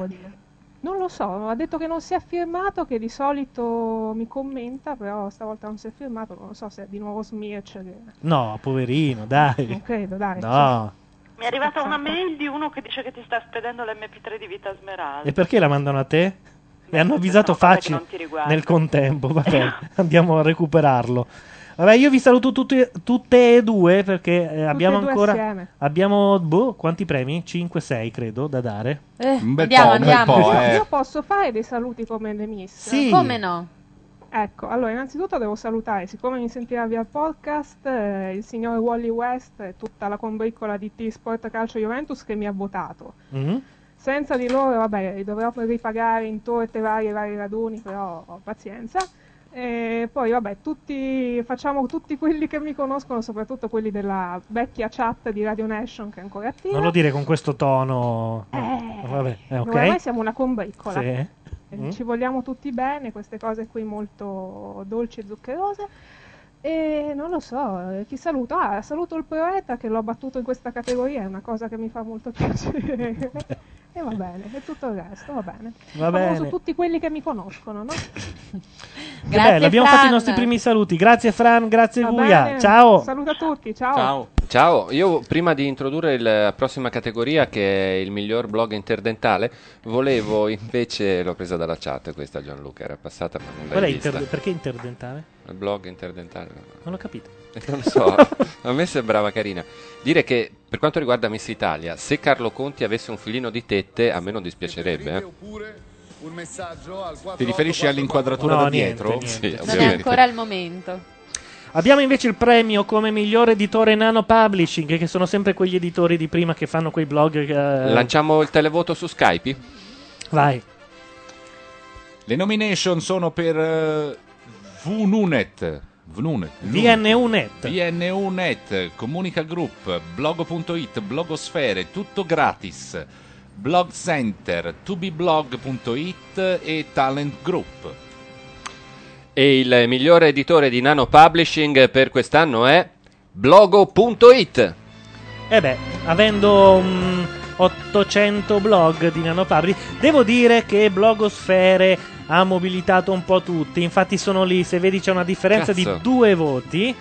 Speaker 22: non lo so, ha detto che non si è firmato, che di solito mi commenta, però stavolta non si è firmato, non so se è di nuovo Smirch. Che...
Speaker 1: No, poverino, dai.
Speaker 22: Non credo, dai.
Speaker 1: No.
Speaker 15: Mi è arrivata una mail di uno che dice che ti sta spedendo l'MP3 di Vita Smeralda.
Speaker 1: E perché la mandano a te? E hanno avvisato
Speaker 15: no, vabbè, che
Speaker 1: facile
Speaker 15: non ti riguarda.
Speaker 1: nel
Speaker 15: <laughs>
Speaker 1: contempo, vabbè, andiamo a recuperarlo. Vabbè, io vi saluto tutti- tutte e due perché eh, abbiamo
Speaker 22: e due
Speaker 1: ancora...
Speaker 22: assieme.
Speaker 1: Abbiamo, boh, quanti premi? 5-6 credo da dare.
Speaker 22: Eh,
Speaker 4: Un bel andiamo, po', un bel andiamo. po',
Speaker 22: Io-
Speaker 4: eh.
Speaker 22: Io posso fare dei saluti come le miss?
Speaker 1: Sì. Come
Speaker 22: no? Ecco, allora innanzitutto devo salutare, siccome mi sentirà via il podcast, eh, il signor Wally West e tutta la combriccola di T-Sport Calcio Juventus che mi ha votato.
Speaker 1: Mm-hmm.
Speaker 22: Senza di loro, vabbè, li dovrò ripagare in torte varie, vari raduni, però ho pazienza. E poi, vabbè, tutti, facciamo tutti quelli che mi conoscono, soprattutto quelli della vecchia chat di Radio Nation che è ancora attiva.
Speaker 1: Non lo dire con questo tono.
Speaker 22: Eh,
Speaker 1: no. Vabbè, eh, ok.
Speaker 22: Ormai siamo una combriccola.
Speaker 1: Sì.
Speaker 22: Eh,
Speaker 1: Mm.
Speaker 22: Ci vogliamo tutti bene, queste cose qui molto dolci e zuccherose. E non lo so, eh, chi saluto? Ah, saluto il poeta che l'ho battuto in questa categoria, è una cosa che mi fa molto
Speaker 1: <laughs>
Speaker 22: piacere. e va bene, e tutto il resto va bene.
Speaker 1: Va
Speaker 22: Famoso
Speaker 1: bene.
Speaker 22: tutti quelli che mi conoscono, no?
Speaker 1: Che bello, abbiamo fatto i nostri primi saluti. Grazie Fran, grazie
Speaker 22: Va
Speaker 1: Guia.
Speaker 22: bene,
Speaker 1: Ciao.
Speaker 22: Saluto a tutti,
Speaker 4: Ciao, io prima di introdurre la prossima categoria che è il miglior blog interdentale, volevo invece, l'ho presa dalla chat questa Gianluca, era passata ma non
Speaker 1: Qual è
Speaker 4: l'hai vista.
Speaker 1: interde- perché interdentale?
Speaker 4: Il blog interdentale.
Speaker 1: Non ho capito.
Speaker 4: <laughs> Non lo so, a me sembrava carina. Dire che per quanto riguarda Miss Italia, se Carlo Conti avesse un filino di tette, a me non dispiacerebbe. eh.
Speaker 23: Un messaggio al
Speaker 4: Ti riferisci all'inquadratura
Speaker 1: No,
Speaker 4: da
Speaker 1: niente,
Speaker 4: dietro?
Speaker 1: niente.
Speaker 4: Sì,
Speaker 1: Non è
Speaker 7: Non è
Speaker 4: ovviamente.
Speaker 7: ancora il momento.
Speaker 1: Abbiamo invece il premio come miglior editore nano publishing, che sono sempre quegli editori di prima che fanno quei blog. eh,
Speaker 4: Lanciamo il televoto su Skype?
Speaker 1: Vai.
Speaker 3: Le nomination sono per eh, VNUNET. VNUNET.
Speaker 1: VNUNET.
Speaker 3: VNUNET, Comunica Group, Blogo.it, Blogosfere, tutto gratis. Blog Center, tubiblog.it e Talent Group.
Speaker 4: E il migliore editore di Nano Publishing per quest'anno è blogo.it.
Speaker 1: E Eh beh, avendo mm, 800 blog di nanoparri, devo dire che Blogosfere ha mobilitato un po' tutti. Infatti sono lì, se vedi c'è una differenza
Speaker 4: Cazzo.
Speaker 1: di due voti.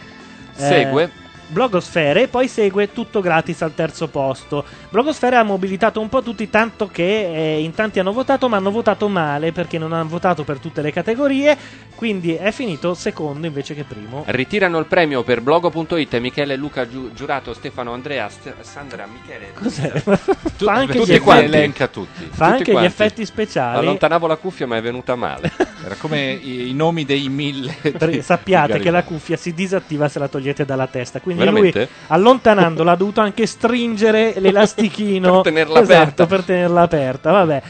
Speaker 4: Segue
Speaker 1: eh, Blogosfere e poi segue tutto gratis al terzo posto. Blogosfere ha mobilitato un po' tutti, tanto che eh, in tanti hanno votato, ma hanno votato male perché non hanno votato per tutte le categorie. Quindi è finito secondo invece che primo.
Speaker 4: Ritirano il premio per blogo.it Michele Luca Giu- Giurato, Stefano Andrea, St- Sandra Michele.
Speaker 1: Cos'è? Fa anche gli
Speaker 4: tutti
Speaker 1: effetti.
Speaker 4: quanti, elenca tutti.
Speaker 1: Fa
Speaker 4: Tutti
Speaker 1: anche gli
Speaker 4: quanti.
Speaker 1: effetti speciali.
Speaker 4: Allontanavo la cuffia, ma è venuta male.
Speaker 3: <laughs> Era come i, i nomi dei
Speaker 1: <laughs>
Speaker 3: mille.
Speaker 1: Pre- sappiate che la cuffia si disattiva se la togliete dalla testa. Quindi lui,
Speaker 3: Veramente?
Speaker 1: allontanandola, ha dovuto anche stringere l'elastichino
Speaker 4: <laughs> Per tenerla
Speaker 1: Esatto,
Speaker 4: aperta.
Speaker 1: per tenerla aperta. Vabbè.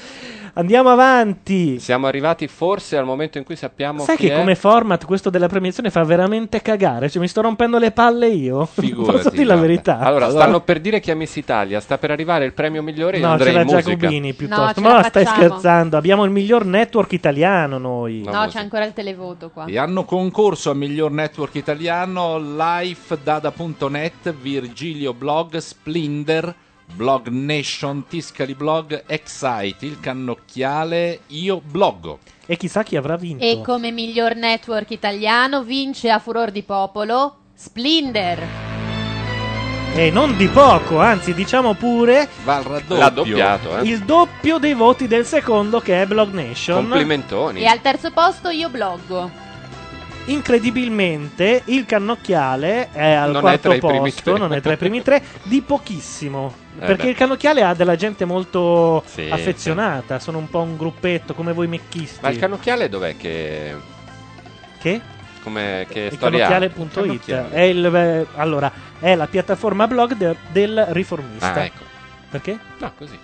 Speaker 1: Andiamo avanti.
Speaker 4: Siamo arrivati forse al momento in cui sappiamo
Speaker 1: Sai
Speaker 4: chi
Speaker 1: che
Speaker 4: è?
Speaker 1: come format questo della premiazione fa veramente cagare? Cioè, mi sto rompendo le palle io. <laughs>
Speaker 4: Figurati,
Speaker 1: Posso dire la
Speaker 4: guarda.
Speaker 1: verità?
Speaker 4: Allora, stanno per dire che è Miss Italia, sta per arrivare il premio migliore. io
Speaker 1: No,
Speaker 4: andrei
Speaker 1: c'era
Speaker 4: in musica.
Speaker 1: Giacobini
Speaker 2: No,
Speaker 1: piuttosto.
Speaker 2: ce
Speaker 1: ma
Speaker 2: la
Speaker 1: stai
Speaker 2: facciamo.
Speaker 1: scherzando? Abbiamo il miglior network italiano noi.
Speaker 2: No, c'è ancora il televoto qua.
Speaker 3: E hanno concorso a miglior network italiano LifeDada.net, Virgilio Blog, Splinder, Blog Nation, Tiscali Blog, Excite, Il Cannocchiale, Io Bloggo.
Speaker 1: E chissà chi avrà vinto.
Speaker 7: E come miglior network italiano vince a furor di popolo Splinder.
Speaker 1: E non di poco, anzi, diciamo pure.
Speaker 3: Va al raddoppio. L'ha doppiato,
Speaker 4: eh.
Speaker 1: Il doppio dei voti del secondo che è Blog Nation.
Speaker 4: Complimentoni.
Speaker 7: E al terzo posto io bloggo.
Speaker 1: Incredibilmente il cannocchiale è al
Speaker 4: Non è
Speaker 1: quarto
Speaker 4: tra i primi
Speaker 1: posto,
Speaker 4: tre.
Speaker 1: non è tra i primi tre, di pochissimo.
Speaker 4: Eh
Speaker 1: perché
Speaker 4: beh.
Speaker 1: il cannocchiale ha della gente molto
Speaker 4: Sì,
Speaker 1: affezionata, sono un po' un gruppetto come voi mecchisti.
Speaker 4: Ma il cannocchiale dov'è che...
Speaker 1: Che?
Speaker 4: Come, che
Speaker 1: Il
Speaker 4: storia ha?
Speaker 1: cannocchiale.it
Speaker 4: Cannocchiale.
Speaker 1: è, il, eh, allora, è la piattaforma blog de- del riformista.
Speaker 4: Ah, ecco.
Speaker 1: Perché?
Speaker 4: No, così.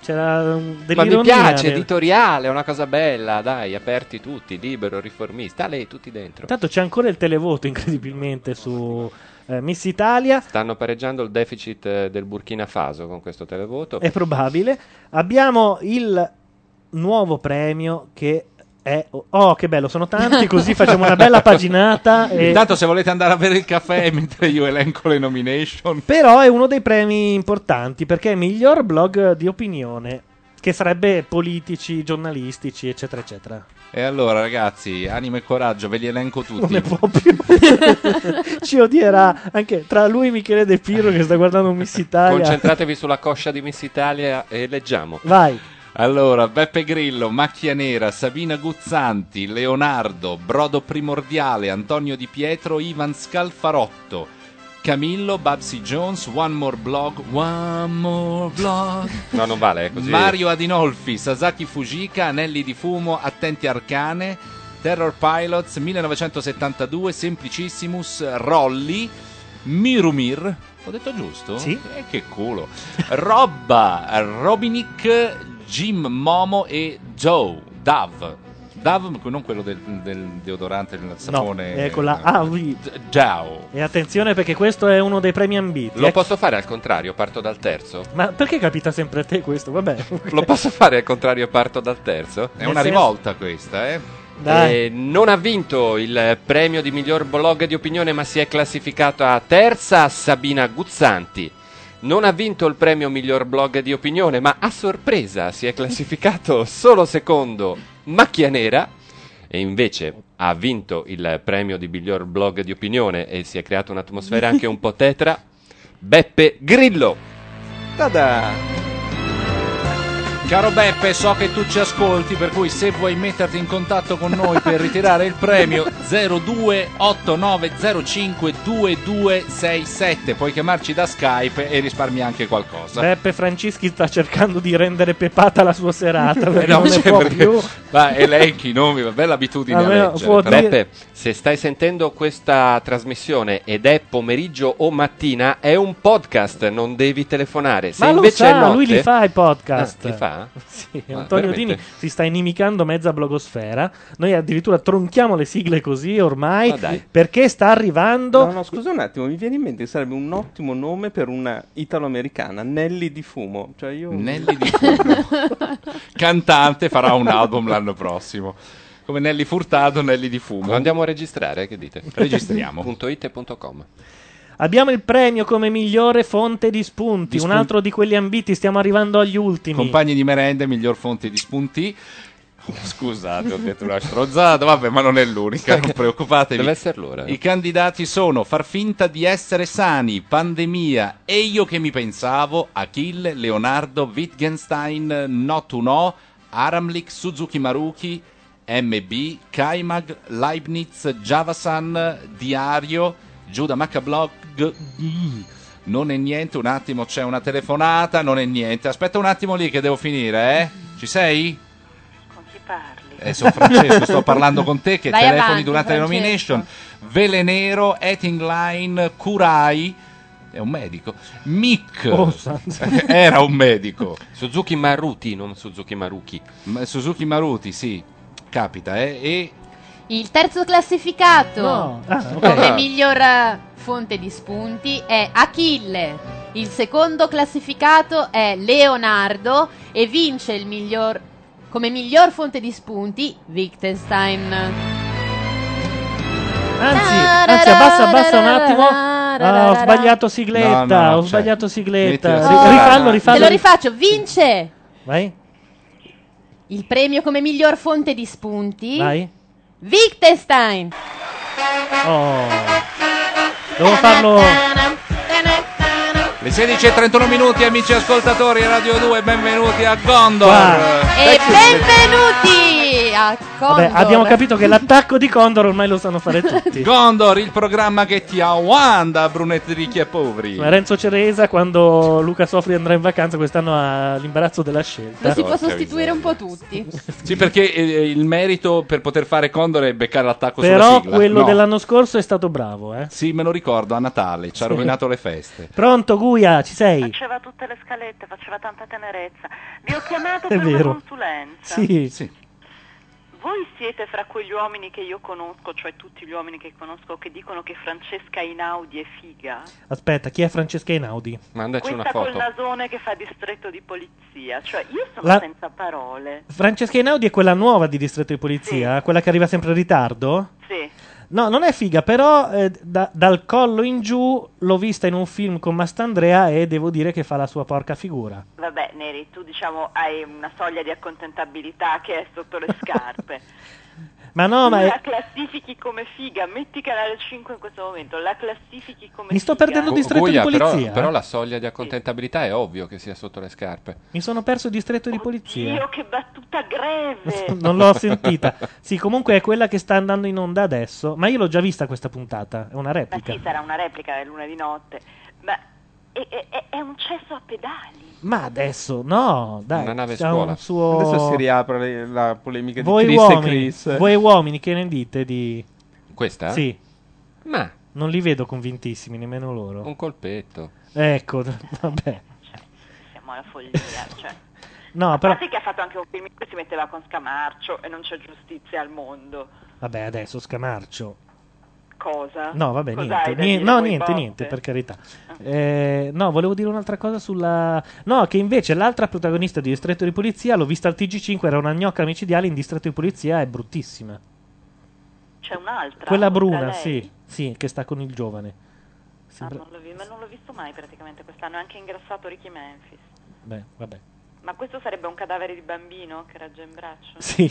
Speaker 1: C'era um,
Speaker 4: Ma mi
Speaker 1: dell'ironia
Speaker 4: piace,
Speaker 1: nel-
Speaker 4: editoriale, è una cosa bella, dai, aperti tutti, libero, riformista, lei tutti dentro.
Speaker 1: Tanto c'è ancora il televoto, <laughs> incredibilmente, su eh, Miss Italia.
Speaker 4: Stanno pareggiando il deficit eh, del Burkina Faso con questo televoto.
Speaker 1: È probabile. Abbiamo il nuovo premio che è. Oh, che bello, sono tanti,
Speaker 4: <laughs>
Speaker 1: così facciamo una bella paginata. e-
Speaker 3: Intanto se volete andare a bere il caffè <laughs> mentre io elenco le nomination.
Speaker 1: Però è uno dei premi importanti perché è miglior blog di opinione, che sarebbe politici, giornalistici, eccetera,
Speaker 4: <laughs>
Speaker 1: eccetera.
Speaker 3: E allora ragazzi, anima e coraggio, ve li elenco tutti.
Speaker 1: Non ne può più. Ci odierà anche tra lui e Michele De Piro che sta guardando Miss Italia.
Speaker 4: Concentratevi sulla coscia di Miss Italia e leggiamo.
Speaker 1: Vai.
Speaker 3: Allora, Beppe Grillo, Macchia Nera, Sabina Guzzanti, Leonardo, Brodo Primordiale, Antonio Di Pietro, Ivan Scalfarotto, Camillo, Babsi Jones, One More Blog, One More Blog,
Speaker 4: No, non vale, è così.
Speaker 3: Mario Adinolfi, Sasaki Fujika, Anelli di Fumo, Attenti Arcane, Terror Pilots, 1972, Simplicissimus, Rolli, Mirumir. Ho detto giusto? Sì. Eh, che culo. Robba, Robinic, Jim Momo e Joe, Dove. Dove, non quello del, del deodorante, del sapone.
Speaker 4: Eh,
Speaker 1: è con Ecco la AV.
Speaker 3: Ciao.
Speaker 1: E attenzione perché questo è uno dei premi ambiti.
Speaker 4: Lo
Speaker 1: eh.
Speaker 4: posso fare al contrario, parto dal terzo?
Speaker 1: Ma perché capita sempre a te questo? Vabbè.
Speaker 4: <laughs> Lo posso fare al contrario, parto dal terzo?
Speaker 3: È una rivolta questa, eh?
Speaker 1: Dai.
Speaker 4: Eh, non ha vinto il premio di miglior blog di opinione, ma si è classificata a terza Sabina Guzzanti. Non ha vinto il premio miglior blog di opinione, ma a sorpresa si è
Speaker 3: <laughs>
Speaker 4: classificato solo secondo Macchia Nera. E invece ha vinto il premio di miglior blog di opinione e si è creata un'atmosfera anche un po'
Speaker 3: <laughs>
Speaker 4: tetra. Beppe Grillo.
Speaker 3: Caro Beppe, so che tu ci ascolti, per cui se vuoi metterti in contatto con noi per ritirare il premio
Speaker 4: <laughs>
Speaker 3: 0289052267, puoi chiamarci da Skype e risparmi anche qualcosa.
Speaker 1: Beppe Francischi sta cercando di rendere pepata la sua serata.
Speaker 3: Eh
Speaker 1: perché
Speaker 3: no,
Speaker 1: non ne
Speaker 3: cioè,
Speaker 1: può
Speaker 3: perché-
Speaker 1: più.
Speaker 3: <laughs> Ma elenchi i nomi, ma bella abitudine a
Speaker 1: Almeno
Speaker 3: leggere.
Speaker 1: può
Speaker 3: però.
Speaker 1: dire-
Speaker 4: Beppe, se stai sentendo questa trasmissione ed è pomeriggio o mattina, è un podcast, non devi telefonare. Se
Speaker 1: Ma lo
Speaker 4: invece è
Speaker 1: sa,
Speaker 4: notte-
Speaker 1: lui li fa i podcast.
Speaker 4: Ah, li fa?
Speaker 1: <laughs> Sì,
Speaker 4: Ma
Speaker 1: Antonio
Speaker 4: veramente?
Speaker 1: Dini si sta inimicando mezza blogosfera. Noi addirittura tronchiamo le sigle così ormai perché sta arrivando.
Speaker 5: No, no, scusa un attimo, mi viene in mente che sarebbe un ottimo nome per una italo-americana, Nelly di Fumo. Cioè io...
Speaker 3: Nelly di Fumo. Cantante
Speaker 4: <laughs>
Speaker 3: farà un album l'anno prossimo. Come Nelly Furtado, Nelly di Fumo.
Speaker 4: andiamo a registrare, che dite?
Speaker 3: Registriamo.
Speaker 4: .it.com
Speaker 1: Abbiamo il premio come migliore fonte di spunti.
Speaker 3: Di
Speaker 1: un
Speaker 3: spunti.
Speaker 1: altro di quelli ambiti. Stiamo arrivando agli ultimi.
Speaker 3: Compagni di merende, miglior fonte di spunti. Scusate, ho detto una strozzata, vabbè, ma non è l'unica, non preoccupatevi.
Speaker 4: Deve essere l'ora.
Speaker 3: I candidati sono far finta di essere sani, pandemia, e io che mi pensavo, Achille, Leonardo, Wittgenstein, Notuno, Aramlik, Suzuki Maruki, MB, Kaimag, Leibniz, Javasan, Diario, Giuda Macablog. Non è niente, un attimo c'è una telefonata, non è niente. Aspetta un attimo lì che devo finire, eh? Ci sei? Eh, sono Francesco, sto parlando con te che
Speaker 16: Vai
Speaker 3: telefoni
Speaker 16: avanti,
Speaker 3: durante
Speaker 16: Francesco.
Speaker 3: le nomination. Velenero, Ettingline, Kurai, è un medico. Mick,
Speaker 4: Oh,
Speaker 3: <laughs> era un medico.
Speaker 4: Suzuki Maruti, non Suzuki Maruki.
Speaker 3: Ma- Suzuki Maruti, sì, capita, eh. E
Speaker 7: Il terzo classificato
Speaker 3: No. Ah, ok.
Speaker 7: come
Speaker 3: Ah.
Speaker 7: miglior eh, fonte di spunti è Achille. Il secondo classificato è Leonardo e vince il miglior, come miglior fonte di spunti Wittgenstein.
Speaker 1: Anzi, anzi, abbassa, abbassa un attimo. Ah, ho sbagliato
Speaker 16: No,
Speaker 1: sigletta.
Speaker 16: no, no,
Speaker 1: ho
Speaker 16: cioè,
Speaker 1: sbagliato
Speaker 16: metti
Speaker 1: sigletta.
Speaker 16: la sigletta.
Speaker 7: Eh,
Speaker 1: Rifallo,
Speaker 7: Te lo
Speaker 1: rifallo.
Speaker 7: rifaccio, vince
Speaker 1: Vai,
Speaker 7: il premio come miglior fonte di spunti
Speaker 1: vai.
Speaker 7: Wittgenstein.
Speaker 1: Oh. Devo farlo.
Speaker 3: le 16.31 minuti, amici ascoltatori, Radio 2, benvenuti a Gondor.
Speaker 1: Qua.
Speaker 7: E benvenuti a
Speaker 1: Vabbè,
Speaker 7: Condor.
Speaker 1: abbiamo capito che l'attacco di Condor ormai lo sanno
Speaker 7: <laughs>
Speaker 1: fare tutti.
Speaker 3: Gondor, il programma che ti awanda, brunetti ricchi e poveri.
Speaker 1: Ma Renzo Ceresa, quando Luca Sofri andrà in vacanza, quest'anno ha l'imbarazzo della scelta.
Speaker 7: Lo si può
Speaker 3: Porca
Speaker 7: sostituire un po' tutti.
Speaker 3: Sì, perché eh, il merito per poter fare Condor è beccare l'attacco sulla
Speaker 1: Però
Speaker 3: sigla.
Speaker 1: quello
Speaker 3: No.
Speaker 1: dell'anno scorso è stato bravo, eh.
Speaker 3: Sì, me lo ricordo, a Natale, ci ha
Speaker 1: Sì.
Speaker 3: rovinato le feste.
Speaker 1: Pronto, Guia, ci sei?
Speaker 15: Faceva tutte le scalette, faceva tanta tenerezza. Vi ho chiamato
Speaker 1: <laughs> È
Speaker 15: per una
Speaker 1: vero.
Speaker 15: consulenza.
Speaker 1: Sì.
Speaker 15: Voi siete fra quegli uomini che io conosco, cioè tutti gli uomini che conosco, che dicono che Francesca Inaudi è figa?
Speaker 1: Aspetta, chi è Francesca Inaudi?
Speaker 4: Mandaci
Speaker 15: Questa col nasone che fa distretto di polizia. Cioè, io sono
Speaker 1: La-
Speaker 15: senza parole.
Speaker 1: Francesca Inaudi è quella nuova di distretto di polizia, quella che arriva sempre in ritardo?
Speaker 15: Sì.
Speaker 1: No, non è figa, però eh, da- dal collo in giù l'ho vista in un film con Mastandrea e devo dire che fa la sua porca figura.
Speaker 15: Vabbè, Neri, tu diciamo hai una soglia di accontentabilità che è sotto le
Speaker 1: <laughs>
Speaker 15: scarpe.
Speaker 1: Ma Ah, no,
Speaker 15: Tu
Speaker 1: ma è-
Speaker 15: la classifichi come figa, metti canale 5 in questo momento, la classifichi come
Speaker 1: Mi sto
Speaker 15: figa.
Speaker 1: perdendo distretto
Speaker 4: Guglia,
Speaker 1: di
Speaker 4: però,
Speaker 1: polizia. eh.
Speaker 4: però la soglia di accontentabilità è ovvio che sia sotto le scarpe.
Speaker 1: mi sono perso distretto di polizia.
Speaker 15: Dio, che battuta greve!
Speaker 1: <laughs> non l'ho sentita. Sì, comunque è quella che sta andando in onda adesso, ma io l'ho già vista questa puntata, è una
Speaker 15: Ma
Speaker 1: replica.
Speaker 15: sì, sarà una replica, è luna di notte. Ma è, è- è- è un cesso a pedali.
Speaker 1: Ma adesso no, dai.
Speaker 4: Una nave
Speaker 1: c'ha
Speaker 4: scuola.
Speaker 1: un suo-
Speaker 5: Adesso si riapre le- la polemica di
Speaker 1: voi
Speaker 5: Chris
Speaker 1: uomini,
Speaker 5: e Chris.
Speaker 1: Voi uomini che ne dite di
Speaker 4: Questa?
Speaker 1: Sì.
Speaker 4: Ma
Speaker 1: Non li vedo convintissimi nemmeno loro.
Speaker 4: un colpetto.
Speaker 1: Ecco, <laughs> vabbè.
Speaker 15: Siamo alla
Speaker 1: <laughs>
Speaker 15: follia, cioè.
Speaker 1: No,
Speaker 15: A
Speaker 1: però
Speaker 15: parte che ha fatto anche un film in cui si metteva con Scamarcio e non c'è giustizia al mondo.
Speaker 1: vabbè, adesso scamarcio.
Speaker 15: Cosa?
Speaker 1: No, vabbè,
Speaker 15: Cos'hai
Speaker 1: niente,
Speaker 15: da
Speaker 1: ni-
Speaker 15: dire, boh,
Speaker 1: no,
Speaker 15: voi
Speaker 1: niente,
Speaker 15: botte?
Speaker 1: niente, per carità.
Speaker 15: Ah.
Speaker 1: Eh, no, volevo dire un'altra cosa sulla No, che invece l'altra protagonista di Distretto di Polizia, l'ho vista al TG5, era una gnocca micidiale in Distretto di Polizia, è bruttissima.
Speaker 15: C'è un'altra.
Speaker 1: Quella
Speaker 15: oltre a
Speaker 1: bruna,
Speaker 15: lei?
Speaker 1: sì, sì, che sta con il giovane.
Speaker 15: Ah,
Speaker 1: Sembra-
Speaker 15: non l'ho vi- ma non l'ho visto mai praticamente quest'anno, è anche ingrassato Ricky Memphis.
Speaker 1: Beh, vabbè.
Speaker 15: Ma questo sarebbe un cadavere di bambino che raggia in braccio?
Speaker 1: Sì, <laughs>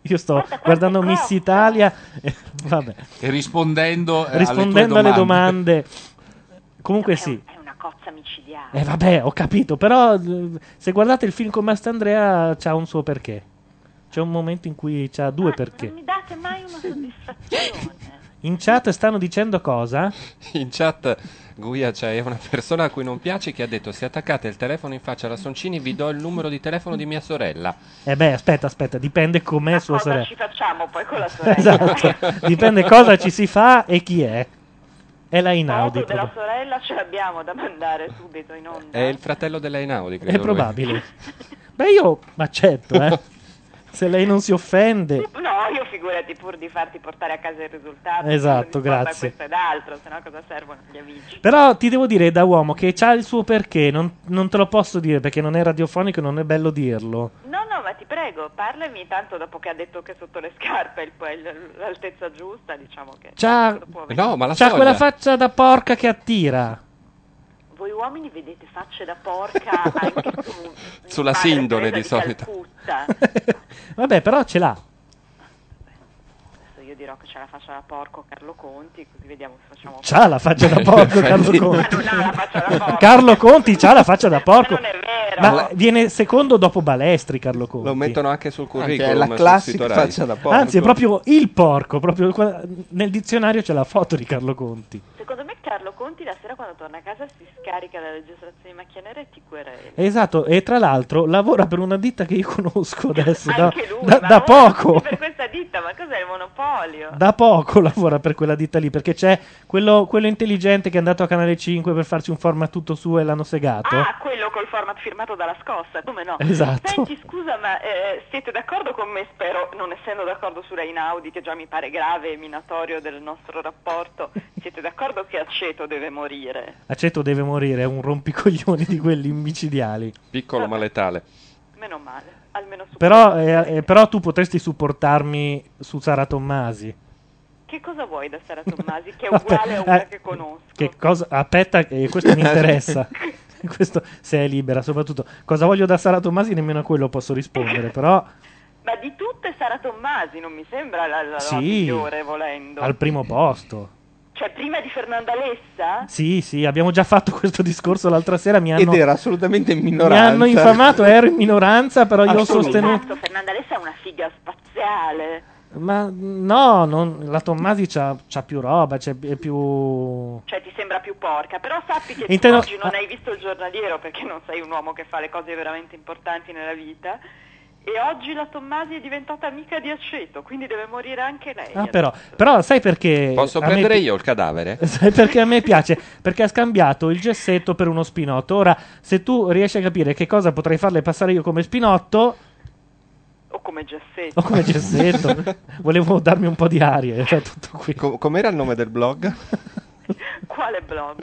Speaker 1: io sto guardando Miss Italia. <laughs> eh, vabbè.
Speaker 3: E rispondendo, eh, alle
Speaker 1: rispondendo
Speaker 3: tue
Speaker 1: alle
Speaker 3: domande.
Speaker 1: domande. Comunque sì.
Speaker 15: È una cozza micidiale.
Speaker 1: Eh vabbè, ho capito, però eh, se guardate il film con Mastandrea c'ha un suo perché. C'è un momento in cui c'ha due perché.
Speaker 15: Ah, Non mi date mai una soddisfazione.
Speaker 1: In chat stanno dicendo cosa?
Speaker 4: In chat Guia c'è una persona a cui non piace che ha detto se attaccate il telefono in faccia alla Soncini vi do il numero di telefono di mia sorella.
Speaker 1: Eh beh, aspetta, aspetta, dipende com'è sua
Speaker 15: Ah, Cosa
Speaker 1: sorella.
Speaker 15: ci facciamo poi con la
Speaker 1: <laughs>
Speaker 15: sorella?
Speaker 1: Esatto, dipende cosa ci si fa e chi è. È la
Speaker 15: Foto
Speaker 1: inaudito.
Speaker 15: Ah, della sorella ce l'abbiamo da mandare subito in onda.
Speaker 4: È il fratello della Einaudi, credo.
Speaker 1: È probabile. <laughs> Beh, io accetto, eh. Se lei non si offende.
Speaker 15: No, io figurati pur di farti portare a casa il risultato.
Speaker 1: Esatto,
Speaker 15: Dico, "Vabbè,
Speaker 1: grazie.
Speaker 15: Questo ed altro, sennò cosa servono gli amici?
Speaker 1: Però ti devo dire da uomo che c'ha il suo perché, non, non te lo posso dire perché non è radiofonico e non è bello dirlo.
Speaker 15: No, no, ma ti prego, parlami tanto dopo che ha detto che sotto le scarpe è il- poi l- l'altezza giusta, diciamo che...
Speaker 1: C'ha,
Speaker 15: può venire.
Speaker 4: No, ma la
Speaker 1: c'ha
Speaker 4: soglia.
Speaker 1: quella faccia da porca che attira.
Speaker 15: voi uomini vedete facce da porca
Speaker 4: <laughs>
Speaker 15: anche su
Speaker 4: Sulla
Speaker 15: Madre
Speaker 4: sindone di
Speaker 15: Teresa
Speaker 4: solito.
Speaker 15: Calcutta.
Speaker 1: <laughs>
Speaker 4: <laughs>
Speaker 1: Vabbè, però ce l'ha.
Speaker 15: Adesso io dirò che c'è la faccia da porco Carlo Conti, così vediamo se facciamo...
Speaker 1: C'ha la faccia
Speaker 15: <laughs>
Speaker 4: <laughs>
Speaker 1: da porco Carlo Conti.
Speaker 15: Ma non ha la faccia da porco.
Speaker 1: Carlo Conti c'ha la faccia da porco. Ma, viene secondo dopo Balestri Carlo Conti.
Speaker 4: Lo mettono anche sul curriculum.
Speaker 1: la
Speaker 4: sul
Speaker 1: classica
Speaker 4: sito Rai.
Speaker 1: faccia Anzi, è proprio il porco, proprio qua- nel dizionario c'è la foto di Carlo Conti.
Speaker 15: Secondo me Carlo Conti la sera quando torna a casa si scarica la registrazione di macchia nera e ti querela.
Speaker 1: Esatto, e tra l'altro lavora per una ditta che io conosco adesso da,
Speaker 15: Anche lui,
Speaker 1: da-
Speaker 15: ma
Speaker 1: da
Speaker 15: lavora
Speaker 1: poco.
Speaker 15: tutti Per questa ditta, ma cos'è il monopolio?
Speaker 1: Da poco <laughs> lavora per quella ditta lì perché c'è quello, quello intelligente che è andato a Canale 5 per farci un format tutto suo e l'hanno segato.
Speaker 15: Ah, quello col format firmato dalla scossa, come no?
Speaker 1: Esatto.
Speaker 15: Senti, scusa, ma eh, siete d'accordo con me, spero, non essendo d'accordo su Reinaudi, che già mi pare grave e minatorio del nostro rapporto, siete d'accordo che Aceto deve morire?
Speaker 1: Aceto deve morire, è un rompicoglioni di quelli
Speaker 15: <laughs>
Speaker 1: micidiali.
Speaker 4: Piccolo ma letale.
Speaker 15: Meno male, almeno su...
Speaker 1: Però, eh, eh, però tu potresti supportarmi su Sara Tommasi.
Speaker 15: Che cosa vuoi da
Speaker 1: <laughs>
Speaker 15: Sara Tommasi, che è
Speaker 1: Vabbè,
Speaker 15: uguale a una
Speaker 1: eh,
Speaker 15: che conosco?
Speaker 1: Che cosa? Aspetta, che questo mi interessa. <laughs> questo, se è libera, soprattutto. Cosa voglio da Sara Tommasi? Nemmeno a quello posso rispondere, però
Speaker 15: Ma di tutte Sara Tommasi, non mi sembra la, la- la
Speaker 1: Sì.
Speaker 15: migliore, volendo.
Speaker 1: al primo posto.
Speaker 15: Cioè, prima di Fernanda Lessa?
Speaker 1: Sì, sì, abbiamo già fatto questo discorso l'altra sera. Mi hanno,
Speaker 5: Ed era assolutamente in
Speaker 1: mi
Speaker 5: minoranza.
Speaker 1: hanno infamato, ero in minoranza, però io ho sostenuto.
Speaker 15: Esatto, Fernanda Lessa è una figa spaziale.
Speaker 1: Ma no, non- la Tommasi c'ha, c'ha più roba, c'è è più.
Speaker 15: Cioè ti sembra più porca, però sappi che
Speaker 1: Intendo-
Speaker 15: tu oggi non
Speaker 1: ah.
Speaker 15: hai visto il giornaliero perché non sei un uomo che fa le cose veramente importanti nella vita. E oggi la Tommasi è diventata amica di Aceto, quindi deve morire anche lei.
Speaker 1: Ah, però, però sai perché.
Speaker 4: Posso
Speaker 1: Eh, a me
Speaker 4: prendere
Speaker 1: pi-
Speaker 4: io il cadavere?
Speaker 1: <laughs>
Speaker 4: <laughs>
Speaker 1: Sai perché a me piace? Perché ha scambiato il gessetto per uno spinotto. Ora, se tu riesci a capire che cosa potrei farle passare io come spinotto
Speaker 15: O come Gessetto.
Speaker 1: o come
Speaker 4: <laughs>
Speaker 1: gessetto, volevo darmi un po' di aria. Era tutto qui.
Speaker 4: com'era il nome del blog?
Speaker 15: Quale blog?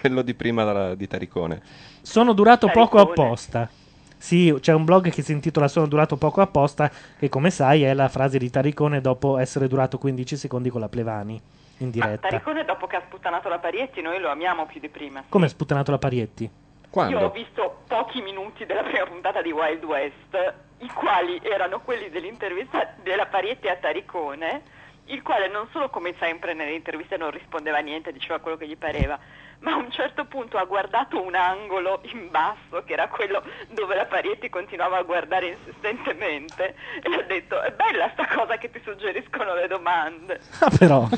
Speaker 4: Quello di prima della- di Taricone.
Speaker 1: Sono durato poco apposta. Sì, c'è un blog che si intitola Sono durato poco apposta, che come sai è la frase di Taricone dopo essere durato 15 secondi con la Plevani in diretta.
Speaker 15: Ah, Taricone dopo che ha sputtanato la Parietti, noi lo amiamo più di prima.
Speaker 1: Come ha sputtanato la Parietti?
Speaker 15: Io ho visto pochi minuti della prima puntata di Wild West, i quali erano quelli dell'intervista della Parietti a Taricone, il quale non solo come sempre nelle interviste non rispondeva a niente, diceva quello che gli pareva, ma a un certo punto ha guardato un angolo in basso, che era quello dove la Parietti continuava a guardare insistentemente, e ha detto, è bella sta cosa che ti suggeriscono le domande.
Speaker 1: Ah, però.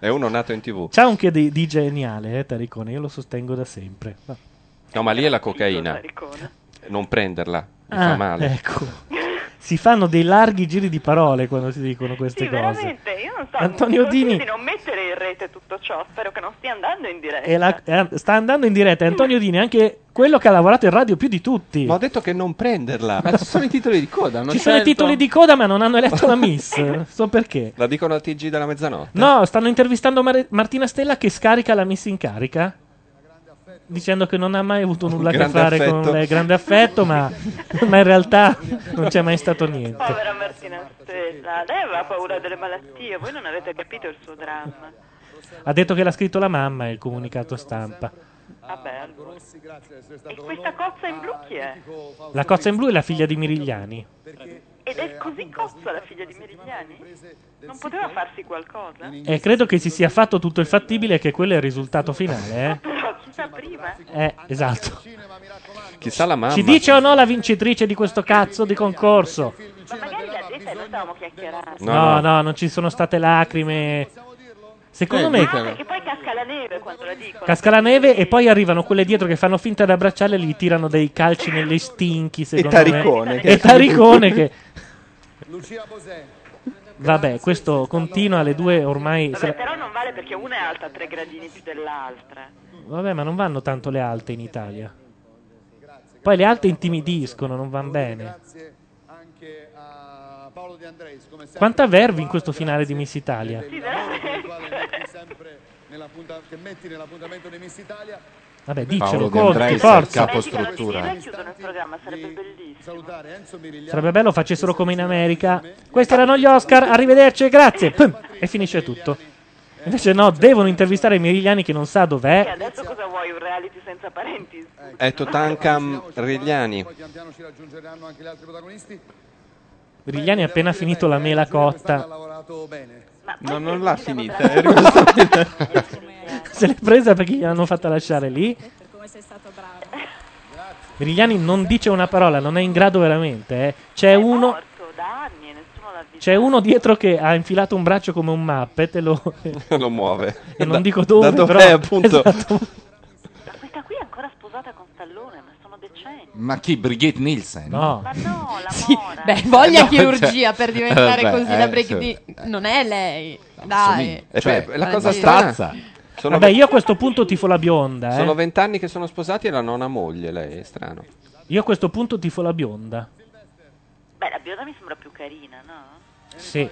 Speaker 4: È uno nato in tv.
Speaker 1: C'ha un che di, di geniale, eh, Taricone, io lo sostengo da sempre. No.
Speaker 4: No, ma lì è la cocaina. Non prenderla, mi fa
Speaker 1: Ah,
Speaker 4: male.
Speaker 15: <laughs>
Speaker 1: Ecco. Si fanno dei larghi giri di parole quando si dicono queste
Speaker 15: Sì,
Speaker 1: cose.
Speaker 15: veramente, io non so,
Speaker 1: Antonio
Speaker 15: mi consigli
Speaker 1: Dini-
Speaker 15: di non mettere in rete tutto ciò, spero che non stia andando in diretta.
Speaker 1: E la- eh, sta andando in diretta Antonio Dini, anche quello che ha lavorato in radio più di tutti. Ma ho
Speaker 4: detto che non prenderla.
Speaker 5: Ma ci sono i titoli di coda, hanno
Speaker 1: Ci sono i
Speaker 5: scelto-
Speaker 1: titoli di coda, ma non hanno eletto
Speaker 5: <laughs>
Speaker 1: la Miss. so perché.
Speaker 4: La dicono al TG della mezzanotte.
Speaker 1: No, stanno intervistando Mare- Martina Stella che scarica la Miss in carica. Dicendo che non ha mai avuto nulla a che
Speaker 4: Grande
Speaker 1: fare
Speaker 4: affetto.
Speaker 1: con lei, grande affetto,
Speaker 4: <laughs>
Speaker 1: ma, ma in realtà non c'è mai stato niente.
Speaker 15: Povera Martina Stella, lei aveva paura delle malattie, voi non avete capito il suo dramma.
Speaker 1: Ha detto che l'ha scritto la mamma e il comunicato stampa.
Speaker 15: Vabbè, allora. E questa cozza in blu chi è?
Speaker 1: La cozza in blu è la figlia di Mirigliani.
Speaker 15: Ed è così cozza la figlia di Merigliani? Non poteva farsi qualcosa?
Speaker 1: E credo che si sia fatto tutto il fattibile e che quello è il risultato finale. Eh,
Speaker 15: Però chissà prima.
Speaker 1: Eh, esatto.
Speaker 4: Chissà la mamma.
Speaker 1: Ci dice o no la vincitrice di questo cazzo di concorso?
Speaker 15: Ma magari la gente non stavamo chiacchierando.
Speaker 1: No, no, non ci sono state lacrime.
Speaker 5: Eh,
Speaker 6: Eh,
Speaker 1: Secondo me
Speaker 15: Ah, perché poi casca la neve quando la dicono.
Speaker 1: casca la neve e poi arrivano quelle dietro che fanno finta di abbracciarle e gli tirano dei calci nelle stinchi. Secondo
Speaker 5: Taricone,
Speaker 1: Me.
Speaker 5: che-
Speaker 1: E Taricone che. Vabbè, questo continua, le due ormai. se
Speaker 15: Vabbè,
Speaker 1: la-
Speaker 15: però non vale perché una è alta tre gradini più dell'altra.
Speaker 1: Vabbè, ma non vanno tanto le alte in Italia. Poi le alte intimidiscono, non vanno bene. Quanta verve in questo finale di Miss Italia?
Speaker 23: Del lavoro con il quale metti sempre nell'appunta- che metti nell'appuntamento dei Miss Italia
Speaker 1: Vapo
Speaker 4: Paolo
Speaker 1: diccelo,
Speaker 4: De
Speaker 1: Conti,
Speaker 4: Andrei,
Speaker 1: forza.
Speaker 4: il capostruttura.
Speaker 15: Chiudono il programma, sarebbe bellissimo.
Speaker 1: Sarebbe bello facessero come in America. Questi erano gli Oscar, arrivederci, grazie. Pum, e finisce tutto. Invece no, devono intervistare Mirigliani che non sa
Speaker 15: E
Speaker 1: dov'è.
Speaker 15: adesso cosa vuoi? Un reality senza parenti?
Speaker 23: Ecco.
Speaker 4: È Totankam Rigliani.
Speaker 1: Mirigliani ha appena finito la mela cotta.
Speaker 5: No, non l'ha finita.
Speaker 10: Eh,
Speaker 5: eh,
Speaker 10: <laughs>
Speaker 5: È rimasta
Speaker 15: <laughs>
Speaker 1: Se l'è presa perché gliel'hanno fatta lasciare lì.
Speaker 14: Come sei stato bravo.
Speaker 15: Eh,
Speaker 1: Mirigliani non dice una parola, non è in grado veramente. eh. C'è uno. C'è uno dietro che ha infilato un braccio come un mappet e lo.
Speaker 4: <laughs> Lo muove.
Speaker 1: e non
Speaker 4: Da-
Speaker 1: dico dove.
Speaker 4: da dov'è,
Speaker 1: però-
Speaker 4: appunto.
Speaker 1: esatto.
Speaker 15: Questa qui è ancora sposata con Stallone, ma sono decenti.
Speaker 3: Ma chi? Brigitte Nielsen?
Speaker 1: No.
Speaker 3: <laughs>
Speaker 15: Ma no, la mora.
Speaker 7: Beh, voglia
Speaker 3: Eh,
Speaker 7: <laughs>
Speaker 3: no,
Speaker 7: chirurgia
Speaker 3: cioè-
Speaker 7: per diventare
Speaker 3: eh, vabbè,
Speaker 7: così da
Speaker 3: eh,
Speaker 7: break
Speaker 3: cioè,
Speaker 7: di- Non è lei. Dai.
Speaker 4: Eh, beh, la
Speaker 7: Ma
Speaker 4: cosa
Speaker 7: sì.
Speaker 4: strana. Sono
Speaker 1: Vabbè, io a questo punto tifo la bionda. eh.
Speaker 4: Sono vent'anni che sono sposati e la nona moglie, lei è strano.
Speaker 1: Io a questo punto tifo la bionda.
Speaker 15: Beh, la bionda mi sembra più carina, no?
Speaker 1: Sì,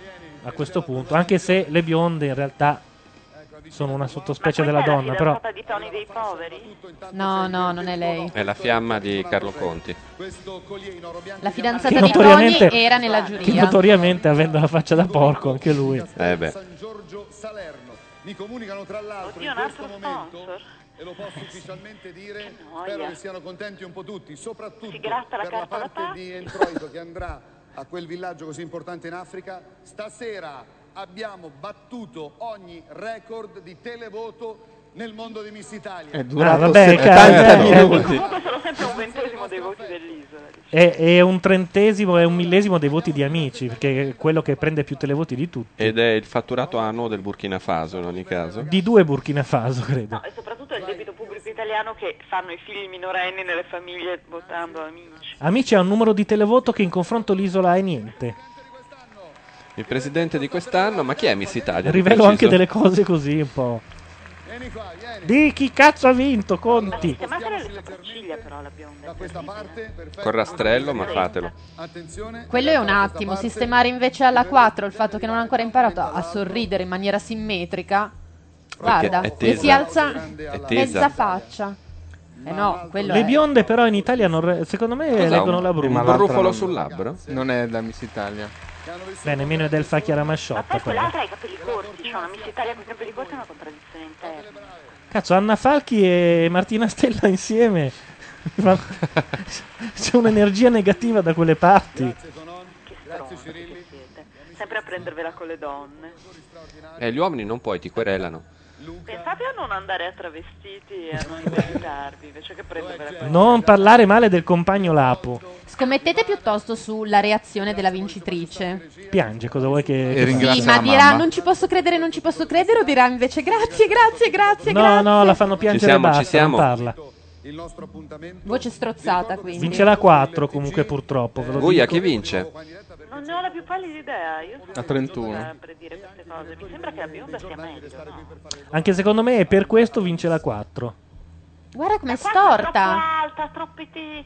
Speaker 1: a questo punto. Anche se le bionde in realtà sono una sottospecie della donna, però.
Speaker 15: Di Tony dei poveri?
Speaker 7: No, no, non è lei.
Speaker 4: È la fiamma di Carlo Conti.
Speaker 7: La
Speaker 1: Che
Speaker 7: fidanzata di Tony
Speaker 1: notoriamente,
Speaker 7: era nella
Speaker 1: che
Speaker 7: giuria.
Speaker 1: notoriamente avendo la faccia da porco anche lui.
Speaker 4: Eh beh.
Speaker 23: Mi comunicano tra l'altro in questo momento e lo posso ufficialmente dire, spero che siano contenti un po' tutti, soprattutto per la parte di Entroito che andrà a quel villaggio così importante in Africa. Stasera abbiamo battuto ogni record di televoto nel mondo di Miss Italia.
Speaker 4: Eh,
Speaker 5: È
Speaker 1: durato Ah, vabbè, 70 cazzo, eh, minuti.
Speaker 15: Comunque sono sempre un ventesimo dei voti dell'isola.
Speaker 1: È, è un trentesimo e un millesimo dei voti di amici, perché è quello che prende più televoti di tutti.
Speaker 4: Ed è il fatturato annuo del Burkina Faso in ogni caso.
Speaker 1: Di due Burkina Faso, credo.
Speaker 15: E soprattutto è il debito pubblico italiano che fanno i figli minorenni nelle famiglie votando amici.
Speaker 1: Amici ha un numero di televoto che in confronto l'isola è niente.
Speaker 4: Il presidente di quest'anno, ma chi è Miss Italia? di
Speaker 1: Rivelo anche
Speaker 4: preciso?
Speaker 1: delle cose così un po'. Di chi cazzo ha vinto, Conti?
Speaker 15: Chiamatela le sopracciglia però la bionda. Da questa parte,
Speaker 4: Con rastrello, ma fatelo.
Speaker 7: Quello è un attimo. Sistemare invece alla 4 il fatto che non ha ancora imparato a a sorridere in maniera simmetrica. Guarda,
Speaker 1: è
Speaker 7: e
Speaker 1: tesa.
Speaker 7: si alza
Speaker 1: È tesa.
Speaker 7: mezza faccia. Eh no, quello
Speaker 1: Le
Speaker 7: è.
Speaker 1: bionde però in Italia non re- secondo me
Speaker 5: Cos'ha,
Speaker 1: Eh, leggono
Speaker 5: un-
Speaker 1: la
Speaker 5: ma
Speaker 1: bruma.
Speaker 5: Esatto. l'altra non-
Speaker 4: labbro?
Speaker 5: Non è da Miss Italia.
Speaker 1: Beh, nemmeno è del Fa Chiaramasciotta.
Speaker 15: Poi
Speaker 1: quella.
Speaker 15: quell'altra ha i capelli corti, c'è una Miss Italia con i capelli corti è una contraddizione interna.
Speaker 1: Cazzo, Anna Falchi e Martina Stella insieme. <laughs> Ma-
Speaker 5: <laughs>
Speaker 1: C'è un'energia negativa da quelle parti.
Speaker 15: Che stronzi che siete. Sempre a prendervela con le donne.
Speaker 4: Eh, gli uomini non puoi, ti querelano.
Speaker 15: Pensate a non andare a travestiti e a non inventarvi invece che prendervela
Speaker 1: cioè,
Speaker 15: con le donne.
Speaker 1: Non parlare male del compagno Lapo.
Speaker 7: Scommettete piuttosto sulla reazione della vincitrice.
Speaker 1: Piange, cosa vuoi che... che
Speaker 3: E
Speaker 1: fa?
Speaker 7: Sì, ma dirà non ci posso credere, non ci posso credere, o dirà invece grazie, grazie, grazie,
Speaker 1: No,
Speaker 7: grazie.
Speaker 1: no, la fanno piangere
Speaker 4: siamo,
Speaker 1: e
Speaker 4: ci
Speaker 1: basta,
Speaker 4: siamo.
Speaker 1: non parla.
Speaker 7: Voce strozzata quindi.
Speaker 1: Vincerà 4 comunque purtroppo, ve lo
Speaker 4: Guglia,
Speaker 1: dico.
Speaker 4: chi vince?
Speaker 15: Non ne ho la più pallida idea, io sono
Speaker 4: A 31.
Speaker 15: venuta a predire queste cose. Mi sembra che la bionda sia meglio, no?
Speaker 1: Anche secondo me e per questo vincerà 4.
Speaker 7: Guarda com'è storta.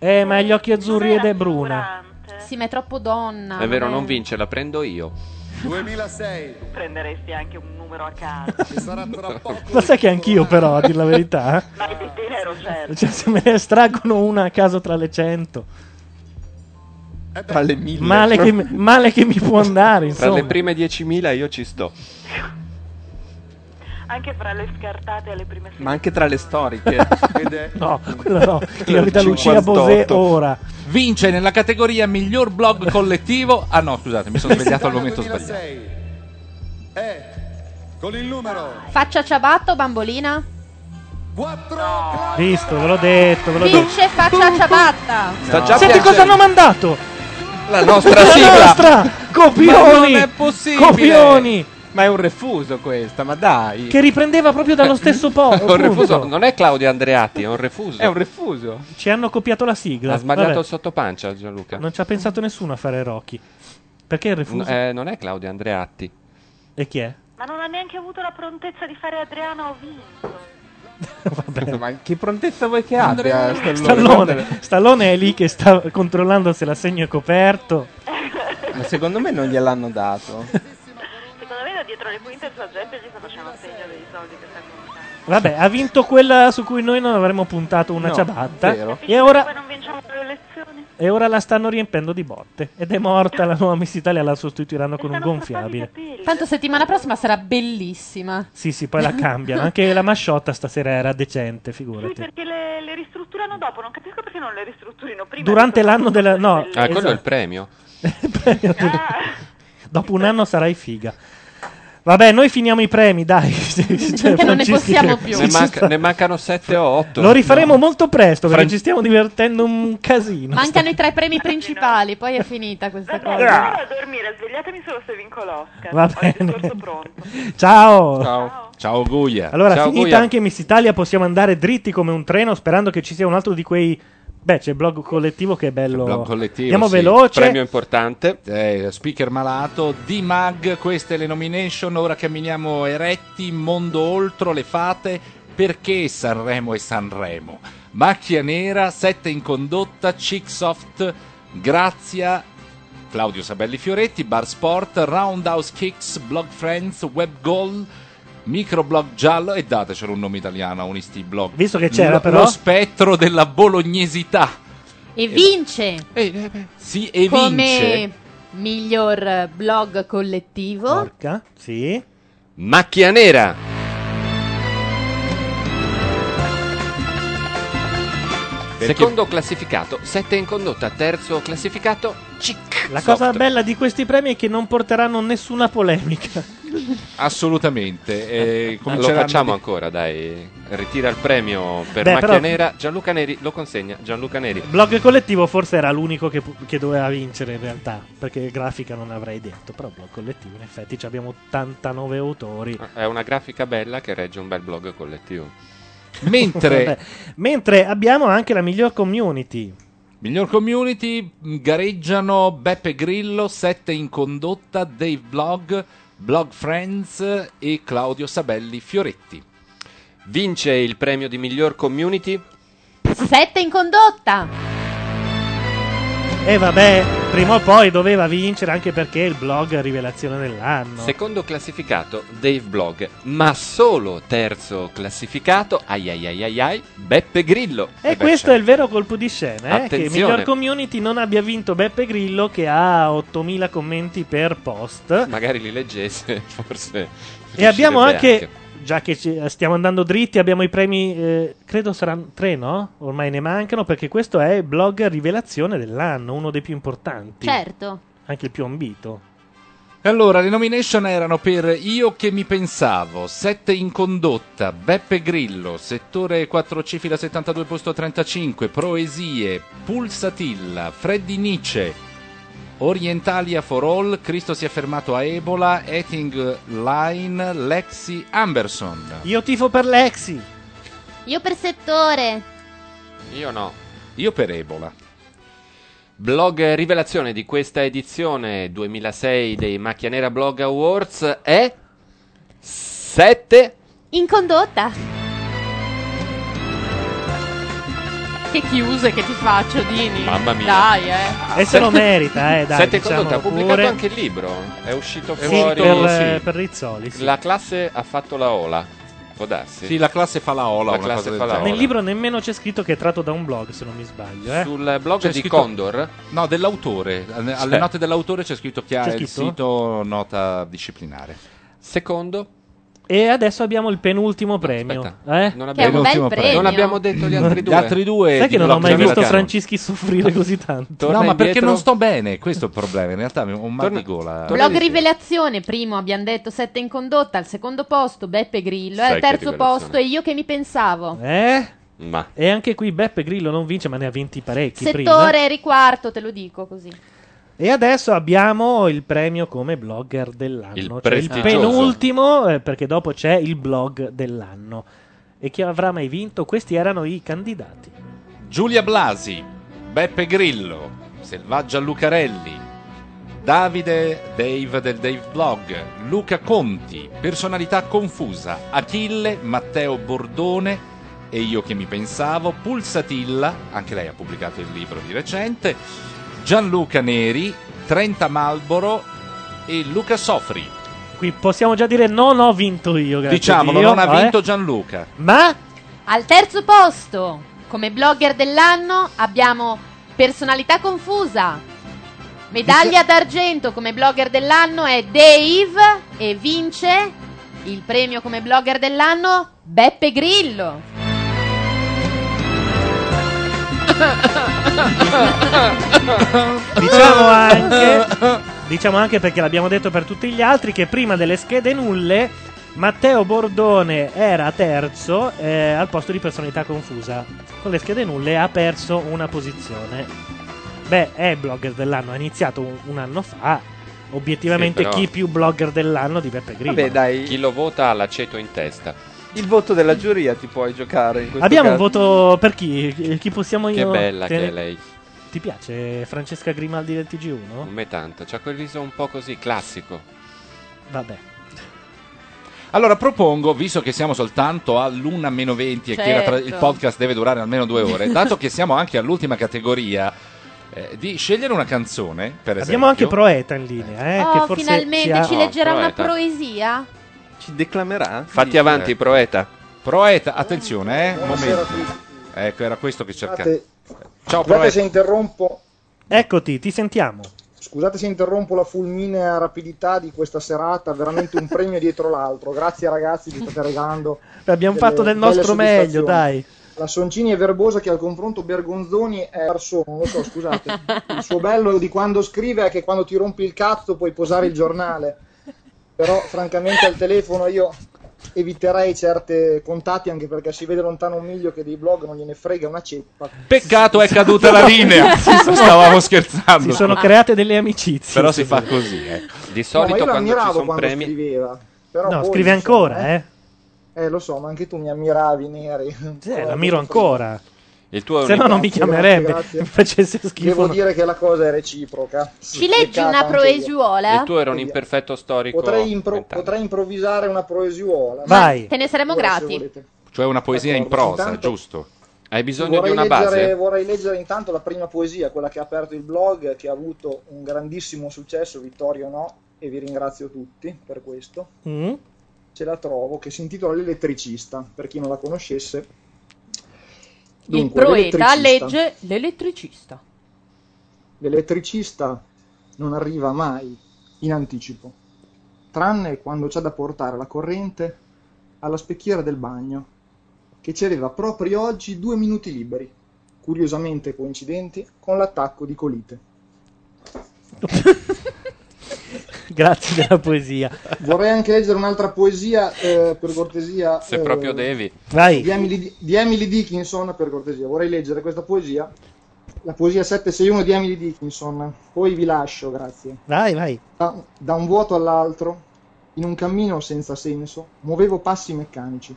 Speaker 1: Eh, ma gli occhi azzurri ed è bruna.
Speaker 7: Sì, ma è troppo donna.
Speaker 4: È vero,
Speaker 7: vabbè.
Speaker 4: non vince, la prendo io.
Speaker 23: 2006.
Speaker 15: Prenderesti anche un numero a caso.
Speaker 23: Ci sarà tra poco.
Speaker 1: Lo sai che anch'io però, a dir la verità. eh?
Speaker 15: Ma le pittine ero certo.
Speaker 1: Cioè, se me ne estraggono una a caso tra le 100.
Speaker 4: Tra le mille.
Speaker 1: Male che, mi- male che mi
Speaker 4: <laughs>
Speaker 1: può andare,
Speaker 4: Tra le
Speaker 1: insomma.
Speaker 4: prime 10.000 io ci sto.
Speaker 15: Anche fra le scartate e le prime
Speaker 5: Ma anche tra le storiche.
Speaker 1: <laughs> No, quello
Speaker 4: <laughs>
Speaker 1: no. In realtà Lucia Bosè ora.
Speaker 3: Vince nella categoria miglior blog collettivo. Ah no, scusate, mi sono svegliato al momento sbagliato.
Speaker 23: 2006. È Eh, con il numero
Speaker 7: Faccia ciabatta o bambolina?
Speaker 1: Visto, ve l'ho detto, ve l'ho detto.
Speaker 7: Vince faccia ciabatta.
Speaker 4: Sta già
Speaker 1: Senti
Speaker 4: piangendo.
Speaker 1: cosa hanno mandato!
Speaker 4: La nostra sigla.
Speaker 1: La nostra! Copioni!
Speaker 5: Ma non è possibile.
Speaker 1: Copioni!
Speaker 5: Ma è un refuso questa, ma dai.
Speaker 1: Che riprendeva proprio dallo stesso po'.
Speaker 4: <laughs> È un refuso,
Speaker 1: punto.
Speaker 4: non è Claudio Andreatti, è un refuso.
Speaker 5: È un refuso.
Speaker 1: Ci hanno copiato la sigla.
Speaker 4: Ha sbagliato
Speaker 1: Vabbè,
Speaker 4: il sottopancia Gianluca.
Speaker 1: Non ci ha pensato nessuno a fare Rocky. Perché il
Speaker 4: N-
Speaker 1: refuso?
Speaker 4: eh, non è Claudio Andreatti.
Speaker 1: E chi è?
Speaker 15: Ma non ha neanche avuto la prontezza di fare Adriana Ovini.
Speaker 5: <laughs> Ma che prontezza vuoi che abbia? Stallone.
Speaker 1: Stallone. Stallone è lì che sta controllando se l'assegno è coperto.
Speaker 5: Ma secondo me non gliel'hanno dato.
Speaker 15: Secondo me da dietro le quinte la gente gli sta facendo segno dei soldi che sta contando.
Speaker 1: Vabbè, ha vinto quella su cui noi non avremmo puntato una
Speaker 5: No,
Speaker 1: ciabatta.
Speaker 5: vero.
Speaker 1: E ora
Speaker 15: Poi non vinciamo le elezioni.
Speaker 1: E ora la stanno riempendo di botte. Ed è morta la nuova Miss Italia, la sostituiranno con un gonfiabile.
Speaker 7: Tanto settimana prossima sarà bellissima.
Speaker 1: Sì, sì, poi la cambiano. Anche la masciotta stasera era decente,
Speaker 15: Sì,
Speaker 1: figurati.
Speaker 15: perché le, le ristrutturano dopo, non capisco perché non le ristrutturino prima.
Speaker 1: Durante l'anno della...
Speaker 4: <laughs>
Speaker 1: No,
Speaker 4: Ah, quello è il
Speaker 1: esatto.
Speaker 4: premio.
Speaker 1: <laughs> Dopo un anno sarai figa. Vabbè, noi finiamo i premi,
Speaker 4: <laughs>
Speaker 1: dai. Cioè, Francischi che-
Speaker 4: Ne,
Speaker 1: ci
Speaker 4: manca-
Speaker 1: sta-
Speaker 4: ne mancano 7 o 8.
Speaker 1: Lo rifaremo molto presto perché
Speaker 4: Fran-
Speaker 1: ci stiamo divertendo un casino.
Speaker 7: Mancano i tre premi principali, poi è finita questa
Speaker 15: Vabbè,
Speaker 7: cosa.
Speaker 15: vado a dormire, svegliatemi solo se vinco l'Oscar.
Speaker 1: Va
Speaker 15: Ho il
Speaker 1: bene.
Speaker 15: discorso pronto.
Speaker 1: <laughs> Ciao.
Speaker 4: Ciao. Ciao Guglia.
Speaker 1: Allora,
Speaker 4: Ciao,
Speaker 1: finita
Speaker 4: Guglia.
Speaker 1: anche Miss Italia, possiamo andare dritti come un treno sperando che ci sia un altro di quei... Beh, c'è il blog collettivo che è bello.
Speaker 4: Blog collettivo,
Speaker 1: Andiamo
Speaker 4: sì.
Speaker 1: veloce.
Speaker 4: importante.
Speaker 3: Eh, speaker malato. D-Mag, queste le nomination. Ora camminiamo eretti. Mondo oltre le fate. Perché Sanremo e Sanremo? Macchia nera, sette in condotta, Chicksoft, Grazia, Claudio Sabelli Fioretti, Bar Sport, Roundhouse Kicks, Blog Friends, Web Goal, Microblog Giallo e datecelo un nome italiano a un isti blog.
Speaker 1: Visto che c'era,
Speaker 3: Lo-
Speaker 1: però.
Speaker 3: Lo spettro della bolognesità.
Speaker 7: E vince
Speaker 3: Si evince.
Speaker 7: come miglior blog collettivo.
Speaker 1: Sì.
Speaker 4: Macchia nera. Secondo classificato, 7 in condotta. Terzo classificato, Cic.
Speaker 1: La cosa bella di questi premi è che non porteranno nessuna polemica.
Speaker 3: Assolutamente. eh,
Speaker 4: Lo
Speaker 3: cominceranno
Speaker 4: facciamo
Speaker 3: di-
Speaker 4: ancora, dai. Ritira il premio per
Speaker 1: Beh,
Speaker 4: Macchia
Speaker 1: però-
Speaker 4: Nera. Gianluca Neri lo consegna. Gianluca Neri.
Speaker 1: Blog collettivo forse era l'unico che, pu- che doveva vincere in realtà, perché grafica non avrei detto, però blog collettivo in effetti ci abbiamo 89 autori.
Speaker 4: È una grafica bella che regge un bel blog
Speaker 1: <laughs>
Speaker 4: collettivo.
Speaker 1: Vabbè. Mentre abbiamo anche la miglior community.
Speaker 3: Miglior community mh, gareggiano Beppe Grillo, 7 in condotta, Dave Blog, Blog Friends e Claudio Sabelli Fioretti.
Speaker 4: Vince il premio di miglior community.
Speaker 7: 7 in condotta.
Speaker 1: E vabbè, prima o poi doveva vincere anche perché il blog è rivelazione dell'anno.
Speaker 4: Secondo classificato Dave Blog, ma solo terzo classificato, ai ai ai ai ai, Beppe Grillo.
Speaker 1: E
Speaker 4: Eh beh,
Speaker 1: questo è il vero colpo di scena, eh, che
Speaker 4: Attenzione.
Speaker 1: miglior community non abbia vinto Beppe Grillo che ha 8000 commenti per post.
Speaker 4: cioè, Magari li leggesse, <laughs> forse.
Speaker 1: E abbiamo
Speaker 4: riuscirebbe
Speaker 1: anche, già che ci- eh, stiamo andando dritti, abbiamo i premi, eh, credo saranno tre, no? Ormai ne mancano, perché questo è il blog rivelazione dell'anno, uno dei più importanti.
Speaker 4: Cioè-
Speaker 7: Certo.
Speaker 1: Anche il più ambito.
Speaker 3: Allora, le nomination erano per Io che mi pensavo, 7 in condotta, Beppe Grillo, settore 4C fila 72 posto 35, Proesie, Pulsatilla, Freddy Nietzsche, Orientalia for All, Cristo si è fermato a Ebola, Etting Line, Lexi Amberson.
Speaker 1: Io tifo per Lexi.
Speaker 7: Io per settore.
Speaker 4: Io no.
Speaker 3: Io per Ebola.
Speaker 4: Blog rivelazione di questa edizione 2006 dei Macchia Nera Blog Awards è 7
Speaker 7: In condotta. Che chiuse che ti faccio, Dini.
Speaker 4: Mamma mia.
Speaker 7: Dai, eh.
Speaker 1: E se lo merita, eh, dai,
Speaker 4: 7
Speaker 1: diciamo
Speaker 4: condotta, ha pubblicato
Speaker 1: pure.
Speaker 4: anche il libro, è uscito
Speaker 1: Sì,
Speaker 4: fuori
Speaker 1: per, eh, per Rizzoli, sì.
Speaker 4: La classe ha fatto la ola, può darsi.
Speaker 3: Sì, la classe fa la ola,
Speaker 4: La
Speaker 3: una
Speaker 4: classe
Speaker 3: cosa del
Speaker 4: fa la
Speaker 3: genere.
Speaker 1: Nel libro nemmeno c'è scritto che è tratto da un blog, se non mi sbaglio. Eh.
Speaker 4: Sul blog
Speaker 3: C'è
Speaker 4: di
Speaker 3: scritto-
Speaker 4: Condor?
Speaker 3: No, dell'autore. Alle
Speaker 4: Cioè.
Speaker 3: note dell'autore c'è scritto che ha
Speaker 1: C'è
Speaker 3: il
Speaker 1: scritto?
Speaker 3: sito nota disciplinare.
Speaker 4: Secondo?
Speaker 1: E adesso abbiamo il penultimo premio. eh?
Speaker 4: non Che è un abbiamo- bel Penultimo premio. premio. non abbiamo detto gli altri due.
Speaker 3: Mm. Gli altri due
Speaker 1: Sai che
Speaker 3: di
Speaker 1: non ho
Speaker 3: Blocchi
Speaker 1: mai visto
Speaker 3: Americano.
Speaker 1: Francischi soffrire così tanto.
Speaker 3: no, ma perché non sto bene, questo è il problema. In realtà ho un mal di gola.
Speaker 7: Blog rivelazione, primo abbiamo detto 7 in condotta, al secondo posto Beppe Grillo,
Speaker 3: Sai
Speaker 7: al
Speaker 3: che
Speaker 7: terzo
Speaker 3: rivelazione.
Speaker 7: posto e io che mi pensavo.
Speaker 1: Eh?
Speaker 4: Ma.
Speaker 1: E anche qui Beppe Grillo non vince, ma ne ha vinti parecchi prima. eh.
Speaker 7: Settore riquarto, te lo dico così.
Speaker 1: E adesso abbiamo il premio come blogger dell'anno.
Speaker 4: Il
Speaker 1: cioè il
Speaker 4: prestigioso.
Speaker 1: penultimo, eh, perché dopo c'è il blog dell'anno. E chi avrà mai vinto? Questi erano i candidati.
Speaker 3: Giulia Blasi, Beppe Grillo, Selvaggia Lucarelli, Davide Dave del Dave Blog, Luca Conti, Personalità Confusa, Achille, Matteo Bordone e io che mi pensavo, Pulsatilla, anche lei ha pubblicato il libro di recente, Gianluca Neri, Trenta Malboro e Luca Sofri.
Speaker 1: Qui possiamo già dire non ho vinto io, grazie
Speaker 3: Diciamolo,
Speaker 1: a Dio,
Speaker 3: non ha
Speaker 1: eh.
Speaker 3: vinto Gianluca.
Speaker 1: Ma
Speaker 7: Al terzo posto, come blogger dell'anno, abbiamo Personalità confusa. Medaglia d'argento come blogger dell'anno è Dave e vince il premio come blogger dell'anno Beppe Grillo.
Speaker 1: Diciamo
Speaker 24: <laughs>
Speaker 1: anche, diciamo anche perché l'abbiamo detto per tutti gli altri che prima delle schede nulle Matteo Bordone era terzo eh, al posto di personalità confusa. Con le schede nulle ha perso una posizione. Beh, è blogger dell'anno, ha iniziato un, un anno fa. Obiettivamente
Speaker 4: Sì, però-
Speaker 1: chi più blogger dell'anno di Beppe Grillo.
Speaker 24: Vabbè, dai.
Speaker 4: Chi lo vota ha l'aceto in testa.
Speaker 24: Il voto della giuria ti puoi giocare in questo
Speaker 1: Abbiamo un
Speaker 24: caso.
Speaker 1: voto per chi? Eh, Chi possiamo
Speaker 4: Che
Speaker 1: io?
Speaker 4: bella
Speaker 1: te-
Speaker 4: che è lei. Mm.
Speaker 1: Ti piace Francesca Grimaldi del TG1?
Speaker 4: Non me tanto. C'ha quel viso un po' così classico.
Speaker 1: Vabbè.
Speaker 3: Allora propongo, visto che siamo soltanto all'una meno 20 e che la tra-
Speaker 4: Certo.
Speaker 3: il podcast deve durare almeno due ore, dato che siamo anche all'ultima categoria, eh, di scegliere una canzone, per
Speaker 1: Abbiamo anche
Speaker 3: esempio.
Speaker 1: Proeta in linea, eh, che
Speaker 7: Oh,
Speaker 1: forse
Speaker 7: finalmente
Speaker 1: ci, ha-
Speaker 7: ci leggerà una proesia?
Speaker 24: Ci declamerà?
Speaker 3: Fatti
Speaker 4: avanti,
Speaker 3: Proeta. Proeta, attenzione, eh, un momento. Ecco, era questo che cercavo.
Speaker 19: Scusate,
Speaker 3: Ciao
Speaker 19: scusate se
Speaker 3: Proeta.
Speaker 19: interrompo,
Speaker 1: Eccoti, ti sentiamo.
Speaker 19: scusate se interrompo la fulminea rapidità di questa serata, veramente un premio dietro l'altro. Grazie ragazzi, vi state regalando.
Speaker 1: Beh, abbiamo
Speaker 19: delle
Speaker 1: fatto del
Speaker 19: belle
Speaker 1: nostro meglio,
Speaker 19: soddisfazioni.
Speaker 1: dai.
Speaker 19: La Soncini è verbosa che al confronto Bergonzoni è perso, non lo so, scusate. Il suo bello di quando scrive è che quando ti rompi il cazzo puoi posare il giornale. Però francamente al telefono io eviterei certi contatti anche perché si vede lontano un miglio che dei blog non gliene frega una ceppa.
Speaker 3: Peccato è caduta la linea.
Speaker 19: Si sono-
Speaker 3: Stavamo scherzando. Ah.
Speaker 1: Si sono create delle amicizie.
Speaker 3: Però si fa così, eh.
Speaker 4: Di
Speaker 19: No, ma io lo ammiravo quando scriveva. Però
Speaker 1: No,
Speaker 19: poi,
Speaker 1: scrive
Speaker 19: insomma,
Speaker 1: ancora, eh.
Speaker 19: Eh, lo so, ma anche tu mi ammiravi, Neri. <laughs>
Speaker 1: Eh, l'ammiro ancora.
Speaker 4: Il tuo è
Speaker 1: Se no non mi
Speaker 19: Grazie,
Speaker 1: chiamerebbe.
Speaker 19: grazie,
Speaker 1: Mi facesse schifo.
Speaker 19: Devo dire che la cosa è reciproca.
Speaker 7: Ci leggi una proesiuola?
Speaker 4: Il tuo era un imperfetto storico.
Speaker 19: Potrei, impro- potrei improvvisare una proesiuola.
Speaker 4: Vai.
Speaker 7: Te ne saremo
Speaker 19: Allora, se
Speaker 7: grati.
Speaker 19: volete.
Speaker 4: Cioè una poesia
Speaker 19: in prosa, intanto-
Speaker 4: giusto? Hai bisogno
Speaker 19: Vorrei
Speaker 4: di una
Speaker 19: leggere,
Speaker 4: base?
Speaker 19: vorrei leggere intanto la prima poesia, quella che ha aperto il blog, che ha avuto un grandissimo successo, Vittorio no, e vi ringrazio tutti per questo.
Speaker 1: Mm?
Speaker 19: ce la trovo, che si intitola L'elettricista, per chi non la conoscesse.
Speaker 7: Il
Speaker 19: Dunque,
Speaker 7: proeta
Speaker 19: l'elettricista.
Speaker 7: legge l'elettricista.
Speaker 19: L'elettricista non arriva mai in anticipo, tranne quando c'è da portare la corrente alla specchiera del bagno, che ci aveva proprio oggi due minuti liberi, curiosamente coincidenti con l'attacco di colite.
Speaker 1: Grazie della poesia.
Speaker 19: Vorrei anche leggere un'altra poesia, eh, per cortesia.
Speaker 4: Se
Speaker 19: eh,
Speaker 4: proprio devi.
Speaker 1: Vai.
Speaker 19: Di Emily, di Emily Dickinson, per cortesia, vorrei leggere questa poesia. La poesia 761 di Emily Dickinson. Poi vi lascio, grazie.
Speaker 1: Vai, vai.
Speaker 19: Da, da un vuoto all'altro, in un cammino senza senso, muovevo passi meccanici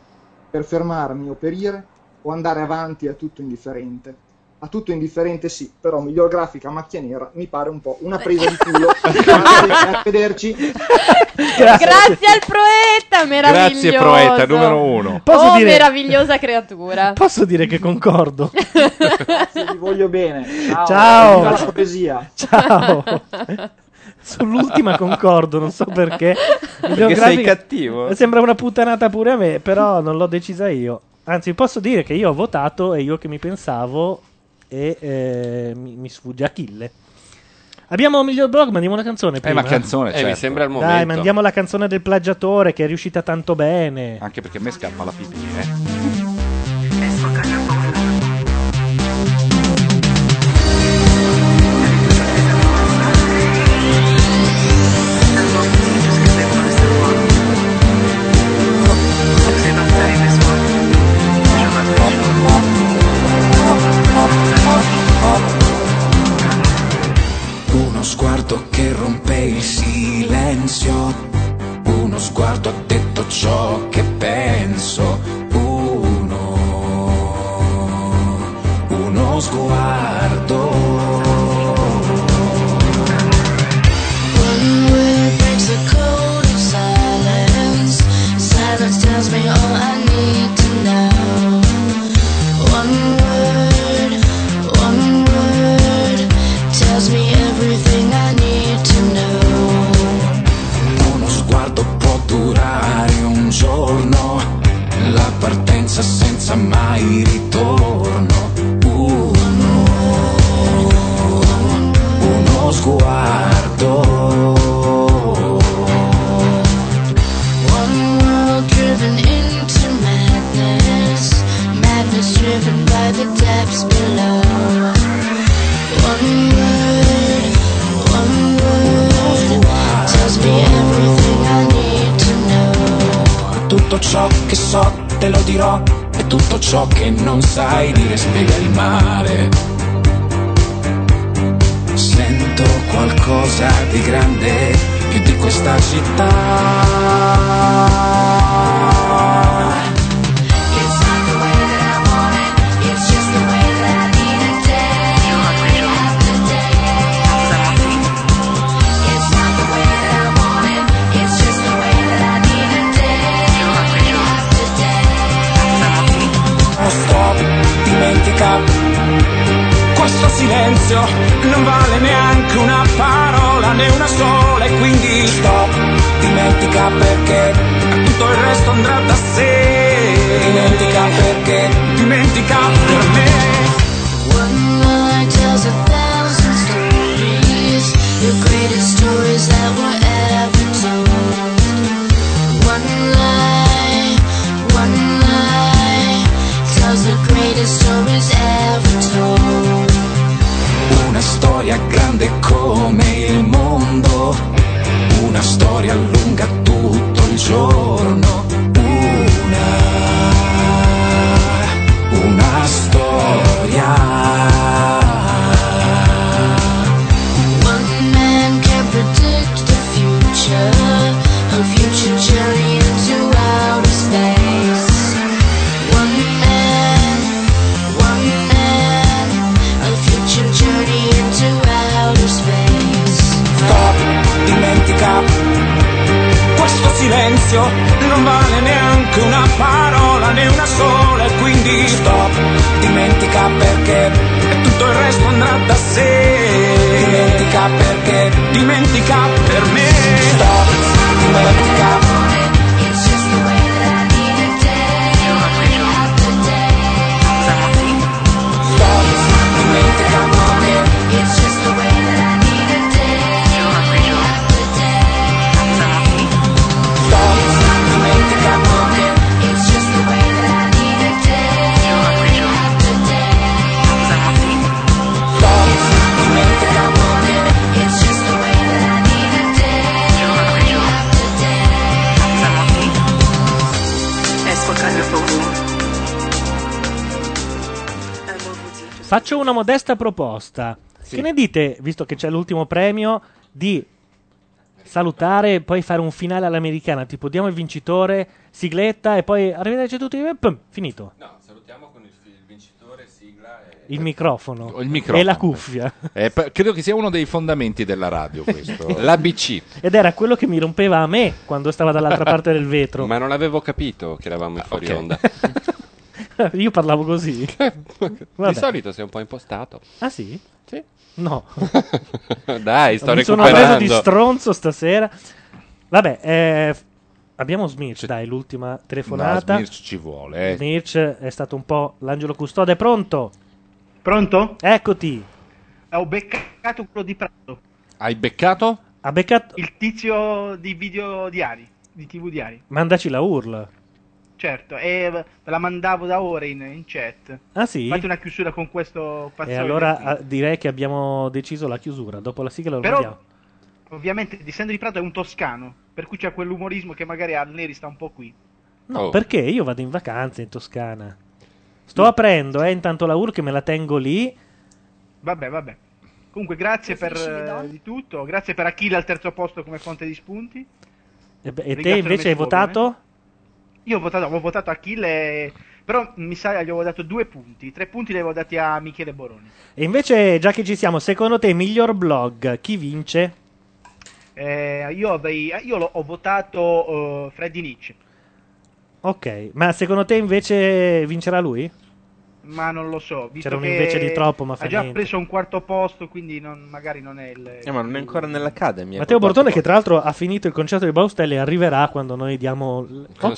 Speaker 19: per fermarmi o perire o andare avanti a tutto indifferente. A tutto indifferente sì, però miglior grafica a macchia nera mi pare un po' una presa di culo.
Speaker 1: <laughs>
Speaker 19: Grazie, Arrivederci.
Speaker 7: Grazie. al proeta, meraviglioso.
Speaker 1: Grazie, proeta, numero uno. Posso
Speaker 7: oh,
Speaker 1: dire-
Speaker 7: meravigliosa
Speaker 1: <laughs>
Speaker 7: creatura.
Speaker 1: Posso dire che concordo.
Speaker 19: Vi voglio bene. Ciao.
Speaker 1: Ciao.
Speaker 19: Viva la poesia.
Speaker 1: Ciao. <laughs> Sull'ultima concordo, non so perché.
Speaker 24: Perché sei cattivo.
Speaker 1: Sembra una puttanata pure a me, però non l'ho decisa io. Anzi, posso dire che io ho votato e io che mi pensavo e eh, mi, mi sfugge Achille. Abbiamo miglior blog, mandiamo una canzone prima.
Speaker 3: ma canzone, Eh, mi certo. sembra il
Speaker 1: Dai,
Speaker 3: momento.
Speaker 1: mandiamo la canzone del plagiatore che è riuscita tanto bene.
Speaker 3: Anche perché a me scappa la pipì, eh.
Speaker 10: Uno sguardo che rompe il silenzio, uno sguardo ha detto ciò che penso, uno, uno sguardo.
Speaker 16: One word breaks the code of silence. Silence tells me all I need to know. One word, one word tells me everything I need to know.
Speaker 10: Uno sguardo può durare un giorno, la partenza senza mai ritorno. Uno,
Speaker 16: lips below. One word, one word tells me everything I need to know.
Speaker 10: Tutto ciò che so te lo dirò e tutto ciò che non sai dire spiega il male. Sento qualcosa di grande più di questa città.
Speaker 16: It's not the way that I want it. It's just the way that I need it day after day. It's not the way that I want it. It's just the way that I need it day after day.
Speaker 10: Non sto dimentica questo silenzio non vale neanche una parola né una sola e quindi sto dimentica perché tutto il resto andrà da sé dimentica perché dimentica per me
Speaker 16: Moonlight tells a thousand stories, the greatest stories that were ever told. One lie, one lie tells the greatest stories ever told.
Speaker 10: Una storia grande come il mondo, una storia lunga tutto il giorno, una, una storia.
Speaker 16: One man can predict the future, a future journey into outer space. One man, one man, a future journey into outer space.
Speaker 10: Stop, dimentica questo silenzio, non vale neanche una parola né una sola e quindi stop, dimentica perché e tutto il resto andrà da sé. Dimentica perché, dimentica per me. Stop, dimentica.
Speaker 16: It's just the way that I need it day after day.
Speaker 10: Stop, dimentica perché.
Speaker 16: It's just the way that I need it day after day.
Speaker 10: Stop, dimentica perché.
Speaker 16: It's just the way that I need it day after day.
Speaker 10: Stop, dimentica perché.
Speaker 16: It's just the way that I need it day after day.
Speaker 15: Esco tra il fumo.
Speaker 1: Faccio una modesta proposta. Che ne dite, visto che c'è l'ultimo premio, di salutare e poi fare un finale all'americana? Tipo, diamo il vincitore, sigletta e poi arrivederci a tutti. e pum, finito.
Speaker 4: No, salutiamo con il, il vincitore, sigla e...
Speaker 1: Il microfono.
Speaker 4: Il microfono.
Speaker 1: E la cuffia.
Speaker 3: Eh, p- credo che sia uno dei fondamenti della radio questo.
Speaker 4: L'ABC.
Speaker 1: Ed era quello che mi rompeva a me quando stava
Speaker 4: <laughs>
Speaker 1: dall'altra parte <laughs> del vetro.
Speaker 4: Ma non avevo capito che eravamo in fuori onda. <laughs>
Speaker 1: Io parlavo così. Vabbè.
Speaker 4: Di solito sei un po' impostato. <laughs>
Speaker 1: Ah sì? Sì. No.
Speaker 4: Dai, sto
Speaker 1: Mi sono preso
Speaker 4: recuperando.
Speaker 1: di stronzo stasera. Vabbè, eh, f- abbiamo Smirch, dai, l'ultima telefonata.
Speaker 3: No, Smirch ci vuole, eh.
Speaker 1: Smirch è stato un po' l'angelo custode. Pronto?
Speaker 6: Pronto?
Speaker 1: Eccoti.
Speaker 6: Ho beccato quello di Prato,
Speaker 3: Hai beccato?
Speaker 1: Ha beccato...
Speaker 6: il tizio di video diari, di tv diari.
Speaker 1: Mandaci la URL.
Speaker 6: Certo, e ve la mandavo da ore in, in chat.
Speaker 1: Ah, sì?
Speaker 6: Fate una chiusura con questo
Speaker 1: E
Speaker 6: pazzone.
Speaker 1: allora eh, direi che abbiamo deciso la chiusura. Dopo la sigla lo
Speaker 6: Però-
Speaker 1: vediamo.
Speaker 6: Ovviamente, essendo di Prato è un toscano, per cui c'è quell'umorismo che magari a Neri sta un po' qui.
Speaker 1: No,
Speaker 6: Oh.
Speaker 1: perché io vado in vacanza in Toscana. Sto aprendo, eh, intanto la URL che me la tengo lì.
Speaker 6: Vabbè, vabbè. Comunque, grazie per eh, di tutto. Grazie per Achille al terzo posto come fonte di spunti.
Speaker 1: E, beh, e te
Speaker 6: Ringrazio
Speaker 1: invece hai
Speaker 6: Metropolis,
Speaker 1: votato?
Speaker 6: eh. Io ho votato, avevo votato Achille, però mi sa che gli avevo dato due punti. Tre punti li avevo dati a Michele Boroni.
Speaker 1: E invece, già che ci siamo, secondo te miglior blog chi vince?
Speaker 6: Eh, io avrei- io l'ho- ho votato eh, Freddy Nietzsche,
Speaker 1: Ok, ma secondo te invece vincerà lui?
Speaker 6: ma non lo so. visto
Speaker 1: C'era un
Speaker 6: che
Speaker 1: invece di troppo, ma fa
Speaker 6: Ha già
Speaker 1: niente.
Speaker 6: preso un quarto posto, quindi non- magari non è il.
Speaker 5: Eh, ma non è ancora nell'Academy.
Speaker 1: Matteo Bortone, che tra l'altro ha finito il concerto di Baustelli, arriverà quando noi diamo. l-
Speaker 4: Quando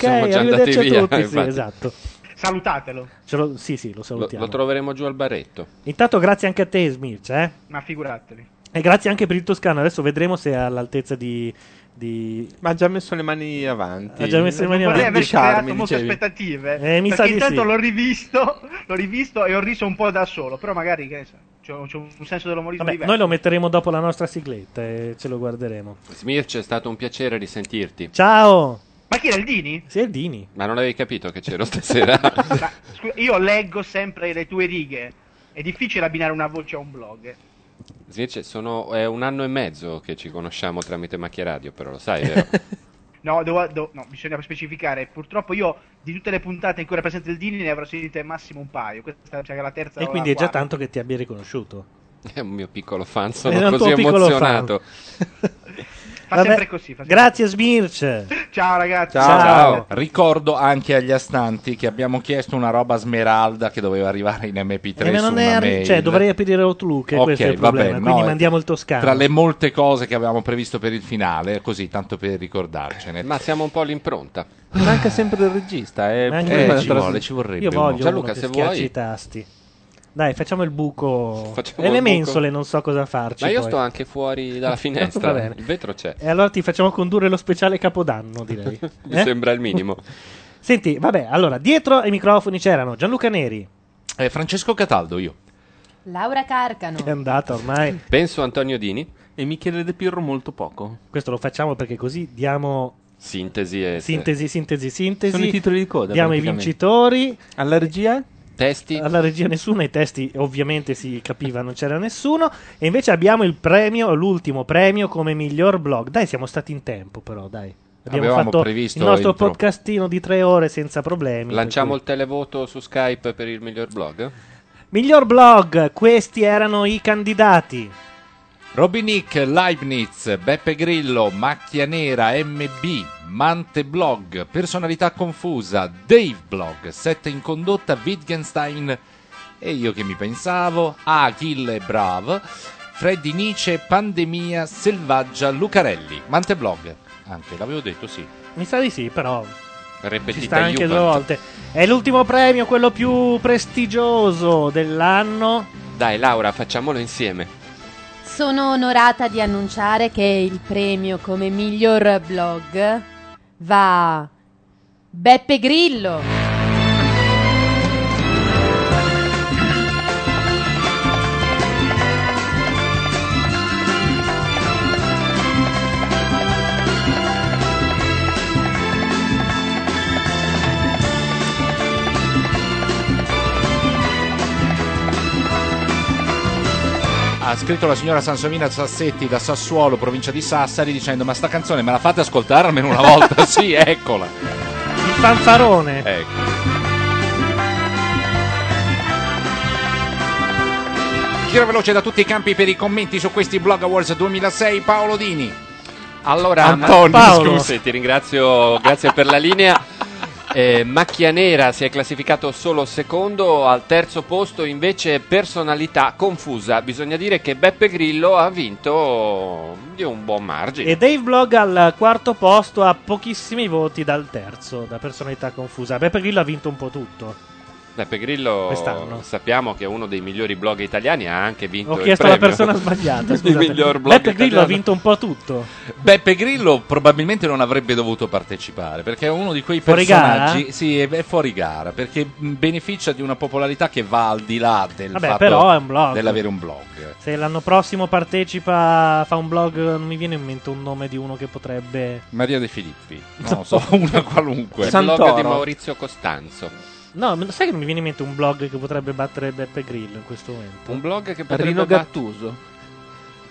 Speaker 1: ok,
Speaker 4: siamo già andati
Speaker 1: arrivederci
Speaker 4: via,
Speaker 1: a tutti. Sì,
Speaker 4: infatti.
Speaker 1: esatto.
Speaker 6: Salutatelo,
Speaker 1: Ce lo- sì, sì, lo
Speaker 4: Lo,
Speaker 1: salutiamo.
Speaker 4: lo troveremo giù al baretto.
Speaker 1: Intanto, grazie anche a te, Smirch. Eh?
Speaker 6: ma figurateli.
Speaker 1: E grazie anche per il Toscano. Adesso vedremo se è all'altezza di. di...
Speaker 5: Ma ha già messo le mani avanti.
Speaker 1: Ha già messo le mani
Speaker 5: Non vorrei
Speaker 1: avanti.
Speaker 5: aver
Speaker 1: Di
Speaker 5: creato
Speaker 1: Charmin,
Speaker 5: molte
Speaker 1: dicevi.
Speaker 6: aspettative.
Speaker 1: Eh, mi
Speaker 6: perché
Speaker 1: sa di
Speaker 6: intanto
Speaker 1: sì.
Speaker 6: l'ho rivisto, l'ho rivisto e ho riso un po' da solo, però magari che ne so, c'è, c'è un senso dell'umorismo
Speaker 1: Vabbè,
Speaker 6: diverso.
Speaker 1: noi lo metteremo dopo la nostra sigletta e ce lo guarderemo.
Speaker 4: Smirch, è stato un piacere risentirti.
Speaker 1: Ciao!
Speaker 6: Ma chi era il Dini?
Speaker 1: Sì, è il Dini.
Speaker 4: Ma non avevi capito che c'ero stasera? <laughs>
Speaker 6: Ma, scu- io leggo sempre le tue righe. È difficile abbinare una voce a un blog.
Speaker 4: Smirch, sono, è un anno e mezzo che ci conosciamo tramite Macchia Radio, però lo sai, vero?
Speaker 6: No, devo- devo- no, bisogna specificare. Purtroppo io di tutte le puntate in cui era presente il Dini ne avrò sentite massimo un paio. Questa sarà la terza.
Speaker 1: E quindi è già tanto che ti abbia riconosciuto.
Speaker 5: Eh,
Speaker 4: È un mio piccolo fan,
Speaker 1: Era
Speaker 4: sono
Speaker 1: un
Speaker 4: così
Speaker 1: tuo piccolo <laughs>
Speaker 4: emozionato.
Speaker 6: Fa
Speaker 1: Vabbè,
Speaker 6: sempre così. fa sempre
Speaker 1: Grazie Smirch.
Speaker 6: così. Ciao ragazzi.
Speaker 3: Ciao, ciao. Ricordo anche agli astanti che abbiamo chiesto una roba smeralda che doveva arrivare in MP3
Speaker 1: Eh, ma
Speaker 3: su
Speaker 1: non
Speaker 3: una
Speaker 1: è arri-
Speaker 3: mail.
Speaker 1: cioè, dovrei aprire Outlook, eh,
Speaker 3: Ok,
Speaker 1: questo è il
Speaker 3: va
Speaker 1: problema.
Speaker 3: bene,
Speaker 1: Quindi
Speaker 3: no,
Speaker 1: mandiamo il Toscano.
Speaker 3: Tra le molte cose che avevamo previsto per il finale, così tanto per ricordarcene. Eh.
Speaker 4: Ma siamo un po' all'impronta.
Speaker 5: Manca sempre il regista. eh.
Speaker 1: Anche
Speaker 5: Prima
Speaker 1: io-
Speaker 5: della
Speaker 3: ci
Speaker 5: tras-
Speaker 3: vuole, ci vorrebbe
Speaker 1: Io voglio
Speaker 4: Gianluca,
Speaker 1: uno che
Speaker 4: se
Speaker 1: schiacci
Speaker 4: vuoi.
Speaker 1: i tasti. Dai, facciamo il buco.
Speaker 4: Facciamo
Speaker 1: e le
Speaker 4: il buco.
Speaker 1: mensole, non so cosa farci.
Speaker 4: Ma io
Speaker 1: poi.
Speaker 4: sto anche
Speaker 1: <laughs>
Speaker 4: fuori dalla finestra.
Speaker 1: Va bene.
Speaker 4: Il vetro c'è.
Speaker 1: E allora ti facciamo condurre lo speciale
Speaker 4: <laughs>
Speaker 1: capodanno, direi.
Speaker 4: Mi
Speaker 1: Eh?
Speaker 4: sembra il minimo.
Speaker 1: <laughs> Senti, vabbè, allora, dietro ai microfoni c'erano Gianluca Neri.
Speaker 3: E Eh, Francesco Cataldo, io.
Speaker 2: Laura Carcano.
Speaker 1: È andata ormai.
Speaker 4: <laughs> Penso Antonio Dini.
Speaker 5: E Michele De Pirro molto poco.
Speaker 1: Questo lo facciamo perché così diamo
Speaker 4: Sintesi e
Speaker 1: sintesi, sintesi, sintesi.
Speaker 5: Sono i titoli di coda,
Speaker 1: Diamo i
Speaker 5: praticamente.
Speaker 1: vincitori.
Speaker 5: Alla regia?
Speaker 4: Testi?
Speaker 1: Alla regia nessuno, i testi ovviamente si capiva, non c'era nessuno. E invece abbiamo il premio, l'ultimo premio come miglior blog. Dai, siamo stati in tempo però, dai. Abbiamo
Speaker 4: Avevamo
Speaker 1: fatto
Speaker 4: previsto
Speaker 1: il nostro
Speaker 4: intro.
Speaker 1: podcastino di tre ore senza problemi. per
Speaker 4: Lanciamo il televoto su Skype per il miglior blog.
Speaker 1: cui- Miglior blog, questi erano i candidati.
Speaker 3: Robinic, Leibniz, Beppe Grillo, Macchia Nera, MB, Mante Blog, Personalità Confusa, Dave Blog, Sette in Condotta, Wittgenstein e io che mi pensavo, Achille Brav, Freddy Nietzsche, Pandemia, Selvaggia, Lucarelli, Mante Blog. Anche, l'avevo detto sì.
Speaker 1: Mi sa di sì, però ci sta
Speaker 3: Repetita
Speaker 1: anche due
Speaker 3: Juventus.
Speaker 1: volte. È l'ultimo premio, quello più prestigioso dell'anno.
Speaker 4: Dai, Laura, facciamolo insieme.
Speaker 2: Sono onorata di annunciare che il premio come miglior blog va a Beppe Grillo.
Speaker 3: Ha scritto la signora Sansovina Sassetti da Sassuolo, provincia di Sassari, dicendo: Ma sta canzone me la fate ascoltare almeno una volta? sì, eccola.
Speaker 1: Il fanfarone.
Speaker 3: Ecco. Giro veloce da tutti i campi per i commenti su questi Blog Awards 2006. Paolo Dini.
Speaker 4: Allora,
Speaker 3: Antonio,
Speaker 4: Paolo.
Speaker 3: scusi.
Speaker 4: ti ringrazio, grazie per la linea. Eh, Macchia Nera si è classificato solo secondo, al terzo posto invece personalità confusa. Bisogna dire che Beppe Grillo ha vinto di un buon margine.
Speaker 1: E Dave Blog al quarto posto a pochissimi voti dal terzo, da personalità confusa. Beppe Grillo ha vinto un po' tutto.
Speaker 4: Beppe Grillo
Speaker 1: Quest'anno.
Speaker 4: sappiamo che è uno dei migliori blog italiani, ha anche vinto
Speaker 1: Ho
Speaker 4: il
Speaker 1: chiesto alla
Speaker 4: premio
Speaker 1: persona
Speaker 4: <laughs>
Speaker 1: sbagliata.
Speaker 4: di
Speaker 1: Scusate.
Speaker 4: miglior blog
Speaker 1: Beppe Grillo ha
Speaker 4: italiano.
Speaker 1: vinto un po' tutto.
Speaker 3: Beppe Grillo probabilmente non avrebbe dovuto partecipare perché è uno di quei
Speaker 1: Fuori
Speaker 3: personaggi.
Speaker 1: gara?
Speaker 3: Sì, è, è fuori gara perché mh, beneficia di una popolarità che va al di là del
Speaker 1: Vabbè,
Speaker 3: fatto
Speaker 1: però è un blog.
Speaker 3: dell'avere un blog.
Speaker 1: Se l'anno prossimo partecipa, fa un blog, non mi viene in mente un nome di uno che potrebbe...
Speaker 3: Maria De Filippi, non
Speaker 1: No.
Speaker 3: lo so, una qualunque.
Speaker 4: Il blog di Maurizio Costanzo.
Speaker 1: No, ma sai che non mi viene in mente un blog che potrebbe battere Beppe Grillo in questo momento?
Speaker 4: Un blog che
Speaker 1: potrebbe
Speaker 5: Rino
Speaker 1: bat-
Speaker 5: Gattuso.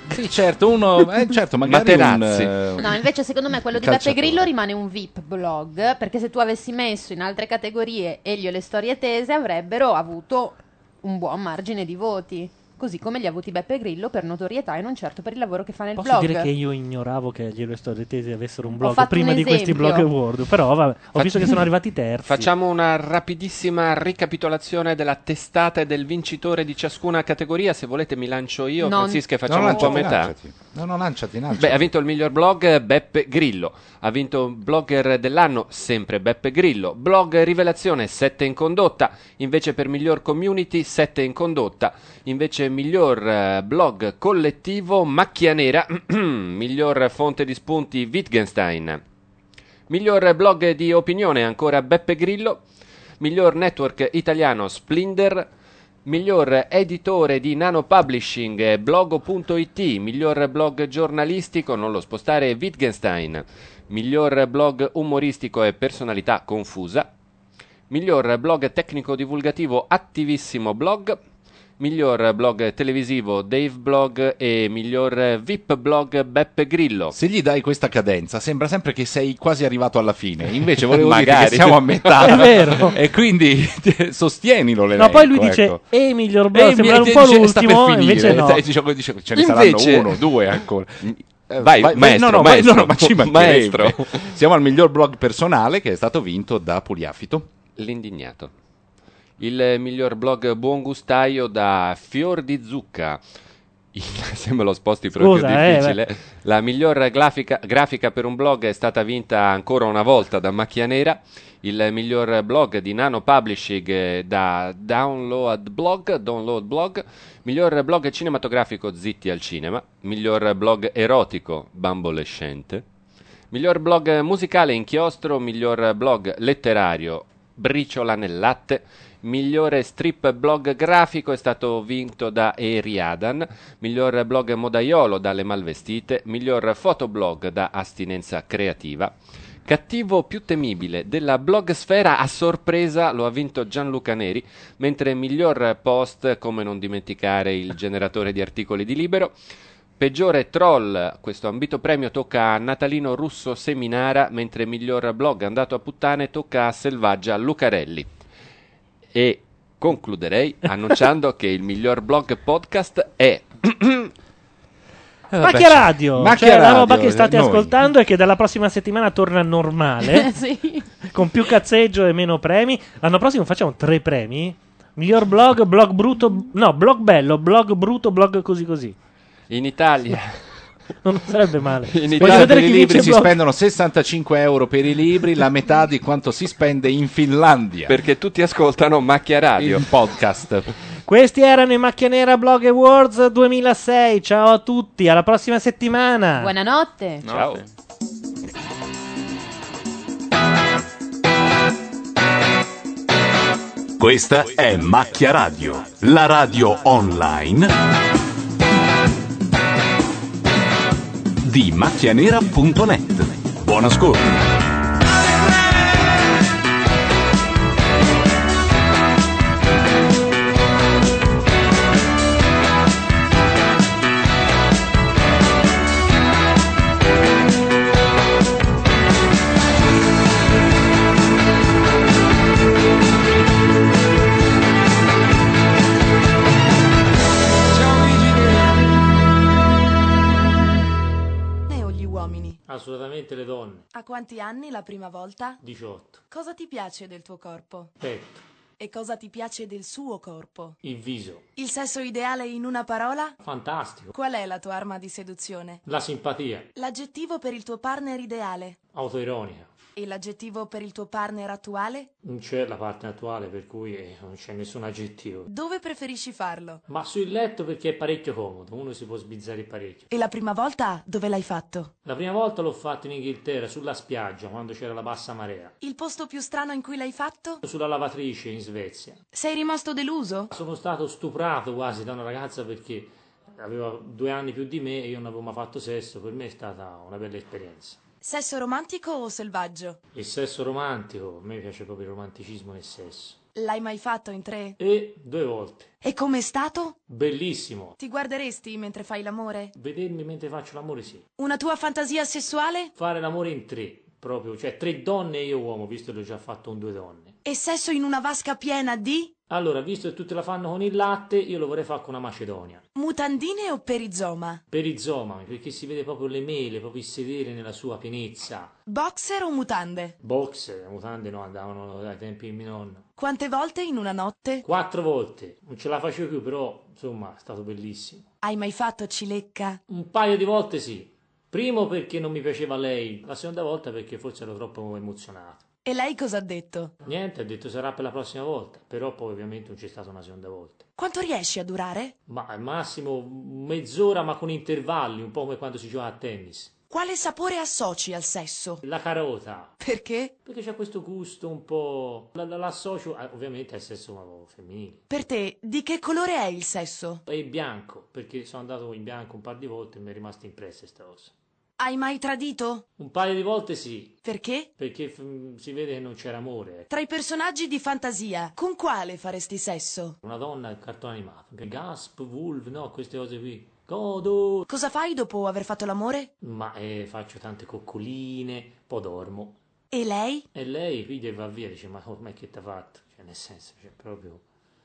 Speaker 3: Sì, certo, uno, eh, certo, magari
Speaker 4: Materazzi.
Speaker 3: un, eh, un-
Speaker 2: No, invece secondo me quello di
Speaker 3: Calciatore.
Speaker 2: Beppe Grillo rimane un VIP blog, perché se tu avessi messo in altre categorie Elio e le storie tese avrebbero avuto un buon margine di voti, così come li ha avuti Beppe Grillo per notorietà e non certo per il lavoro che fa nel
Speaker 1: Posso
Speaker 2: blog.
Speaker 1: dire che io ignoravo che gli Storie Tesi avessero un blog
Speaker 2: fatto
Speaker 1: prima
Speaker 2: un
Speaker 1: di questi
Speaker 2: esempio.
Speaker 1: blog award, però vabbè, ho
Speaker 4: Fac-
Speaker 1: visto che sono arrivati terzi.
Speaker 4: Facciamo una rapidissima ricapitolazione della testata e del vincitore di ciascuna categoria. Se volete mi lancio io,
Speaker 3: Non-
Speaker 4: Francisca, e
Speaker 3: No, certo.
Speaker 4: facciamo un po' a
Speaker 3: lanciati,
Speaker 4: metà.
Speaker 3: lanciati. No, no, lanciati, lanciati.
Speaker 4: Beh, ha vinto il miglior blog eh, Beppe Grillo, ha vinto blogger dell'anno sempre Beppe Grillo, blog Rivelazione 7 in condotta, invece per miglior community 7 in condotta, invece miglior eh, blog collettivo Macchia Nera, <clears throat> miglior fonte di spunti Wittgenstein, miglior blog di opinione ancora Beppe Grillo, miglior network italiano Splinder, miglior editore di Nano Publishing eh, blogo.it, miglior blog giornalistico, non lo spostare, Wittgenstein, miglior blog umoristico e personalità confusa, miglior blog tecnico divulgativo Attivissimo Blog, miglior blog televisivo Dave Blog e miglior VIP blog Beppe Grillo.
Speaker 3: Se gli dai questa cadenza, sembra sempre che sei quasi arrivato alla fine. Invece volevo dire
Speaker 4: Magari.
Speaker 3: che siamo
Speaker 1: <laughs>
Speaker 3: a metà.
Speaker 4: È vero.
Speaker 3: E quindi <laughs> sostienilo l'elenco.
Speaker 1: No, poi lui dice:
Speaker 3: ecco.
Speaker 1: E il miglior blog
Speaker 3: Eh,
Speaker 1: sembra
Speaker 3: mi-
Speaker 1: un po'
Speaker 3: dice, sta per
Speaker 1: l'ultimo,
Speaker 3: finire.
Speaker 1: invece no.
Speaker 3: Eh, diciamo- diciamo, ce ne
Speaker 4: Invece-
Speaker 3: saranno uno, due ancora. Eh,
Speaker 4: vai, maestro,
Speaker 3: no, no,
Speaker 4: maestro,
Speaker 3: ma, no, no, ma ci mancherebbe.
Speaker 4: maestro.
Speaker 3: Siamo al miglior blog personale che è stato vinto da Pugliafito.
Speaker 4: L'indignato. Il miglior blog buon gustaio da Fior di Zucca. Il- <laughs> Se me lo sposti proprio
Speaker 1: Scusa, eh,
Speaker 4: difficile.
Speaker 1: beh.
Speaker 4: La miglior grafica, grafica per un blog è stata vinta ancora una volta da Macchia Nera. Il miglior blog di Nano Publishing eh, da Download Blog. Download Blog. Miglior blog cinematografico Zitti al cinema. Miglior blog erotico Bambolescente. Miglior blog musicale Inchiostro, miglior blog letterario Briciola nel latte, migliore strip blog grafico è stato vinto da Eriadan, miglior blog modaiolo dalle malvestite, miglior fotoblog da Astinenza creativa. Cattivo più temibile della blogosfera a sorpresa lo ha vinto Gianluca Neri, mentre miglior post, come non dimenticare il generatore di articoli di Libero, Peggiore troll, questo ambito premio tocca a Natalino Russo Seminara, mentre miglior blog andato a puttane tocca a Selvaggia Lucarelli. E concluderei annunciando <laughs> che il miglior blog podcast è... <clears throat>
Speaker 1: Macchia radio,
Speaker 4: Macchia
Speaker 1: cioè la
Speaker 4: Radio,
Speaker 1: roba che state
Speaker 4: eh, noi.
Speaker 1: ascoltando e che dalla prossima settimana torna normale,
Speaker 3: <laughs>
Speaker 1: con più cazzeggio e meno premi. L'anno prossimo facciamo tre premi. Miglior blog, blog brutto, no, blog bello, blog brutto, blog così così.
Speaker 4: In Italia.
Speaker 1: <laughs> Non sarebbe male.
Speaker 3: In
Speaker 1: Voglio
Speaker 3: Italia per
Speaker 1: vedere
Speaker 3: i
Speaker 1: chi
Speaker 3: libri
Speaker 1: vince
Speaker 3: si
Speaker 1: blog.
Speaker 3: spendono 65 euro per i libri, la metà di quanto si spende in Finlandia.
Speaker 4: Perché tutti ascoltano Macchia Radio.
Speaker 3: Il podcast.
Speaker 1: Questi erano i Macchia Nera Blog Awards 2006. Ciao a tutti, alla prossima settimana.
Speaker 7: Buonanotte.
Speaker 4: Ciao.
Speaker 13: Questa è Macchia Radio, la radio online di macchianera.net. Buon ascolto.
Speaker 25: o gli uomini?
Speaker 26: Assolutamente le donne.
Speaker 25: A quanti anni la prima volta?
Speaker 26: 18.
Speaker 25: Cosa ti piace del tuo corpo?
Speaker 26: Petto.
Speaker 25: E cosa ti piace del suo corpo?
Speaker 26: Il viso.
Speaker 25: Il sesso ideale in una parola?
Speaker 26: Fantastico.
Speaker 25: Qual è la tua arma di seduzione?
Speaker 26: La simpatia.
Speaker 25: L'aggettivo per il tuo partner ideale?
Speaker 26: Autoironica.
Speaker 25: E l'aggettivo per il tuo partner attuale?
Speaker 26: Non c'è la parte attuale per cui eh, non c'è nessun aggettivo.
Speaker 25: Dove preferisci farlo?
Speaker 26: Ma sul letto perché è parecchio comodo, uno si può sbizzare parecchio.
Speaker 25: E la prima volta dove l'hai fatto?
Speaker 26: La prima volta l'ho fatto in Inghilterra, sulla spiaggia, quando c'era la bassa marea.
Speaker 25: Il posto più strano in cui l'hai fatto?
Speaker 26: Sulla lavatrice in Svezia.
Speaker 25: Sei rimasto deluso?
Speaker 26: Sono stato stuprato quasi da una ragazza perché aveva due anni più di me e io non avevo mai fatto sesso. Per me è stata una bella esperienza.
Speaker 25: Sesso romantico o selvaggio?
Speaker 26: Il sesso romantico, a me piace proprio il romanticismo nel sesso.
Speaker 25: L'hai mai fatto in tre?
Speaker 26: E due volte.
Speaker 25: E com'è stato?
Speaker 26: Bellissimo.
Speaker 25: Ti guarderesti mentre fai l'amore?
Speaker 26: Vedermi mentre faccio l'amore, sì.
Speaker 25: Una tua fantasia sessuale?
Speaker 26: Fare l'amore in tre, proprio, cioè tre donne e io uomo, visto che ho già fatto un due donne.
Speaker 25: E sesso in una vasca piena di
Speaker 26: Allora, visto che tutte la fanno con il latte, io lo vorrei fare con una macedonia.
Speaker 25: mutandine o perizoma?
Speaker 26: Perizomami, perché si vede proprio le mele, proprio il sedere nella sua pienezza.
Speaker 25: Boxer o mutande?
Speaker 26: Boxer, le mutande no, andavano dai tempi di mio nonno.
Speaker 25: Quante volte in una notte?
Speaker 26: Quattro volte, non ce la facevo più, però, insomma, è stato bellissimo.
Speaker 25: Hai mai fatto cilecca?
Speaker 26: Un paio di volte sì. Primo perché non mi piaceva lei, la seconda volta perché forse ero troppo emozionato.
Speaker 25: E lei cosa ha detto?
Speaker 26: Niente, ha detto sarà per la prossima volta, però poi ovviamente non c'è stata una seconda volta.
Speaker 25: Quanto riesci a durare?
Speaker 26: Ma al massimo mezz'ora ma con intervalli, un po' come quando si gioca a tennis.
Speaker 25: Quale sapore associ al sesso?
Speaker 26: La carota,
Speaker 25: Perché?
Speaker 26: perché c'è questo gusto un po'... La, la- l'associo a- ovviamente al sesso boh, femminile.
Speaker 25: Per te, di che colore è il sesso?
Speaker 26: E il bianco, perché sono andato in bianco un paio di volte e mi è rimasta impressa questa cosa.
Speaker 25: Hai mai tradito?
Speaker 26: Un paio di volte sì,
Speaker 25: Perché?
Speaker 26: perché f- si vede che non c'era amore. ecco.
Speaker 25: Tra i personaggi di fantasia, con quale faresti sesso?
Speaker 26: Una donna il cartone animato. Gasp, Wolf, no, queste cose qui. Godo.
Speaker 25: Cosa fai dopo aver fatto l'amore?
Speaker 26: Ma eh, faccio tante coccoline, poi dormo.
Speaker 25: E lei?
Speaker 26: E lei piglia e va via, dice, ma ormai che t'ha fatto? Cioè, nel senso, cioè, proprio...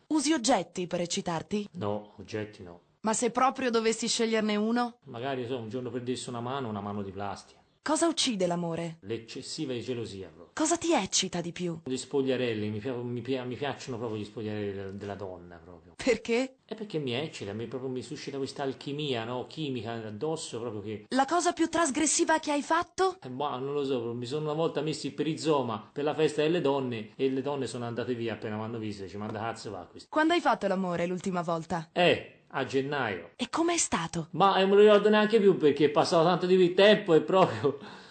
Speaker 25: Usi oggetti per eccitarti?
Speaker 26: No, oggetti no.
Speaker 25: Ma se proprio dovessi sceglierne uno?
Speaker 26: Magari, so, un giorno perdessi una mano, una mano di plastica.
Speaker 25: Cosa uccide l'amore?
Speaker 26: L'eccessiva gelosia, proprio.
Speaker 25: Cosa ti eccita di più?
Speaker 26: Gli spogliarelli, mi, pi- mi pi- mi piacciono proprio gli spogliarelli della, della donna, proprio.
Speaker 25: Perché?
Speaker 26: È perché mi eccita, mi, proprio mi suscita questa alchimia, no? Chimica addosso, proprio che...
Speaker 25: La cosa più trasgressiva che hai fatto?
Speaker 26: Eh, boh, non lo so, mi sono una volta messo il perizoma per la festa delle donne e le donne sono andate via appena mi hanno visto, dice, ma da cazzo va questo?
Speaker 25: Quando hai fatto l'amore l'ultima volta?
Speaker 26: Eh, a gennaio.
Speaker 25: E com'è stato?
Speaker 26: Ma eh, non me lo ricordo neanche più perché è passato tanto di tempo e proprio